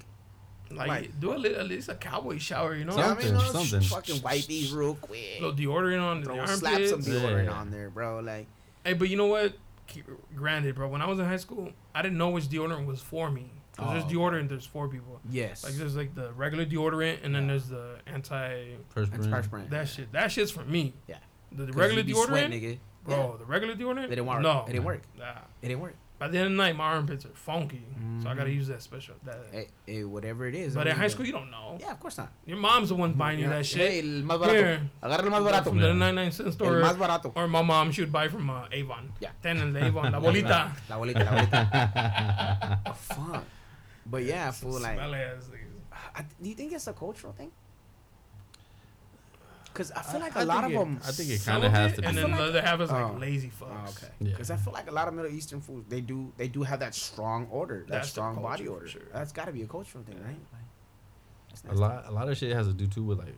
[SPEAKER 1] like,
[SPEAKER 2] like-
[SPEAKER 1] do a little, at least a cowboy shower, you know.
[SPEAKER 2] You know what I mean?
[SPEAKER 3] Something,
[SPEAKER 2] Just
[SPEAKER 3] something.
[SPEAKER 2] Fucking wipe these real quick.
[SPEAKER 1] little deodorant on the
[SPEAKER 2] Bro,
[SPEAKER 1] armpits.
[SPEAKER 2] slap some deodorant
[SPEAKER 3] Yeah.
[SPEAKER 2] on there, bro. Like,
[SPEAKER 1] Hey, but you know what? Keep- Granted, bro, when I was in high school, I didn't know which deodorant was for me. 'Cause
[SPEAKER 2] Oh.
[SPEAKER 1] there's deodorant, there's four people.
[SPEAKER 2] yes.
[SPEAKER 1] Like there's like the regular deodorant, and then there's the anti.
[SPEAKER 3] First
[SPEAKER 2] That's
[SPEAKER 3] brand.
[SPEAKER 2] perspirant.
[SPEAKER 1] That shit. That shit's for me.
[SPEAKER 2] Yeah.
[SPEAKER 1] The, the
[SPEAKER 2] 'Cause
[SPEAKER 1] regular
[SPEAKER 2] you be sweating,
[SPEAKER 1] deodorant,
[SPEAKER 2] nigga.
[SPEAKER 1] bro. The regular deodorant.
[SPEAKER 2] It didn't work.
[SPEAKER 1] No,
[SPEAKER 2] It didn't work.
[SPEAKER 1] Nah.
[SPEAKER 2] It didn't work.
[SPEAKER 1] By the end of the night, my armpits are funky, so I gotta
[SPEAKER 2] Mm.
[SPEAKER 1] use that special. That.
[SPEAKER 2] Hey, hey, Eh, whatever it is.
[SPEAKER 1] but
[SPEAKER 2] I
[SPEAKER 1] in
[SPEAKER 2] mean,
[SPEAKER 1] high school, you don't know.
[SPEAKER 2] Yeah, of course not.
[SPEAKER 1] Your mom's the one buying you
[SPEAKER 2] Yeah.
[SPEAKER 1] that shit.
[SPEAKER 2] Hey, el más
[SPEAKER 1] Here.
[SPEAKER 2] barato. Agarra el más barato.
[SPEAKER 1] from the 99 cent store.
[SPEAKER 2] El más barato.
[SPEAKER 1] Or my mom, she would buy from uh, Avon.
[SPEAKER 2] Yeah.
[SPEAKER 1] Ten and the Avon. La bolita.
[SPEAKER 2] La bolita, la bolita. oh, fuck. But yeah, fool, like,
[SPEAKER 1] Smell ass niggas.
[SPEAKER 2] I, do you think it's a cultural thing? Because I feel
[SPEAKER 3] I-
[SPEAKER 2] like
[SPEAKER 3] I
[SPEAKER 2] a lot of
[SPEAKER 3] think it-
[SPEAKER 2] them.
[SPEAKER 3] I think it
[SPEAKER 1] Some
[SPEAKER 3] kind of has
[SPEAKER 1] it,
[SPEAKER 3] to be.
[SPEAKER 1] And then the other half is like
[SPEAKER 2] Oh.
[SPEAKER 1] lazy
[SPEAKER 2] Oh,
[SPEAKER 1] fucks.
[SPEAKER 2] okay.
[SPEAKER 3] Yeah.
[SPEAKER 2] Because I feel like a lot of Middle Eastern foods, they do they do have that strong order, that
[SPEAKER 1] That's the
[SPEAKER 2] strong
[SPEAKER 1] culture,
[SPEAKER 2] body
[SPEAKER 1] for
[SPEAKER 2] order.
[SPEAKER 1] sure.
[SPEAKER 2] That's got to be a cultural thing, right? Like, that's
[SPEAKER 3] A
[SPEAKER 2] nasty.
[SPEAKER 3] lot, a lot of shit has to do too with like,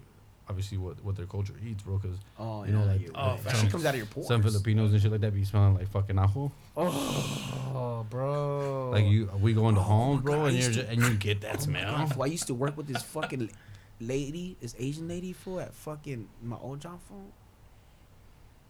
[SPEAKER 3] obviously what what their culture eats, bro. Because
[SPEAKER 2] Oh,
[SPEAKER 3] you know, like,
[SPEAKER 2] you-
[SPEAKER 1] Oh,
[SPEAKER 3] like
[SPEAKER 1] facts.
[SPEAKER 2] Shit
[SPEAKER 3] some,
[SPEAKER 2] comes out of your pores.
[SPEAKER 3] some Filipinos and shit like that be smelling like fucking ajo.
[SPEAKER 2] Oh, bro. Oh,
[SPEAKER 3] Like you, we go into homes, bro,
[SPEAKER 2] God, I
[SPEAKER 3] and
[SPEAKER 2] used
[SPEAKER 3] you're just, and you get that
[SPEAKER 2] Oh,
[SPEAKER 3] smell.
[SPEAKER 2] fool, I used to work with this fucking la- lady, this Asian lady, fool, at fucking my old job, fool.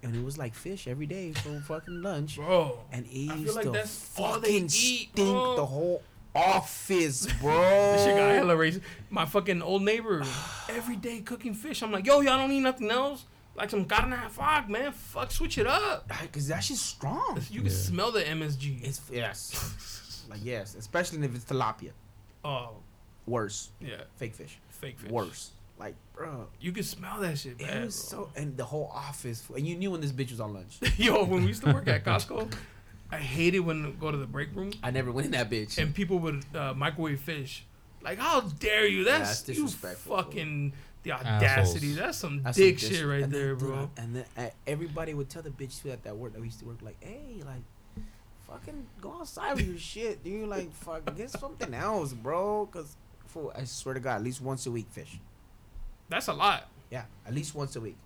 [SPEAKER 2] And it was like fish every day for fucking lunch.
[SPEAKER 1] Bro.
[SPEAKER 2] And it used
[SPEAKER 1] I feel
[SPEAKER 2] to
[SPEAKER 1] like that's all they
[SPEAKER 2] fucking
[SPEAKER 1] eat,
[SPEAKER 2] stink
[SPEAKER 1] bro.
[SPEAKER 2] the whole office, bro.
[SPEAKER 1] This shit got hella racist. My fucking old neighbor, every day cooking fish. I'm like, yo, y'all don't eat nothing else? Like some carne al fog, man. Fuck, switch it up.
[SPEAKER 2] Because that shit's strong.
[SPEAKER 1] You can
[SPEAKER 3] Yeah.
[SPEAKER 1] smell the MSG.
[SPEAKER 2] It's yes, like yes, especially if it's tilapia.
[SPEAKER 1] oh,
[SPEAKER 2] Worse,
[SPEAKER 1] yeah.
[SPEAKER 2] fake fish.
[SPEAKER 1] Fake fish.
[SPEAKER 2] Worse, like bro.
[SPEAKER 1] You can smell that shit,
[SPEAKER 2] It
[SPEAKER 1] man.
[SPEAKER 2] was so, and the whole office, and you knew when this bitch was on lunch.
[SPEAKER 1] Yo, when we used to work at Costco, I hated when go to the break room
[SPEAKER 2] I never went in that bitch.
[SPEAKER 1] and people would uh, microwave fish. Like, how dare you? That's,
[SPEAKER 2] that's
[SPEAKER 1] disrespectful.
[SPEAKER 2] disrespectful, bro.
[SPEAKER 1] Fucking the audacity.
[SPEAKER 3] Assholes.
[SPEAKER 1] That's some
[SPEAKER 2] That's some
[SPEAKER 1] dick
[SPEAKER 2] dis-
[SPEAKER 1] shit right
[SPEAKER 2] and then,
[SPEAKER 1] there,
[SPEAKER 2] dude,
[SPEAKER 1] bro.
[SPEAKER 2] I- and then uh, everybody would tell the bitch too at that work that we used to work like, hey, like, fucking go outside with your shit, dude. Like, fuck, get something else, bro. Cause, fool, I swear to God, at least once a week fish.
[SPEAKER 1] that's a lot.
[SPEAKER 2] Yeah, at least once a week.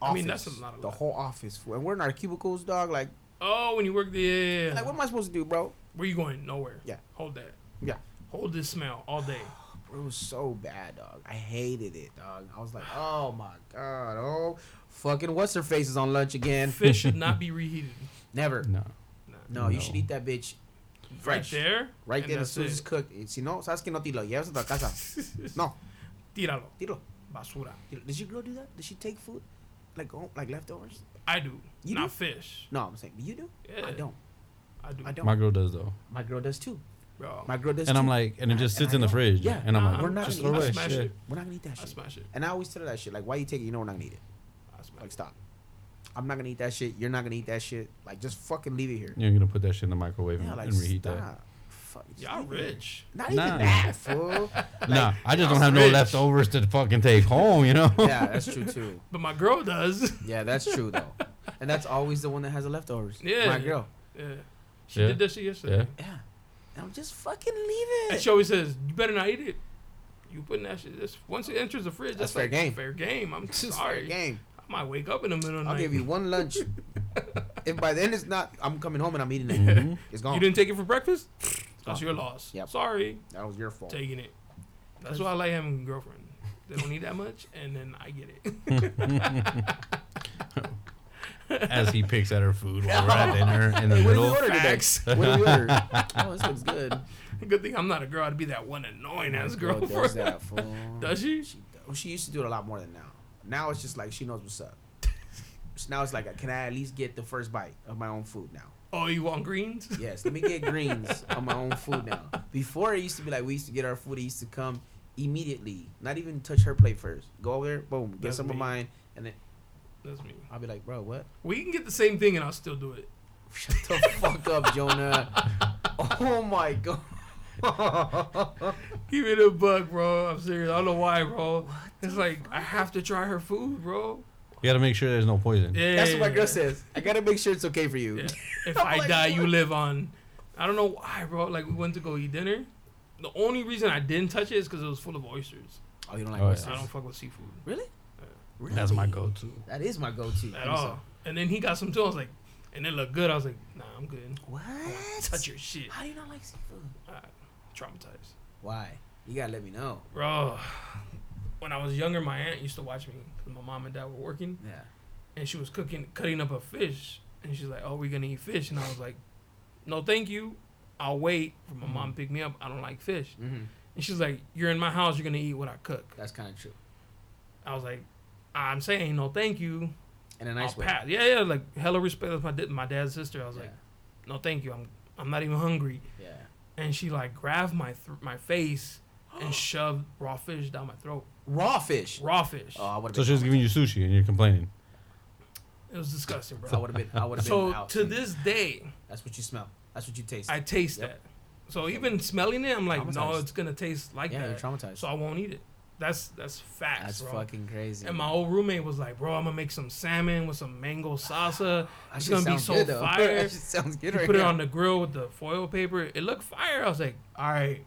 [SPEAKER 1] I mean, that's not a
[SPEAKER 2] the
[SPEAKER 1] lot.
[SPEAKER 2] whole office. fool. And we're in our cubicles, dog. Like,
[SPEAKER 1] Oh, when you work there,
[SPEAKER 2] like, what am I supposed to do, bro?
[SPEAKER 1] where you going? Nowhere.
[SPEAKER 2] Yeah.
[SPEAKER 1] Hold that.
[SPEAKER 2] Yeah.
[SPEAKER 1] Hold this smell all day.
[SPEAKER 2] Bro, it was so bad, dog. I hated it, dog. I was like, oh my god, oh fucking what's her face is on lunch again.
[SPEAKER 1] Fish should not be reheated.
[SPEAKER 2] Never.
[SPEAKER 3] No.
[SPEAKER 2] No, you
[SPEAKER 3] No.
[SPEAKER 2] should eat that bitch
[SPEAKER 1] Right
[SPEAKER 2] fresh.
[SPEAKER 1] there.
[SPEAKER 2] Right
[SPEAKER 1] and
[SPEAKER 2] there as
[SPEAKER 1] that's
[SPEAKER 2] soon as it's
[SPEAKER 1] it.
[SPEAKER 2] cooked. Y Si no, sabes que no tiro, llevas a tu casa. No,
[SPEAKER 1] Tíralo.
[SPEAKER 2] tiro.
[SPEAKER 1] Basura.
[SPEAKER 2] tiro. Did your girl do that? Did she take food? Like home, like leftovers?
[SPEAKER 1] I do.
[SPEAKER 2] You
[SPEAKER 1] not
[SPEAKER 2] do?
[SPEAKER 1] fish.
[SPEAKER 2] No, I'm saying, do you do?
[SPEAKER 1] Yeah.
[SPEAKER 2] I don't.
[SPEAKER 1] I do.
[SPEAKER 2] I don't.
[SPEAKER 3] My
[SPEAKER 2] My,
[SPEAKER 3] girl does though,
[SPEAKER 2] girl does too.
[SPEAKER 1] Bro.
[SPEAKER 2] My girl does
[SPEAKER 3] and
[SPEAKER 2] too.
[SPEAKER 3] I'm like, and it just
[SPEAKER 2] And
[SPEAKER 3] sits
[SPEAKER 2] I
[SPEAKER 3] in the
[SPEAKER 2] don't-
[SPEAKER 3] fridge.
[SPEAKER 2] Yeah.
[SPEAKER 3] and I'm
[SPEAKER 1] Nah,
[SPEAKER 3] like,
[SPEAKER 1] we're
[SPEAKER 2] not
[SPEAKER 3] just
[SPEAKER 2] gonna
[SPEAKER 3] throw
[SPEAKER 2] eat
[SPEAKER 3] away
[SPEAKER 1] that
[SPEAKER 3] shit.
[SPEAKER 1] shit.
[SPEAKER 2] we're not gonna eat that
[SPEAKER 1] I
[SPEAKER 2] shit.
[SPEAKER 1] smash it.
[SPEAKER 2] And I always tell her that shit. Like, why you take it? You know we're not gonna eat it.
[SPEAKER 1] I smash
[SPEAKER 2] Like,
[SPEAKER 1] it.
[SPEAKER 2] stop. I'm not gonna eat that shit. You're not gonna eat that shit. Like, just fucking leave it here.
[SPEAKER 3] You're gonna put that shit in the microwave
[SPEAKER 2] Yeah,
[SPEAKER 3] and,
[SPEAKER 2] like,
[SPEAKER 3] and reheat
[SPEAKER 2] stop. Fuck, just
[SPEAKER 1] Y'all
[SPEAKER 2] leave it.
[SPEAKER 1] rich.
[SPEAKER 2] Not
[SPEAKER 3] Nah.
[SPEAKER 2] even that, fool.
[SPEAKER 3] that. nah, I just don't
[SPEAKER 1] y'all
[SPEAKER 3] have no
[SPEAKER 1] rich.
[SPEAKER 3] leftovers to fucking take home. You know.
[SPEAKER 2] yeah, that's true too.
[SPEAKER 1] But my girl does.
[SPEAKER 2] Yeah, that's true though. And that's always the one that has the leftovers.
[SPEAKER 1] Yeah.
[SPEAKER 2] My girl.
[SPEAKER 1] yeah. She
[SPEAKER 3] Yeah.
[SPEAKER 1] did that shit yesterday.
[SPEAKER 2] Yeah. And I'm just fucking leaving.
[SPEAKER 1] And she always says, "You better not eat it. You putting that shit. This once it enters the fridge, that's,
[SPEAKER 2] That's fair
[SPEAKER 1] like
[SPEAKER 2] game.
[SPEAKER 1] Fair game. I'm
[SPEAKER 2] It's fair
[SPEAKER 1] sorry.
[SPEAKER 2] game.
[SPEAKER 1] I might wake up in the middle of the
[SPEAKER 2] I'll
[SPEAKER 1] night.
[SPEAKER 2] give you one lunch. if by then it's not, I'm coming home and I'm eating it.
[SPEAKER 3] Mm-hmm.
[SPEAKER 2] It's gone.
[SPEAKER 1] You didn't take it for breakfast.
[SPEAKER 2] gone.
[SPEAKER 1] That's your loss.
[SPEAKER 2] Uh, Yep.
[SPEAKER 1] Sorry,
[SPEAKER 2] that was your fault.
[SPEAKER 1] taking it. That's why I like having a girlfriend. They don't need that much, and then I get it.
[SPEAKER 3] As he picks at her food while we're at dinner in the middle.
[SPEAKER 2] order
[SPEAKER 1] Facts.
[SPEAKER 2] today? What did we order? oh, this looks good.
[SPEAKER 1] Good thing I'm not a girl. I'd be that one annoying ass
[SPEAKER 2] Girl
[SPEAKER 1] girlfriend.
[SPEAKER 2] does that, fool.
[SPEAKER 1] Does she?
[SPEAKER 2] She, well, she used to do it a lot more than now. Now it's just like she knows what's up. So now it's like, can I at least get the first bite of my own food now?
[SPEAKER 1] Oh, you want greens?
[SPEAKER 2] Yes, let me get greens on my own food now. Before it used to be like we used to get our food. It used to come immediately, not even touch her plate first. Go over there, boom, get
[SPEAKER 1] That's
[SPEAKER 2] some of
[SPEAKER 1] me.
[SPEAKER 2] mine, and then
[SPEAKER 1] That's me.
[SPEAKER 2] I'll be like, bro, what?
[SPEAKER 1] We can get the same thing, and I'll still do it.
[SPEAKER 2] Shut the fuck up, Jonah. Oh my god.
[SPEAKER 1] Give it a buck, bro. I'm serious. I don't know why, bro. it's like I have to try her food, bro.
[SPEAKER 3] You gotta make sure there's no poison.
[SPEAKER 1] Yeah.
[SPEAKER 2] That's what my girl says. I gotta make sure it's okay for you.
[SPEAKER 1] Yeah. If I
[SPEAKER 2] Like,
[SPEAKER 1] die, you
[SPEAKER 2] what?
[SPEAKER 1] live on. I don't know why, bro. Like we went to go eat dinner. The only reason I didn't touch it is because it was full of oysters.
[SPEAKER 2] Oh, you don't like
[SPEAKER 3] Oh, yeah.
[SPEAKER 2] oysters?
[SPEAKER 1] I don't fuck with seafood
[SPEAKER 2] Really? really?
[SPEAKER 3] That's my go-to.
[SPEAKER 2] That is my go-to.
[SPEAKER 1] at all. And then he got some too. I was like, and it looked good. I was like, nah, I'm good.
[SPEAKER 2] What?
[SPEAKER 1] Touch your shit.
[SPEAKER 2] How do you not like seafood?
[SPEAKER 1] Traumatized,
[SPEAKER 2] Why? You gotta let me know.
[SPEAKER 1] bro. When I was younger, my aunt used to watch me. 'cause My mom and dad were working,
[SPEAKER 2] Yeah.
[SPEAKER 1] and she was cooking, cutting up a fish, and she's like, "Oh, we're gonna eat fish," and I was like, "No, thank you. I'll wait for my mom to pick me up. I don't like fish."
[SPEAKER 2] Mm-hmm.
[SPEAKER 1] And she's like, "You're in my house. You're gonna eat what I cook."
[SPEAKER 2] That's kind of true.
[SPEAKER 1] I was like, "I'm saying no, thank you.
[SPEAKER 2] And a
[SPEAKER 1] I'll
[SPEAKER 2] nice way.
[SPEAKER 1] pass." Yeah, yeah, like hella respect. That's my di- my dad's sister. I was
[SPEAKER 2] Yeah.
[SPEAKER 1] like, "No, thank you. I'm I'm not even hungry."
[SPEAKER 2] yeah.
[SPEAKER 1] And she like grabbed my th- my face and shoved raw fish down my throat.
[SPEAKER 2] Raw fish.
[SPEAKER 1] Raw fish.
[SPEAKER 2] Oh, I would
[SPEAKER 3] So
[SPEAKER 2] have
[SPEAKER 3] she was
[SPEAKER 2] been.
[SPEAKER 3] giving you sushi and you're complaining.
[SPEAKER 1] It was disgusting,
[SPEAKER 2] I
[SPEAKER 1] bro.
[SPEAKER 2] would have been. I would have been
[SPEAKER 1] So
[SPEAKER 2] out.
[SPEAKER 1] to this day,
[SPEAKER 2] that's what you smell. That's what you taste.
[SPEAKER 1] I taste
[SPEAKER 2] Yep.
[SPEAKER 1] that. So even smelling it, I'm like, no,
[SPEAKER 2] Traumatized.
[SPEAKER 1] it's gonna taste like
[SPEAKER 2] yeah, you're
[SPEAKER 1] that.
[SPEAKER 2] traumatized.
[SPEAKER 1] So I won't eat it. That's that's facts,
[SPEAKER 2] that's
[SPEAKER 1] bro.
[SPEAKER 2] fucking crazy.
[SPEAKER 1] And my old roommate was like, "Bro, I'm gonna make some salmon with some mango salsa.
[SPEAKER 2] That
[SPEAKER 1] It's
[SPEAKER 2] shit
[SPEAKER 1] gonna be
[SPEAKER 2] sounds
[SPEAKER 1] so
[SPEAKER 2] good, though.
[SPEAKER 1] fire."
[SPEAKER 2] that shit sounds good
[SPEAKER 1] He
[SPEAKER 2] right
[SPEAKER 1] put it
[SPEAKER 2] now.
[SPEAKER 1] on the grill with the foil paper. It looked fire. I was like, "All right,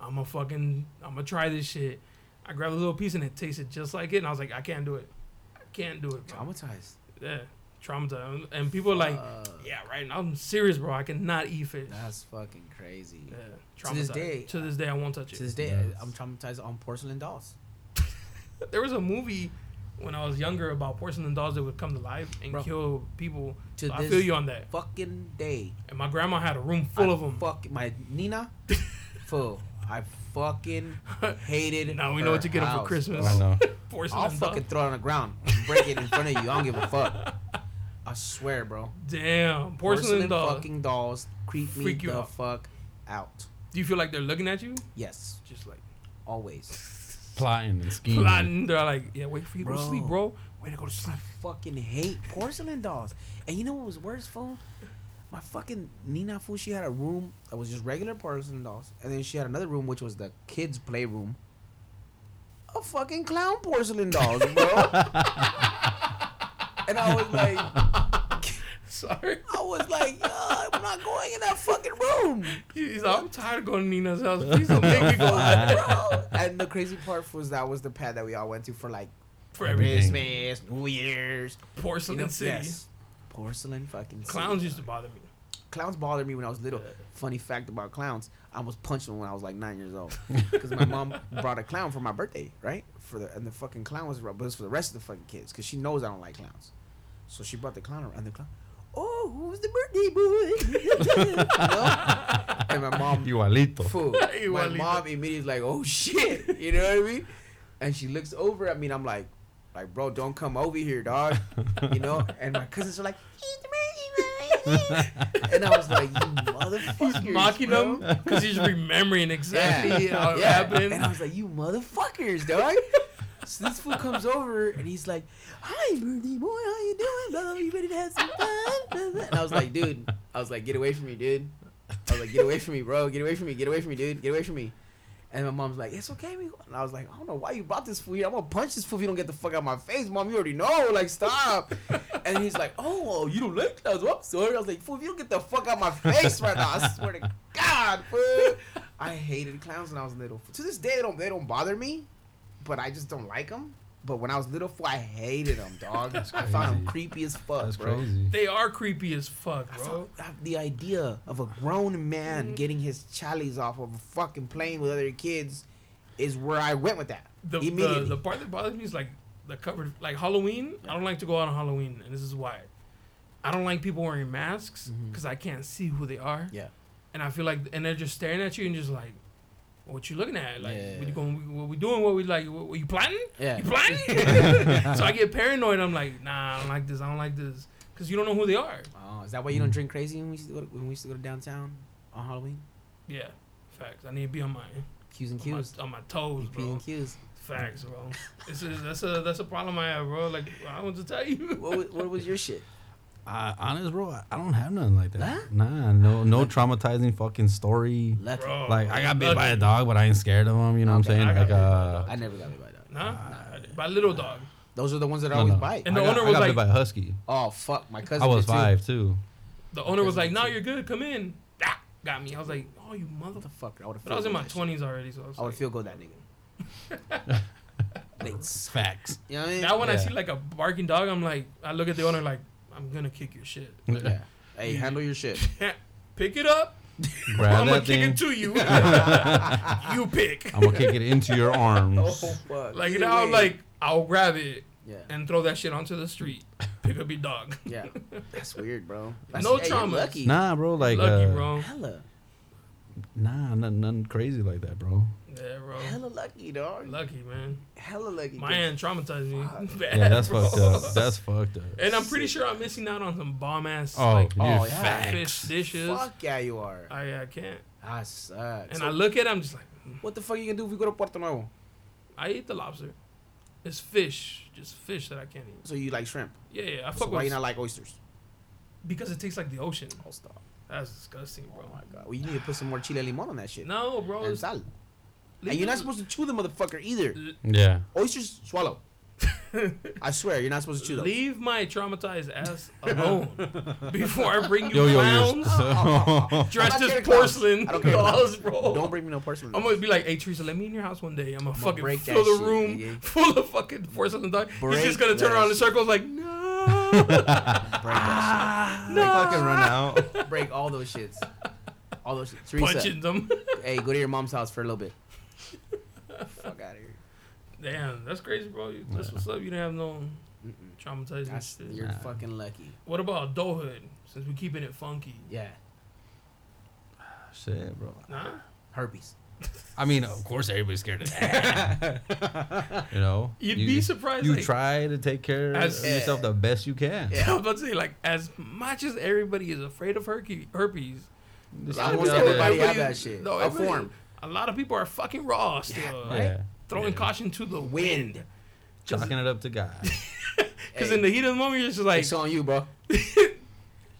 [SPEAKER 1] I'm gonna fucking, I'm gonna try this shit." I grabbed a little piece and it tasted just like it, and I was like, "I can't do it. I can't do it." Bro.
[SPEAKER 2] traumatized.
[SPEAKER 1] Yeah, traumatized. And people are like,
[SPEAKER 2] Fuck.
[SPEAKER 1] "Yeah, right." And I'm serious, bro. I cannot eat fish.
[SPEAKER 2] That's fucking crazy.
[SPEAKER 1] yeah,
[SPEAKER 2] To this
[SPEAKER 1] traumatized.
[SPEAKER 2] day-
[SPEAKER 1] to this day, I won't touch it.
[SPEAKER 2] To this day,
[SPEAKER 3] Yes.
[SPEAKER 2] I'm traumatized on porcelain dolls.
[SPEAKER 1] there was a movie when I was younger about porcelain dolls that would come to life and
[SPEAKER 2] Bro.
[SPEAKER 1] kill people.
[SPEAKER 2] To
[SPEAKER 1] So I
[SPEAKER 2] this
[SPEAKER 1] feel you on that.
[SPEAKER 2] Fucking day.
[SPEAKER 1] And my grandma had a room full
[SPEAKER 2] I
[SPEAKER 1] of them.
[SPEAKER 2] Fuck my Nina. Full. I fucking hated.
[SPEAKER 1] Now we know what
[SPEAKER 2] her
[SPEAKER 1] you get 'em
[SPEAKER 2] house,
[SPEAKER 1] for Christmas.
[SPEAKER 3] I know.
[SPEAKER 1] Porcelain
[SPEAKER 2] I'll
[SPEAKER 1] doll.
[SPEAKER 2] fucking throw it on the ground, and break it in front of you. I don't give a fuck. I swear, bro.
[SPEAKER 1] Damn, porcelain, doll.
[SPEAKER 2] fucking dolls creep
[SPEAKER 1] Freak
[SPEAKER 2] me
[SPEAKER 1] you
[SPEAKER 2] the
[SPEAKER 1] out.
[SPEAKER 2] fuck out.
[SPEAKER 1] Do you feel like they're looking at you?
[SPEAKER 2] Yes,
[SPEAKER 1] Just like
[SPEAKER 2] always.
[SPEAKER 3] Plotting and scheming.
[SPEAKER 1] plotting. They're like, yeah, wait for you to go to
[SPEAKER 2] Bro.
[SPEAKER 1] sleep, bro. Way to go to sleep.
[SPEAKER 2] Fucking hate porcelain dolls. And you know what was worse, fool? my fucking Nina fool, she had a room that was just regular person dolls, and then she had another room which was the kids' playroom. A fucking clown porcelain dolls, bro. and I was like,
[SPEAKER 1] Sorry.
[SPEAKER 2] I was like, "Uh, I'm not going in that fucking room.
[SPEAKER 1] He's like, I'm tired of going to Nina's house. Please don't make me go there.
[SPEAKER 2] Bro. And the crazy part was that was the pad that we all went to for like
[SPEAKER 1] For every
[SPEAKER 2] Christmas, New Year's, you
[SPEAKER 1] porcelain
[SPEAKER 2] know,
[SPEAKER 1] city.
[SPEAKER 2] yes. porcelain fucking city.
[SPEAKER 1] Clowns used to bother me.
[SPEAKER 2] clowns bothered me when I was little. Funny fact about clowns, I almost punched one when I was like nine years old because my mom brought a clown for my birthday, right? For the and the fucking clown was but it was for the rest of the fucking kids because she knows I don't like clowns, so she brought the clown around and the clown. Oh, who's the birthday boy? you know? And my mom,
[SPEAKER 3] Igualito.
[SPEAKER 2] fool. my
[SPEAKER 1] Igualito.
[SPEAKER 2] mom immediately is like, oh shit, you know what I mean? And she looks over at me, and I'm like, like bro, don't come over here, dog. You know? And my cousins are like, he's the birthday boy. And I was like, you motherfuckers.
[SPEAKER 1] Mocking
[SPEAKER 2] bro."
[SPEAKER 1] them because he's remembering
[SPEAKER 2] Yeah.
[SPEAKER 1] exactly how it
[SPEAKER 2] yeah.
[SPEAKER 1] happened.
[SPEAKER 2] And I was like, you motherfuckers, dog. So this fool comes over and he's like, "Hi, Bernie boy, how you doing, brother? You ready to have some fun?" Blah, blah. And I was like, "Dude, I was like, get away from me, dude. I was like, get away from me, bro. Get away from me. Get away from me, dude. Get away from me." And my mom's like, "It's okay, we." And I was like, "I don't know why you brought this fool here. I'm gonna punch this fool if you don't get the fuck out of my face, mom. You already know. Like, stop." and he's like, "Oh, you don't like clowns? Well, I'm sorry." I was like, "Fool, if you don't get the fuck out of my face right now, I swear to God, fool." I hated clowns when I was little. To this day, they don't they don't bother me, but I just don't like them. But when I was little, fool, I hated them, dog. I found them creepy as fuck,
[SPEAKER 3] That's
[SPEAKER 2] bro.
[SPEAKER 3] crazy.
[SPEAKER 1] they are creepy as fuck,
[SPEAKER 2] I
[SPEAKER 1] bro.
[SPEAKER 2] thought that- the idea of a grown man getting his chalies off of a fucking plane with other kids is where I went with that.
[SPEAKER 1] the, the
[SPEAKER 2] Immediately.
[SPEAKER 1] the part that bothers me is like the covered like Halloween. I don't like to go out on Halloween, and this is why. I don't like people wearing masks because I can't see who they are,
[SPEAKER 2] Mm-hmm. yeah.
[SPEAKER 1] and I feel like and they're just staring at you and just like, what you looking at? Like,
[SPEAKER 2] Yeah.
[SPEAKER 1] what you going? What we doing? What we like? What, what you planning?
[SPEAKER 2] Yeah.
[SPEAKER 1] You planning? so I get paranoid. I'm like, nah, I don't like this. I don't like this because you don't know who they are.
[SPEAKER 2] Oh, is that why you don't drink crazy when we used to go to, when we used to go to downtown on Halloween?
[SPEAKER 1] Yeah, facts. I need to be on my on
[SPEAKER 2] Q's and
[SPEAKER 1] Oh my,
[SPEAKER 2] Q's.
[SPEAKER 1] on my toes,
[SPEAKER 2] P
[SPEAKER 1] bro.
[SPEAKER 2] and Q's.
[SPEAKER 1] Facts, bro. This is that's a that's a problem I have, bro. Like I want to tell you.
[SPEAKER 2] What was, what was your shit?
[SPEAKER 3] Uh, honest, bro, I I don't have nothing like that. Nah, no, no traumatizing fucking story.
[SPEAKER 2] Lucky.
[SPEAKER 1] Bro,
[SPEAKER 3] Like I got bit by a
[SPEAKER 1] lucky.
[SPEAKER 3] dog, but I ain't scared of him. You know what I'm
[SPEAKER 2] Okay,
[SPEAKER 3] saying?
[SPEAKER 1] I got
[SPEAKER 3] Like
[SPEAKER 1] bit by a
[SPEAKER 3] uh,
[SPEAKER 2] I never got bit by a dog.
[SPEAKER 1] Nah, by a little dog.
[SPEAKER 2] Those are the ones that
[SPEAKER 3] no,
[SPEAKER 2] always
[SPEAKER 3] no.
[SPEAKER 2] bite.
[SPEAKER 1] And
[SPEAKER 3] I
[SPEAKER 1] the
[SPEAKER 3] got,
[SPEAKER 1] owner
[SPEAKER 3] I
[SPEAKER 1] was
[SPEAKER 3] got
[SPEAKER 1] like-
[SPEAKER 3] bit by a husky.
[SPEAKER 2] Oh fuck, my cousin.
[SPEAKER 3] I was
[SPEAKER 2] did too.
[SPEAKER 3] five too.
[SPEAKER 1] The owner was like, "No, you're good. Come in." Ah, got me. I was like, "Oh, you motherfucker!"
[SPEAKER 2] Fuck, I would have.
[SPEAKER 1] But I was in my twenties already, so I was
[SPEAKER 2] I would
[SPEAKER 1] like-
[SPEAKER 2] feel good that nigga. Thanks.
[SPEAKER 3] Facts.
[SPEAKER 2] You know what I mean?
[SPEAKER 1] now when I
[SPEAKER 3] Yeah.
[SPEAKER 1] see like a barking dog, I'm like, I look at the owner like, I'm gonna kick your shit.
[SPEAKER 2] yeah. Hey, handle your shit.
[SPEAKER 1] Can't pick it up.
[SPEAKER 3] Grab
[SPEAKER 1] I'm gonna
[SPEAKER 3] that
[SPEAKER 1] kick
[SPEAKER 3] thing.
[SPEAKER 1] it to you. you pick.
[SPEAKER 3] I'm gonna kick it into your
[SPEAKER 1] Oh.
[SPEAKER 3] arms.
[SPEAKER 2] Oh, fuck.
[SPEAKER 1] Like
[SPEAKER 2] Either
[SPEAKER 1] now,
[SPEAKER 2] way.
[SPEAKER 1] like I'll grab it
[SPEAKER 2] Yeah.
[SPEAKER 1] and throw that shit onto the street. Pick up your dog.
[SPEAKER 2] Yeah. That's weird, bro. That's,
[SPEAKER 1] No
[SPEAKER 2] hey, you're
[SPEAKER 1] traumas.
[SPEAKER 2] Lucky.
[SPEAKER 3] Nah, bro. Like
[SPEAKER 1] Lucky,
[SPEAKER 3] uh,
[SPEAKER 1] bro.
[SPEAKER 2] Hella.
[SPEAKER 3] nah, nothing, nothing crazy like that, bro.
[SPEAKER 1] Yeah, bro.
[SPEAKER 2] Hella lucky, dog.
[SPEAKER 1] Lucky, man.
[SPEAKER 2] Hella lucky.
[SPEAKER 1] My aunt traumatized me. Bad,
[SPEAKER 3] Yeah, that's
[SPEAKER 1] bro.
[SPEAKER 3] fucked up. That's fucked up.
[SPEAKER 1] And I'm pretty sure I'm missing out on some bomb ass
[SPEAKER 3] Oh,
[SPEAKER 1] like
[SPEAKER 3] you're
[SPEAKER 2] Oh, yeah.
[SPEAKER 1] fat
[SPEAKER 3] facts.
[SPEAKER 1] fish dishes.
[SPEAKER 2] Fuck yeah, you are.
[SPEAKER 1] I, I can't.
[SPEAKER 2] I suck.
[SPEAKER 1] And
[SPEAKER 2] So
[SPEAKER 1] I look at it, I'm just like, mm,
[SPEAKER 2] what the fuck you gonna do if we go to Puerto Nuevo?
[SPEAKER 1] I eat the lobster. It's fish, just fish that I can't eat.
[SPEAKER 2] So you like shrimp?
[SPEAKER 1] Yeah, yeah, I
[SPEAKER 2] So
[SPEAKER 1] fuck
[SPEAKER 2] why you
[SPEAKER 1] with
[SPEAKER 2] not like oysters?
[SPEAKER 1] because it tastes like the ocean.
[SPEAKER 2] Oh stop.
[SPEAKER 1] That's disgusting, bro.
[SPEAKER 2] Oh my god. Well, you need to put some more chile limon on that shit.
[SPEAKER 1] No, bro.
[SPEAKER 2] And
[SPEAKER 1] it's-
[SPEAKER 2] sal.
[SPEAKER 1] leave
[SPEAKER 2] and you're
[SPEAKER 1] it-
[SPEAKER 2] not supposed to chew the motherfucker either.
[SPEAKER 3] Yeah.
[SPEAKER 2] Oysters swallow. I swear, you're not supposed to chew them.
[SPEAKER 1] Leave my traumatized ass alone before I bring you
[SPEAKER 3] Yo, yo, yo.
[SPEAKER 1] clowns
[SPEAKER 3] So,
[SPEAKER 1] dressed
[SPEAKER 2] I'm not
[SPEAKER 1] as
[SPEAKER 2] scared of clowns.
[SPEAKER 1] porcelain
[SPEAKER 2] I don't care of
[SPEAKER 1] dolls, bro.
[SPEAKER 2] Don't bring me no porcelain.
[SPEAKER 1] I'm gonna be like, hey Teresa, let me in your house one day. I'm gonna fucking
[SPEAKER 2] break
[SPEAKER 1] fill
[SPEAKER 2] that
[SPEAKER 1] the
[SPEAKER 2] shit,
[SPEAKER 1] room
[SPEAKER 2] nigga.
[SPEAKER 1] full of fucking porcelain dog. He's
[SPEAKER 2] Break
[SPEAKER 1] just gonna turn
[SPEAKER 2] that
[SPEAKER 1] around in
[SPEAKER 2] shit.
[SPEAKER 1] circles like, no,
[SPEAKER 2] break that
[SPEAKER 3] no. fucking run out.
[SPEAKER 2] shit. Break all those shits. All those shits. Teresa,
[SPEAKER 1] punching them.
[SPEAKER 2] hey, go to your mom's house for a little bit. Fuck out of here.
[SPEAKER 1] Damn, that's crazy, bro. You, that's what's up. You didn't have no traumatizing
[SPEAKER 2] That's,
[SPEAKER 1] shit.
[SPEAKER 2] you're fucking lucky.
[SPEAKER 1] What about adulthood? Since we keeping it funky,
[SPEAKER 2] Yeah.
[SPEAKER 3] Shit, bro.
[SPEAKER 1] nah.
[SPEAKER 2] Herpes.
[SPEAKER 3] I mean, of course, everybody's scared of that. you know,
[SPEAKER 1] You'd be surprised,
[SPEAKER 3] You
[SPEAKER 1] like-
[SPEAKER 3] try to take care
[SPEAKER 1] As-
[SPEAKER 3] of yourself the best you can.
[SPEAKER 1] I was about to say, like, as much as everybody is afraid of herky, herpes,
[SPEAKER 3] Just
[SPEAKER 1] a lot of
[SPEAKER 2] Almost
[SPEAKER 1] people-
[SPEAKER 2] everybody have
[SPEAKER 1] everybody-
[SPEAKER 2] that shit.
[SPEAKER 1] no,
[SPEAKER 2] A
[SPEAKER 1] everybody-
[SPEAKER 2] form.
[SPEAKER 1] A lot of people are fucking raw still, right?
[SPEAKER 3] Yeah.
[SPEAKER 1] Throwing caution to the wind.
[SPEAKER 2] Wind.
[SPEAKER 1] Because
[SPEAKER 3] chalking it up to God.
[SPEAKER 1] in the heat of the moment, you're just like,
[SPEAKER 2] It's on you, bro.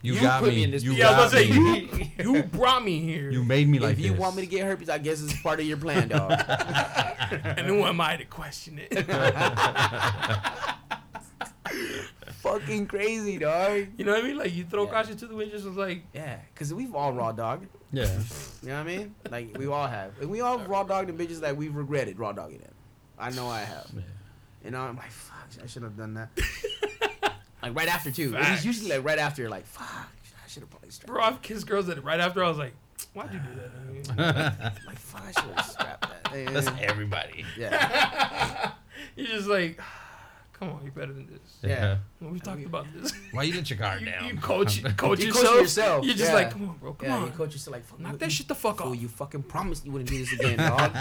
[SPEAKER 3] You,
[SPEAKER 2] You
[SPEAKER 3] got
[SPEAKER 2] put
[SPEAKER 3] me.
[SPEAKER 2] me in this-
[SPEAKER 3] you
[SPEAKER 1] yeah, I was
[SPEAKER 3] got
[SPEAKER 1] gonna say
[SPEAKER 3] me.
[SPEAKER 1] you, you brought me here.
[SPEAKER 3] You made me like
[SPEAKER 2] if you
[SPEAKER 3] this.
[SPEAKER 2] want me to get herpes, I guess it's part of your plan, dog.
[SPEAKER 1] and who am I to question it?
[SPEAKER 2] Fucking crazy, dog.
[SPEAKER 1] You know what I mean? Like you throw
[SPEAKER 2] Yeah.
[SPEAKER 1] caution to the wind, just was like,
[SPEAKER 2] Yeah, cause we've all raw dog.
[SPEAKER 3] yeah.
[SPEAKER 2] You know what I mean? Like we all have. And we all raw dogged the bitches that we've regretted raw dogging them. I know I have.
[SPEAKER 3] Yeah.
[SPEAKER 2] You know, I'm like, fuck, I should have done that. like right after too.
[SPEAKER 1] Facts.
[SPEAKER 2] It's usually like right after. You're like, fuck, I should have probably strapped.
[SPEAKER 1] bro, I've kissed girls that right after I was like, why'd you do that? I mean,
[SPEAKER 2] Uh-huh. Like, fuck, I should have strapped that.
[SPEAKER 3] That's
[SPEAKER 2] Yeah.
[SPEAKER 3] everybody.
[SPEAKER 2] yeah.
[SPEAKER 1] You're just like, come on, you're better than this.
[SPEAKER 2] Yeah.
[SPEAKER 1] We've talked about this.
[SPEAKER 3] Why you let your guard
[SPEAKER 1] You,
[SPEAKER 3] down?
[SPEAKER 1] you coach, coach
[SPEAKER 2] You coach
[SPEAKER 1] yourself.
[SPEAKER 2] yourself,
[SPEAKER 1] You're just
[SPEAKER 2] yeah.
[SPEAKER 1] like, come on, bro, come
[SPEAKER 2] yeah,
[SPEAKER 1] on,
[SPEAKER 2] you coach yourself like, fuck,
[SPEAKER 1] knock
[SPEAKER 2] you-
[SPEAKER 1] that shit the fuck
[SPEAKER 2] fool,
[SPEAKER 1] off.
[SPEAKER 2] you fucking promised you wouldn't do this again, dog.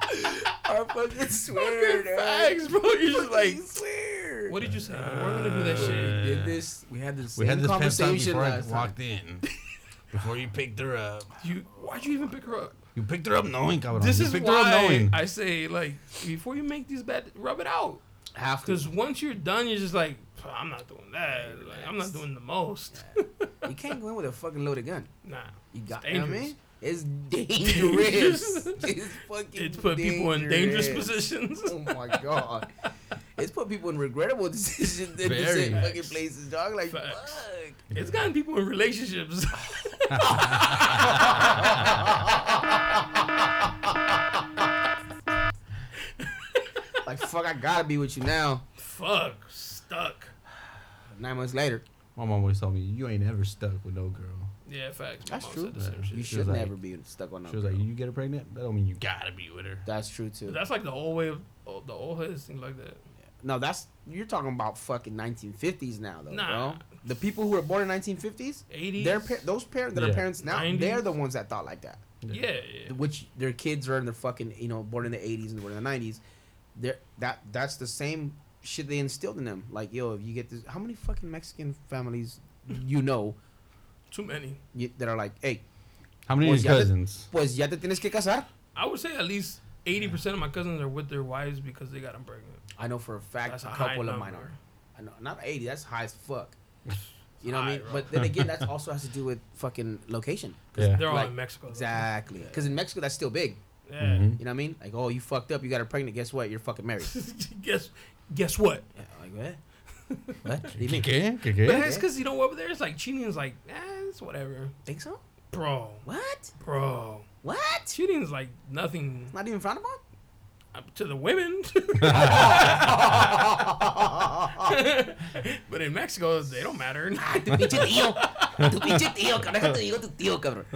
[SPEAKER 2] I fucking swear, dog.
[SPEAKER 1] Facts, bro. You're just like,
[SPEAKER 2] Fucking swear.
[SPEAKER 1] what did you say? We're gonna do that shit.
[SPEAKER 2] we did this? We had this,
[SPEAKER 3] Uh, We had this pep talk
[SPEAKER 2] conversation
[SPEAKER 3] before I
[SPEAKER 2] last time.
[SPEAKER 3] walked in. Before you picked her up,
[SPEAKER 1] You, why'd you even pick her up?
[SPEAKER 3] you picked her up knowing, cabrón.
[SPEAKER 1] This
[SPEAKER 3] you
[SPEAKER 1] is
[SPEAKER 3] picked
[SPEAKER 1] why I say, like, before you make these bad, rub it out.
[SPEAKER 2] Half
[SPEAKER 1] Because once you're done, you're just like, "Pah, I'm not doing that. Like, I'm not doing the most.
[SPEAKER 2] you can't go in with a fucking loaded gun.
[SPEAKER 1] Nah.
[SPEAKER 2] You got
[SPEAKER 1] It's
[SPEAKER 2] you know what I
[SPEAKER 1] dangerous.
[SPEAKER 2] mean? It's dangerous. it's fucking.
[SPEAKER 1] It's put people in dangerous positions.
[SPEAKER 2] Oh my god. It's put people in regrettable decisions in the
[SPEAKER 3] Very.
[SPEAKER 2] same fucking places, dog. Like,
[SPEAKER 1] Facts.
[SPEAKER 2] fuck.
[SPEAKER 1] It's gotten people in relationships.
[SPEAKER 2] Like, fuck, I gotta be with you now.
[SPEAKER 1] Fuck. Stuck.
[SPEAKER 2] Nine months later.
[SPEAKER 3] My mom always told me, you ain't ever stuck with no girl.
[SPEAKER 1] Yeah, facts. My
[SPEAKER 2] That's
[SPEAKER 1] mom
[SPEAKER 2] true.
[SPEAKER 1] said the same
[SPEAKER 3] She
[SPEAKER 1] shit.
[SPEAKER 2] You
[SPEAKER 3] was
[SPEAKER 2] should
[SPEAKER 3] like-
[SPEAKER 2] never be stuck on that.
[SPEAKER 3] She was like, you get her pregnant? That don't mean you gotta be with her.
[SPEAKER 2] That's true too.
[SPEAKER 1] That's like the old way of oh, the old heads thing like that.
[SPEAKER 2] No, that's you're talking about fucking 1950s now, though,
[SPEAKER 1] Nah.
[SPEAKER 2] bro. The people who were born in 1950s,
[SPEAKER 1] 80s.
[SPEAKER 2] their par- those parents that are
[SPEAKER 3] Yeah.
[SPEAKER 2] parents now,
[SPEAKER 1] 90s.
[SPEAKER 2] they're the ones that thought like that.
[SPEAKER 1] yeah, yeah.
[SPEAKER 2] Which their kids are in the fucking you know born in the 80s and born in the 90s. They're, that that's the same shit they instilled in them. Like yo, if you get this, how many fucking Mexican families you know
[SPEAKER 1] Too many.
[SPEAKER 2] you, that are like, hey,
[SPEAKER 3] How many
[SPEAKER 2] Was
[SPEAKER 3] of
[SPEAKER 2] ya
[SPEAKER 3] your
[SPEAKER 2] the-
[SPEAKER 3] cousins?
[SPEAKER 2] pues ya te tienes que casar.
[SPEAKER 1] I would say at least 80% of my cousins are with their wives because they got them pregnant.
[SPEAKER 2] I know for a fact
[SPEAKER 1] That's
[SPEAKER 2] a
[SPEAKER 1] a high
[SPEAKER 2] couple of mine
[SPEAKER 1] number.
[SPEAKER 2] are. I know, not 80. That's high as fuck. You know what I mean?
[SPEAKER 1] high, bro.
[SPEAKER 2] But then again, that also has to do with fucking location.
[SPEAKER 3] Yeah.
[SPEAKER 1] They're all
[SPEAKER 2] Like,
[SPEAKER 1] in Mexico. though.
[SPEAKER 2] Exactly. Because in Mexico, that's still big.
[SPEAKER 1] Yeah.
[SPEAKER 3] Mhm.
[SPEAKER 2] You know what I mean? Like, oh, you fucked up. You got her pregnant. Guess what? You're fucking married.
[SPEAKER 1] guess guess what?
[SPEAKER 2] yeah, like, what? what? What do you
[SPEAKER 3] ¿Qué,
[SPEAKER 2] mean?
[SPEAKER 3] qué? ¿Qué,
[SPEAKER 1] But
[SPEAKER 3] qué?
[SPEAKER 1] it's because, you know, over there, it's like cheating is like, eh, it's whatever.
[SPEAKER 2] Think so?
[SPEAKER 1] Bro,
[SPEAKER 2] What?
[SPEAKER 1] bro.
[SPEAKER 2] What?
[SPEAKER 1] Cheating is like nothing
[SPEAKER 2] Not even frowned upon?
[SPEAKER 1] up to the women. but in Mexico, they don't matter.
[SPEAKER 2] Tu pinche tío. Tu pinche tío, cabrón. Déjate digo tu tío, cabrón.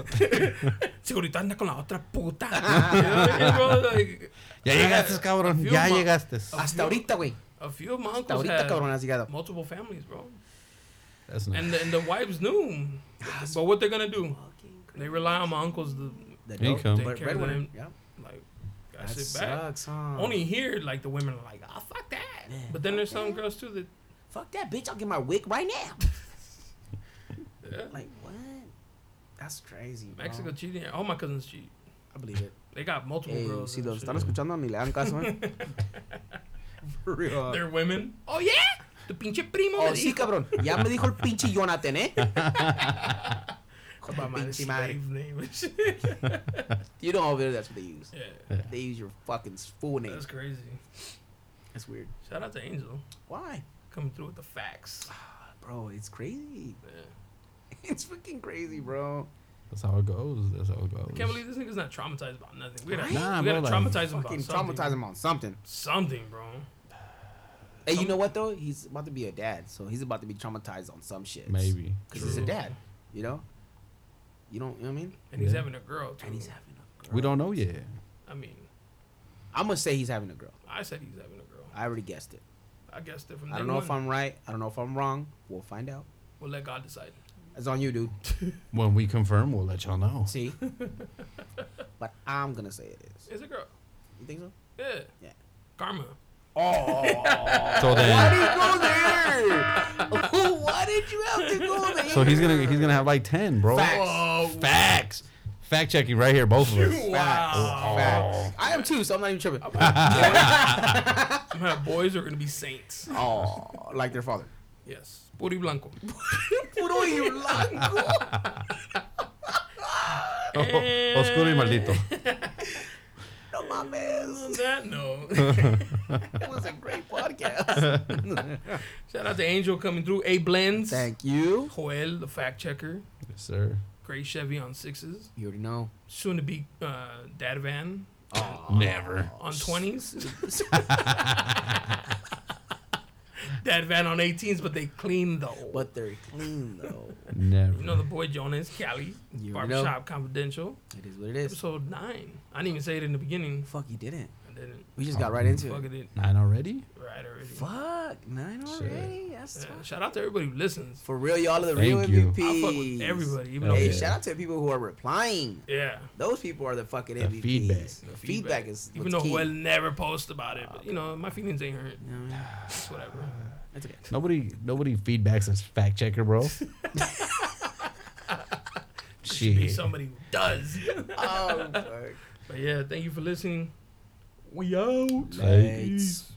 [SPEAKER 1] Si ahorita anda con la otra puta. You know what I mean, bro? Like,
[SPEAKER 3] Ya llegaste, cabrón.
[SPEAKER 1] few
[SPEAKER 3] Ya
[SPEAKER 1] mo-
[SPEAKER 3] llegaste.
[SPEAKER 2] Hasta ahorita, güey.
[SPEAKER 1] a few of my
[SPEAKER 2] Hasta
[SPEAKER 1] uncles
[SPEAKER 2] ahorita,
[SPEAKER 1] had
[SPEAKER 2] cabrón, has llegado.
[SPEAKER 1] multiple families, bro.
[SPEAKER 3] That's not.
[SPEAKER 1] And the, and the wives knew. But what they're going to do?
[SPEAKER 2] Fucking crazy.
[SPEAKER 1] They rely on my uncles to,
[SPEAKER 2] The
[SPEAKER 3] Income.
[SPEAKER 2] dope-
[SPEAKER 1] Take
[SPEAKER 2] Red,
[SPEAKER 1] care of
[SPEAKER 2] red one.
[SPEAKER 1] them.
[SPEAKER 2] Yeah.
[SPEAKER 1] like, I
[SPEAKER 2] That
[SPEAKER 1] sit back.
[SPEAKER 2] sucks, huh?
[SPEAKER 1] Only here, like, the women are like, oh, fuck that.
[SPEAKER 2] Yeah.
[SPEAKER 1] But then there's some girls, too, that
[SPEAKER 2] Fuck that bitch! I'll get my wick right now.
[SPEAKER 1] Yeah.
[SPEAKER 2] Like what? That's crazy. Bro.
[SPEAKER 1] Mexico cheating. All my cousins cheat.
[SPEAKER 2] I believe it.
[SPEAKER 1] They got multiple
[SPEAKER 2] Hey,
[SPEAKER 1] girls.
[SPEAKER 2] si
[SPEAKER 1] and
[SPEAKER 2] Eh, los
[SPEAKER 1] shit.
[SPEAKER 2] están escuchando ni le hagan caso, eh. For real.
[SPEAKER 1] They're women. Oh, yeah? The pinche primo.
[SPEAKER 2] Oh
[SPEAKER 1] me
[SPEAKER 2] sí,
[SPEAKER 1] dijo.
[SPEAKER 2] cabrón. Ya me dijo el pinche Jonathan, eh. Hijo de
[SPEAKER 1] By my
[SPEAKER 2] pinche madre.
[SPEAKER 1] slave name and shit.
[SPEAKER 2] You know over there that's what they use.
[SPEAKER 1] yeah,
[SPEAKER 2] They use your fucking full name.
[SPEAKER 1] that's crazy.
[SPEAKER 2] That's weird.
[SPEAKER 1] Shout out to Angel
[SPEAKER 2] Why,
[SPEAKER 1] coming through with the facts.
[SPEAKER 2] Ah, bro? It's crazy.
[SPEAKER 1] Yeah.
[SPEAKER 2] It's freaking crazy, bro.
[SPEAKER 3] That's how it goes. That's how it goes.
[SPEAKER 1] Can't believe this nigga's not traumatized about nothing. We gotta,
[SPEAKER 3] Nah,
[SPEAKER 1] we gotta
[SPEAKER 3] bro, like,
[SPEAKER 1] traumatize him about
[SPEAKER 2] Fucking
[SPEAKER 1] something.
[SPEAKER 2] traumatize him on something.
[SPEAKER 1] Something, bro.
[SPEAKER 2] Hey, you know what though? He's about to be a dad, so he's about to be traumatized on some shit.
[SPEAKER 3] Maybe.
[SPEAKER 2] Because he's a
[SPEAKER 1] True.
[SPEAKER 2] dad, you know? You don't, you know what I mean?
[SPEAKER 1] And he's
[SPEAKER 3] Yeah.
[SPEAKER 1] having a girl too.
[SPEAKER 2] And he's having a girl.
[SPEAKER 3] We don't know yet.
[SPEAKER 1] I mean,
[SPEAKER 2] I'm going to say he's having a girl.
[SPEAKER 1] I said he's having a girl.
[SPEAKER 2] I already guessed it.
[SPEAKER 1] I guessed it from
[SPEAKER 2] I
[SPEAKER 1] day
[SPEAKER 2] don't know if
[SPEAKER 1] one.
[SPEAKER 2] I'm right. I don't know if I'm wrong. We'll find out.
[SPEAKER 1] We'll let God decide.
[SPEAKER 2] It's on you, dude.
[SPEAKER 3] When we confirm, we'll let y'all know.
[SPEAKER 2] See? but I'm going to say it is.
[SPEAKER 1] It's a girl.
[SPEAKER 2] You think so?
[SPEAKER 1] Yeah.
[SPEAKER 2] Yeah.
[SPEAKER 1] Karma.
[SPEAKER 3] So
[SPEAKER 2] Why did
[SPEAKER 3] then,
[SPEAKER 2] you go there? Why did you have to go there?
[SPEAKER 3] so he's gonna he's gonna have like ten, bro.
[SPEAKER 2] Facts.
[SPEAKER 1] Oh,
[SPEAKER 3] Facts. Fact checking right here, both of us.
[SPEAKER 1] Wow.
[SPEAKER 2] Facts. I am too, so I'm not even tripping.
[SPEAKER 1] My boys are gonna be saints.
[SPEAKER 2] Oh, like their father.
[SPEAKER 1] Yes. Puri Blanco. oh,
[SPEAKER 2] Puro y blanco.
[SPEAKER 3] Oscuro y maldito.
[SPEAKER 2] No mames.
[SPEAKER 1] On that note,
[SPEAKER 2] That was a great podcast.
[SPEAKER 1] shout out to Angel coming through. A Blends.
[SPEAKER 2] Thank you.
[SPEAKER 1] Joel, the fact checker.
[SPEAKER 3] Yes, sir.
[SPEAKER 1] Gray Chevy on sixes.
[SPEAKER 2] You already know.
[SPEAKER 1] Soon to be uh, Dad Van
[SPEAKER 3] Never.
[SPEAKER 1] on twenties. Dad Van on eighteens, but they clean though.
[SPEAKER 2] But they're clean though.
[SPEAKER 3] Never.
[SPEAKER 1] you know the boy Jonas, Cali,
[SPEAKER 2] You
[SPEAKER 1] Barbershop Confidential,
[SPEAKER 2] It is what it is.
[SPEAKER 1] episode nine. I didn't even say it in the beginning.
[SPEAKER 2] Fuck, you didn't.
[SPEAKER 1] I didn't.
[SPEAKER 2] We just got right into
[SPEAKER 1] Fuck
[SPEAKER 2] it.
[SPEAKER 1] it, it
[SPEAKER 3] Nine already?
[SPEAKER 1] right already.
[SPEAKER 2] Fuck, nine already. That's
[SPEAKER 1] Yeah,
[SPEAKER 2] tough.
[SPEAKER 1] shout out to everybody who listens.
[SPEAKER 2] For real, y'all are the
[SPEAKER 3] Thank
[SPEAKER 2] real
[SPEAKER 3] you.
[SPEAKER 2] MVPs.
[SPEAKER 1] I fuck with everybody, even
[SPEAKER 3] Hell
[SPEAKER 1] though
[SPEAKER 2] Hey,
[SPEAKER 3] Yeah.
[SPEAKER 2] shout out to the people who are replying.
[SPEAKER 1] yeah.
[SPEAKER 2] Those people are the fucking
[SPEAKER 3] The
[SPEAKER 2] MVPs.
[SPEAKER 3] feedback.
[SPEAKER 2] The feedback is
[SPEAKER 1] even though
[SPEAKER 2] what's key.
[SPEAKER 1] Joel never posts about it, but you know my feelings ain't hurt.
[SPEAKER 2] You know what I mean?
[SPEAKER 1] It's whatever.
[SPEAKER 2] That's okay.
[SPEAKER 3] Nobody nobody feedbacks as fact checker, bro.
[SPEAKER 1] Be
[SPEAKER 3] Shit.
[SPEAKER 1] somebody who does.
[SPEAKER 2] Oh, fuck.
[SPEAKER 1] but yeah, thank you for listening. We out.
[SPEAKER 3] Like-
[SPEAKER 2] Lights.